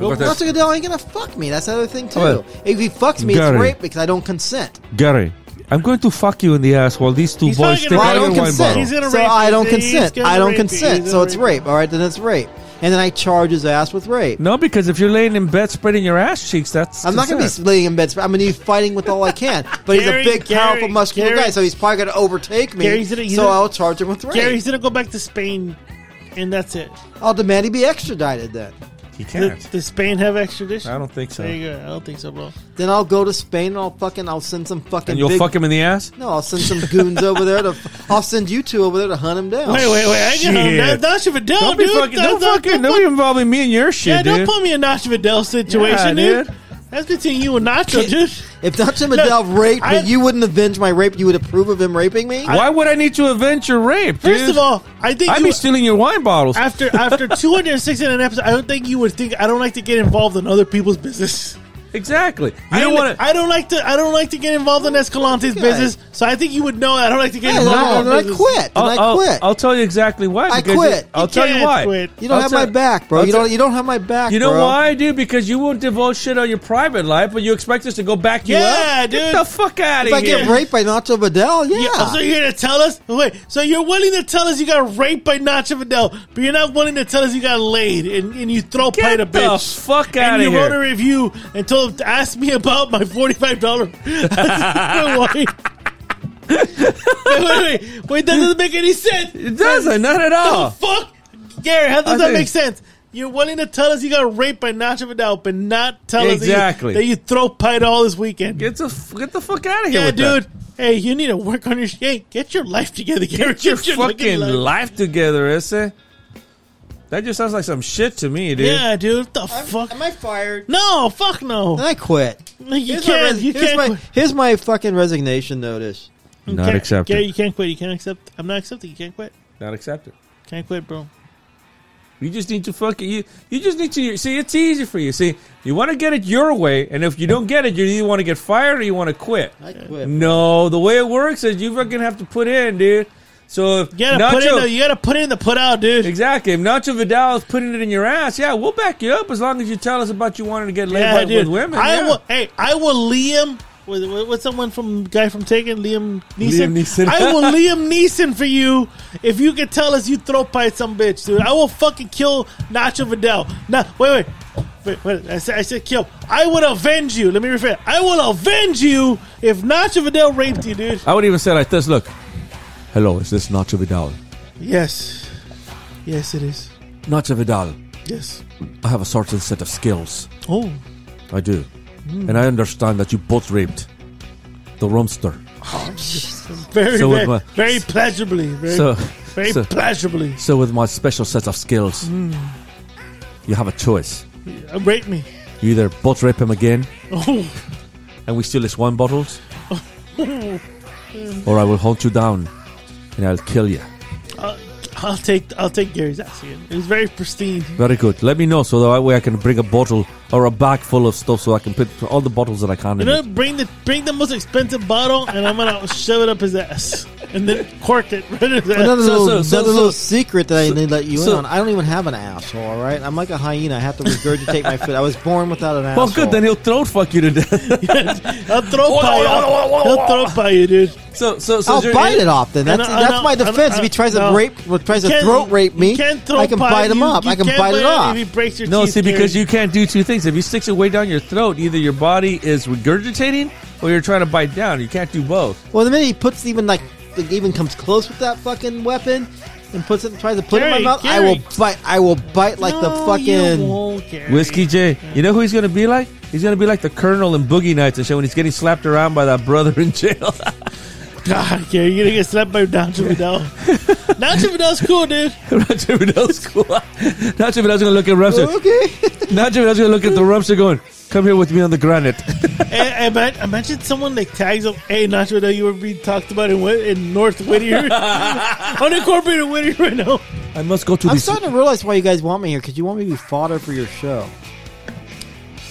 Speaker 2: Look at
Speaker 3: Nelson
Speaker 2: this.
Speaker 3: Goodell ain't gonna fuck me. That's the other thing too.
Speaker 2: Well,
Speaker 3: if he fucks me,
Speaker 2: Gary.
Speaker 3: it's rape because I don't consent.
Speaker 2: Gary, I'm going to fuck you in the ass while these two
Speaker 1: He's probably
Speaker 2: boys stick
Speaker 1: gonna
Speaker 2: out
Speaker 3: I
Speaker 1: rape
Speaker 2: your
Speaker 3: don't
Speaker 1: you. He's
Speaker 2: wine
Speaker 3: consent.
Speaker 2: bottle.
Speaker 1: He's gonna
Speaker 3: so
Speaker 1: rape
Speaker 3: I
Speaker 1: you.
Speaker 3: don't
Speaker 1: He's
Speaker 3: consent.
Speaker 1: gonna
Speaker 3: I don't
Speaker 1: rape you. He's
Speaker 3: consent.
Speaker 1: gonna
Speaker 3: So it's
Speaker 1: rape you.
Speaker 3: rape. All right, then it's rape. And then I charge his ass with rape.
Speaker 2: No, because if you're laying in bed spreading your ass cheeks, that's
Speaker 3: I'm not going to be
Speaker 2: consent.
Speaker 3: laying in bed. I'm going to be fighting with all I can. But he's a
Speaker 1: Gary,
Speaker 3: big,
Speaker 1: Gary,
Speaker 3: powerful, muscular
Speaker 1: Gary.
Speaker 3: guy, so he's probably going to overtake me.
Speaker 1: Gary's gonna- he's
Speaker 3: so
Speaker 1: gonna-
Speaker 3: I'll charge him with rape.
Speaker 1: Gary, he's gonna go back to Spain, and that's it.
Speaker 3: I'll demand he be extradited then.
Speaker 2: He
Speaker 1: Th-
Speaker 2: can't.
Speaker 1: Does, Spain have extradition?
Speaker 2: I don't think so.
Speaker 1: There
Speaker 2: And
Speaker 1: you go. I don't think so, bro.
Speaker 3: Then I'll go to Spain and I'll fucking I'll send some fucking
Speaker 2: you'll
Speaker 3: big,
Speaker 2: fuck him in the ass.
Speaker 3: No, I'll send some goons over there to I'll send you two over there to hunt him down.
Speaker 1: Wait, wait, wait. I get him.
Speaker 2: Oh, Shit.
Speaker 1: That, Nacho Vidal,
Speaker 2: don't
Speaker 1: dude.
Speaker 2: be fucking.
Speaker 1: That-
Speaker 2: Don't
Speaker 1: that-
Speaker 2: fucking.
Speaker 1: that-
Speaker 2: Don't be involving me in your
Speaker 1: yeah,
Speaker 2: shit,
Speaker 1: don't
Speaker 2: dude.
Speaker 1: put me in Nacho Vidal situation,
Speaker 2: Yeah,
Speaker 1: dude.
Speaker 2: dude.
Speaker 1: That's between you and Nacho, dude.
Speaker 3: If Nacho Vidal raped me,
Speaker 1: I-
Speaker 3: you wouldn't avenge my rape. You would approve of him raping me.
Speaker 2: Why would I need to avenge your rape, dude?
Speaker 1: First of all, I think
Speaker 2: I'd
Speaker 1: you,
Speaker 2: be stealing your wine bottles.
Speaker 1: after after [laughs] 269 episodes, I don't think you would think I don't like to get involved in other people's business.
Speaker 2: Exactly. You
Speaker 1: I
Speaker 2: don't want to.
Speaker 1: I don't like to. I don't like to get involved in Escalante's
Speaker 3: Okay.
Speaker 1: business. So I think you would know. I don't like to get
Speaker 3: Hey,
Speaker 1: involved.
Speaker 3: no,
Speaker 1: in
Speaker 3: no, I
Speaker 1: business.
Speaker 3: quit. And I
Speaker 2: I'll,
Speaker 3: quit.
Speaker 2: I'll tell you exactly why.
Speaker 3: I
Speaker 2: because
Speaker 3: quit.
Speaker 2: I'll
Speaker 1: You
Speaker 2: tell you
Speaker 1: can't
Speaker 2: why.
Speaker 1: quit.
Speaker 3: you don't
Speaker 2: I'll
Speaker 3: have
Speaker 2: tell-
Speaker 3: my back, bro.
Speaker 2: I'll
Speaker 3: You
Speaker 2: tell-
Speaker 3: don't. You don't have my back.
Speaker 2: You know
Speaker 3: bro.
Speaker 2: why, dude? Because you won't divulge shit on your private life, but you expect us to go back you up.
Speaker 1: Yeah,
Speaker 2: Get
Speaker 1: dude.
Speaker 2: the fuck out
Speaker 3: If I
Speaker 2: of here.
Speaker 3: get raped by Nacho Vidal, yeah.
Speaker 1: Yeah. Oh, So you're gonna tell us? Wait. So you're willing to tell us you got raped by Nacho Vidal, but you're not willing to tell us you got laid and, and you throw played
Speaker 2: Get
Speaker 1: a
Speaker 2: the
Speaker 1: bitch.
Speaker 2: fuck
Speaker 1: and
Speaker 2: out
Speaker 1: you
Speaker 2: of
Speaker 1: wrote a
Speaker 2: here.
Speaker 1: review and told him to ask me about my forty-five dollar. [laughs] wait, wait, wait! Wait, that doesn't make any sense.
Speaker 2: It doesn't, not at
Speaker 1: The
Speaker 2: all.
Speaker 1: fuck, Gary? How does
Speaker 2: I
Speaker 1: that
Speaker 2: think-
Speaker 1: make sense? You're willing to tell us you got raped by Nacho Vidal, but not tell us
Speaker 2: Exactly.
Speaker 1: that you, that you throw pie all this weekend.
Speaker 2: Get the f- get the fuck out of here,
Speaker 1: yeah,
Speaker 2: with
Speaker 1: dude.
Speaker 2: That.
Speaker 1: Hey, you need to work on your shit. Hey, get your life together. Get, [laughs]
Speaker 2: Your fucking life. together, Issa. That just sounds like some shit to me, dude.
Speaker 1: Yeah, dude. What the
Speaker 3: I'm-
Speaker 1: fuck?
Speaker 3: Am I fired?
Speaker 1: no, fuck
Speaker 3: Then
Speaker 1: no.
Speaker 3: I quit.
Speaker 1: You
Speaker 3: my
Speaker 1: can't.
Speaker 3: res-
Speaker 1: You
Speaker 3: here's
Speaker 1: can't.
Speaker 3: my
Speaker 1: quit.
Speaker 3: here's my fucking resignation notice.
Speaker 1: You
Speaker 2: Not
Speaker 1: can't-
Speaker 2: accepted.
Speaker 1: Yeah, you can't quit. You can't accept. I'm not accepting. You can't quit.
Speaker 2: Not accepted.
Speaker 1: Can't quit, bro.
Speaker 2: You just need to fucking you. You just need to see. It's easy for you. See, you want to get it your way, and if you don't get it, you either want to get fired or you want to quit.
Speaker 3: I quit.
Speaker 2: No, the way it works is you fucking have to put in, dude. So if
Speaker 1: You gotta
Speaker 2: Nacho,
Speaker 1: put in. The, you gotta put in the put out, dude.
Speaker 2: exactly, if Nacho Vidal is putting it in your ass, yeah, we'll back you up as long as you tell us about you wanting to get laid
Speaker 1: Yeah,
Speaker 2: by,
Speaker 1: dude.
Speaker 2: with women.
Speaker 1: I
Speaker 2: yeah.
Speaker 1: will. Hey, I will Liam. with- with- What's someone from guy from Taken? Liam Neeson.
Speaker 2: Liam Neeson.
Speaker 1: I
Speaker 2: [laughs]
Speaker 1: will Liam Neeson for you if you can tell us you throw pipe some bitch, dude. I will fucking kill Nacho Vidal. No, wait, wait, wait. wait I, said, I said kill. I would avenge you. Let me rephrase. I will avenge you if Nacho Vidal raped you, dude.
Speaker 2: I would even say like this: Look, hello, is this Nacho Vidal?
Speaker 1: Yes, yes, it is.
Speaker 2: Nacho Vidal,
Speaker 1: Yes.
Speaker 2: I have a certain set of skills.
Speaker 1: Oh,
Speaker 2: I do, and I understand that you both raped the rumster.
Speaker 1: very, very,
Speaker 2: So with my-
Speaker 1: very pleasurably. Very,
Speaker 2: So,
Speaker 1: very
Speaker 2: so,
Speaker 1: pleasurably.
Speaker 2: so with my special set of skills, you have a choice.
Speaker 1: Uh, Rape me.
Speaker 2: You either butt rape him again,
Speaker 1: Oh.
Speaker 2: and we steal his wine [laughs] bottles, or I will hunt you down, and I'll kill you.
Speaker 1: I'll, I'll take I'll take Gary's ass again. It was very pristine.
Speaker 2: Very good. Let me know so that way I can bring a bottle or a bag full of stuff so I can put all the bottles that I can
Speaker 1: You
Speaker 2: in
Speaker 1: know,
Speaker 2: it.
Speaker 1: bring the bring the most expensive bottle, and I'm gonna shove it up his ass, and then cork it right in his ass.
Speaker 3: Another
Speaker 2: So-
Speaker 3: little,
Speaker 2: so- so-
Speaker 3: another
Speaker 2: so-
Speaker 3: little secret that I didn't let you
Speaker 2: so-
Speaker 3: in on. I don't even have an asshole. All right, I'm like a hyena. I have to regurgitate my food. I was born without an asshole.
Speaker 2: Well, good. Then he'll throat fuck you to
Speaker 1: [laughs]
Speaker 2: death.
Speaker 1: I'll throw by you. I'll, I'll throw by you, dude.
Speaker 2: so, so, so
Speaker 3: I'll
Speaker 2: you're-
Speaker 3: bite it off. Then
Speaker 1: I
Speaker 3: that's
Speaker 1: know- I
Speaker 3: that's
Speaker 1: know-
Speaker 3: my
Speaker 1: I know-
Speaker 3: defense. If he tries to
Speaker 1: no.
Speaker 3: rape, tries
Speaker 1: You
Speaker 3: to
Speaker 1: can't-
Speaker 3: throat rape
Speaker 1: you
Speaker 3: me,
Speaker 1: can't throw
Speaker 3: I can
Speaker 1: pie.
Speaker 3: bite him
Speaker 1: You-
Speaker 3: up.
Speaker 1: you
Speaker 3: I can
Speaker 1: can't
Speaker 3: bite
Speaker 1: If
Speaker 3: it
Speaker 1: he
Speaker 3: off.
Speaker 1: breaks your
Speaker 2: No,
Speaker 1: teeth,
Speaker 2: see, because
Speaker 1: Gary.
Speaker 2: you can't do two things. If you sticks it way down your throat, either your body is regurgitating or you're trying to bite down. You can't do both.
Speaker 3: Well, the minute he puts even like like, even comes close with that fucking weapon and puts it tries to put it in
Speaker 1: Gary,
Speaker 3: my mouth,
Speaker 1: Gary.
Speaker 3: I will bite. I will bite like the
Speaker 1: No, you
Speaker 3: fucking.
Speaker 1: won't, Gary.
Speaker 2: Whiskey J. You know who he's gonna be like? He's gonna be like the Colonel in Boogie Nights and shit when he's getting slapped around by that brother in jail.
Speaker 1: [laughs]
Speaker 2: [laughs]
Speaker 1: God, Gary, you're gonna get slapped by
Speaker 3: [laughs]
Speaker 1: Nacho Vidal. Nacho Vidal's cool, dude.
Speaker 2: Nacho Vidal's cool. Nacho Vidal's gonna look at Rumster.
Speaker 3: [laughs] Okay.
Speaker 1: [laughs]
Speaker 2: Nacho Vidal's gonna look at the Rumster going, "Come here with me on the granite."
Speaker 1: I, imagine someone like tags up, hey, Nacho Vidal, you were being talked about in Whit- in North Whittier,
Speaker 2: [laughs]
Speaker 1: unincorporated Whittier right now.
Speaker 2: [laughs] I must go to
Speaker 3: I'm
Speaker 2: this.
Speaker 3: starting to realize why you guys want me here because you want me to be fodder for your show.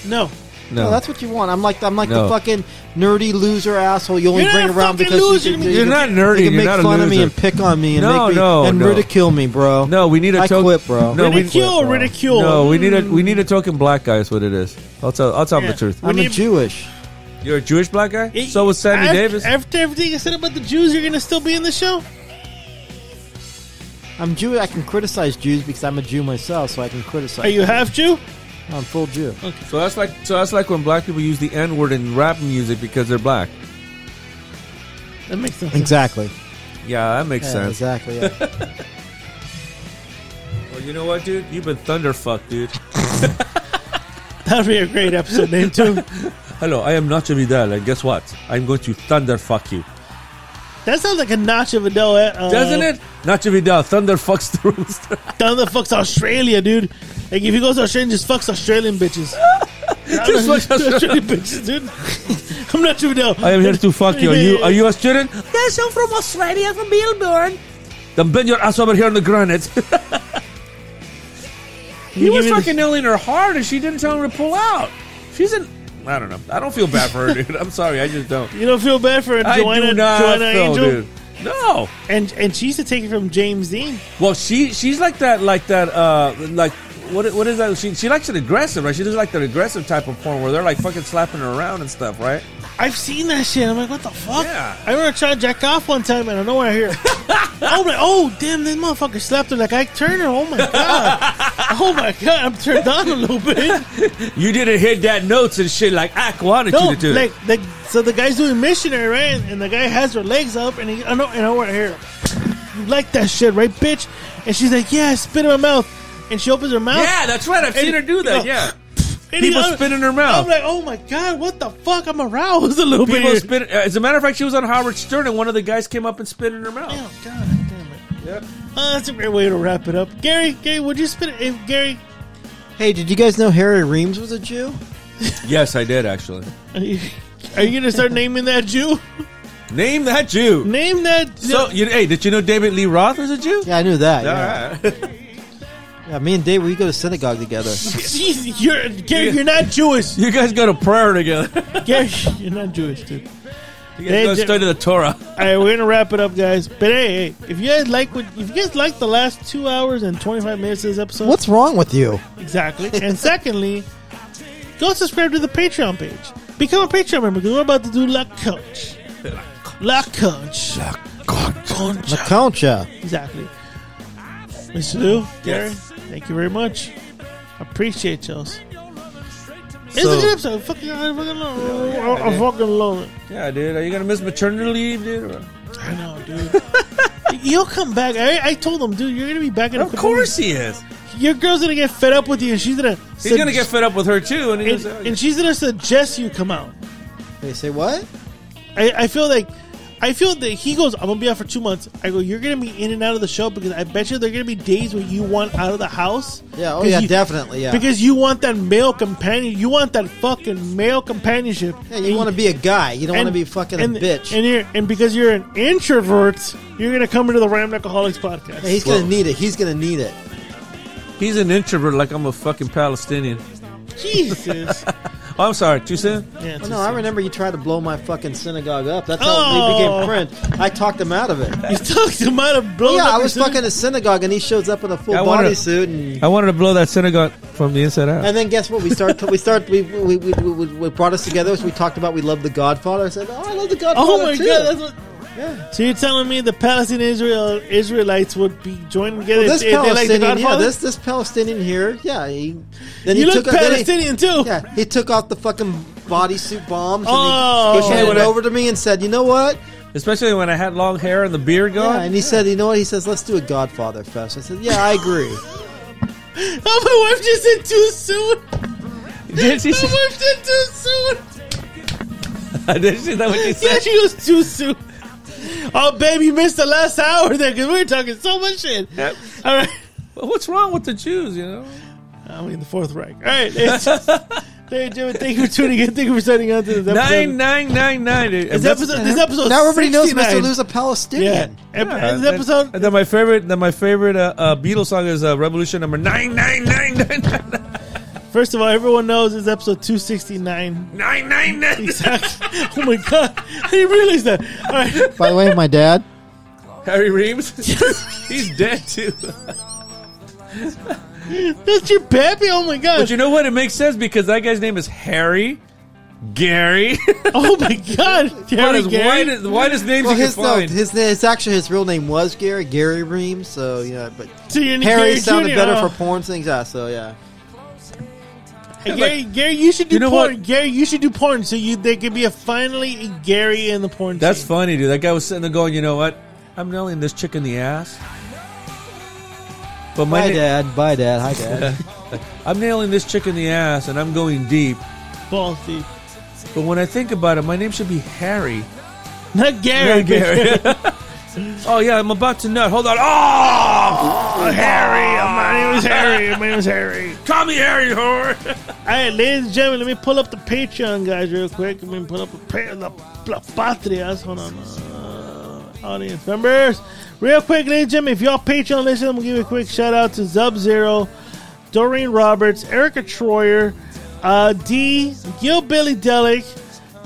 Speaker 1: No,
Speaker 3: No,
Speaker 2: No,
Speaker 3: that's what you want. I'm like I'm like
Speaker 2: No.
Speaker 3: the fucking nerdy loser asshole you only
Speaker 1: You're not
Speaker 3: bring
Speaker 1: a
Speaker 3: around
Speaker 1: fucking
Speaker 3: because
Speaker 1: loser.
Speaker 3: you can,
Speaker 2: You're
Speaker 3: you
Speaker 2: not
Speaker 3: can,
Speaker 2: nerdy.
Speaker 3: You can
Speaker 2: You're
Speaker 3: make
Speaker 2: not a
Speaker 3: fun of me
Speaker 2: loser.
Speaker 3: and pick on me and
Speaker 2: No,
Speaker 3: make me
Speaker 2: no,
Speaker 3: and
Speaker 2: no.
Speaker 3: ridicule me, bro.
Speaker 2: No, we need a
Speaker 3: I
Speaker 2: to-
Speaker 3: quit, bro.
Speaker 2: No, we-
Speaker 1: ridicule,
Speaker 3: Quit, bro.
Speaker 1: ridicule.
Speaker 2: no, we need a we need a token black guy. Is what it is. I'll tell I'll tell him
Speaker 1: Yeah.
Speaker 2: the truth.
Speaker 1: we
Speaker 3: I'm a
Speaker 1: need-
Speaker 3: Jewish.
Speaker 2: You're a Jewish black guy.
Speaker 1: It-
Speaker 2: so was Sammy
Speaker 1: af-
Speaker 2: Davis.
Speaker 1: After everything I said about the Jews, you're gonna still be in the show.
Speaker 3: I'm Jew. I can criticize Jews because I'm a Jew myself, so I can criticize.
Speaker 1: Are you half Jew?
Speaker 3: I'm full Jew.
Speaker 2: So that's like so that's like when black people use the N word in rap music because they're black.
Speaker 1: That makes sense.
Speaker 3: Exactly.
Speaker 2: Yeah, that makes
Speaker 3: Yeah,
Speaker 2: sense.
Speaker 3: exactly.
Speaker 1: [laughs]
Speaker 3: Yeah.
Speaker 2: Well, you know what, dude? You've been thunderfucked, dude.
Speaker 1: That'd be a great episode name too.
Speaker 2: [laughs] Hello, I am Nacho Vidal, and guess what? I'm going to thunderfuck you.
Speaker 1: That sounds like a Nacho Vidal, uh,
Speaker 2: Doesn't it? Nacho Vidal thunderfucks the [laughs] rooster.
Speaker 1: Down the fucks Australia, dude. Like if he goes to Australia, just fucks Australian
Speaker 2: [laughs]
Speaker 1: bitches.
Speaker 2: Just fucks
Speaker 1: Australian bitches, dude. [laughs] I'm not sure now.
Speaker 2: I am here to fuck you. Are you are you a student? Yes, I'm from Australia, from Melbourne. Then bend your ass over here on the granite. [laughs] he was fucking nailing her hard, and she didn't tell him to pull out. She's an. I don't know. I don't feel bad for her, [laughs] dude. I'm sorry. I just don't.
Speaker 1: You don't feel bad for
Speaker 2: I
Speaker 1: Joanna,
Speaker 2: do not
Speaker 1: Joanna
Speaker 2: feel,
Speaker 1: Angel,
Speaker 2: dude. No.
Speaker 1: and and she used to take it from James Dean.
Speaker 2: Well, she she's like that, like that, uh, like what what is that? She she likes an aggressive, right? She does like the aggressive type of porn where they're like fucking slapping her around and stuff, right?
Speaker 1: I've seen that shit. I'm like, what the fuck?
Speaker 2: Yeah.
Speaker 1: I remember trying to jack off one time, and I know where
Speaker 2: [laughs]
Speaker 1: I hear. oh my! Oh damn! This motherfucker slapped her like Ike Turner. Oh my
Speaker 2: [laughs]
Speaker 1: god! oh my god! I'm turned on a little bit.
Speaker 2: You didn't hit that notes and shit like I wanted
Speaker 1: No,
Speaker 2: you to do.
Speaker 1: like the, so the guy's doing missionary, right? And the guy has her legs up, and he, I know, and I want to hear, you like that shit, right, bitch? And she's like, yeah, I spit in my mouth. and she opens her mouth.
Speaker 2: Yeah, that's right. I've seen her do that. Yeah.
Speaker 1: [laughs] and
Speaker 2: People
Speaker 1: I'm-
Speaker 2: spit in her mouth.
Speaker 1: I'm like, oh my god, what the fuck? I'm aroused a little
Speaker 2: People
Speaker 1: bit.
Speaker 2: spit. As a matter of fact, she was on Howard Stern, and one of the guys came up and spit in her
Speaker 1: Oh
Speaker 2: mouth.
Speaker 1: god, damn it.
Speaker 2: Yeah.
Speaker 1: Uh, that's a great way to wrap it up. Gary, Gary, would you spit it? Hey, Gary,
Speaker 3: Hey, did you guys know Harry Reams was a Jew?
Speaker 2: Yes, I did actually.
Speaker 1: are you, are you gonna start naming that Jew?
Speaker 2: Name that Jew.
Speaker 1: Name that.
Speaker 2: So, you, hey, did you know David Lee Roth is a Jew?
Speaker 3: Yeah, I knew that. Yeah,
Speaker 2: All right. [laughs]
Speaker 3: yeah me and Dave, we go to synagogue together.
Speaker 1: Jeez, you're Gary. You're not Jewish.
Speaker 2: you guys go to prayer together. [laughs]
Speaker 1: Gary, you're not Jewish, dude.
Speaker 2: You
Speaker 1: They
Speaker 2: guys go
Speaker 1: did-
Speaker 2: straight to the Torah.
Speaker 1: All right, we're gonna wrap it up, guys. But hey, hey, if you guys like what, if you guys like the last two hours and twenty five minutes of this episode,
Speaker 3: What's wrong with you?
Speaker 1: exactly? and secondly, go subscribe to the Patreon page. Become a Patreon member because we're about to do La Coach. La Coach. La Coach.
Speaker 3: Concha.
Speaker 1: Exactly. Mr. Lou, Gary,
Speaker 2: Yes.
Speaker 1: thank you very much. Appreciate y'all. It's
Speaker 2: So-
Speaker 1: a good episode. Fucking, I fucking love it. I- I fucking love it.
Speaker 2: Yeah, dude. Are you gonna miss maternity leave, dude? Or-
Speaker 1: I know,
Speaker 2: [laughs]
Speaker 1: dude. You'll come back. I, I told him, dude, you're gonna be back in a
Speaker 2: Of
Speaker 1: couple
Speaker 2: course he is.
Speaker 1: weeks. Your girl's gonna get fed up with you, and she's gonna.
Speaker 2: He's gonna get fed up with her too, and uh, he's
Speaker 1: and, and she's gonna suggest you come out.
Speaker 3: They say what?
Speaker 1: I, I feel like, I feel that he goes, I'm gonna be out for two months. I go, you're gonna be in and out of the show because I bet you there are gonna be days where you want out of the house.
Speaker 3: Yeah, oh
Speaker 1: 'Cause
Speaker 3: yeah,
Speaker 1: you-
Speaker 3: definitely, yeah.
Speaker 1: Because you want that male companion, you want that fucking male companionship.
Speaker 3: yeah, you want to be a guy. You don't want to be fucking
Speaker 1: and,
Speaker 3: a bitch.
Speaker 1: And you're and because you're an introvert, you're gonna come into the Ram Alcoholics podcast.
Speaker 3: Yeah, he's gonna need it. He's gonna need it.
Speaker 2: he's an introvert, like I'm a fucking Palestinian.
Speaker 3: [laughs]
Speaker 1: Jesus.
Speaker 2: Oh, I'm sorry, too soon.
Speaker 1: Yeah,
Speaker 3: Oh, no, I
Speaker 1: [laughs]
Speaker 3: remember you tried to blow my fucking synagogue up. That's how
Speaker 1: Oh.
Speaker 3: we became friends. I talked him out of it.
Speaker 1: You talked him out of blowing
Speaker 3: yeah,
Speaker 1: up
Speaker 3: I
Speaker 1: your
Speaker 3: was
Speaker 1: suit.
Speaker 3: fucking at a synagogue, and he shows up in a full
Speaker 2: I wanna-
Speaker 3: body suit, and
Speaker 2: I wanted to blow that synagogue from the inside out.
Speaker 3: and then guess what? We start. we start. We we, we, we we brought us together. So we talked about we love the Godfather. I said, oh, I love the Godfather.
Speaker 1: Oh my
Speaker 3: too.
Speaker 1: god, that's what.
Speaker 3: yeah.
Speaker 1: So you're telling me the Palestinian Israel Israelites would be joining together
Speaker 3: Well, this
Speaker 1: if, if they like the
Speaker 3: Palestinian, yeah,
Speaker 1: Godfather?
Speaker 3: this this Palestinian here, yeah. He, then
Speaker 1: you
Speaker 3: he
Speaker 1: look
Speaker 3: took then he-
Speaker 1: Palestinian too.
Speaker 3: Yeah, he took off the fucking bodysuit bombs.
Speaker 1: Oh.
Speaker 3: and he, he handed
Speaker 2: Especially when
Speaker 3: it
Speaker 2: I-
Speaker 3: over to me and said, "You know what?"
Speaker 2: Especially when I had long hair and the beard
Speaker 3: Yeah,
Speaker 2: gone.
Speaker 3: and he said, "You know what?" He says, "Let's do a Godfather fest." I said, "Yeah, I agree."
Speaker 1: Oh, [laughs] my wife just said too
Speaker 3: [laughs]
Speaker 1: soon.
Speaker 2: [laughs] Did she?
Speaker 1: My wife said too soon.
Speaker 2: Did she? Is that what she
Speaker 1: Yeah,
Speaker 2: said?
Speaker 1: she goes too soon. Oh, babe, you missed the last hour there because we were talking so much shit.
Speaker 2: Yep.
Speaker 1: All right.
Speaker 2: But what's wrong with the Jews? You know.
Speaker 1: I mean, the Fourth Reich. All right.
Speaker 3: [laughs]
Speaker 1: It's just, there you do it. Thank you for tuning in. Thank you for signing on to this episode.
Speaker 2: Nine nine nine nine. dude.
Speaker 1: This
Speaker 2: And that's-
Speaker 1: episode, this episode
Speaker 3: now everybody knows
Speaker 1: 69.
Speaker 3: Mr. Lou's a
Speaker 1: Yeah.
Speaker 3: Palestinian.
Speaker 1: Ep-
Speaker 2: Yeah,
Speaker 1: This episode,
Speaker 2: And then my favorite, then my favorite uh, uh, Beatles song is uh, Revolution number nine nine nine nine nine
Speaker 1: First of all, everyone knows it's episode 269.
Speaker 2: nine nine [laughs] nine.
Speaker 1: [laughs] Exactly. oh my god. I didn't realize that. All right.
Speaker 3: By the way,
Speaker 2: [laughs]
Speaker 3: my dad.
Speaker 2: Harry Reams, [laughs] he's dead too.
Speaker 1: That's your baby. Oh my god.
Speaker 2: But you know what? It makes sense because that guy's name is Harry Gary. [laughs]
Speaker 1: oh my god.
Speaker 2: One
Speaker 1: Gary,
Speaker 2: of the
Speaker 1: Gary.
Speaker 2: widest, widest names
Speaker 3: Well,
Speaker 2: you can
Speaker 3: his no,
Speaker 2: find.
Speaker 3: his his actually his real name was Gary Gary Reams. So yeah, but
Speaker 1: So you're
Speaker 3: Harry
Speaker 1: Gary
Speaker 3: sounded
Speaker 1: Jr.
Speaker 3: better
Speaker 1: Oh.
Speaker 3: for porn things. Yeah, so yeah.
Speaker 2: [laughs]
Speaker 1: Hey, Oh, Gary, Gary, you should do
Speaker 2: You know
Speaker 1: porn.
Speaker 2: what?
Speaker 1: Gary, you should do porn so you there could be a finally a Gary in the porn.
Speaker 2: That's
Speaker 1: scene.
Speaker 2: funny, dude. That guy was sitting there going, you know what? I'm nailing this chick in the ass. But my
Speaker 3: Bye,
Speaker 2: na-
Speaker 3: dad. Bye, dad. Hi, dad.
Speaker 2: I'm nailing this chick in the ass and I'm going deep.
Speaker 1: balls deep.
Speaker 2: But when I think about it, my name should be Harry.
Speaker 1: Not Gary.
Speaker 2: Not Gary. [laughs] oh, yeah, I'm about to nut. Hold on. Oh! Harry! oh,
Speaker 1: My name is Harry. My name is Harry.
Speaker 2: Call me Harry, whore!
Speaker 1: All right, ladies and gentlemen, let me pull up the Patreon guys real quick. Let me pull up the pa- la, la patrias. Hold on, uh, audience members, real quick, ladies and gentlemen. If y'all Patreon listen, I'm gonna give a quick shout out to Zub Zero, Doreen Roberts, Erica Troyer, uh, D, Gil Billy Delic,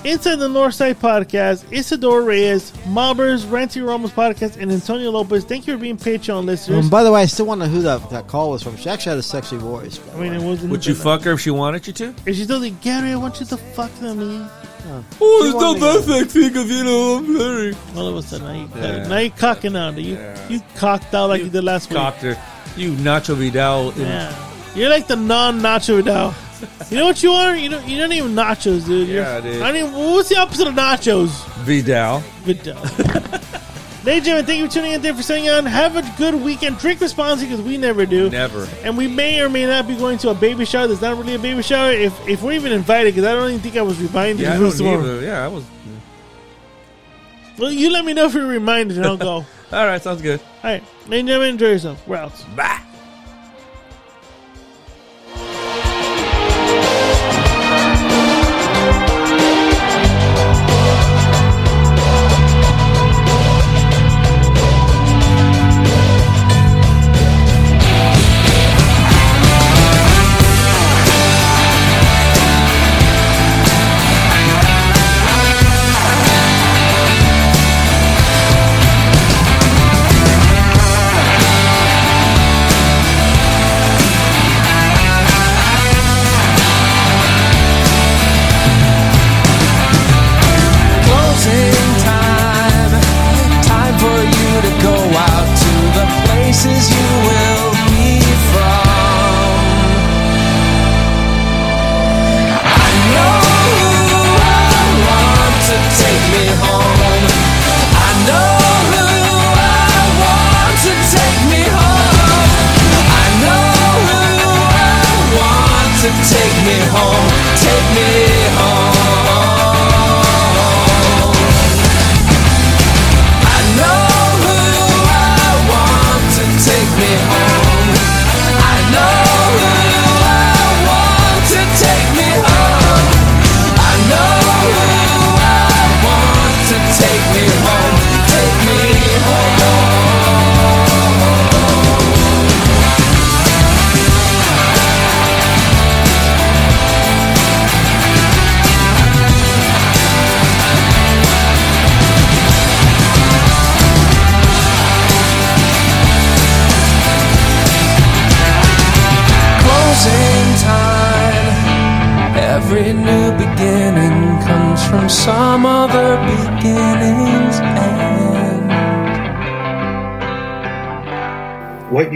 Speaker 1: Inside the Northside Podcast, Isidore Reyes, Mobbers, Ranty Ramos Podcast, and Antonio Lopez. Thank you for being Patreon listeners.
Speaker 3: Um, by the way, I still want to know who that, that call was from. She actually had a sexy voice. by the
Speaker 1: I mean,
Speaker 3: way.
Speaker 1: it wasn't.
Speaker 2: Would you
Speaker 1: fuck?
Speaker 2: fuck her if she wanted you to?
Speaker 1: And she's like, Gary, I want you to fuck me.
Speaker 2: Oh,
Speaker 3: She wanted me to.
Speaker 2: sexy because, you know, I'm Harry.
Speaker 1: All of a sudden, now you,
Speaker 2: Yeah.
Speaker 1: now you cocking out. You you cocked out like you, did last
Speaker 2: Cocked her. You Nacho Vidal.
Speaker 1: week. Yeah, you're like the non-nacho now. you know what you are? You don't you don't even nachos, dude. You're-
Speaker 2: Yeah, dude. [laughs]
Speaker 1: I don't even, what's the opposite of nachos?
Speaker 2: Vidal.
Speaker 1: Vidal. Ladies and gentlemen, thank you for tuning in. Thank you for staying on. Have a good weekend. Drink responsibly because we never do.
Speaker 2: Never.
Speaker 1: And we may or may not be going to a baby shower that's not really a baby shower if, if we're even invited because I don't even think I was reminded. [laughs]
Speaker 2: Yeah, I
Speaker 1: it was
Speaker 2: don't
Speaker 1: tomorrow.
Speaker 2: either. Yeah, I was.
Speaker 1: Well, you let me know if you're reminded and I'll
Speaker 2: [laughs]
Speaker 1: go. All
Speaker 2: All right, sounds good.
Speaker 1: right. Ladies and gentlemen, enjoy yourself. We're out.
Speaker 2: Bye.
Speaker 6: Closing time. Time for you to go out to the places you will be from. I know who I want to take me home. I know who I want to take me home. I know who I want to take me home. Take me home. I know who I want to take me home. I know who I want to take me home. I know who I want to take me home. Take me home. closing time. Every new beginning comes from some other beginning's end.
Speaker 8: What